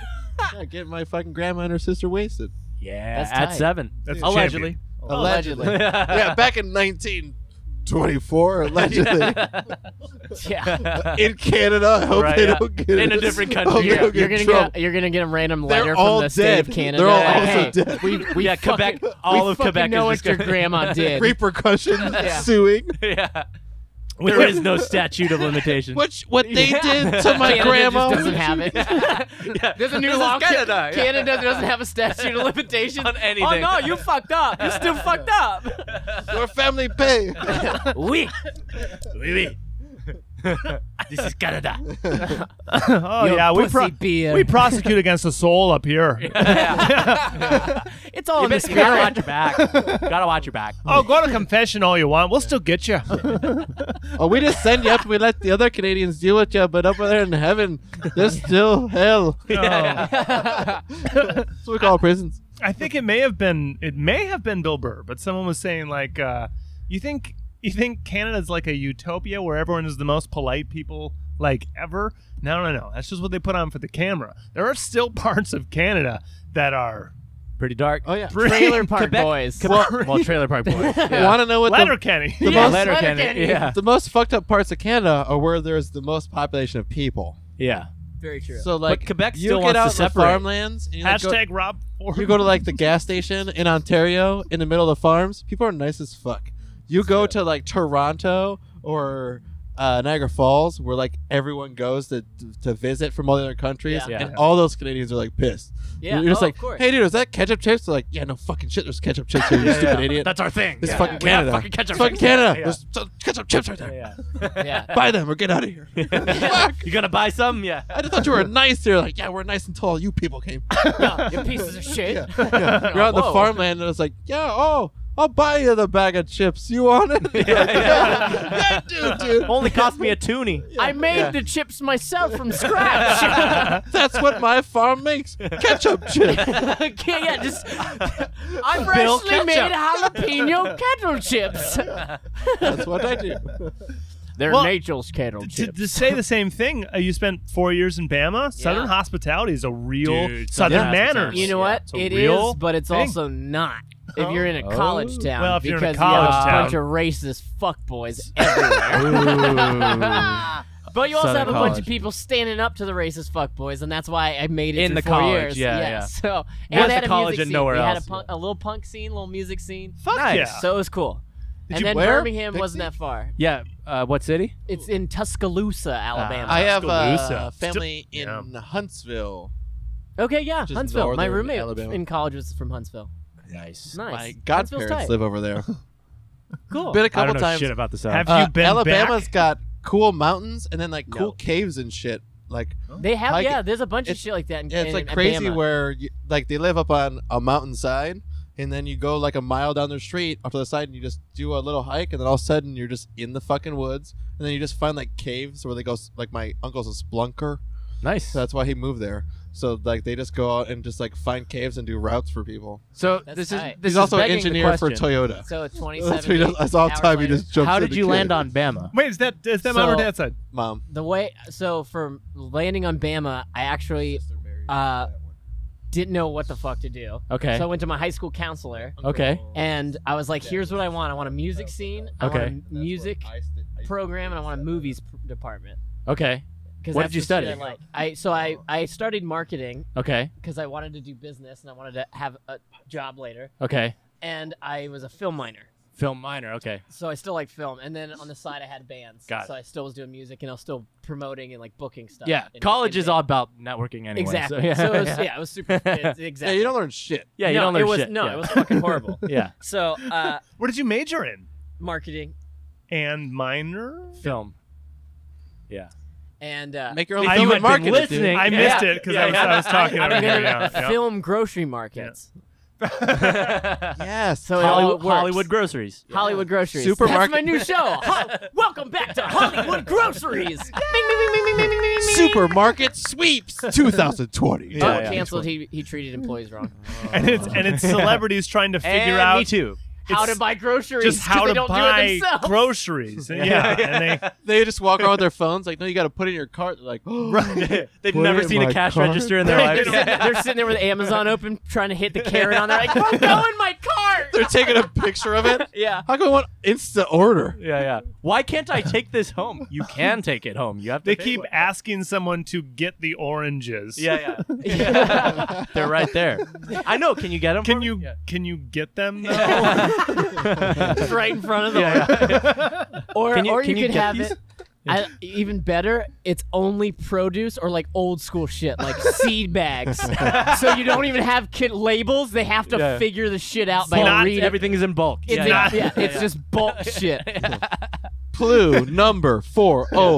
[SPEAKER 4] Yeah, get my fucking grandma and her sister wasted.
[SPEAKER 1] Yeah.
[SPEAKER 3] That's
[SPEAKER 1] at
[SPEAKER 3] tight.
[SPEAKER 1] seven.
[SPEAKER 2] That's a
[SPEAKER 1] Allegedly.
[SPEAKER 4] Allegedly.
[SPEAKER 1] yeah.
[SPEAKER 4] yeah, back in 1924, allegedly.
[SPEAKER 3] Yeah.
[SPEAKER 4] in Canada. I hope
[SPEAKER 1] Right,
[SPEAKER 4] they
[SPEAKER 1] yeah.
[SPEAKER 4] don't get
[SPEAKER 1] In
[SPEAKER 4] it.
[SPEAKER 1] a different
[SPEAKER 4] I
[SPEAKER 1] country,
[SPEAKER 4] hope they
[SPEAKER 1] yeah.
[SPEAKER 4] don't
[SPEAKER 3] You're
[SPEAKER 4] get
[SPEAKER 3] gonna
[SPEAKER 4] in trouble.
[SPEAKER 3] get a, you're gonna get a random
[SPEAKER 4] They're
[SPEAKER 3] letter
[SPEAKER 4] all
[SPEAKER 3] from the state of
[SPEAKER 4] dead.
[SPEAKER 3] Canada.
[SPEAKER 4] They're all
[SPEAKER 3] like,
[SPEAKER 4] also
[SPEAKER 3] hey,
[SPEAKER 4] dead.
[SPEAKER 3] We, we
[SPEAKER 1] yeah,
[SPEAKER 3] fucking-
[SPEAKER 1] Quebec. all
[SPEAKER 3] we
[SPEAKER 1] of
[SPEAKER 3] fucking
[SPEAKER 1] Quebec
[SPEAKER 3] know
[SPEAKER 1] is
[SPEAKER 3] what your
[SPEAKER 1] just gonna-
[SPEAKER 3] grandma did.
[SPEAKER 4] repercussions
[SPEAKER 3] Yeah.
[SPEAKER 4] suing.
[SPEAKER 1] yeah. There is no statute of limitations.
[SPEAKER 4] Which what they
[SPEAKER 3] Yeah.
[SPEAKER 4] did to my
[SPEAKER 3] Canada
[SPEAKER 4] grandma.
[SPEAKER 3] just doesn't have it.
[SPEAKER 1] yeah.
[SPEAKER 3] There's a new
[SPEAKER 1] This is
[SPEAKER 3] law.
[SPEAKER 1] Canada. yeah.
[SPEAKER 3] Canada doesn't have a statute of limitations
[SPEAKER 1] On anything.
[SPEAKER 3] Oh no, you fucked up. You're still fucked up.
[SPEAKER 4] Your family pay.
[SPEAKER 1] Oui. Oui, oui. this is Canada.
[SPEAKER 2] oh
[SPEAKER 3] Your
[SPEAKER 2] yeah, we
[SPEAKER 3] pussy
[SPEAKER 2] pro-
[SPEAKER 3] beer.
[SPEAKER 2] we prosecute against the soul up here.
[SPEAKER 3] it's all
[SPEAKER 1] You,
[SPEAKER 3] in the
[SPEAKER 1] bet- you gotta watch
[SPEAKER 3] spirit.
[SPEAKER 1] your back. gotta watch your back.
[SPEAKER 2] oh, go to confession all you want. We'll still get you.
[SPEAKER 4] oh, we just send you up. We let the other Canadians deal with you, but up there in heaven, there's still hell.
[SPEAKER 2] Oh.
[SPEAKER 4] That's what we call prisons.
[SPEAKER 2] I think it may have been it may have been Bill Burr, but someone was saying like, uh, you think you think Canada's like a utopia where everyone is the most polite people like ever? No, no, no. That's just what they put on for the camera. There are still parts of Canada that are
[SPEAKER 1] Pretty dark.
[SPEAKER 4] Oh yeah.
[SPEAKER 2] pretty
[SPEAKER 3] Trailer Park
[SPEAKER 1] Quebec-
[SPEAKER 3] Boys.
[SPEAKER 1] Well, well, Trailer Park Boys.
[SPEAKER 4] Want to know what the,
[SPEAKER 2] Letterkenny.
[SPEAKER 4] the
[SPEAKER 3] Yes,
[SPEAKER 4] most
[SPEAKER 1] Letterkenny,
[SPEAKER 3] Letterkenny.
[SPEAKER 1] Yeah.
[SPEAKER 4] the most fucked up parts of Canada are where there's the most population of people.
[SPEAKER 1] Yeah.
[SPEAKER 3] Very true.
[SPEAKER 4] So like
[SPEAKER 1] Quebec
[SPEAKER 4] you
[SPEAKER 1] still wants
[SPEAKER 4] get
[SPEAKER 1] to
[SPEAKER 4] out in the
[SPEAKER 1] separate.
[SPEAKER 4] farmlands and you like, go-
[SPEAKER 2] Hashtag Rob Ford.
[SPEAKER 4] You go to like the gas station in Ontario in the middle of the farms, people are nice as fuck. You go to like Toronto or uh, Niagara Falls, where like everyone goes to to visit from all the other countries,
[SPEAKER 3] Yeah.
[SPEAKER 4] and
[SPEAKER 1] Yeah.
[SPEAKER 4] all those Canadians are like pissed.
[SPEAKER 3] yeah.
[SPEAKER 4] You're just
[SPEAKER 3] oh,
[SPEAKER 4] like,
[SPEAKER 3] of course.
[SPEAKER 4] hey dude, is that ketchup chips? They're like, yeah, no fucking shit, there's ketchup chips here, you stupid idiot.
[SPEAKER 1] That's our thing.
[SPEAKER 4] It's
[SPEAKER 1] yeah.
[SPEAKER 4] fucking
[SPEAKER 1] We have
[SPEAKER 4] Canada.
[SPEAKER 1] fucking ketchup.
[SPEAKER 4] it's fucking Canada.
[SPEAKER 1] Yeah.
[SPEAKER 4] There's t- ketchup chips right there.
[SPEAKER 1] Yeah.
[SPEAKER 3] yeah.
[SPEAKER 4] Buy them or get out of here. fuck.
[SPEAKER 1] You gonna buy some? Yeah.
[SPEAKER 4] I just thought you were nice. They're like, yeah, we're nice and tall. You people came.
[SPEAKER 3] No, you pieces of shit.
[SPEAKER 4] Yeah. yeah. You're on the
[SPEAKER 3] Whoa.
[SPEAKER 4] farmland, and it's like, yeah, oh, I'll buy you the bag of chips. You want it?
[SPEAKER 1] yeah.
[SPEAKER 4] yeah, dude, dude.
[SPEAKER 1] Only cost me a toonie.
[SPEAKER 3] I made
[SPEAKER 4] Yeah.
[SPEAKER 3] the chips myself from scratch.
[SPEAKER 4] That's what my farm makes ketchup chips.
[SPEAKER 3] okay, yeah, just I
[SPEAKER 1] Bill
[SPEAKER 3] freshly made jalapeno kettle chips.
[SPEAKER 4] That's what I do.
[SPEAKER 3] They're
[SPEAKER 2] Well,
[SPEAKER 3] Nature's kettle
[SPEAKER 2] to, to say the same thing, uh, you spent four years in Bama. Southern
[SPEAKER 3] Yeah.
[SPEAKER 2] hospitality is a real
[SPEAKER 1] Dude,
[SPEAKER 2] Southern
[SPEAKER 1] Southern
[SPEAKER 2] manners.
[SPEAKER 1] hospitality.
[SPEAKER 3] You know
[SPEAKER 1] Yeah,
[SPEAKER 3] what?
[SPEAKER 2] it's a
[SPEAKER 3] It
[SPEAKER 2] real
[SPEAKER 3] is, but it's
[SPEAKER 2] thing.
[SPEAKER 3] also not. If you're in a
[SPEAKER 1] Oh.
[SPEAKER 3] college town,
[SPEAKER 2] Well, if you're in a
[SPEAKER 3] because
[SPEAKER 2] college
[SPEAKER 3] you have
[SPEAKER 2] town.
[SPEAKER 3] a bunch of racist fuckboys everywhere. but you also
[SPEAKER 1] Southern
[SPEAKER 3] have a bunch
[SPEAKER 1] college.
[SPEAKER 3] of people standing up to the racist fuckboys, and that's why I made it
[SPEAKER 1] In
[SPEAKER 3] through
[SPEAKER 1] the
[SPEAKER 3] four
[SPEAKER 1] college,
[SPEAKER 3] years.
[SPEAKER 1] yeah, yeah.
[SPEAKER 3] So
[SPEAKER 1] Where's
[SPEAKER 3] and they
[SPEAKER 1] the
[SPEAKER 3] had a
[SPEAKER 1] college
[SPEAKER 3] music
[SPEAKER 1] and
[SPEAKER 3] scene.
[SPEAKER 1] nowhere
[SPEAKER 3] we had
[SPEAKER 1] else?
[SPEAKER 3] a, punk, a little punk scene, little music scene.
[SPEAKER 2] Fuck
[SPEAKER 1] Nice.
[SPEAKER 2] yeah.
[SPEAKER 3] So it was cool.
[SPEAKER 4] you
[SPEAKER 3] and then
[SPEAKER 4] wear
[SPEAKER 3] Birmingham wasn't that
[SPEAKER 4] pixie?
[SPEAKER 3] far.
[SPEAKER 1] Yeah. Uh, what city?
[SPEAKER 3] It's in Tuscaloosa, Alabama.
[SPEAKER 4] I have uh,
[SPEAKER 2] Tuscaloosa.
[SPEAKER 4] family
[SPEAKER 2] Still-
[SPEAKER 4] in Huntsville.
[SPEAKER 3] okay, yeah,
[SPEAKER 4] Just
[SPEAKER 3] Huntsville. My
[SPEAKER 4] northern
[SPEAKER 3] roommate
[SPEAKER 4] Alabama.
[SPEAKER 3] in college was from Huntsville.
[SPEAKER 1] Nice.
[SPEAKER 3] Nice.
[SPEAKER 4] My
[SPEAKER 3] Huntsville's
[SPEAKER 4] godparents
[SPEAKER 3] tight.
[SPEAKER 4] live over there.
[SPEAKER 3] Cool.
[SPEAKER 4] Been a
[SPEAKER 1] I
[SPEAKER 4] couple
[SPEAKER 1] don't know
[SPEAKER 4] times.
[SPEAKER 1] shit about the south.
[SPEAKER 2] Have
[SPEAKER 4] Uh,
[SPEAKER 2] you been
[SPEAKER 4] Alabama's
[SPEAKER 2] back?
[SPEAKER 4] got cool mountains and then like cool
[SPEAKER 1] No.
[SPEAKER 4] caves and shit. Like
[SPEAKER 3] They have,
[SPEAKER 4] Like,
[SPEAKER 3] yeah. There's a bunch of
[SPEAKER 4] it's-
[SPEAKER 3] shit like that. In,
[SPEAKER 4] Yeah, it's
[SPEAKER 3] in
[SPEAKER 4] like crazy
[SPEAKER 3] Alabama.
[SPEAKER 4] where you, like they live up on a mountainside, and then you go like a mile down their street up to the side, and you just do a little hike, and then all of a sudden you're just in the fucking woods, and then you just find like caves where they go. s- Like my uncle's a splunker,
[SPEAKER 1] nice.
[SPEAKER 4] so that's why he moved there. So like they just go out and just like find caves and do routes for people.
[SPEAKER 1] So
[SPEAKER 3] That's
[SPEAKER 1] this is
[SPEAKER 3] tight.
[SPEAKER 1] this
[SPEAKER 4] He's
[SPEAKER 1] is
[SPEAKER 4] also an
[SPEAKER 1] begging the
[SPEAKER 4] engineer for
[SPEAKER 1] question.
[SPEAKER 4] Toyota.
[SPEAKER 3] So it's
[SPEAKER 4] That's, what he
[SPEAKER 3] 2017.
[SPEAKER 4] does. that's all the
[SPEAKER 3] hours
[SPEAKER 4] time he
[SPEAKER 3] later.
[SPEAKER 4] just jumps.
[SPEAKER 1] How
[SPEAKER 4] in
[SPEAKER 1] did
[SPEAKER 4] the
[SPEAKER 1] you
[SPEAKER 4] cave.
[SPEAKER 1] land on Bama?
[SPEAKER 2] Wait, is that is that mom or
[SPEAKER 3] So-
[SPEAKER 2] dad's side?
[SPEAKER 4] mom?
[SPEAKER 3] The way so for landing on Bama, I actually uh, didn't know what the fuck to do.
[SPEAKER 1] Okay.
[SPEAKER 3] So I went to my high school counselor,
[SPEAKER 1] okay.
[SPEAKER 3] and I was like, "Here's what I want. I want a music scene. I
[SPEAKER 1] Okay.
[SPEAKER 3] want a music program, and I want a movies p- department."
[SPEAKER 1] Okay.
[SPEAKER 3] Because
[SPEAKER 1] What
[SPEAKER 3] that's
[SPEAKER 1] did you
[SPEAKER 3] the shit
[SPEAKER 1] study?
[SPEAKER 3] I, like. I so I I started marketing
[SPEAKER 1] Okay.
[SPEAKER 3] because I wanted to do business and I wanted to have a job later,
[SPEAKER 1] Okay.
[SPEAKER 3] and I was a film minor
[SPEAKER 1] Film minor. Okay.
[SPEAKER 3] So I still like film, and then on the side I had bands.
[SPEAKER 1] Got it.
[SPEAKER 3] so I still was doing music, and I was still promoting and like booking stuff.
[SPEAKER 1] yeah.
[SPEAKER 3] in-
[SPEAKER 1] College
[SPEAKER 3] in
[SPEAKER 1] is
[SPEAKER 3] band.
[SPEAKER 1] all about networking anyway.
[SPEAKER 3] Exactly.
[SPEAKER 1] So, yeah.
[SPEAKER 3] it was, yeah, it was super. It's,
[SPEAKER 4] Yeah,
[SPEAKER 3] exactly.
[SPEAKER 4] you don't learn shit.
[SPEAKER 1] Yeah, you
[SPEAKER 3] no,
[SPEAKER 1] don't learn
[SPEAKER 3] it was,
[SPEAKER 1] shit.
[SPEAKER 3] No,
[SPEAKER 1] yeah.
[SPEAKER 3] it was fucking horrible.
[SPEAKER 1] yeah.
[SPEAKER 3] So, uh,
[SPEAKER 2] What did you major in?
[SPEAKER 3] marketing
[SPEAKER 2] And minor?
[SPEAKER 1] Film. Yeah.
[SPEAKER 3] and uh,
[SPEAKER 4] Make your own
[SPEAKER 2] I-
[SPEAKER 4] film
[SPEAKER 2] you
[SPEAKER 4] and
[SPEAKER 1] had
[SPEAKER 4] market
[SPEAKER 1] been
[SPEAKER 4] it, dude.
[SPEAKER 1] listening.
[SPEAKER 2] I
[SPEAKER 1] Yeah.
[SPEAKER 2] missed it because I, was, I was talking
[SPEAKER 3] I'm
[SPEAKER 2] over here.
[SPEAKER 3] gonna
[SPEAKER 2] Yeah, yeah.
[SPEAKER 3] film grocery markets,
[SPEAKER 4] Yes.
[SPEAKER 3] So it all
[SPEAKER 1] Hollywood,
[SPEAKER 3] works.
[SPEAKER 1] Hollywood groceries. Yeah.
[SPEAKER 3] Hollywood groceries. That's
[SPEAKER 4] Supermarket-
[SPEAKER 3] my new show. Ho- Welcome back to Hollywood groceries. Bing, bing, bing, bing, bing, bing, bing, bing, bing.
[SPEAKER 4] Supermarket sweeps 2020.
[SPEAKER 1] Yeah,
[SPEAKER 3] oh,
[SPEAKER 1] yeah.
[SPEAKER 3] canceled. He he treated employees wrong.
[SPEAKER 2] and it's and it's celebrities trying to figure
[SPEAKER 1] and
[SPEAKER 2] out
[SPEAKER 1] me too.
[SPEAKER 3] how
[SPEAKER 2] It's
[SPEAKER 3] to buy groceries.
[SPEAKER 2] just
[SPEAKER 3] 'cause
[SPEAKER 2] how
[SPEAKER 3] they
[SPEAKER 2] to
[SPEAKER 3] don't do
[SPEAKER 2] buy
[SPEAKER 3] it themselves.
[SPEAKER 2] groceries. Yeah, and they
[SPEAKER 4] They just walk around with their phones, like, no, you got to put it in your cart. They're like,
[SPEAKER 1] They've
[SPEAKER 4] Put
[SPEAKER 1] never
[SPEAKER 4] it in
[SPEAKER 1] seen a
[SPEAKER 4] my
[SPEAKER 1] cash
[SPEAKER 4] car.
[SPEAKER 1] register in their
[SPEAKER 2] Right,
[SPEAKER 1] life.
[SPEAKER 2] they
[SPEAKER 3] They're sitting, they're sitting there with Amazon open, trying to hit the carrot on there. Like, don't go in my cart.
[SPEAKER 4] they're taking a picture of it.
[SPEAKER 3] Yeah.
[SPEAKER 4] How come I want insta order?
[SPEAKER 1] Yeah, yeah. Why can't I take this home? You can take it home. You have to.
[SPEAKER 2] they
[SPEAKER 1] pay
[SPEAKER 2] keep
[SPEAKER 1] for it.
[SPEAKER 2] asking someone to get the oranges.
[SPEAKER 1] Yeah, yeah. They're right there. I know. Can you get them?
[SPEAKER 2] Can you can you get them though?
[SPEAKER 3] It's right in front of them.
[SPEAKER 1] Yeah, yeah.
[SPEAKER 3] Or,
[SPEAKER 1] Can you-
[SPEAKER 3] or
[SPEAKER 1] can
[SPEAKER 3] you
[SPEAKER 1] you
[SPEAKER 3] could
[SPEAKER 1] get
[SPEAKER 3] have
[SPEAKER 1] these?
[SPEAKER 3] it. I, even better, it's only produce or like old school shit, like seed bags. so you don't even have kit labels. They have to
[SPEAKER 1] Yeah.
[SPEAKER 3] figure the shit out by
[SPEAKER 2] Not
[SPEAKER 3] reading.
[SPEAKER 1] Everything is in bulk.
[SPEAKER 3] It's,
[SPEAKER 1] yeah,
[SPEAKER 2] not-
[SPEAKER 1] yeah.
[SPEAKER 3] yeah, it's just bulk shit.
[SPEAKER 4] Blue number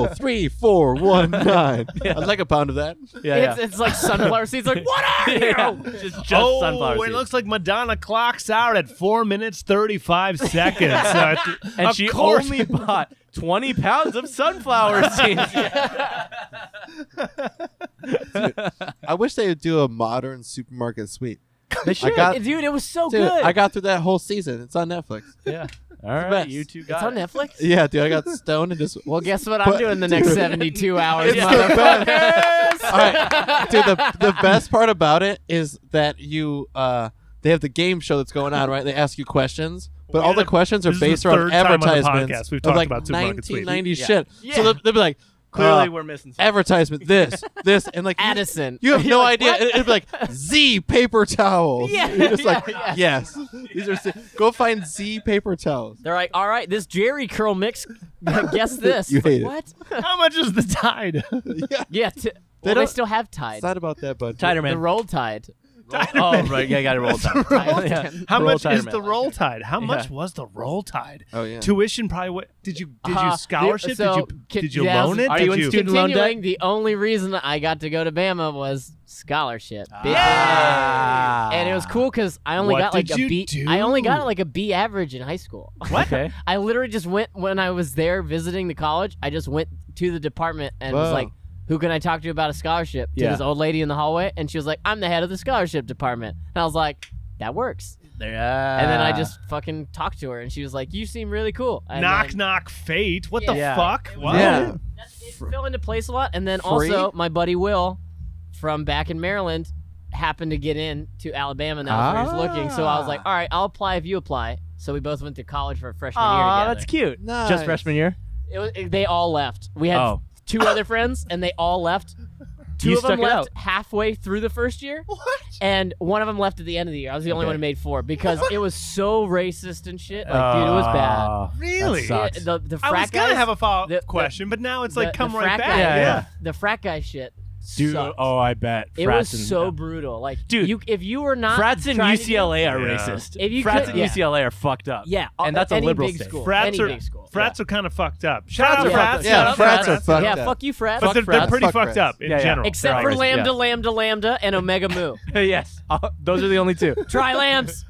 [SPEAKER 4] 403419. I'd like a pound of that.
[SPEAKER 1] yeah, yeah.
[SPEAKER 3] It's, it's like sunflower seeds. Like, what are you?
[SPEAKER 1] Yeah. Just, just
[SPEAKER 2] oh,
[SPEAKER 1] sunflower
[SPEAKER 2] it
[SPEAKER 1] seeds.
[SPEAKER 2] looks like Madonna clocks out at four minutes thirty five seconds. So I th-
[SPEAKER 1] and
[SPEAKER 2] of
[SPEAKER 1] she
[SPEAKER 2] course-
[SPEAKER 1] only bought 20 pounds of sunflower seeds.
[SPEAKER 4] I wish they would do a modern supermarket sweep.
[SPEAKER 1] They
[SPEAKER 4] I got, dude,
[SPEAKER 3] Dude, it was
[SPEAKER 1] Oh,
[SPEAKER 3] so good.
[SPEAKER 4] I got through that whole season. It's on Netflix.
[SPEAKER 1] Yeah. All right,
[SPEAKER 4] best.
[SPEAKER 1] you two got
[SPEAKER 3] it's on
[SPEAKER 1] it.
[SPEAKER 3] Netflix?
[SPEAKER 4] Yeah, dude, I got stoned and just.
[SPEAKER 3] Well, guess what
[SPEAKER 4] But-
[SPEAKER 3] I'm doing the next
[SPEAKER 4] dude.
[SPEAKER 3] 72 hours,
[SPEAKER 4] It's the
[SPEAKER 3] motherfuckers.
[SPEAKER 4] All right, dude. The, the best part about it is that you uh, they have the game show that's going on, right? They ask you questions,
[SPEAKER 2] We
[SPEAKER 4] but all the
[SPEAKER 2] ended up-
[SPEAKER 4] questions are
[SPEAKER 2] this is the
[SPEAKER 4] based
[SPEAKER 2] third
[SPEAKER 4] around
[SPEAKER 2] time on the
[SPEAKER 4] advertisements.
[SPEAKER 2] podcast we've
[SPEAKER 4] of,
[SPEAKER 2] talked
[SPEAKER 4] like
[SPEAKER 2] about Supermarket Sweep.
[SPEAKER 4] 1990
[SPEAKER 1] Yeah.
[SPEAKER 4] shit. So
[SPEAKER 1] Yeah.
[SPEAKER 4] they'll, they'll be like,
[SPEAKER 1] Clearly,
[SPEAKER 4] uh,
[SPEAKER 1] we're missing something.
[SPEAKER 4] advertisement this, this, and like you-
[SPEAKER 3] Addison.
[SPEAKER 4] You have
[SPEAKER 3] You're
[SPEAKER 4] no
[SPEAKER 3] like,
[SPEAKER 4] idea.
[SPEAKER 3] what?
[SPEAKER 4] It, it'd be like Z paper towels.
[SPEAKER 3] Yeah,
[SPEAKER 4] You're just
[SPEAKER 3] yeah,
[SPEAKER 4] like
[SPEAKER 3] yeah.
[SPEAKER 4] yes. These are si- go find Z paper towels.
[SPEAKER 3] They're like, all right, this Jerry curl mix. Guess this.
[SPEAKER 4] You hate it.
[SPEAKER 3] what?
[SPEAKER 2] How much is the tide?
[SPEAKER 4] yeah,
[SPEAKER 3] Yeah. T- well, they
[SPEAKER 4] don't-
[SPEAKER 3] still have
[SPEAKER 4] it's
[SPEAKER 3] Tide.
[SPEAKER 4] not about that, bud.
[SPEAKER 1] Tighter
[SPEAKER 3] The
[SPEAKER 1] man.
[SPEAKER 3] roll Tide.
[SPEAKER 1] oh, right. Yeah, I got to roll tide.
[SPEAKER 3] Tide.
[SPEAKER 1] Yeah.
[SPEAKER 2] How
[SPEAKER 1] Roll
[SPEAKER 2] much
[SPEAKER 1] Tide
[SPEAKER 2] is
[SPEAKER 1] Man.
[SPEAKER 2] the roll tide? How much
[SPEAKER 1] Yeah.
[SPEAKER 2] was the roll tide?
[SPEAKER 4] Oh yeah.
[SPEAKER 2] Tuition probably. What did you did
[SPEAKER 1] Uh-huh.
[SPEAKER 3] Uh,
[SPEAKER 2] you
[SPEAKER 3] the-
[SPEAKER 2] scholarship?
[SPEAKER 3] so,
[SPEAKER 2] did you
[SPEAKER 3] ki-
[SPEAKER 2] did you
[SPEAKER 3] yes.
[SPEAKER 2] loan it?
[SPEAKER 1] Are
[SPEAKER 2] did
[SPEAKER 1] you in student loan debt?
[SPEAKER 3] Continuing, the only reason I got to go to Bama was scholarship. bitch.
[SPEAKER 1] Ah.
[SPEAKER 3] And it was cool because I only
[SPEAKER 2] What
[SPEAKER 3] got like
[SPEAKER 2] did
[SPEAKER 3] a
[SPEAKER 2] you
[SPEAKER 3] B.
[SPEAKER 2] do?
[SPEAKER 3] I only got like a B average in high school.
[SPEAKER 1] What? Okay.
[SPEAKER 3] I literally just went when I was there visiting the college. I just went to the department and was
[SPEAKER 4] Wow.
[SPEAKER 3] like, "Who can I talk to about a scholarship?" To
[SPEAKER 1] Yeah.
[SPEAKER 3] this old lady in the hallway, and she was like, "I'm the head of the scholarship department." And I was like, "That works." And
[SPEAKER 4] Ah.
[SPEAKER 3] then I just fucking talked to her, and she was like, "You seem really cool." And
[SPEAKER 2] knock
[SPEAKER 3] then-
[SPEAKER 2] knock fate. What the
[SPEAKER 1] Yeah.
[SPEAKER 2] fuck? What?
[SPEAKER 4] Yeah.
[SPEAKER 3] That's- It fell into place a lot, and then
[SPEAKER 4] Free?
[SPEAKER 3] also my buddy Will from back in Maryland happened to get in to Alabama, and that was where he was looking. So I was like,
[SPEAKER 4] Ah.
[SPEAKER 3] "All right, I'll apply if you apply." So we both went to college for a freshman
[SPEAKER 1] Aw,
[SPEAKER 3] year together.
[SPEAKER 1] that's cute.
[SPEAKER 4] Nice.
[SPEAKER 1] Just freshman year.
[SPEAKER 3] It was, it- they all left. We had
[SPEAKER 1] Oh.
[SPEAKER 3] two other friends, and they all left. Two
[SPEAKER 1] You
[SPEAKER 3] of them
[SPEAKER 1] stuck it
[SPEAKER 3] left halfway through the first year,
[SPEAKER 2] What?
[SPEAKER 3] and one of them left at the end of the year. I was the only
[SPEAKER 1] Okay.
[SPEAKER 3] one who made four because it was so racist and shit. Like, dude, it was bad.
[SPEAKER 1] Oh, that
[SPEAKER 2] Really?
[SPEAKER 1] sucks.
[SPEAKER 3] It- the the frat
[SPEAKER 2] I was gonna
[SPEAKER 3] guys-
[SPEAKER 2] have a follow up
[SPEAKER 3] the- the-
[SPEAKER 2] question, but now it's
[SPEAKER 3] the-
[SPEAKER 2] like come
[SPEAKER 3] the
[SPEAKER 2] right
[SPEAKER 3] frat
[SPEAKER 2] back.
[SPEAKER 3] guy-
[SPEAKER 1] Yeah, yeah.
[SPEAKER 3] The frat guy shit.
[SPEAKER 1] Dude,
[SPEAKER 3] sucked.
[SPEAKER 1] oh, I bet.
[SPEAKER 3] it was
[SPEAKER 1] Frats and-
[SPEAKER 3] so brutal. Like,
[SPEAKER 1] Dude,
[SPEAKER 3] you, if you were not
[SPEAKER 1] Frats and
[SPEAKER 3] trying to do-
[SPEAKER 1] UCLA are
[SPEAKER 2] Yeah.
[SPEAKER 1] racist.
[SPEAKER 3] If you
[SPEAKER 1] Frats
[SPEAKER 3] could-
[SPEAKER 1] and
[SPEAKER 3] yeah.
[SPEAKER 1] UCLA are fucked up.
[SPEAKER 3] yeah,
[SPEAKER 1] and that's a
[SPEAKER 3] any
[SPEAKER 1] liberal
[SPEAKER 3] big
[SPEAKER 1] state.
[SPEAKER 3] school,
[SPEAKER 2] Frats
[SPEAKER 3] any
[SPEAKER 2] are
[SPEAKER 3] big school,
[SPEAKER 2] frats are kind of fucked up. Shout
[SPEAKER 1] Frats
[SPEAKER 2] out
[SPEAKER 1] are
[SPEAKER 2] frats.
[SPEAKER 1] fucked
[SPEAKER 4] Yeah,
[SPEAKER 1] up.
[SPEAKER 2] Shout out
[SPEAKER 4] frats are
[SPEAKER 3] yeah,
[SPEAKER 4] fucked
[SPEAKER 3] yeah.
[SPEAKER 4] up.
[SPEAKER 3] Fuck you, frats.
[SPEAKER 2] But they're, they're
[SPEAKER 4] frats.
[SPEAKER 2] pretty
[SPEAKER 4] Fuck
[SPEAKER 2] fucked
[SPEAKER 4] frats.
[SPEAKER 2] up in
[SPEAKER 1] Yeah, yeah.
[SPEAKER 2] general.
[SPEAKER 3] except
[SPEAKER 1] They're
[SPEAKER 3] for
[SPEAKER 1] racist,
[SPEAKER 3] lambda,
[SPEAKER 1] yeah.
[SPEAKER 3] lambda, lambda, and omega mu.
[SPEAKER 1] yes, Uh, those are the only two.
[SPEAKER 3] Try lambs.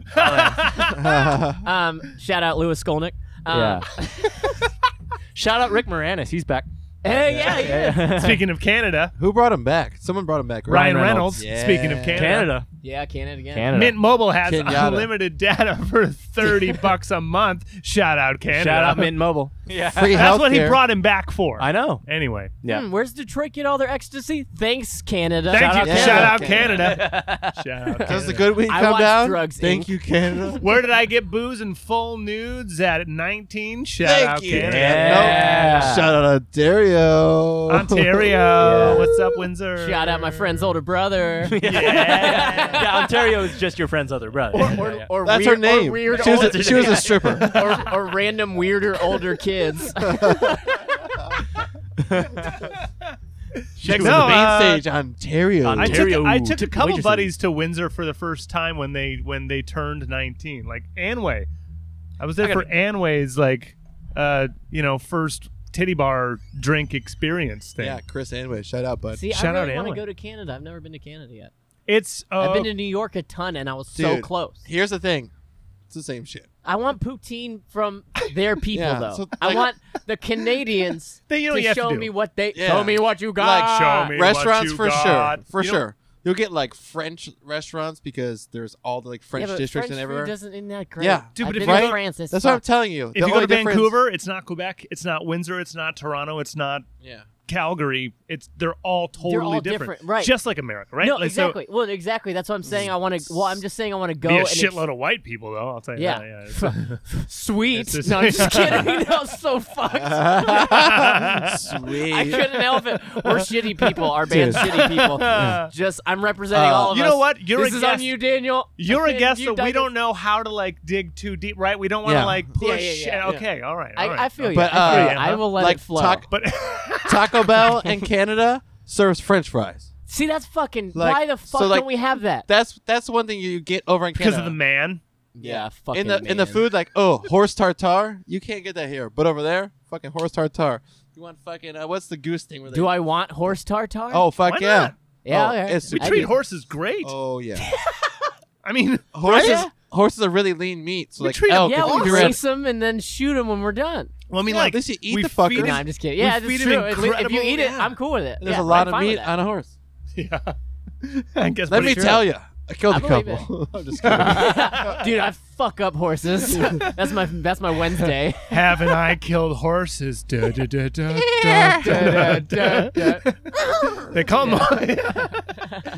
[SPEAKER 3] Um, shout out Lewis Skolnick. Uh,
[SPEAKER 1] yeah. Shout out Rick Moranis. He's back.
[SPEAKER 3] Hey, yeah, yeah.
[SPEAKER 2] Speaking of Canada,
[SPEAKER 4] Who brought him back? Someone brought him back. right?
[SPEAKER 2] Ryan,
[SPEAKER 1] Ryan
[SPEAKER 2] Reynolds.
[SPEAKER 1] Reynolds.
[SPEAKER 2] Speaking of
[SPEAKER 4] Yeah.
[SPEAKER 2] Canada,
[SPEAKER 1] Canada.
[SPEAKER 3] Yeah, Canada again.
[SPEAKER 1] Canada.
[SPEAKER 2] Mint Mobile has
[SPEAKER 4] Kenyatta.
[SPEAKER 2] unlimited data for thirty bucks a month. Shout out Canada.
[SPEAKER 1] Shout out Mint Mobile. Yeah.
[SPEAKER 4] Free
[SPEAKER 2] That's what he
[SPEAKER 4] healthcare.
[SPEAKER 2] brought him back for.
[SPEAKER 1] I know.
[SPEAKER 2] Anyway,
[SPEAKER 1] Yeah.
[SPEAKER 3] Hmm, where's Detroit get all their ecstasy? Thanks, Canada.
[SPEAKER 2] thank
[SPEAKER 1] out
[SPEAKER 2] you.
[SPEAKER 4] Canada.
[SPEAKER 2] Shout out Canada. Shout out.
[SPEAKER 4] Does
[SPEAKER 2] Canada.
[SPEAKER 4] the good wing
[SPEAKER 3] I
[SPEAKER 4] come
[SPEAKER 3] watch
[SPEAKER 4] down?
[SPEAKER 3] Drugs,
[SPEAKER 4] Thank
[SPEAKER 3] Inc.
[SPEAKER 4] you, Canada.
[SPEAKER 2] Where did I get booze and full nudes at 19? Shout
[SPEAKER 4] Thank
[SPEAKER 2] out
[SPEAKER 4] you.
[SPEAKER 2] Canada.
[SPEAKER 1] Yeah.
[SPEAKER 4] Nope. Shout out Ontario. Ontario.
[SPEAKER 2] Ontario.
[SPEAKER 1] Yeah.
[SPEAKER 2] What's up, Windsor?
[SPEAKER 3] Shout out my friend's older brother.
[SPEAKER 2] Yeah.
[SPEAKER 1] yeah, Ontario is just your friend's other brother.
[SPEAKER 3] Or,
[SPEAKER 1] Yeah,
[SPEAKER 3] or,
[SPEAKER 1] yeah.
[SPEAKER 3] or
[SPEAKER 4] That's
[SPEAKER 3] weird,
[SPEAKER 4] her name.
[SPEAKER 3] Or weird
[SPEAKER 4] she, was
[SPEAKER 3] older-
[SPEAKER 4] a, she was a stripper.
[SPEAKER 3] or, or random weirder older kids.
[SPEAKER 4] she was
[SPEAKER 2] No,
[SPEAKER 4] on the main
[SPEAKER 2] uh,
[SPEAKER 4] stage, Ontario.
[SPEAKER 2] I took,
[SPEAKER 1] Ontario
[SPEAKER 2] I took a
[SPEAKER 1] tip
[SPEAKER 2] couple
[SPEAKER 1] waitresses.
[SPEAKER 2] buddies to Windsor for the first time when they when they turned 19. Like Anway. I was there
[SPEAKER 1] I
[SPEAKER 2] for
[SPEAKER 1] gotta-
[SPEAKER 2] Anway's like uh, you know, first titty bar drink experience thing.
[SPEAKER 4] yeah, Chris Anway. Shout out, bud.
[SPEAKER 3] See,
[SPEAKER 2] Shout
[SPEAKER 3] I
[SPEAKER 2] out
[SPEAKER 3] really want
[SPEAKER 2] Anwen.
[SPEAKER 3] to go to Canada. I've never been to Canada yet.
[SPEAKER 2] It's uh,
[SPEAKER 3] I've been to New York a ton, and I was so
[SPEAKER 4] Dude.
[SPEAKER 3] close.
[SPEAKER 4] Here's the thing. It's the same shit.
[SPEAKER 3] I want poutine from their people,
[SPEAKER 4] Yeah,
[SPEAKER 3] though.
[SPEAKER 4] so,
[SPEAKER 3] I
[SPEAKER 4] like-
[SPEAKER 3] want the Canadians
[SPEAKER 2] They- you
[SPEAKER 3] to
[SPEAKER 2] know what you have to
[SPEAKER 3] show
[SPEAKER 2] do.
[SPEAKER 3] me what they
[SPEAKER 4] Yeah.
[SPEAKER 3] show me what you got.
[SPEAKER 4] Like,
[SPEAKER 2] show me. what
[SPEAKER 4] restaurants
[SPEAKER 2] you
[SPEAKER 4] for
[SPEAKER 2] got.
[SPEAKER 4] sure. For
[SPEAKER 2] You know-
[SPEAKER 4] sure. You'll get like French restaurants because there's all the like French
[SPEAKER 3] yeah, but
[SPEAKER 4] districts
[SPEAKER 3] French
[SPEAKER 4] and
[SPEAKER 3] food
[SPEAKER 4] everywhere.
[SPEAKER 3] doesn't isn't that great.
[SPEAKER 4] Yeah.
[SPEAKER 2] Dude,
[SPEAKER 3] I've
[SPEAKER 2] but if
[SPEAKER 3] been
[SPEAKER 2] you
[SPEAKER 3] to
[SPEAKER 2] go-
[SPEAKER 3] France. That's
[SPEAKER 4] That's what I'm telling you.
[SPEAKER 2] if
[SPEAKER 4] The
[SPEAKER 2] you go to
[SPEAKER 4] only difference-
[SPEAKER 2] Vancouver, it's not Quebec, it's not Windsor, it's not Toronto, it's not
[SPEAKER 4] yeah.
[SPEAKER 2] Calgary. It's they're all totally
[SPEAKER 3] all
[SPEAKER 2] different.
[SPEAKER 3] different, right.
[SPEAKER 2] Just like America, right?
[SPEAKER 3] No,
[SPEAKER 2] Like, so-
[SPEAKER 3] exactly. well, exactly. That's what I'm saying. I want to. Well, I'm just saying I want to go.
[SPEAKER 2] be a
[SPEAKER 3] and ex-
[SPEAKER 2] shitload of white people though. I'll tell you.
[SPEAKER 3] Yeah.
[SPEAKER 2] That, yeah. It's-
[SPEAKER 3] Sweet.
[SPEAKER 2] It's just-
[SPEAKER 3] no, I'm just kidding. That was so fucked.
[SPEAKER 4] Sweet.
[SPEAKER 3] I couldn't help it. We're shitty people. Our band's
[SPEAKER 4] Dude.
[SPEAKER 3] shitty people. Just, I'm representing
[SPEAKER 4] Uh,
[SPEAKER 3] all of
[SPEAKER 2] you
[SPEAKER 3] us.
[SPEAKER 2] know what? You're
[SPEAKER 3] this
[SPEAKER 2] a
[SPEAKER 3] is
[SPEAKER 2] guest.
[SPEAKER 3] on you, Daniel.
[SPEAKER 2] You're a
[SPEAKER 3] And
[SPEAKER 2] guest,
[SPEAKER 3] you,
[SPEAKER 2] so we
[SPEAKER 3] Douglas.
[SPEAKER 2] don't know how to like dig too deep, right? We don't want to
[SPEAKER 4] Yeah.
[SPEAKER 2] like push.
[SPEAKER 3] Yeah, yeah, yeah,
[SPEAKER 2] and-
[SPEAKER 3] yeah.
[SPEAKER 2] Okay, all right. all right.
[SPEAKER 3] I, I feel you.
[SPEAKER 4] But,
[SPEAKER 3] I, feel
[SPEAKER 4] uh,
[SPEAKER 3] you. I will let
[SPEAKER 4] like
[SPEAKER 3] it flow.
[SPEAKER 4] talk-
[SPEAKER 2] but
[SPEAKER 4] Taco Bell in Canada serves French fries.
[SPEAKER 3] See, that's fucking.
[SPEAKER 4] Like,
[SPEAKER 3] why the fuck
[SPEAKER 4] so, like,
[SPEAKER 3] don't we have that?
[SPEAKER 4] That's that's one thing you get over in Canada
[SPEAKER 2] because of the man,
[SPEAKER 3] yeah, fucking.
[SPEAKER 4] in the in
[SPEAKER 3] man.
[SPEAKER 4] the food like oh horse tartare you can't get that here, but over there fucking horse tartare. You want fucking uh, what's the goose thing? Where they,
[SPEAKER 3] Do I want horse tartar?
[SPEAKER 4] Oh fuck
[SPEAKER 2] Why
[SPEAKER 4] yeah!
[SPEAKER 2] not?
[SPEAKER 3] yeah.
[SPEAKER 4] oh,
[SPEAKER 3] okay.
[SPEAKER 4] it's-
[SPEAKER 2] we
[SPEAKER 3] I
[SPEAKER 2] treat
[SPEAKER 3] do.
[SPEAKER 2] horses great.
[SPEAKER 4] Oh yeah,
[SPEAKER 2] I mean,
[SPEAKER 4] horses
[SPEAKER 3] Yeah.
[SPEAKER 4] horses are really lean meat. So
[SPEAKER 2] We
[SPEAKER 4] like oh,
[SPEAKER 2] treat 'em-
[SPEAKER 4] elk,
[SPEAKER 3] Yeah,
[SPEAKER 4] if
[SPEAKER 3] we'll
[SPEAKER 4] you ran-
[SPEAKER 3] race them and then shoot them when we're done.
[SPEAKER 2] well, I mean,
[SPEAKER 4] Yeah,
[SPEAKER 2] like
[SPEAKER 4] at least you eat
[SPEAKER 2] we
[SPEAKER 4] the
[SPEAKER 2] feed
[SPEAKER 4] fuckers.
[SPEAKER 2] him-
[SPEAKER 3] No, I'm just kidding.
[SPEAKER 2] we
[SPEAKER 3] Yeah, that's
[SPEAKER 2] feed
[SPEAKER 3] true.
[SPEAKER 2] him
[SPEAKER 3] At least If you
[SPEAKER 2] incredible-
[SPEAKER 3] eat it,
[SPEAKER 4] yeah.
[SPEAKER 3] I'm cool with it.
[SPEAKER 4] there's
[SPEAKER 3] Yeah,
[SPEAKER 4] a
[SPEAKER 3] I'm
[SPEAKER 4] lot of
[SPEAKER 3] fine with
[SPEAKER 4] meat
[SPEAKER 3] that.
[SPEAKER 4] on a horse.
[SPEAKER 2] Yeah, I guess.
[SPEAKER 4] Let me tell you, I killed
[SPEAKER 3] I
[SPEAKER 4] a
[SPEAKER 3] believe
[SPEAKER 4] couple. I'm just kidding.
[SPEAKER 3] Dude, I fuck up horses. that's my that's my Wednesday.
[SPEAKER 2] haven't I killed horses? Da, da, da, da, da, da, da, da.
[SPEAKER 3] Dude,
[SPEAKER 2] They call him, they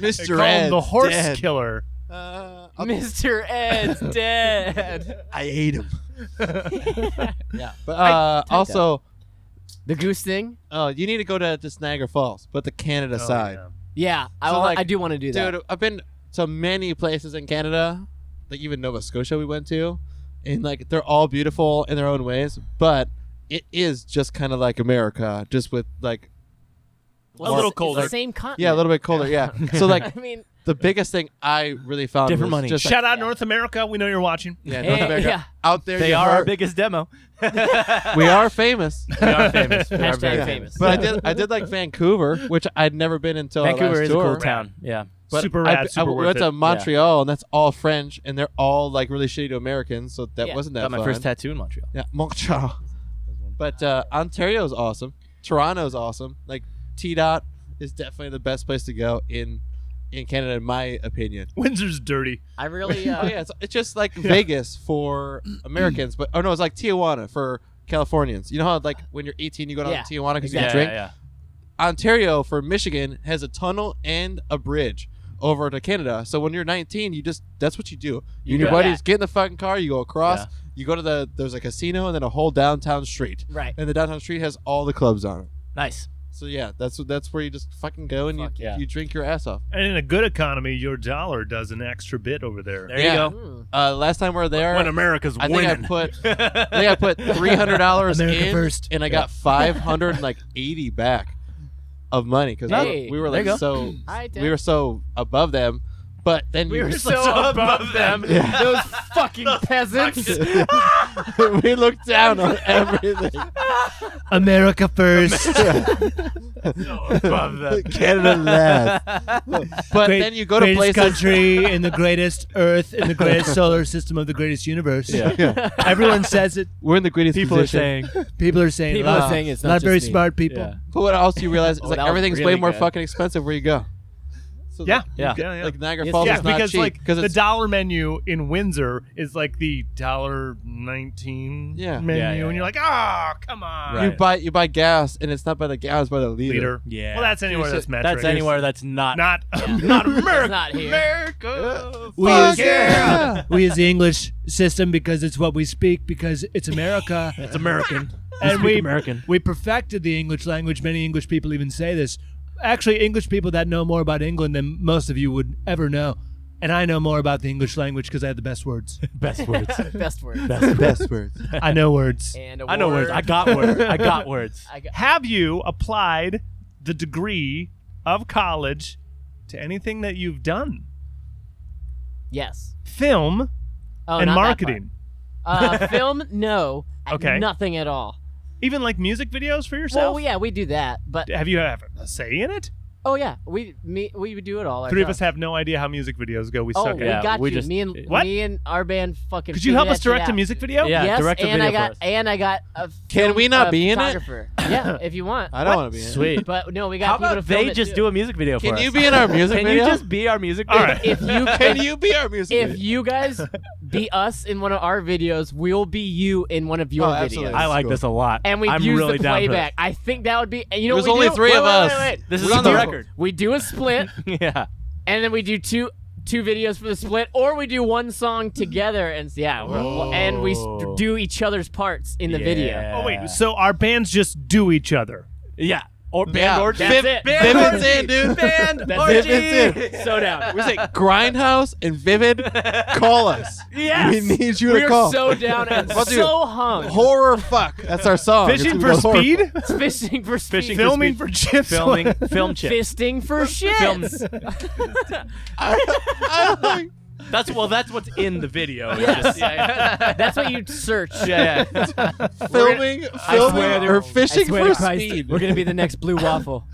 [SPEAKER 4] Mr.
[SPEAKER 2] call him
[SPEAKER 4] Ed,
[SPEAKER 2] the horse
[SPEAKER 4] dead.
[SPEAKER 2] killer.
[SPEAKER 4] Uh,
[SPEAKER 3] Mr. Ed's dead.
[SPEAKER 4] I ate him. yeah, but uh, also,
[SPEAKER 3] The goose thing?
[SPEAKER 4] oh, you need to go to, to Niagara Falls, but the Canada
[SPEAKER 2] Oh,
[SPEAKER 4] side.
[SPEAKER 2] yeah.
[SPEAKER 3] Yeah, I,
[SPEAKER 4] So,
[SPEAKER 3] wa-
[SPEAKER 4] like,
[SPEAKER 3] I do want to do that.
[SPEAKER 4] Dude, I've been to many places in Canada, like even Nova Scotia we went to, and like they're all beautiful in their own ways, but it is just kind of like America, just with like
[SPEAKER 3] Well,
[SPEAKER 2] a little
[SPEAKER 3] it's- it's
[SPEAKER 2] colder.
[SPEAKER 3] The same continent.
[SPEAKER 4] yeah, a little bit colder, yeah. So like
[SPEAKER 3] I mean,
[SPEAKER 4] the biggest thing I really found
[SPEAKER 1] Different
[SPEAKER 4] was
[SPEAKER 1] money.
[SPEAKER 4] just like,
[SPEAKER 2] Shout out North America. We know you're watching.
[SPEAKER 4] yeah,
[SPEAKER 3] Hey,
[SPEAKER 4] North America.
[SPEAKER 3] yeah.
[SPEAKER 4] out there.
[SPEAKER 1] They
[SPEAKER 4] you
[SPEAKER 1] are our
[SPEAKER 4] heard-
[SPEAKER 1] biggest demo.
[SPEAKER 4] we are famous.
[SPEAKER 1] We are famous. We are
[SPEAKER 3] Hashtag
[SPEAKER 1] very
[SPEAKER 4] Yeah.
[SPEAKER 3] famous.
[SPEAKER 4] But I did I did like Vancouver, which I'd never been until our
[SPEAKER 1] Vancouver
[SPEAKER 4] last
[SPEAKER 1] is a
[SPEAKER 4] tour.
[SPEAKER 1] cool town. Yeah.
[SPEAKER 4] But
[SPEAKER 2] Super
[SPEAKER 4] I-
[SPEAKER 2] rad,
[SPEAKER 4] I,
[SPEAKER 2] super worth
[SPEAKER 4] went
[SPEAKER 2] it.
[SPEAKER 4] to Montreal, and that's all French, and they're all like really shitty to Americans, so that
[SPEAKER 3] Yeah.
[SPEAKER 4] wasn't that
[SPEAKER 1] Got my
[SPEAKER 4] fun.
[SPEAKER 1] first tattoo in Montreal.
[SPEAKER 4] Yeah, Montreal. But uh, Ontario's awesome. Toronto's awesome. Like T dot is definitely the best place to go in in Canada, in my opinion.
[SPEAKER 2] Windsor's dirty.
[SPEAKER 3] I really.
[SPEAKER 4] Oh
[SPEAKER 3] Uh,
[SPEAKER 4] yeah, it's, it's just like Vegas for Americans, but oh no, it's like Tijuana for Californians. You know how like when you're 18, you go down
[SPEAKER 3] Yeah.
[SPEAKER 4] to Tijuana because
[SPEAKER 1] Yeah,
[SPEAKER 4] you drink.
[SPEAKER 1] yeah,
[SPEAKER 4] Ontario for Michigan has a tunnel and a bridge over to Canada. So when you're 19, you just that's what you do. You,
[SPEAKER 3] You
[SPEAKER 4] and your
[SPEAKER 3] do
[SPEAKER 4] buddies
[SPEAKER 3] that.
[SPEAKER 4] get in the fucking car, you go across,
[SPEAKER 1] Yeah.
[SPEAKER 4] you go to the there's a casino and then a whole downtown street.
[SPEAKER 3] Right.
[SPEAKER 4] And the downtown street has all the clubs on it.
[SPEAKER 1] Nice.
[SPEAKER 4] So yeah, that's that's where you just fucking go and
[SPEAKER 3] Fuck
[SPEAKER 4] you
[SPEAKER 1] yeah.
[SPEAKER 4] you drink your ass off.
[SPEAKER 2] And in a good economy, your dollar does an extra bit over there.
[SPEAKER 1] There
[SPEAKER 4] Yeah.
[SPEAKER 1] you go.
[SPEAKER 3] Hmm.
[SPEAKER 4] Uh, last time we were there,
[SPEAKER 1] When America's
[SPEAKER 4] I think
[SPEAKER 1] winning.
[SPEAKER 4] I put I think I put three hundred dollars
[SPEAKER 2] America
[SPEAKER 4] in,
[SPEAKER 2] first.
[SPEAKER 4] and I got five hundred like eighty back of money because
[SPEAKER 3] Hey,
[SPEAKER 4] we
[SPEAKER 1] there
[SPEAKER 4] were like
[SPEAKER 1] you go.
[SPEAKER 4] so
[SPEAKER 3] I did.
[SPEAKER 4] we were so above them. But then
[SPEAKER 3] We
[SPEAKER 4] you
[SPEAKER 3] were
[SPEAKER 4] just-
[SPEAKER 3] so above them.
[SPEAKER 4] Yeah.
[SPEAKER 3] Those fucking peasants.
[SPEAKER 4] we look down on everything.
[SPEAKER 2] America first.
[SPEAKER 1] above them.
[SPEAKER 4] Canada last. But
[SPEAKER 2] Great-
[SPEAKER 4] then you go to
[SPEAKER 2] greatest
[SPEAKER 4] places.
[SPEAKER 2] country in the greatest Earth in the greatest solar system of the greatest universe.
[SPEAKER 4] Yeah. Yeah.
[SPEAKER 2] Everyone says it.
[SPEAKER 4] We're in the greatest
[SPEAKER 1] People are
[SPEAKER 4] position.
[SPEAKER 1] saying,
[SPEAKER 2] People are saying.
[SPEAKER 3] People
[SPEAKER 2] it.
[SPEAKER 3] are
[SPEAKER 2] Wow.
[SPEAKER 3] saying it's not
[SPEAKER 2] not very
[SPEAKER 3] just me.
[SPEAKER 2] smart people.
[SPEAKER 1] yeah.
[SPEAKER 4] But what else you realize is
[SPEAKER 3] Oh,
[SPEAKER 4] like
[SPEAKER 3] that was
[SPEAKER 4] everything's way
[SPEAKER 3] really
[SPEAKER 4] more
[SPEAKER 3] good.
[SPEAKER 4] fucking expensive where you go. So
[SPEAKER 2] Yeah.
[SPEAKER 4] like, you
[SPEAKER 1] Yeah.
[SPEAKER 4] get-
[SPEAKER 2] Yeah, yeah.
[SPEAKER 4] Like Niagara
[SPEAKER 3] Yes,
[SPEAKER 4] Falls
[SPEAKER 2] yeah,
[SPEAKER 4] is not
[SPEAKER 2] because
[SPEAKER 4] cheap
[SPEAKER 2] like
[SPEAKER 4] because
[SPEAKER 2] the
[SPEAKER 4] it's
[SPEAKER 2] dollar menu in Windsor is like the dollar nineteen
[SPEAKER 4] Yeah.
[SPEAKER 2] menu,
[SPEAKER 1] Yeah, yeah,
[SPEAKER 2] and
[SPEAKER 1] yeah.
[SPEAKER 2] you're like, oh, come on,
[SPEAKER 1] Right.
[SPEAKER 4] you buy you buy gas and it's not by the gallon, it's by the liter.
[SPEAKER 2] leader.
[SPEAKER 1] Yeah.
[SPEAKER 2] Well, that's anywhere
[SPEAKER 4] Here's
[SPEAKER 2] that's
[SPEAKER 4] it.
[SPEAKER 2] metric.
[SPEAKER 1] that's anywhere that's not.
[SPEAKER 2] not
[SPEAKER 3] Yeah.
[SPEAKER 2] not America.
[SPEAKER 3] It's not here.
[SPEAKER 2] America.
[SPEAKER 4] We
[SPEAKER 2] Fuck
[SPEAKER 4] is-
[SPEAKER 2] yeah.
[SPEAKER 5] we use the English system because it's what we speak because it's America. it's American. And we
[SPEAKER 1] American.
[SPEAKER 5] we perfected the English language. Many English people even say this. Actually, English people that know more about England than most of you would ever know. And I know more about the English language because I have the best words.
[SPEAKER 1] Best words.
[SPEAKER 3] Best word.
[SPEAKER 4] That's the best word.
[SPEAKER 5] I know words.
[SPEAKER 3] And
[SPEAKER 1] I know words. I got words. I got words.
[SPEAKER 3] I got.
[SPEAKER 2] Have you applied the degree of college to anything that you've done?
[SPEAKER 3] Yes.
[SPEAKER 2] Film
[SPEAKER 3] Oh,
[SPEAKER 2] and
[SPEAKER 3] not that
[SPEAKER 2] marketing.
[SPEAKER 3] part. Uh, film? No.
[SPEAKER 2] Okay.
[SPEAKER 3] Nothing at all.
[SPEAKER 2] Even like music videos for
[SPEAKER 3] Oh
[SPEAKER 2] yourself?
[SPEAKER 3] well, yeah, we do that, but
[SPEAKER 2] Have you have a say in it?
[SPEAKER 3] oh yeah, we me we would do it all.
[SPEAKER 2] Three of us have no idea how music videos go. We
[SPEAKER 3] Oh,
[SPEAKER 2] suck at
[SPEAKER 3] we
[SPEAKER 2] it.
[SPEAKER 1] Yeah,
[SPEAKER 3] got
[SPEAKER 1] we
[SPEAKER 3] you.
[SPEAKER 1] just-
[SPEAKER 3] me and
[SPEAKER 2] What?
[SPEAKER 3] me and our band fucking.
[SPEAKER 2] Could you help
[SPEAKER 3] figured
[SPEAKER 2] us
[SPEAKER 3] that shit
[SPEAKER 2] direct a
[SPEAKER 3] out.
[SPEAKER 2] music video?
[SPEAKER 1] Yeah,
[SPEAKER 3] yes,
[SPEAKER 1] direct a
[SPEAKER 3] and I
[SPEAKER 1] video for
[SPEAKER 3] got
[SPEAKER 1] us.
[SPEAKER 3] and I got a.
[SPEAKER 4] Can
[SPEAKER 3] film-
[SPEAKER 4] we not
[SPEAKER 3] a
[SPEAKER 4] be in it?
[SPEAKER 3] photographer. Yeah, if you want.
[SPEAKER 4] I don't want to be in it.
[SPEAKER 1] Sweet.
[SPEAKER 3] But no, we got
[SPEAKER 1] How
[SPEAKER 3] people
[SPEAKER 1] about
[SPEAKER 3] to film
[SPEAKER 1] they
[SPEAKER 3] it,
[SPEAKER 1] just
[SPEAKER 3] too.
[SPEAKER 1] do a music video for
[SPEAKER 4] Can
[SPEAKER 1] us?
[SPEAKER 4] you be in our music
[SPEAKER 1] Can
[SPEAKER 4] video?
[SPEAKER 1] you just be our music
[SPEAKER 2] All
[SPEAKER 1] video?
[SPEAKER 2] right.
[SPEAKER 3] If you
[SPEAKER 4] Can you be our music
[SPEAKER 3] if
[SPEAKER 4] video?
[SPEAKER 3] you guys be us in one of our videos, we'll be you in one of your
[SPEAKER 4] Oh,
[SPEAKER 3] videos.
[SPEAKER 4] absolutely.
[SPEAKER 1] I like this a lot.
[SPEAKER 3] and we
[SPEAKER 1] I'm
[SPEAKER 3] use
[SPEAKER 1] really
[SPEAKER 3] the
[SPEAKER 1] down for
[SPEAKER 3] playback. I think that would be. And you know,
[SPEAKER 4] There's
[SPEAKER 3] what we
[SPEAKER 4] only
[SPEAKER 3] do?
[SPEAKER 4] three
[SPEAKER 3] Wait,
[SPEAKER 4] of
[SPEAKER 3] wait,
[SPEAKER 4] us.
[SPEAKER 3] wait, wait.
[SPEAKER 1] This
[SPEAKER 4] We
[SPEAKER 1] is on the
[SPEAKER 4] do-
[SPEAKER 1] record.
[SPEAKER 3] We do a split,
[SPEAKER 1] this. yeah.
[SPEAKER 3] and then we do two two videos for the split, or we do one song together, and yeah, we're- and we s-
[SPEAKER 1] Whoa.
[SPEAKER 3] do each other's parts in the video.
[SPEAKER 2] Oh wait, so our bands just do each other.
[SPEAKER 1] Yeah. Or band
[SPEAKER 4] Yeah.
[SPEAKER 1] orgy.
[SPEAKER 3] That's it.
[SPEAKER 1] Band
[SPEAKER 4] Vivid's
[SPEAKER 1] orgy.
[SPEAKER 4] in, dude.
[SPEAKER 1] Band
[SPEAKER 3] That's
[SPEAKER 1] orgy.
[SPEAKER 4] it. Vivid's in.
[SPEAKER 3] So down.
[SPEAKER 4] We say Grindhouse and Vivid, call us.
[SPEAKER 3] Yes.
[SPEAKER 4] We need you
[SPEAKER 3] We
[SPEAKER 4] to
[SPEAKER 3] are
[SPEAKER 4] call.
[SPEAKER 3] so down and
[SPEAKER 4] Well, dude,
[SPEAKER 3] so hung.
[SPEAKER 4] horror fuck. That's our song. It's
[SPEAKER 2] Fishing for
[SPEAKER 4] gonna be horror
[SPEAKER 2] speed,
[SPEAKER 3] Fishing for speed.
[SPEAKER 1] Fishing for
[SPEAKER 2] filming
[SPEAKER 1] speed.
[SPEAKER 2] for chips,
[SPEAKER 1] Filming film chip.
[SPEAKER 3] Fisting for shits.
[SPEAKER 1] Film-
[SPEAKER 4] fuck. I don't think-
[SPEAKER 1] That's well. That's what's in the video. It's
[SPEAKER 3] Yes.
[SPEAKER 1] just- yeah.
[SPEAKER 3] That's what you'd search.
[SPEAKER 1] Yeah, yeah.
[SPEAKER 4] filming,
[SPEAKER 1] swear
[SPEAKER 4] filming,
[SPEAKER 1] to-
[SPEAKER 4] or fishing for speed.
[SPEAKER 3] We're gonna be the next blue waffle.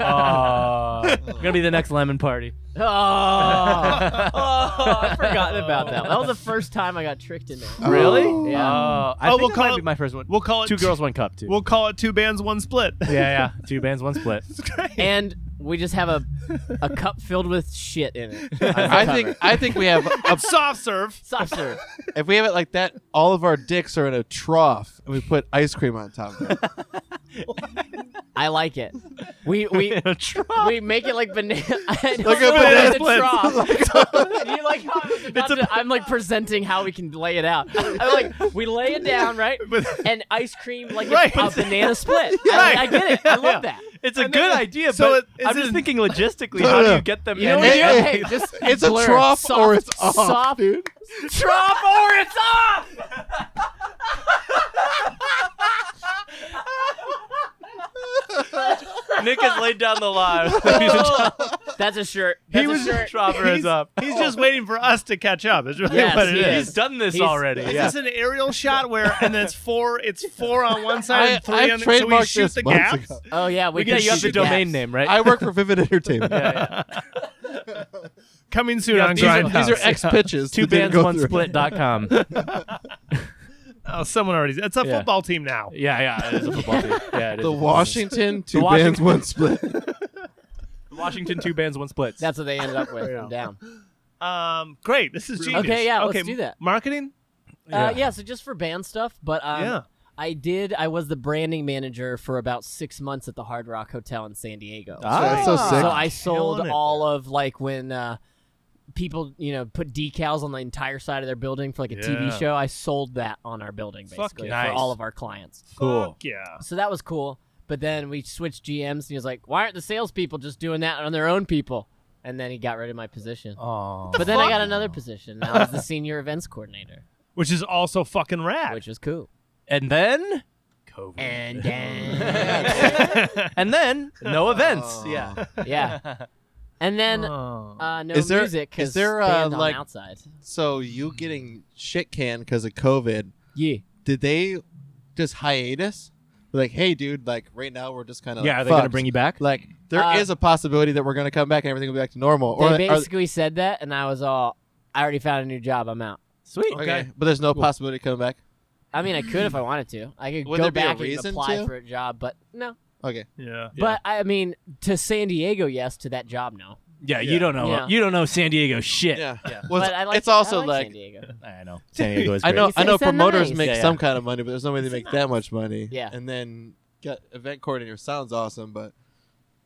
[SPEAKER 1] Oh, gonna be the next lemon party.
[SPEAKER 3] Oh, oh, I forgot about that. That was the first time I got tricked in there.
[SPEAKER 1] Really?
[SPEAKER 3] Yeah.
[SPEAKER 4] Uh,
[SPEAKER 1] Oh, I
[SPEAKER 2] Oh,
[SPEAKER 1] think
[SPEAKER 2] we'll
[SPEAKER 1] that
[SPEAKER 2] call
[SPEAKER 1] might
[SPEAKER 2] it-
[SPEAKER 1] be my first one.
[SPEAKER 2] We'll call it
[SPEAKER 1] two girls, one cup, too.
[SPEAKER 2] We'll call it two bands, one split.
[SPEAKER 1] yeah, yeah. Two bands, one split.
[SPEAKER 3] And we just have a a cup filled with shit in it.
[SPEAKER 4] I think I think we have a,
[SPEAKER 2] Soft serve.
[SPEAKER 3] Soft serve.
[SPEAKER 4] if we have it like that, all of our dicks are in a trough, and we put ice cream on top of it.
[SPEAKER 3] I like it. We we
[SPEAKER 1] A trough.
[SPEAKER 3] we make it like banana. I know,
[SPEAKER 4] Like a
[SPEAKER 3] so
[SPEAKER 4] banana
[SPEAKER 3] it's
[SPEAKER 2] split.
[SPEAKER 3] trough. You like how I was about to- I'm like presenting how we can lay it out. I'm like, we lay it down, right? And ice cream like it's
[SPEAKER 2] Right.
[SPEAKER 3] a banana split. I-
[SPEAKER 2] Right.
[SPEAKER 3] I, get it. I love
[SPEAKER 1] Yeah.
[SPEAKER 3] that.
[SPEAKER 1] It's a good idea,
[SPEAKER 2] so
[SPEAKER 1] but
[SPEAKER 2] it- it's
[SPEAKER 1] I'm just
[SPEAKER 2] an-
[SPEAKER 1] thinking logistically.
[SPEAKER 4] No,
[SPEAKER 1] how do
[SPEAKER 4] no.
[SPEAKER 1] you get them?
[SPEAKER 3] You know
[SPEAKER 1] in?
[SPEAKER 3] what
[SPEAKER 4] Hey,
[SPEAKER 3] you do?
[SPEAKER 4] hey,
[SPEAKER 3] Hey, just
[SPEAKER 4] It's a
[SPEAKER 3] blur.
[SPEAKER 4] trough
[SPEAKER 3] soft,
[SPEAKER 4] or it's off,
[SPEAKER 3] soft
[SPEAKER 4] dude.
[SPEAKER 3] trough or it's off.
[SPEAKER 1] Nick has laid down the law.
[SPEAKER 3] That's a shirt. That's
[SPEAKER 2] He was-
[SPEAKER 3] a shirt.
[SPEAKER 1] Tropper is
[SPEAKER 2] He's-
[SPEAKER 1] up.
[SPEAKER 2] He's just waiting for us to catch up. Is really
[SPEAKER 3] Yes,
[SPEAKER 2] what it
[SPEAKER 3] he
[SPEAKER 2] is.
[SPEAKER 3] is.
[SPEAKER 1] He's done this
[SPEAKER 3] He's-
[SPEAKER 1] already.
[SPEAKER 2] Is
[SPEAKER 1] Yeah.
[SPEAKER 2] this an aerial shot where and then it's four? It's four on one side,
[SPEAKER 4] I-
[SPEAKER 2] and three
[SPEAKER 4] I
[SPEAKER 2] on the. So we
[SPEAKER 4] trademarked
[SPEAKER 2] shoot
[SPEAKER 4] this
[SPEAKER 2] the
[SPEAKER 4] months
[SPEAKER 2] gaps.
[SPEAKER 4] ago.
[SPEAKER 3] Oh yeah, we
[SPEAKER 1] yeah,
[SPEAKER 3] can
[SPEAKER 1] you have
[SPEAKER 3] shoot
[SPEAKER 1] the domain
[SPEAKER 3] gaps.
[SPEAKER 1] name, right?
[SPEAKER 4] I work for Vivid Entertainment.
[SPEAKER 2] Coming soon
[SPEAKER 1] Yeah,
[SPEAKER 2] on
[SPEAKER 1] these are-
[SPEAKER 2] Grindhouse.
[SPEAKER 4] These are ex pitches.
[SPEAKER 1] Two bands, one split dot com.
[SPEAKER 2] Oh, someone already. It's a
[SPEAKER 1] Yeah.
[SPEAKER 2] football team now.
[SPEAKER 1] Yeah, yeah, it is a football team. Yeah, it is.
[SPEAKER 4] The
[SPEAKER 1] a football team.
[SPEAKER 4] Washington two bands
[SPEAKER 1] Washington-
[SPEAKER 4] one split.
[SPEAKER 1] Washington, two bands, one splits.
[SPEAKER 3] That's what they ended up with. I'm down. Uh,
[SPEAKER 2] Um, great. This is genius.
[SPEAKER 3] Okay, yeah, let's
[SPEAKER 2] Okay,
[SPEAKER 3] do that.
[SPEAKER 2] Marketing.
[SPEAKER 3] Uh, yeah, so just for band stuff, but um,
[SPEAKER 2] Yeah.
[SPEAKER 3] I did. I was the branding manager for about six months at the Hard Rock Hotel in San Diego.
[SPEAKER 4] that's so sick.
[SPEAKER 3] So I sold
[SPEAKER 2] Killing it
[SPEAKER 3] all of like when uh, people you know put decals on the entire side of their building for like a
[SPEAKER 2] Yeah.
[SPEAKER 3] TV show. I sold that on our building
[SPEAKER 2] Fuck
[SPEAKER 3] basically
[SPEAKER 2] yeah.
[SPEAKER 3] for
[SPEAKER 1] Nice.
[SPEAKER 3] all of our clients.
[SPEAKER 1] cool.
[SPEAKER 2] Fuck yeah.
[SPEAKER 3] So that was cool. But then we switched GMs, and he was like, "Why aren't the salespeople just doing that on their own people?" And then he got rid of my position.
[SPEAKER 1] Oh,
[SPEAKER 3] but then I got another position. Now I was the senior events coordinator,
[SPEAKER 2] Which is also fucking rad.
[SPEAKER 3] which was cool.
[SPEAKER 1] and then COVID,
[SPEAKER 3] And then,
[SPEAKER 1] and then no events. Yeah,
[SPEAKER 3] yeah, and then
[SPEAKER 2] Oh.
[SPEAKER 3] uh, no
[SPEAKER 4] Is there-
[SPEAKER 3] music
[SPEAKER 4] is
[SPEAKER 3] because
[SPEAKER 4] there, uh,
[SPEAKER 3] band on
[SPEAKER 4] like-
[SPEAKER 3] outside.
[SPEAKER 4] So you getting shit canned because of COVID?
[SPEAKER 3] Yeah.
[SPEAKER 4] Did they just hiatus? Like, hey, dude, like right now we're just kind of
[SPEAKER 1] yeah. Are
[SPEAKER 4] Like,
[SPEAKER 1] they gonna
[SPEAKER 4] fucked.
[SPEAKER 1] bring you back?
[SPEAKER 4] Like, there is
[SPEAKER 3] Uh,
[SPEAKER 4] a possibility that we're gonna come back and everything will be back to normal.
[SPEAKER 3] They
[SPEAKER 4] Or like, are-
[SPEAKER 3] basically said that, and I was all, I already found a new job. I'm out.
[SPEAKER 1] Sweet.
[SPEAKER 4] okay, but there's no possibility to come back.
[SPEAKER 3] I mean, I could if I wanted to. I could
[SPEAKER 4] Would
[SPEAKER 3] go
[SPEAKER 4] there be a
[SPEAKER 3] back and
[SPEAKER 4] reason
[SPEAKER 3] apply
[SPEAKER 4] to?
[SPEAKER 3] for a job, but no.
[SPEAKER 4] Okay,
[SPEAKER 2] Yeah.
[SPEAKER 1] Yeah.
[SPEAKER 3] But I mean, to San Diego, yes. To that job, no.
[SPEAKER 1] Yeah,
[SPEAKER 2] Yeah.
[SPEAKER 1] you don't know.
[SPEAKER 3] Yeah.
[SPEAKER 1] You don't know San Diego shit.
[SPEAKER 4] Yeah.
[SPEAKER 3] Yeah.
[SPEAKER 4] Well,
[SPEAKER 3] but I like,
[SPEAKER 4] it's also
[SPEAKER 3] I like,
[SPEAKER 4] like
[SPEAKER 3] San Diego.
[SPEAKER 1] I know.
[SPEAKER 4] San Diego is
[SPEAKER 1] I
[SPEAKER 4] I
[SPEAKER 1] great.
[SPEAKER 4] know
[SPEAKER 1] know-
[SPEAKER 4] I
[SPEAKER 3] It's-
[SPEAKER 4] know
[SPEAKER 3] it's a
[SPEAKER 4] promoters
[SPEAKER 3] nice-
[SPEAKER 4] make
[SPEAKER 1] Yeah, yeah.
[SPEAKER 4] some kind of money, but there's no way they make that much money.
[SPEAKER 3] Yeah.
[SPEAKER 4] And then get event coordinator sounds awesome, but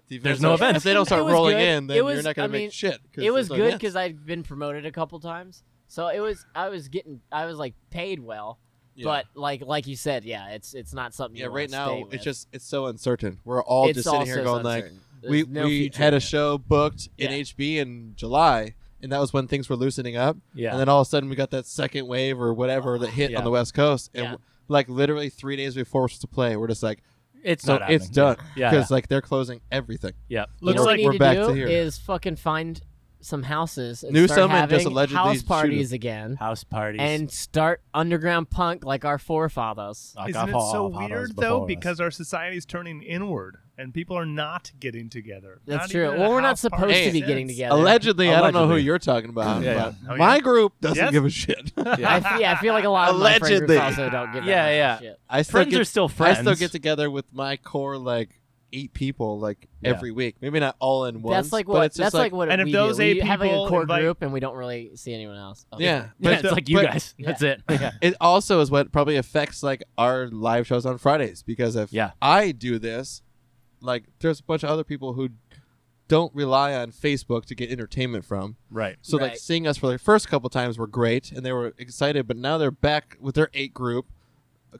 [SPEAKER 4] the
[SPEAKER 1] There's
[SPEAKER 4] events
[SPEAKER 1] no
[SPEAKER 4] are-
[SPEAKER 1] events.
[SPEAKER 4] If they don't
[SPEAKER 3] It
[SPEAKER 4] start
[SPEAKER 3] was
[SPEAKER 4] rolling
[SPEAKER 3] good.
[SPEAKER 4] in, then
[SPEAKER 3] It
[SPEAKER 4] you're
[SPEAKER 3] was-
[SPEAKER 4] not
[SPEAKER 3] I
[SPEAKER 4] gonna
[SPEAKER 3] mean,
[SPEAKER 4] make shit.
[SPEAKER 3] It was
[SPEAKER 4] there's
[SPEAKER 3] good
[SPEAKER 4] no events.
[SPEAKER 3] because I'd been promoted a couple times, so it was I was getting I was like paid well,
[SPEAKER 4] Yeah.
[SPEAKER 3] but like like you said, yeah, it's it's not something.
[SPEAKER 4] yeah,
[SPEAKER 3] you wanna
[SPEAKER 4] right
[SPEAKER 3] stay
[SPEAKER 4] now
[SPEAKER 3] with.
[SPEAKER 4] it's just it's so uncertain. We're all
[SPEAKER 3] It's
[SPEAKER 4] just sitting here
[SPEAKER 3] also
[SPEAKER 4] going like,
[SPEAKER 3] uncertain. There's
[SPEAKER 4] we
[SPEAKER 3] no
[SPEAKER 4] we
[SPEAKER 3] future
[SPEAKER 4] had
[SPEAKER 3] in
[SPEAKER 4] a
[SPEAKER 3] it.
[SPEAKER 4] show booked in
[SPEAKER 3] Yeah.
[SPEAKER 4] HB in July, and that was when things were loosening up.
[SPEAKER 1] Yeah.
[SPEAKER 4] And then all of a sudden we got that second wave or whatever that hit
[SPEAKER 1] Yeah.
[SPEAKER 4] on the West Coast, and
[SPEAKER 3] Yeah.
[SPEAKER 4] w- like literally three days before we're supposed to play, we're just like,
[SPEAKER 1] it's
[SPEAKER 4] so
[SPEAKER 1] not. happening.
[SPEAKER 4] it's done
[SPEAKER 1] Yeah.
[SPEAKER 4] because like they're closing everything.
[SPEAKER 1] Yeah.
[SPEAKER 3] You
[SPEAKER 2] Looks
[SPEAKER 3] know what
[SPEAKER 2] like
[SPEAKER 3] we need
[SPEAKER 4] we're
[SPEAKER 3] to
[SPEAKER 4] back
[SPEAKER 3] do
[SPEAKER 4] to here.
[SPEAKER 3] is fucking find some houses and
[SPEAKER 4] Newsom
[SPEAKER 3] start
[SPEAKER 4] and just
[SPEAKER 3] having
[SPEAKER 4] allegedly
[SPEAKER 3] house
[SPEAKER 4] shoot 'em.
[SPEAKER 3] parties again,
[SPEAKER 1] House parties.
[SPEAKER 3] and start underground punk like our forefathers.
[SPEAKER 1] Knock
[SPEAKER 2] Isn't
[SPEAKER 1] off
[SPEAKER 2] it
[SPEAKER 1] all
[SPEAKER 2] so
[SPEAKER 1] avocados
[SPEAKER 2] weird
[SPEAKER 1] before
[SPEAKER 2] though?
[SPEAKER 1] us.
[SPEAKER 2] Because our society is turning inward, and people are not getting together.
[SPEAKER 3] That's
[SPEAKER 2] Not
[SPEAKER 3] true.
[SPEAKER 2] even at
[SPEAKER 3] Well,
[SPEAKER 2] a
[SPEAKER 3] we're not
[SPEAKER 2] house
[SPEAKER 3] supposed
[SPEAKER 2] party
[SPEAKER 4] to
[SPEAKER 3] be
[SPEAKER 2] sense.
[SPEAKER 3] getting together. Yeah, they're-
[SPEAKER 4] Allegedly, I don't know who
[SPEAKER 1] Allegedly.
[SPEAKER 4] you're talking about,
[SPEAKER 1] Yeah, yeah.
[SPEAKER 4] but
[SPEAKER 2] Oh, yeah?
[SPEAKER 4] my group doesn't
[SPEAKER 2] Yes?
[SPEAKER 4] give a shit.
[SPEAKER 3] I,
[SPEAKER 1] yeah.
[SPEAKER 3] f- yeah, I feel like a lot of my friend groups
[SPEAKER 4] Allegedly.
[SPEAKER 3] also don't give that
[SPEAKER 1] Yeah,
[SPEAKER 3] much
[SPEAKER 1] yeah.
[SPEAKER 3] shit.
[SPEAKER 4] I still
[SPEAKER 1] friends
[SPEAKER 4] get,
[SPEAKER 1] are still friends.
[SPEAKER 4] I still get together with my core like eight people like
[SPEAKER 1] Yeah.
[SPEAKER 4] every week. Maybe not all in one.
[SPEAKER 3] That's like
[SPEAKER 4] but
[SPEAKER 3] what.
[SPEAKER 4] It's just
[SPEAKER 3] that's like, what.
[SPEAKER 2] And if
[SPEAKER 3] we
[SPEAKER 2] those
[SPEAKER 3] do.
[SPEAKER 2] eight
[SPEAKER 3] we have like
[SPEAKER 2] people
[SPEAKER 3] a core
[SPEAKER 2] invite-
[SPEAKER 3] group, and we don't really see anyone else. Oh,
[SPEAKER 4] yeah.
[SPEAKER 1] Yeah,
[SPEAKER 4] but
[SPEAKER 1] it's like you
[SPEAKER 4] but
[SPEAKER 1] guys.
[SPEAKER 3] Yeah.
[SPEAKER 1] That's it. Yeah.
[SPEAKER 4] It also is what probably affects like our live shows on Fridays because if
[SPEAKER 1] Yeah.
[SPEAKER 4] I do this, like there's a bunch of other people who don't rely on Facebook to get entertainment from.
[SPEAKER 1] Right.
[SPEAKER 4] So like
[SPEAKER 3] Right.
[SPEAKER 4] seeing us for the first couple times were great, and they were excited. But now they're back with their eight group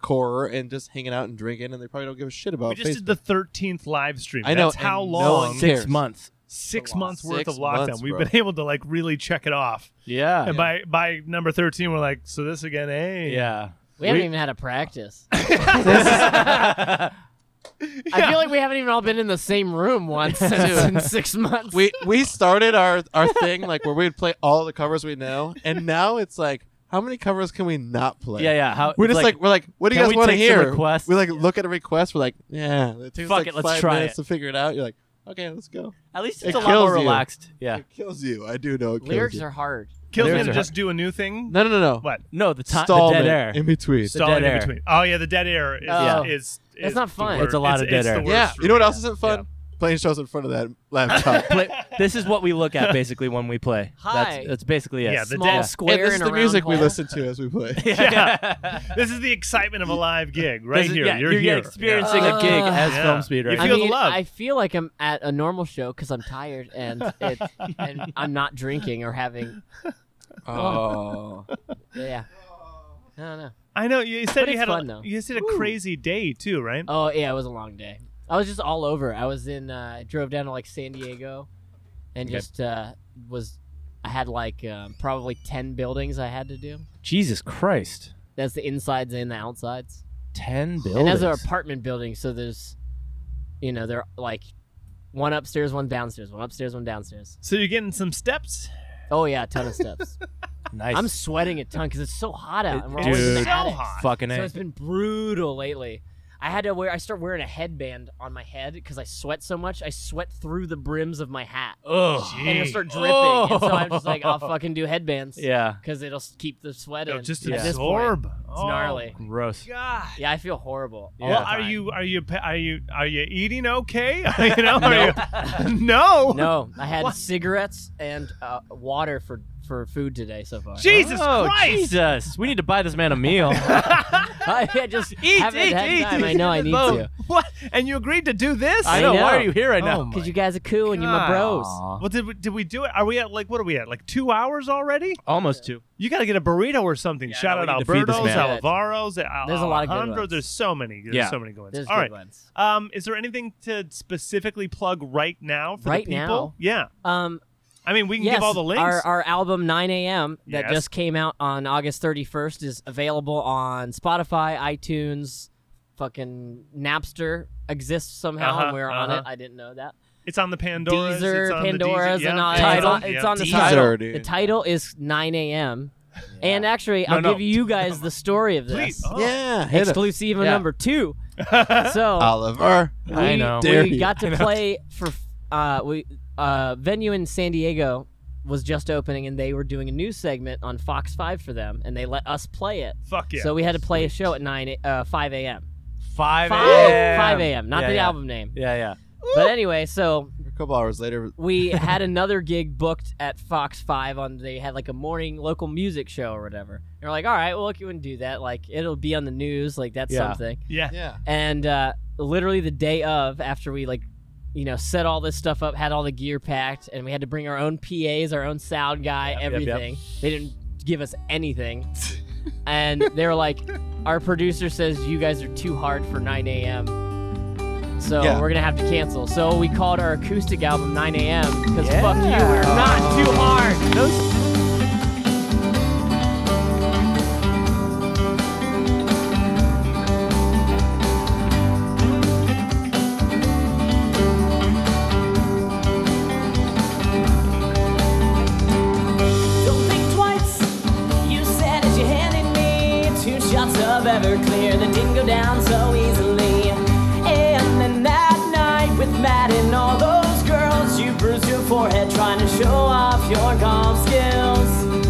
[SPEAKER 4] core and just hanging out and drinking, and they probably don't give a shit about.
[SPEAKER 2] We just
[SPEAKER 4] Facebook.
[SPEAKER 2] did the thirteenth live stream.
[SPEAKER 4] I know,
[SPEAKER 2] That's how
[SPEAKER 4] and no
[SPEAKER 2] long?
[SPEAKER 4] one-
[SPEAKER 1] Six
[SPEAKER 4] cares?
[SPEAKER 1] months.
[SPEAKER 2] six
[SPEAKER 3] That's a lot.
[SPEAKER 2] months worth
[SPEAKER 4] Six
[SPEAKER 2] of lockdown.
[SPEAKER 4] months,
[SPEAKER 2] We've
[SPEAKER 4] bro.
[SPEAKER 2] been able to like really check it off.
[SPEAKER 1] Yeah.
[SPEAKER 2] And by by number thirteen, we're like, so this again, eh?
[SPEAKER 1] Yeah.
[SPEAKER 3] we haven't
[SPEAKER 1] We-
[SPEAKER 3] even had a practice. I feel like we haven't even all been in the same room once since in six months.
[SPEAKER 4] we we started our our thing like where we'd play all the covers we know, and now it's like how many covers can we not play?
[SPEAKER 1] Yeah. Yeah. How,
[SPEAKER 4] We're
[SPEAKER 1] it's
[SPEAKER 4] just like, we're like, what do you
[SPEAKER 1] can
[SPEAKER 4] guys
[SPEAKER 1] we
[SPEAKER 4] want to
[SPEAKER 1] take some
[SPEAKER 4] hear?
[SPEAKER 1] requests?
[SPEAKER 4] We like look at a request. We're like, yeah, it takes
[SPEAKER 1] Fuck
[SPEAKER 4] like
[SPEAKER 1] it, let's
[SPEAKER 4] five
[SPEAKER 1] try
[SPEAKER 4] minutes
[SPEAKER 1] it.
[SPEAKER 4] to figure it out. You're like, okay, let's go.
[SPEAKER 1] at least
[SPEAKER 4] it
[SPEAKER 1] it's a lot more
[SPEAKER 4] kills you.
[SPEAKER 1] relaxed. Yeah.
[SPEAKER 4] It kills you. I do know. It kills
[SPEAKER 3] Lyrics
[SPEAKER 4] you.
[SPEAKER 3] are hard.
[SPEAKER 2] Kills me
[SPEAKER 1] There's
[SPEAKER 2] to
[SPEAKER 1] a-
[SPEAKER 2] just do a new thing.
[SPEAKER 4] no, no, no, no.
[SPEAKER 2] What?
[SPEAKER 1] No, the time, the
[SPEAKER 4] Stallman
[SPEAKER 1] dead air.
[SPEAKER 4] in between.
[SPEAKER 1] The
[SPEAKER 2] Stalling
[SPEAKER 1] dead air.
[SPEAKER 2] in between. Oh yeah, the dead air is
[SPEAKER 3] Oh.
[SPEAKER 2] is, is
[SPEAKER 3] That's not
[SPEAKER 2] the
[SPEAKER 3] fun.
[SPEAKER 2] worst.
[SPEAKER 1] It's a lot of dead
[SPEAKER 2] it's the
[SPEAKER 1] air.
[SPEAKER 2] worst
[SPEAKER 4] Yeah.
[SPEAKER 2] for
[SPEAKER 4] You know what
[SPEAKER 2] me.
[SPEAKER 4] else isn't fun? Playing shows in front of that laptop.
[SPEAKER 1] Play- this is what we look at basically when we play.
[SPEAKER 3] Hi.
[SPEAKER 1] That's, that's basically it.
[SPEAKER 2] Yeah, the
[SPEAKER 3] Small
[SPEAKER 2] dead-
[SPEAKER 4] and
[SPEAKER 3] square and
[SPEAKER 4] this is
[SPEAKER 3] a
[SPEAKER 4] the
[SPEAKER 3] round
[SPEAKER 4] music we
[SPEAKER 3] hole.
[SPEAKER 4] listen to as we play.
[SPEAKER 1] yeah.
[SPEAKER 2] This is the excitement of a live gig right
[SPEAKER 1] This is-
[SPEAKER 2] here.
[SPEAKER 1] yeah,
[SPEAKER 2] you're,
[SPEAKER 1] you're
[SPEAKER 2] here.
[SPEAKER 1] experiencing
[SPEAKER 3] Yeah.
[SPEAKER 1] a gig
[SPEAKER 3] Uh,
[SPEAKER 1] as
[SPEAKER 2] Yeah.
[SPEAKER 1] film speed right
[SPEAKER 2] You
[SPEAKER 1] now.
[SPEAKER 3] I
[SPEAKER 2] feel the
[SPEAKER 3] mean,
[SPEAKER 2] love.
[SPEAKER 3] I feel like I'm at a normal show because I'm tired and it, and I'm not drinking or having.
[SPEAKER 4] Oh.
[SPEAKER 3] Yeah. I don't know.
[SPEAKER 2] I know you said
[SPEAKER 3] But
[SPEAKER 2] you
[SPEAKER 3] it's
[SPEAKER 2] had
[SPEAKER 3] fun,
[SPEAKER 2] a
[SPEAKER 3] though.
[SPEAKER 2] you said a crazy day too, right?
[SPEAKER 3] Oh yeah, it was a long day. I was just all over. I was in. Uh, I drove down to like San Diego, and
[SPEAKER 1] Okay.
[SPEAKER 3] just uh, was. I had like um, probably ten buildings I had to do.
[SPEAKER 1] Jesus Christ.
[SPEAKER 3] That's the insides and the outsides.
[SPEAKER 1] 10 buildings.
[SPEAKER 3] And those are apartment buildings, so there's, you know, they're like one upstairs, one downstairs, one upstairs, one downstairs.
[SPEAKER 2] So you're getting some steps.
[SPEAKER 3] Oh yeah, a ton of steps.
[SPEAKER 1] nice.
[SPEAKER 3] I'm sweating a ton because it's so hot out, and we're
[SPEAKER 1] Dude.
[SPEAKER 3] always in the
[SPEAKER 1] It's so
[SPEAKER 3] attic.
[SPEAKER 2] hot.
[SPEAKER 1] fucking
[SPEAKER 3] So
[SPEAKER 1] A.
[SPEAKER 3] it's been brutal lately. I had to wear. I start wearing a headband on my head because I sweat so much. I sweat through the brims of my hat,
[SPEAKER 1] Ugh.
[SPEAKER 2] Jeez.
[SPEAKER 3] and it'll start dripping. And so I'm just like, I'll fucking do headbands.
[SPEAKER 1] Yeah.
[SPEAKER 3] Because it'll s- keep the sweat in.
[SPEAKER 2] It'll Oh. just
[SPEAKER 3] at this point.
[SPEAKER 2] absorb. Oh,
[SPEAKER 3] It's gnarly.
[SPEAKER 1] Gross.
[SPEAKER 2] God.
[SPEAKER 3] Yeah, I feel horrible. all
[SPEAKER 2] Well,
[SPEAKER 3] the
[SPEAKER 2] are
[SPEAKER 3] time.
[SPEAKER 2] you are you pa- are you are you eating okay? you know, are you, no,
[SPEAKER 3] No, I had
[SPEAKER 2] What?
[SPEAKER 3] cigarettes and uh, water for for food today so far.
[SPEAKER 2] Jesus
[SPEAKER 1] oh,
[SPEAKER 2] Christ!
[SPEAKER 1] Jesus. We need to buy this man a meal.
[SPEAKER 3] I just
[SPEAKER 1] Eat,
[SPEAKER 3] haven't
[SPEAKER 1] eat,
[SPEAKER 3] had
[SPEAKER 1] eat,
[SPEAKER 3] time. I
[SPEAKER 1] eat.
[SPEAKER 3] know I need to.
[SPEAKER 2] What? And you agreed to do this?
[SPEAKER 1] I
[SPEAKER 3] I
[SPEAKER 1] know.
[SPEAKER 3] know.
[SPEAKER 1] Why are you here right
[SPEAKER 2] Oh
[SPEAKER 1] now?
[SPEAKER 2] my
[SPEAKER 3] Because you guys are cool and you're my
[SPEAKER 2] God.
[SPEAKER 3] bros.
[SPEAKER 2] Well, did we, did we do it? Are we at like what are we at? Like two hours already?
[SPEAKER 1] Almost two.
[SPEAKER 2] You got to get a burrito or something.
[SPEAKER 1] Yeah,
[SPEAKER 2] Shout
[SPEAKER 1] no,
[SPEAKER 2] out
[SPEAKER 1] we need to feed this
[SPEAKER 2] Alberto's,
[SPEAKER 3] man.
[SPEAKER 2] Alvaro's, Al-
[SPEAKER 3] There's a lot of good
[SPEAKER 2] Alejandro.
[SPEAKER 3] ones.
[SPEAKER 2] There's so many. There's
[SPEAKER 1] Yeah.
[SPEAKER 2] so many good ones.
[SPEAKER 3] There's
[SPEAKER 2] All
[SPEAKER 3] good
[SPEAKER 2] right.
[SPEAKER 3] ones.
[SPEAKER 2] Um, is there anything to specifically plug right now for the
[SPEAKER 3] Right
[SPEAKER 2] people?
[SPEAKER 3] now?
[SPEAKER 2] Yeah.
[SPEAKER 3] Um,
[SPEAKER 2] I mean, we can
[SPEAKER 3] yes,
[SPEAKER 2] give all the links.
[SPEAKER 3] Our, our album 9 a.m. that
[SPEAKER 2] Yes.
[SPEAKER 3] just came out on August 31st is available on Spotify, iTunes, fucking Napster exists somehow.
[SPEAKER 2] Uh-huh,
[SPEAKER 3] and we're on
[SPEAKER 2] uh-huh.
[SPEAKER 3] it. I didn't know that.
[SPEAKER 2] it's on the Pandora's.
[SPEAKER 3] Deezer,
[SPEAKER 2] it's on
[SPEAKER 3] Pandora's,
[SPEAKER 2] the Deezer, yeah,
[SPEAKER 3] and all-
[SPEAKER 2] it's
[SPEAKER 1] Title.
[SPEAKER 2] on-
[SPEAKER 3] it's
[SPEAKER 2] yeah.
[SPEAKER 3] on, the
[SPEAKER 4] Deezer,
[SPEAKER 3] title.
[SPEAKER 4] dude.
[SPEAKER 3] The title is 9 a.m. And actually,
[SPEAKER 1] No,
[SPEAKER 3] I'll
[SPEAKER 1] no.
[SPEAKER 3] give you guys the story of
[SPEAKER 2] Please.
[SPEAKER 3] this.
[SPEAKER 2] Oh.
[SPEAKER 4] Yeah. Hit it.
[SPEAKER 3] Exclusive
[SPEAKER 4] Yeah.
[SPEAKER 3] number two. so
[SPEAKER 4] Oliver.
[SPEAKER 1] I
[SPEAKER 3] we-
[SPEAKER 1] know.
[SPEAKER 4] Dare
[SPEAKER 3] we
[SPEAKER 4] you.
[SPEAKER 3] got
[SPEAKER 1] I
[SPEAKER 3] to
[SPEAKER 1] know.
[SPEAKER 3] play for uh we uh venue in San Diego was just opening and they were doing a new segment on Fox 5 for them and they let us play it.
[SPEAKER 2] Fuck yeah.
[SPEAKER 3] So we had to play a show at 9 a- uh 5 a.m.
[SPEAKER 1] 5
[SPEAKER 3] 5 5 a.m. Not
[SPEAKER 1] Yeah,
[SPEAKER 3] the
[SPEAKER 1] yeah.
[SPEAKER 3] album name.
[SPEAKER 1] Yeah, yeah.
[SPEAKER 3] But anyway, so
[SPEAKER 4] couple hours later,
[SPEAKER 3] we had another gig booked at Fox Five on they had like a morning local music show or whatever. And we're like, all right, well, if you wouldn't do that, like it'll be on the news, like that's
[SPEAKER 1] Yeah.
[SPEAKER 3] something.
[SPEAKER 2] Yeah.
[SPEAKER 4] yeah,
[SPEAKER 3] And uh, literally the day of, after we like, you know, set all this stuff up, had all the gear packed, and we had to bring our own PAs, our own sound guy,
[SPEAKER 1] Yep, yep, yep.
[SPEAKER 3] everything. They didn't give us anything, and they were like, our producer says you guys are too hard for 9 a.m. So
[SPEAKER 4] Yeah.
[SPEAKER 3] we're gonna have to cancel. So we called our acoustic album 9 a.m. because fuck you, we're not too hard.
[SPEAKER 6] Don't think twice. You said as you handed me two shots of Everclear that didn't go down so easily. And then that night with Matt and all those girls, you bruised your forehead trying to show off your golf skills.